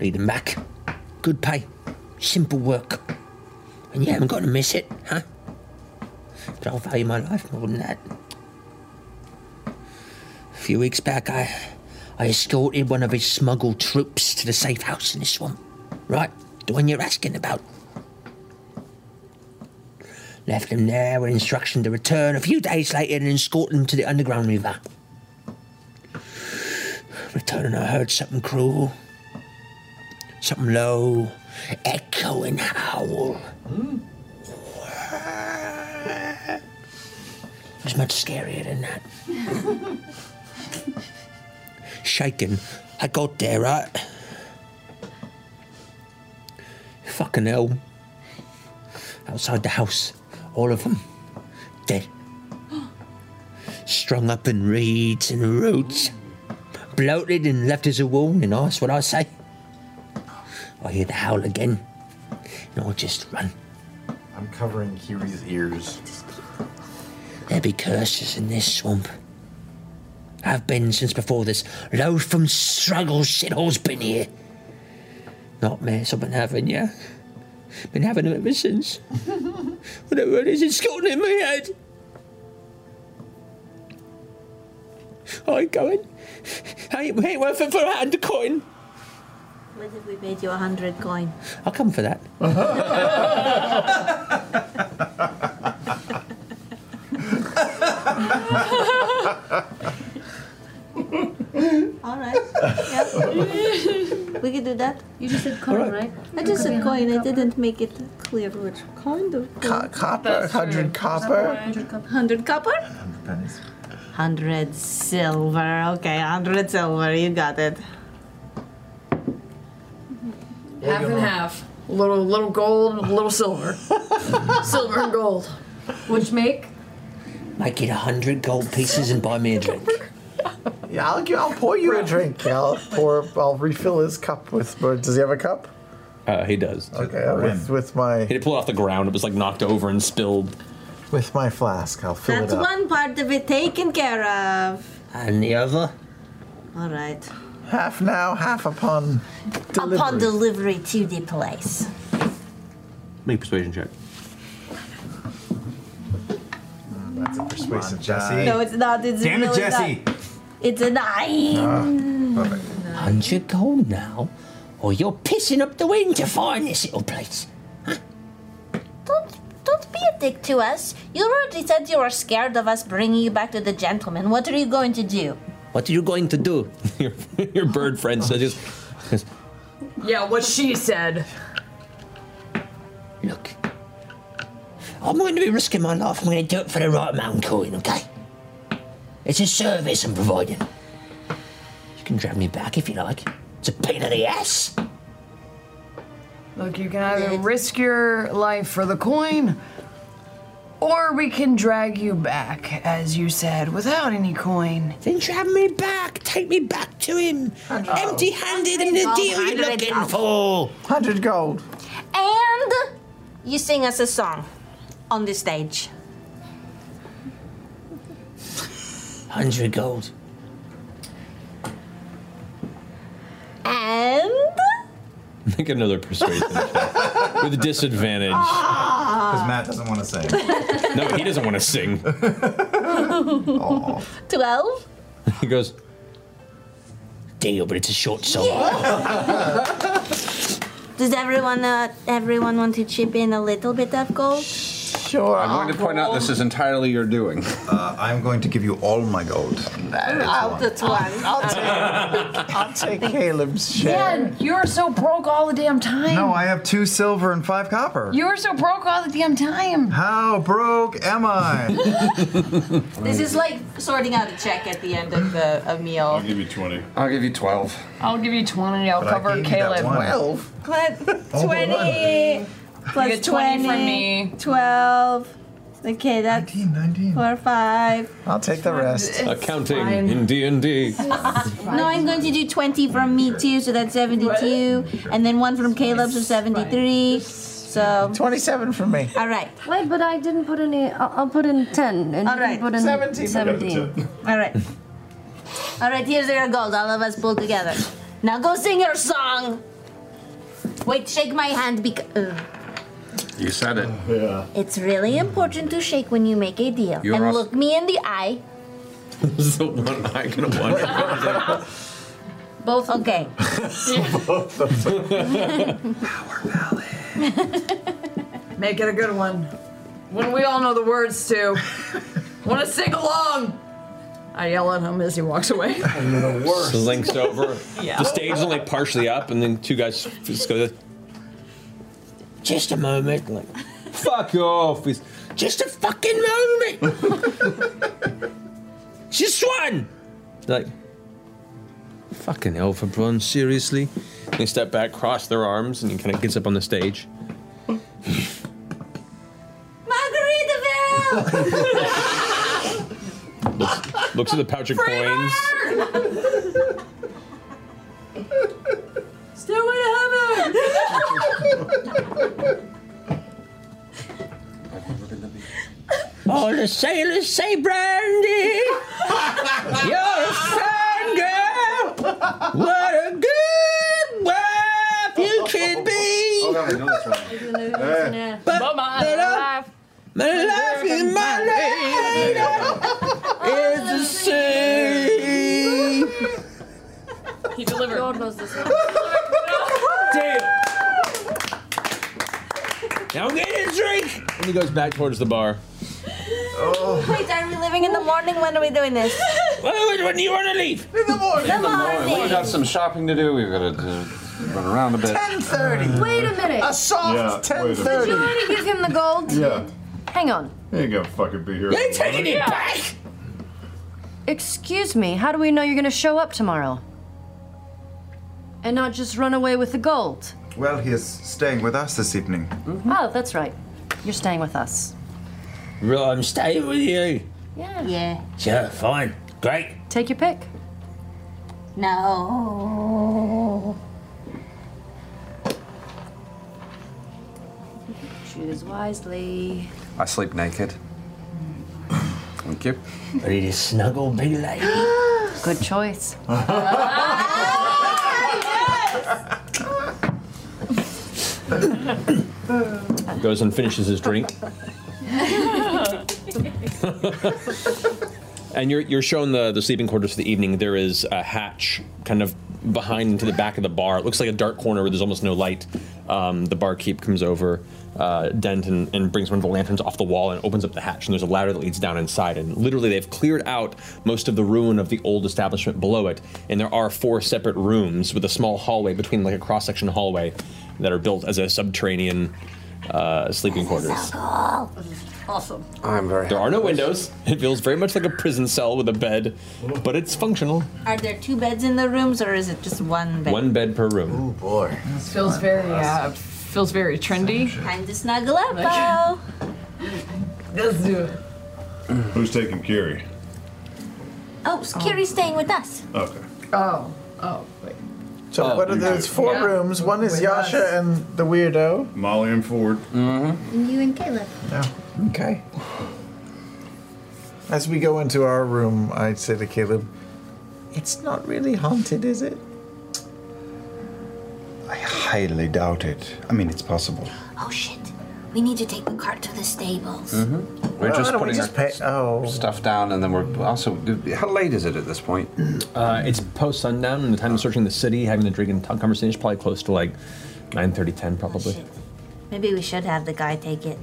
S20: lead them back. Good pay. Simple work. And you haven't got to miss it, huh? But I'll value my life more than that. A few weeks back, I, I escorted one of his smuggled troops to the safe house in the swamp. Right, the one you're asking about. Left them there with instruction to return a few days later and escort them to the underground river. Returning, I heard something cruel, something low, echo and howl. It was much scarier than that. Shaking. I got there, right? Fucking hell. Outside the house, all of them dead. Strung up in reeds and roots. Bloated and left as a warning, that's what I say. I hear the howl again, and I just run.
S7: I'm covering Kiri's ears.
S20: There be curses in this swamp. Have been since before this loathsome struggle shithole's been here. Nightmares I've been having, yeah. Been having them ever since. Whatever it is, it's gotten in my head. I ain't going. I ain't, I ain't worth it for a hand coin.
S10: What if we paid you a
S3: (laughs)
S10: hundred coin?
S20: I'll come for that.
S10: All right. Yeah. we could do that. You just said coin, right? I just said coin. I didn't make it clear which kind of coin.
S3: copper, hundred copper.
S10: Hundred copper. Hundred silver. Okay, hundred silver. You got it.
S6: Half and half. A little, little gold, a little silver. silver and gold. Which make?
S20: Make it a hundred gold pieces and buy me a drink.
S3: Yeah, I'll, gi- I'll pour you a drink. Yeah, I'll (laughs) pour. I'll refill his cup with. but Does he have a cup?
S2: Uh, he does.
S3: Okay, uh, with, with my.
S2: He pulled off the ground. It was like knocked over and spilled.
S3: With my flask, I'll fill
S10: That's
S3: it up.
S10: one part of it taken care of.
S20: And the other?
S10: All right.
S3: Half now, half upon delivery.
S10: Upon delivery to the place.
S57: Make persuasion check.
S7: That's a persuasive
S10: Jesse. No, it's not. It's
S7: Damn it,
S10: really
S7: Jesse.
S10: Not. It's a
S3: Ah,
S10: nine.
S20: Hundred gold now, or you're pissing up the wind to find this little place.
S10: Don't be a dick to us. You already said you were scared of us bringing you back to the gentleman. What are you going to do?
S20: What are you going to do? (laughs)
S2: your, your bird friend says, just, says,
S6: Yeah, what she said.
S20: I'm going to be risking my life. I'm going to do it for the right amount of coin, okay? It's a service I'm providing. You can drag me back if you like. It's a pain in the ass.
S6: Look, you can either risk your life for the coin, or we can drag you back, as you said, without any coin.
S20: Then drag me back. Take me back to him. Empty-handed and the deal you're looking for.
S3: Hundred gold.
S10: And you sing us a song on the stage.
S20: Hundred gold.
S10: And
S2: make another persuasion check with disadvantage.
S7: Because Matt doesn't want to say.
S2: (laughs) No, he doesn't want to sing. (laughs)
S10: twelve.
S2: (laughs) He goes,
S20: Deal, but it's a short song.
S10: (laughs) Does everyone uh, everyone want to chip in a little bit of gold?
S3: Sure.
S9: I'm going to
S10: Oh,
S9: point out this is entirely your doing. Uh, I'm going to give you all my gold.
S3: I'll- I'll take- (laughs) I'll take Caleb's share.
S6: Yeah, you're so broke all the damn time.
S7: No, I have two silver and five copper.
S6: You're so broke all the damn time.
S7: How broke am
S10: (laughs)
S6: (laughs)
S7: I?
S10: This is like sorting out a check at the end of the a meal.
S58: give you 20.
S9: I'll give you 12.
S6: I'll give you 20. I'll
S9: But I
S6: cover
S9: gave you that
S6: Caleb.
S9: one.
S10: Plus
S9: Oh,
S10: twenty. Plus
S6: You get 20 from me.
S10: Twelve. Okay, that's 19, 19. four five.
S3: I'll take the rest.
S2: accounting
S10: fine.
S2: in D and D.
S10: No, I'm going to do 20 from me too, so that's 72. And then one from Caleb, so 73. So
S3: 27 from me.
S10: All right.
S8: Wait, but I didn't put any. I'll, I'll put in 10. And All right. Put in 17.
S10: All right. All right, here's your gold. All of us pull together. Now go sing your song. Wait, shake my hand because
S9: You said it. Yeah.
S10: it's really important to shake when you make a deal.
S9: You're
S10: and
S9: us-
S10: look me in the eye. (laughs)
S2: this is the one I can want.
S59: Both. Okay.
S6: (laughs) Make it a good one. One we all know the words to. Want to sing along? I yell at him as he
S10: (laughs)
S6: walks away.
S2: (laughs) Slinks over.
S6: Yeah.
S2: The stage is only partially up, and then two guys just go, just a moment. Like, fuck off. He's,
S20: Just a fucking moment.
S4: (laughs)
S20: Just one.
S2: Like, fucking hell, for bronze, seriously? And they step back, cross their arms, and he kind of gets up on the stage.
S10: Margaritaville!
S2: Looks, looks at the pouch of coins.
S6: Stairway to
S10: (laughs)
S6: heaven!
S20: All the sailors say brandy. You're a fine girl. What a good wife you could be.
S4: I know this one.
S20: But
S3: uh,
S20: my love, (laughs) my love is my lady. Is the same.
S6: He delivered.
S20: God knows
S3: (laughs)
S20: this
S2: Now I'm getting a drink! And he goes back towards the bar.
S10: Wait, are we living in the morning? When are we doing this?
S20: When do you want to leave?
S10: In the morning. The morning.
S9: We've got some shopping to do. We've got to uh, run around a bit.
S10: 10:30.
S8: Wait a minute.
S10: A soft
S4: Yeah, wait a minute.
S8: Did you already give him the gold?
S4: Yeah.
S8: Hang on.
S4: You ain't gonna fucking be here.
S8: You ain't taking it
S4: back!
S8: Excuse me, how do we know you're going to show up tomorrow? And not just run away with the gold?
S7: Well, he is staying with us this evening.
S20: Mm-hmm.
S8: Oh, that's right. You're staying with us.
S20: Well, I'm staying with you.
S8: Yeah. Yeah.
S20: Yeah, fine. Great.
S8: Take your pick.
S10: No.
S8: Choose wisely.
S9: I sleep naked. Thank you.
S20: Ready to snuggle, big lady?
S8: Good choice.
S2: Goes and finishes his drink. and you're, you're shown the, the sleeping quarters for the evening. There is a hatch kind of behind to the back of the bar. It looks like a dark corner where there's almost no light. Um, the barkeep comes over, uh, Dent, and, and brings one of the lanterns off the wall and opens up the hatch. And there's a ladder that leads down inside. And literally, they've cleared out most of the ruin of the old establishment below it. And there are four separate rooms with a small hallway between, like a cross section hallway, that are built as a subterranean uh, sleeping quarters.
S6: Awesome.
S9: I'm very.
S2: There are no windows. It feels very much like a prison cell with a bed, but it's functional.
S10: Are there two beds in the rooms or is it just one bed?
S2: One bed per room.
S9: Oh boy.
S6: Feels very, uh, feels very trendy.
S10: Time to snuggle up, Bo.
S6: Let's do it.
S4: Who's taking Curie?
S10: Oh, so Kiri's staying with us.
S4: Okay.
S6: Oh, oh, wait.
S3: So what are those four
S10: Yeah.
S3: rooms? One is
S10: With
S3: Yasha
S10: us.
S3: and the weirdo.
S4: Molly and Ford.
S3: Mm-hmm.
S10: And you and Caleb.
S3: Okay. As we go into our room, I say to Caleb, "It's not really haunted, is it?"
S7: I highly doubt it. I mean, it's possible.
S10: Oh shit. We need to take the cart to the stables.
S9: Mm-hmm. We're
S10: Well,
S9: just oh.
S10: why don't we
S9: putting
S10: just
S9: our stuff down, and then we're also. How late is it at this point?
S2: Uh, it's post sundown, and the time of searching the city, having the drink and talk conversation is probably close to like 9 10
S10: Oh,
S2: probably.
S10: Maybe we should have the guy take it.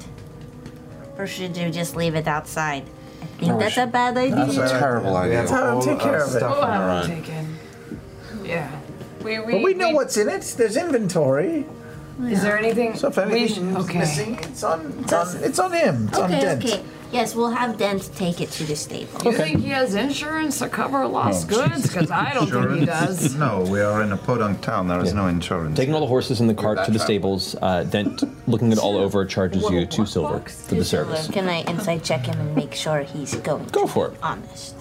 S10: Or should you just leave it outside? I think
S9: No, we
S10: that's a bad idea.
S9: That's a terrible idea.
S3: That's how
S9: All
S3: I'll take
S9: our
S3: care of it.
S9: stuff
S5: Oh,
S9: on our own.
S6: Yeah. We, we,
S3: but we know what's in it. There's inventory.
S6: Is there anything?
S3: So if anything's missing, it's on, it's on it's on him. It's on
S10: Okay,
S3: Dent.
S10: okay. Yes, we'll have Dent take it to the stable.
S6: You think he has insurance to cover lost
S2: Oh,
S6: goods? Because I don't think
S2: (laughs)
S6: he
S7: (laughs)
S6: does.
S7: no, we are in a podunk town. There is no insurance.
S2: Taking all the horses in the cart to the stables, uh, Dent, looking it all over, charges you two silver for the service.
S10: Can I inside check him and make sure he's going?
S2: Go for it.
S10: Honest.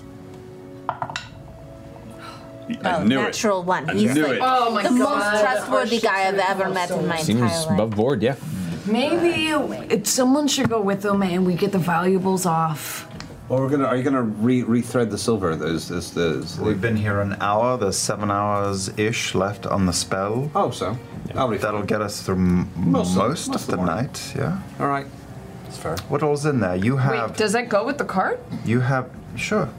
S9: I
S10: oh,
S9: knew it.
S10: natural one.
S9: I
S10: He's
S9: knew
S10: like
S9: it.
S6: Oh my
S10: the
S6: God.
S10: most trustworthy guy I've ever met in my
S2: Seems
S10: entire life.
S2: above board, yeah.
S6: Maybe it, someone should go with him and we get the valuables off.
S9: Well, we're gonna. Are you gonna re rethread the silver? There's this. There's.
S7: We've been here an hour. There's seven hours ish left on the spell.
S9: Oh, so
S7: that'll get us through m- most, of, the, night. Yeah.
S9: All right. That's fair.
S7: What all's in there? You have.
S6: Wait, does that go with the cart?
S7: you have. Sure.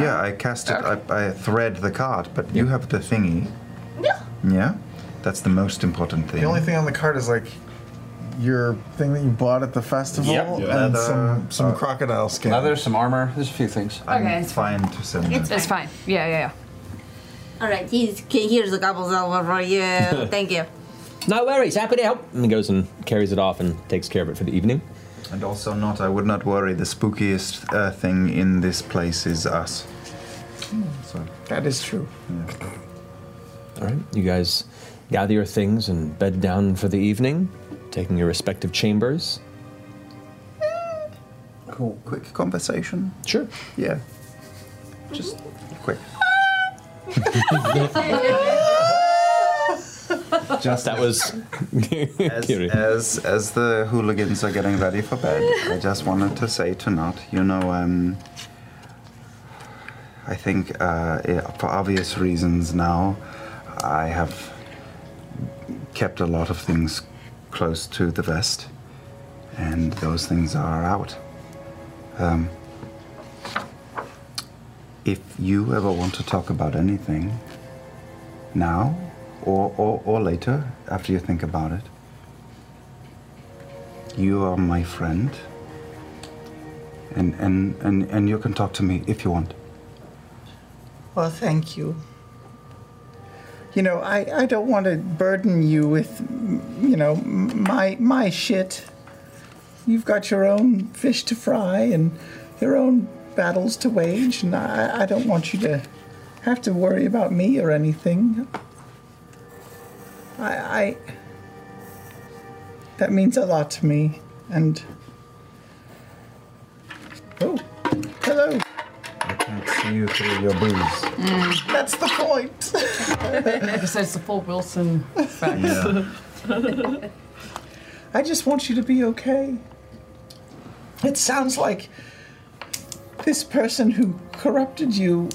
S7: Yeah, I cast it. I, I thread the card, but you have the thingy. Yeah? That's the most important thing.
S12: The only thing on the card is like your thing that you bought at the festival
S7: Yep.
S12: and
S7: Yeah.
S3: Uh,
S12: some some crocodile skin.
S50: Leather, some armor. There's a few things.
S12: Okay,
S50: it's fine to send.
S14: It's, it's fine. Yeah, yeah,
S49: All right, here's, here's a couple silver for you.
S2: (laughs)
S49: Thank you.
S2: No worries, happy to help. And he goes and carries it off and takes care of it for the evening.
S7: And also, not, I would not worry. The spookiest uh, thing in this place is us. So
S3: Hmm, That is true.
S2: All right, you guys gather your things and bed down for the evening, taking your respective chambers.
S7: Cool. Quick conversation.
S2: Sure.
S7: Yeah. Just
S3: (laughs)
S7: quick.
S2: Just that was
S7: as, as as the hooligans are getting ready for bed. I just wanted to say to not, you know, um, I think uh, yeah, for obvious reasons now, I have kept a lot of things close to the vest, and those things are out. Um, if you ever want to talk about anything, now or, or, or later, after you think about it. You are my friend. And, and, and, and you can talk to me if you want.
S3: Well, thank you. You know, I, I don't want to burden you with, you know, my my shit. You've got your own fish to fry and your own battles to wage, and I, I don't want you to have to worry about me or anything. I, I that means a lot to me, and oh, hello.
S7: I can't see you through your booze.
S5: Mm.
S3: That's the point.
S13: Besides the full Wilson facts.
S7: Yeah.
S3: (laughs) I just want you to be okay. It sounds like this person who corrupted you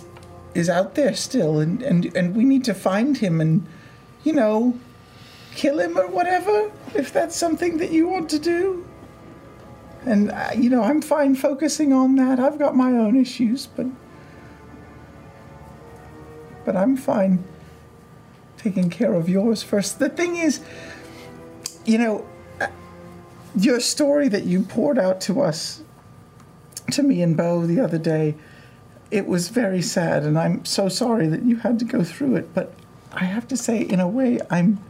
S3: is out there still, and, and, and we need to find him and, you know, kill him or whatever, if that's something that you want to do. And, uh, you know, I'm fine focusing on that. I've got my own issues, but. But I'm fine taking care of yours first. The thing is, you know, uh, your story that you poured out to us, to me and Bo the other day, it was very sad, and I'm so sorry that you had to go through it. But I have to say, in a way, I'm,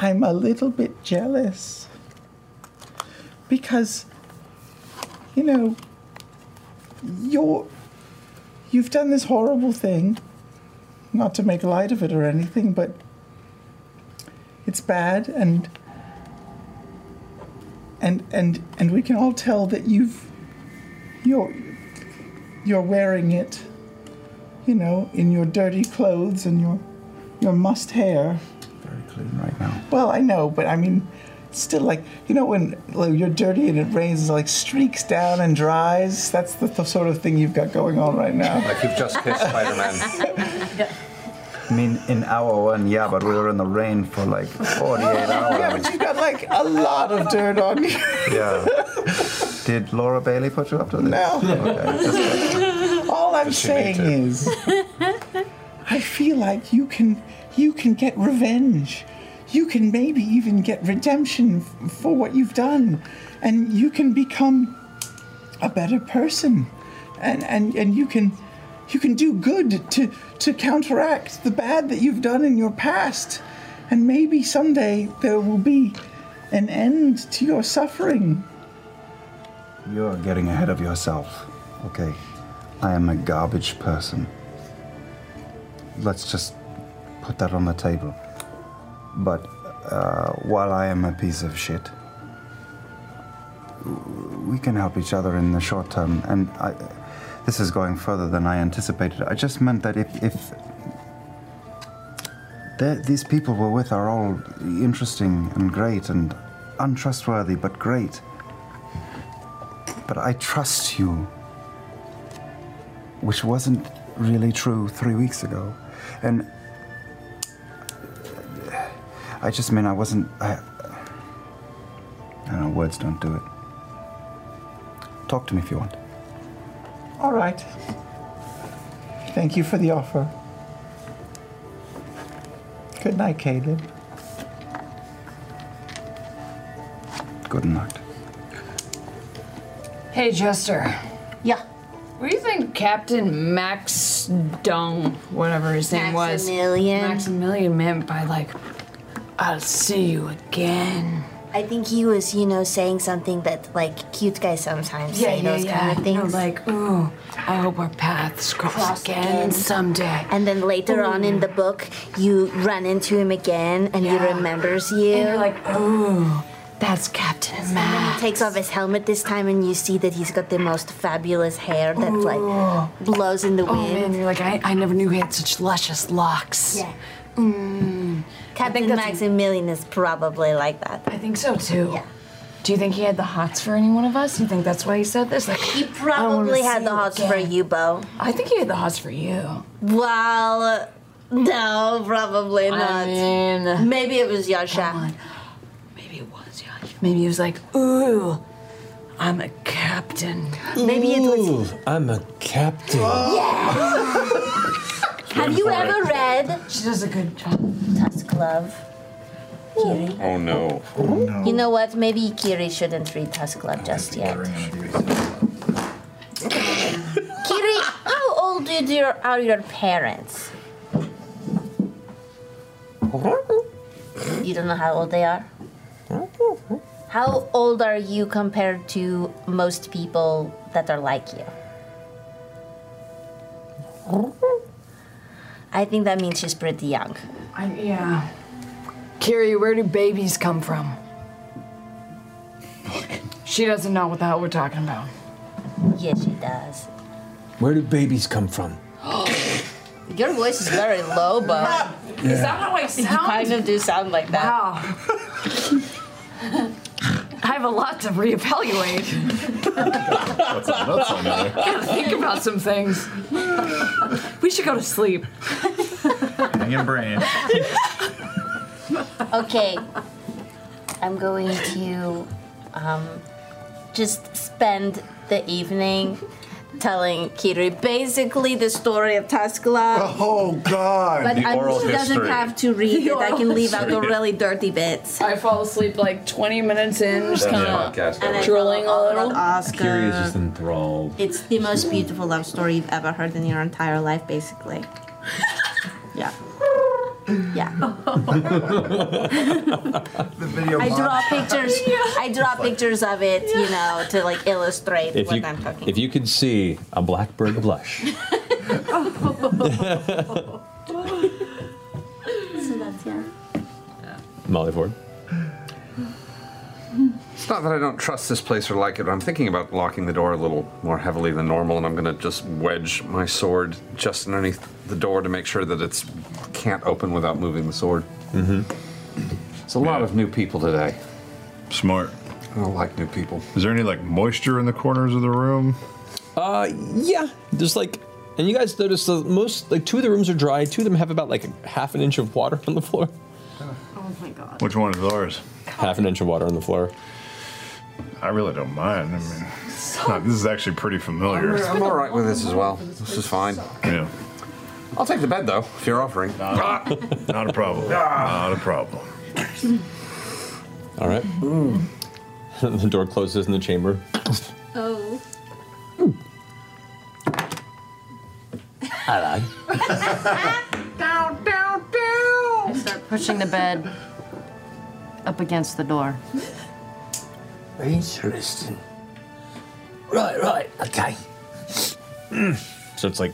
S3: I'm a little bit jealous because, you know, you're, you've done this horrible thing. Not to make light of it or anything, but it's bad and and and and we can all tell that you've you're you're wearing it you know in your dirty clothes and your your must hair
S7: very clean right now
S3: well i know but i mean it's still like you know when like, you're dirty and it rains like streaks down and dries that's the, the sort of thing you've got going on right now
S50: Like you've just kissed Spider-Man.
S7: I mean, in hour one, yeah, but we were in the rain for like 48
S3: yeah
S7: hours.
S3: but you've got like a lot of dirt on you (laughs)
S7: (laughs) Yeah. Did Laura Bailey put you up to this?
S3: No.
S7: Okay. just like-
S3: All I'm
S7: Just you need
S3: saying is, I feel like you can you can get revenge. You can maybe even get redemption f- for what you've done, and you can become a better person, and and and you can you can do good to to counteract the bad that you've done in your past, and maybe someday there will be an end to your suffering.
S7: You're getting ahead of yourself. Okay. I am a garbage person. Let's just put that on the table. But uh, while I am a piece of shit, w- we can help each other in the short term. And I, this is going further than I anticipated. I just meant that if, if the- these people we're with are all interesting and great and untrustworthy, but great. But I trust you, which wasn't really true three weeks ago. And I just mean I wasn't. I, I don't know, words don't do it. Talk to me if you want.
S3: All right. Thank you for the offer. Good night, Caleb.
S9: Good night.
S6: Hey, Jester.
S10: Yeah.
S6: What do you think Captain Max Dung, whatever his name was,
S10: Maximilian.
S6: Maximilian meant by like, I'll see you again?
S10: I think he was, you know, saying something that like cute guys sometimes
S6: Yeah,
S10: say
S6: yeah,
S10: those
S6: yeah.
S10: kind of things.
S6: No, like, ooh, I hope our paths cross,
S10: Cross
S6: again,
S10: again.
S6: someday.
S10: And then later on in the book, you run into him again, and he remembers you. And you're like, oh,
S6: that's Captain
S10: Max. And then he takes off his helmet this time, and you see that he's got the most fabulous hair that like blows in the
S6: Oh
S10: wind.
S6: man, you're like, I, I never knew he had such luscious locks.
S10: Yeah.
S6: Mm.
S10: Captain Maximilian is probably like that.
S6: I think so too.
S10: Yeah.
S6: Do you think he had the hots for any one of us? You think that's why he said this? Like, he
S10: Probably had the hots for you, Bo.
S6: I think he had the hots for you.
S10: Well, no, probably
S6: I
S10: not.
S6: mean-
S10: Maybe it was (laughs) Yasha.
S6: Maybe he was like, ooh, I'm a captain. Maybe it was.
S2: I'm a captain.
S10: Have you
S2: for
S10: ever
S2: it.
S10: read?
S6: She does a good job.
S10: Tusk Love. Kiri.
S60: Oh no.
S10: You know what? Maybe Kiri shouldn't read Tusk Love just yet. Kiri, how old did your, are your parents? You don't know how old they are? How old are you compared to most people that are like you? I think that means she's pretty young.
S6: I, yeah. Kiri, where do babies come from? She doesn't know what the hell we're talking about.
S10: Yes, she does.
S2: Where do babies come from?
S10: Your voice is very low, but
S2: Is that
S6: how I
S10: You kind of do sound like that.
S6: Wow. I have a lot to
S7: (laughs)
S6: reevaluate.
S5: That's a nuts on there.
S6: (laughs) Gotta think about some things. We should go to sleep.
S7: Hanging brain.
S10: Okay, I'm going to um, just spend the evening telling Kiri basically the story of Tuscla.
S4: (laughs) Oh God!
S10: But I'm, she doesn't have to read it. I can leave out the
S6: History.
S10: really dirty bits.
S6: I fall asleep like 20 minutes in,
S10: just That's kinda
S61: podcast
S10: And I drooling a little.
S61: Kiri is
S10: Oscar.
S61: just enthralled.
S10: It's the most beautiful love story you've ever heard in your entire life, basically. Yeah. Yeah.
S5: The video.
S10: I draw
S5: montage. (laughs)
S10: pictures. I draw pictures of it, you know, to like illustrate
S2: If
S10: what
S2: you
S10: I'm
S2: (laughs)
S10: talking.
S2: if you could see a blackbird blush.
S10: So that's yeah.
S2: Molly Ford.
S9: It's not that I don't trust this place or like it, but I'm thinking about locking the door a little more heavily than normal, and I'm gonna just wedge my sword just underneath the door to make sure that it's can't open without moving the sword. Mm-hmm. It's a lot of new people today.
S4: Smart.
S9: I don't like new people.
S4: Is there any like moisture in the corners of the room?
S2: Uh, yeah. There's like, and you guys notice that most, like, two of the rooms are dry. Two of them have about like a half an inch of water on the floor.
S6: Oh my god.
S4: Which one is ours?
S2: Half an inch of water on the floor.
S4: I really don't mind. I mean, (laughs) this is actually pretty familiar.
S9: I'm, all right with this as well. This is fine.
S4: Yeah.
S9: I'll take the bed though, if you're offering.
S4: Not, not a problem. Not a problem.
S2: All right. (laughs) the door closes in the (laughs) chamber.
S10: Oh.
S2: Hello.
S62: Down, down, down.
S8: I start pushing the bed up against the door.
S2: Interesting. Right, right, okay. (clears throat) So it's like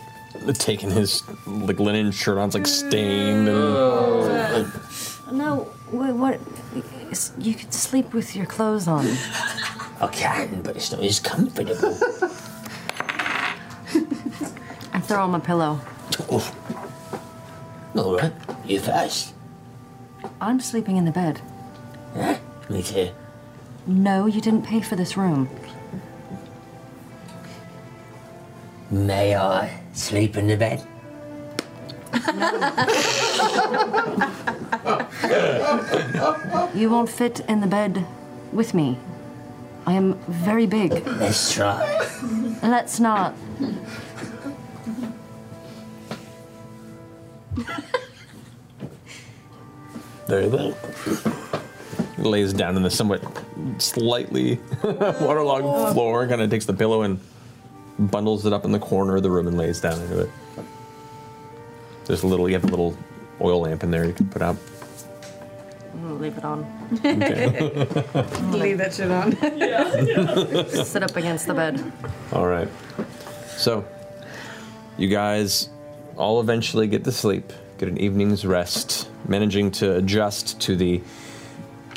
S2: taking his like linen shirt on, it's like stained and Oh.
S8: Mm. Uh, No, wait, what? You could sleep with your clothes on.
S20: I can, but it's not as comfortable.
S8: I throw him a pillow.
S20: All right, you first.
S8: I'm sleeping in the bed.
S20: Me too.
S8: No, you didn't pay for this room.
S20: May I sleep in the bed?
S8: (laughs) You won't fit in the bed with me. I am very big.
S20: Let's
S6: (laughs)
S20: try.
S8: Let's not.
S2: There you go. Lays down on the somewhat slightly (laughs) waterlogged floor, kind of takes the pillow and bundles it up in the corner of the room and lays down into it. There's a little, you have a little oil lamp in there you can put out.
S5: I'm gonna leave it on.
S6: Leave that shit on.
S8: (laughs) Sit up against the bed.
S2: All right. So, you guys all eventually get to sleep, get an evening's rest, managing to adjust to the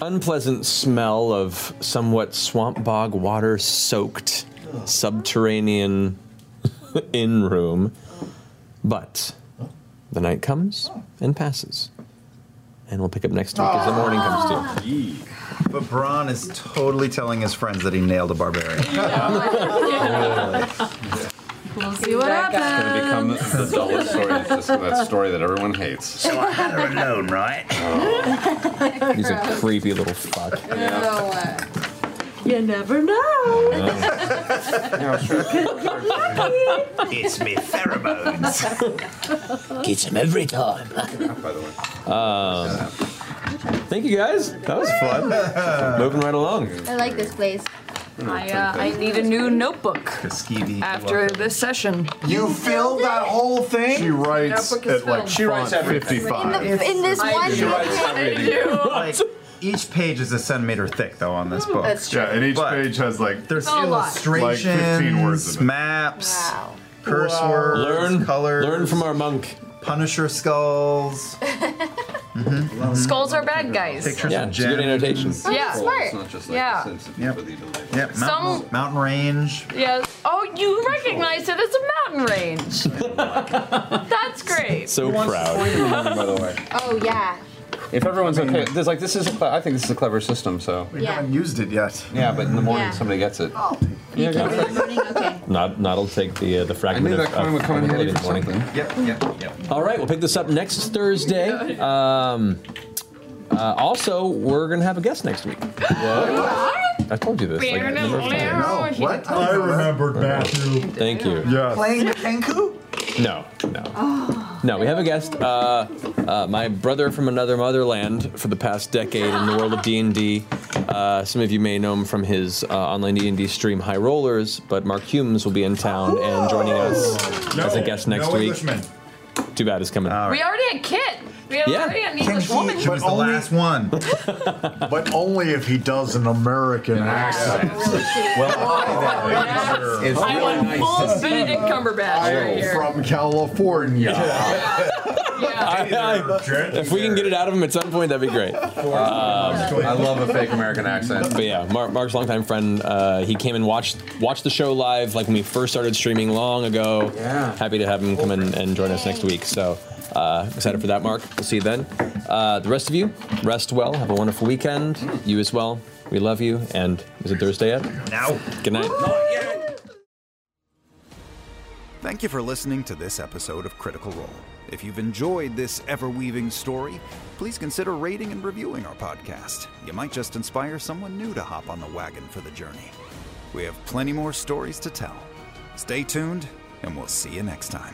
S2: unpleasant smell of somewhat swamp bog water soaked subterranean (laughs) inn room. But the night comes and passes. And we'll pick up next week as the morning comes to.
S10: Ah.
S7: But Braun is totally telling his friends that he nailed a
S10: (laughs)
S7: barbarian. (laughs)
S6: We'll see what
S9: It's going to
S6: happens.
S9: become the
S7: (laughs)
S9: dullest story. It's just that story that everyone hates. So
S7: I had her alone, right?
S2: He's a creepy little fuck.
S6: You never know.
S20: it's me pheromones. Gets him every time.
S2: Um, thank you guys. That was
S7: (laughs)
S2: fun. Moving right along.
S5: I like this place.
S7: Oh,
S2: Mm.
S6: I, uh, I need a new notebook after this session.
S7: You filled that whole thing?
S6: She
S3: writes
S6: Notebook is
S3: at, like,
S6: filled.
S3: She writes font everything. 55.
S5: In the- in this
S6: I
S5: one
S6: do.
S7: Like, each page is a centimeter thick, though, on this book.
S6: That's true.
S4: Yeah, and each
S7: page
S4: has like
S7: there's
S6: A lot.
S4: Like
S7: illustrations,
S4: 15 words in it.
S7: maps, curse
S4: Wow.
S7: words,
S2: Learn-
S7: colors.
S2: learn from our monk.
S7: Punisher skulls. Mhm.
S6: Skulls are bad guys.
S7: Pictures
S2: Yeah,
S7: of
S2: it's good
S7: gems.
S2: annotations.
S6: Oh, Yeah. that's smart. It's not just like Yeah. the
S7: Yep. Yep. Mountain,
S6: Some-
S7: mountain range.
S6: Yes. Oh, you recognize it as a mountain
S7: (laughs)
S6: range. That's great.
S2: So
S9: (laughs) proud. By the way,
S5: Oh yeah.
S9: if everyone's okay, there's like this is. A cle- I think this is a clever system. So
S5: We Yeah. haven't
S7: used it yet.
S9: Yeah, but in the morning
S5: Yeah.
S9: somebody gets it.
S5: You keep it in the morning? Okay.
S2: Oh. Not, not'll take the uh, the fragment.
S9: that
S2: of,
S9: coin
S2: of
S9: would come in handy
S2: Emily
S9: for
S2: morning.
S7: Yep, yep, yep.
S2: All right, we'll pick this up next Thursday. Um, uh, also, we're gonna have a guest next week. I told you this. Like, a number of times.
S7: Oh,
S3: What? I remembered Matthew.
S2: Thank you.
S3: Playing
S7: the Kenku?
S2: No, no.
S5: Oh.
S2: No, we have a guest. Uh, uh, my brother from another motherland for the past decade in the world of D and D. Uh, Some of you may know him from his uh, online D and D stream, High Rollers. But Mark Humes will be in town and joining us as a guest next
S63: no
S2: week.
S63: Englishman.
S2: Too bad he's coming.
S6: We already had Kit. We had
S2: Yeah.
S6: already had an English woman.
S7: She was the last one.
S3: (laughs) but only if he does an American accent.
S6: Well,
S3: It's
S6: I
S3: really
S6: want
S3: nice
S6: full
S3: to see
S6: Benedict Cumberbatch right
S3: I'm
S6: here.
S3: from California.
S2: I- I- if we can get it out of him at some point, that'd be great.
S9: Um, I love a fake American accent.
S2: But yeah, Mark, Mark's longtime friend. Uh, he came and watched watched the show live, like when we first started streaming long ago. Yeah. Happy to have him come in and join us next week. So uh, excited for that, Mark. We'll see you then. Uh, the rest of you, rest well. Have a wonderful weekend. You as well. We love you. And is it Thursday yet?
S7: Now.
S2: Good night.
S64: Thank you for listening to this episode of Critical Role. If you've enjoyed this ever weaving story, please consider rating and reviewing our podcast. You might just inspire someone new to hop on the wagon for the journey. We have plenty more stories to tell. Stay tuned, and we'll see you next time.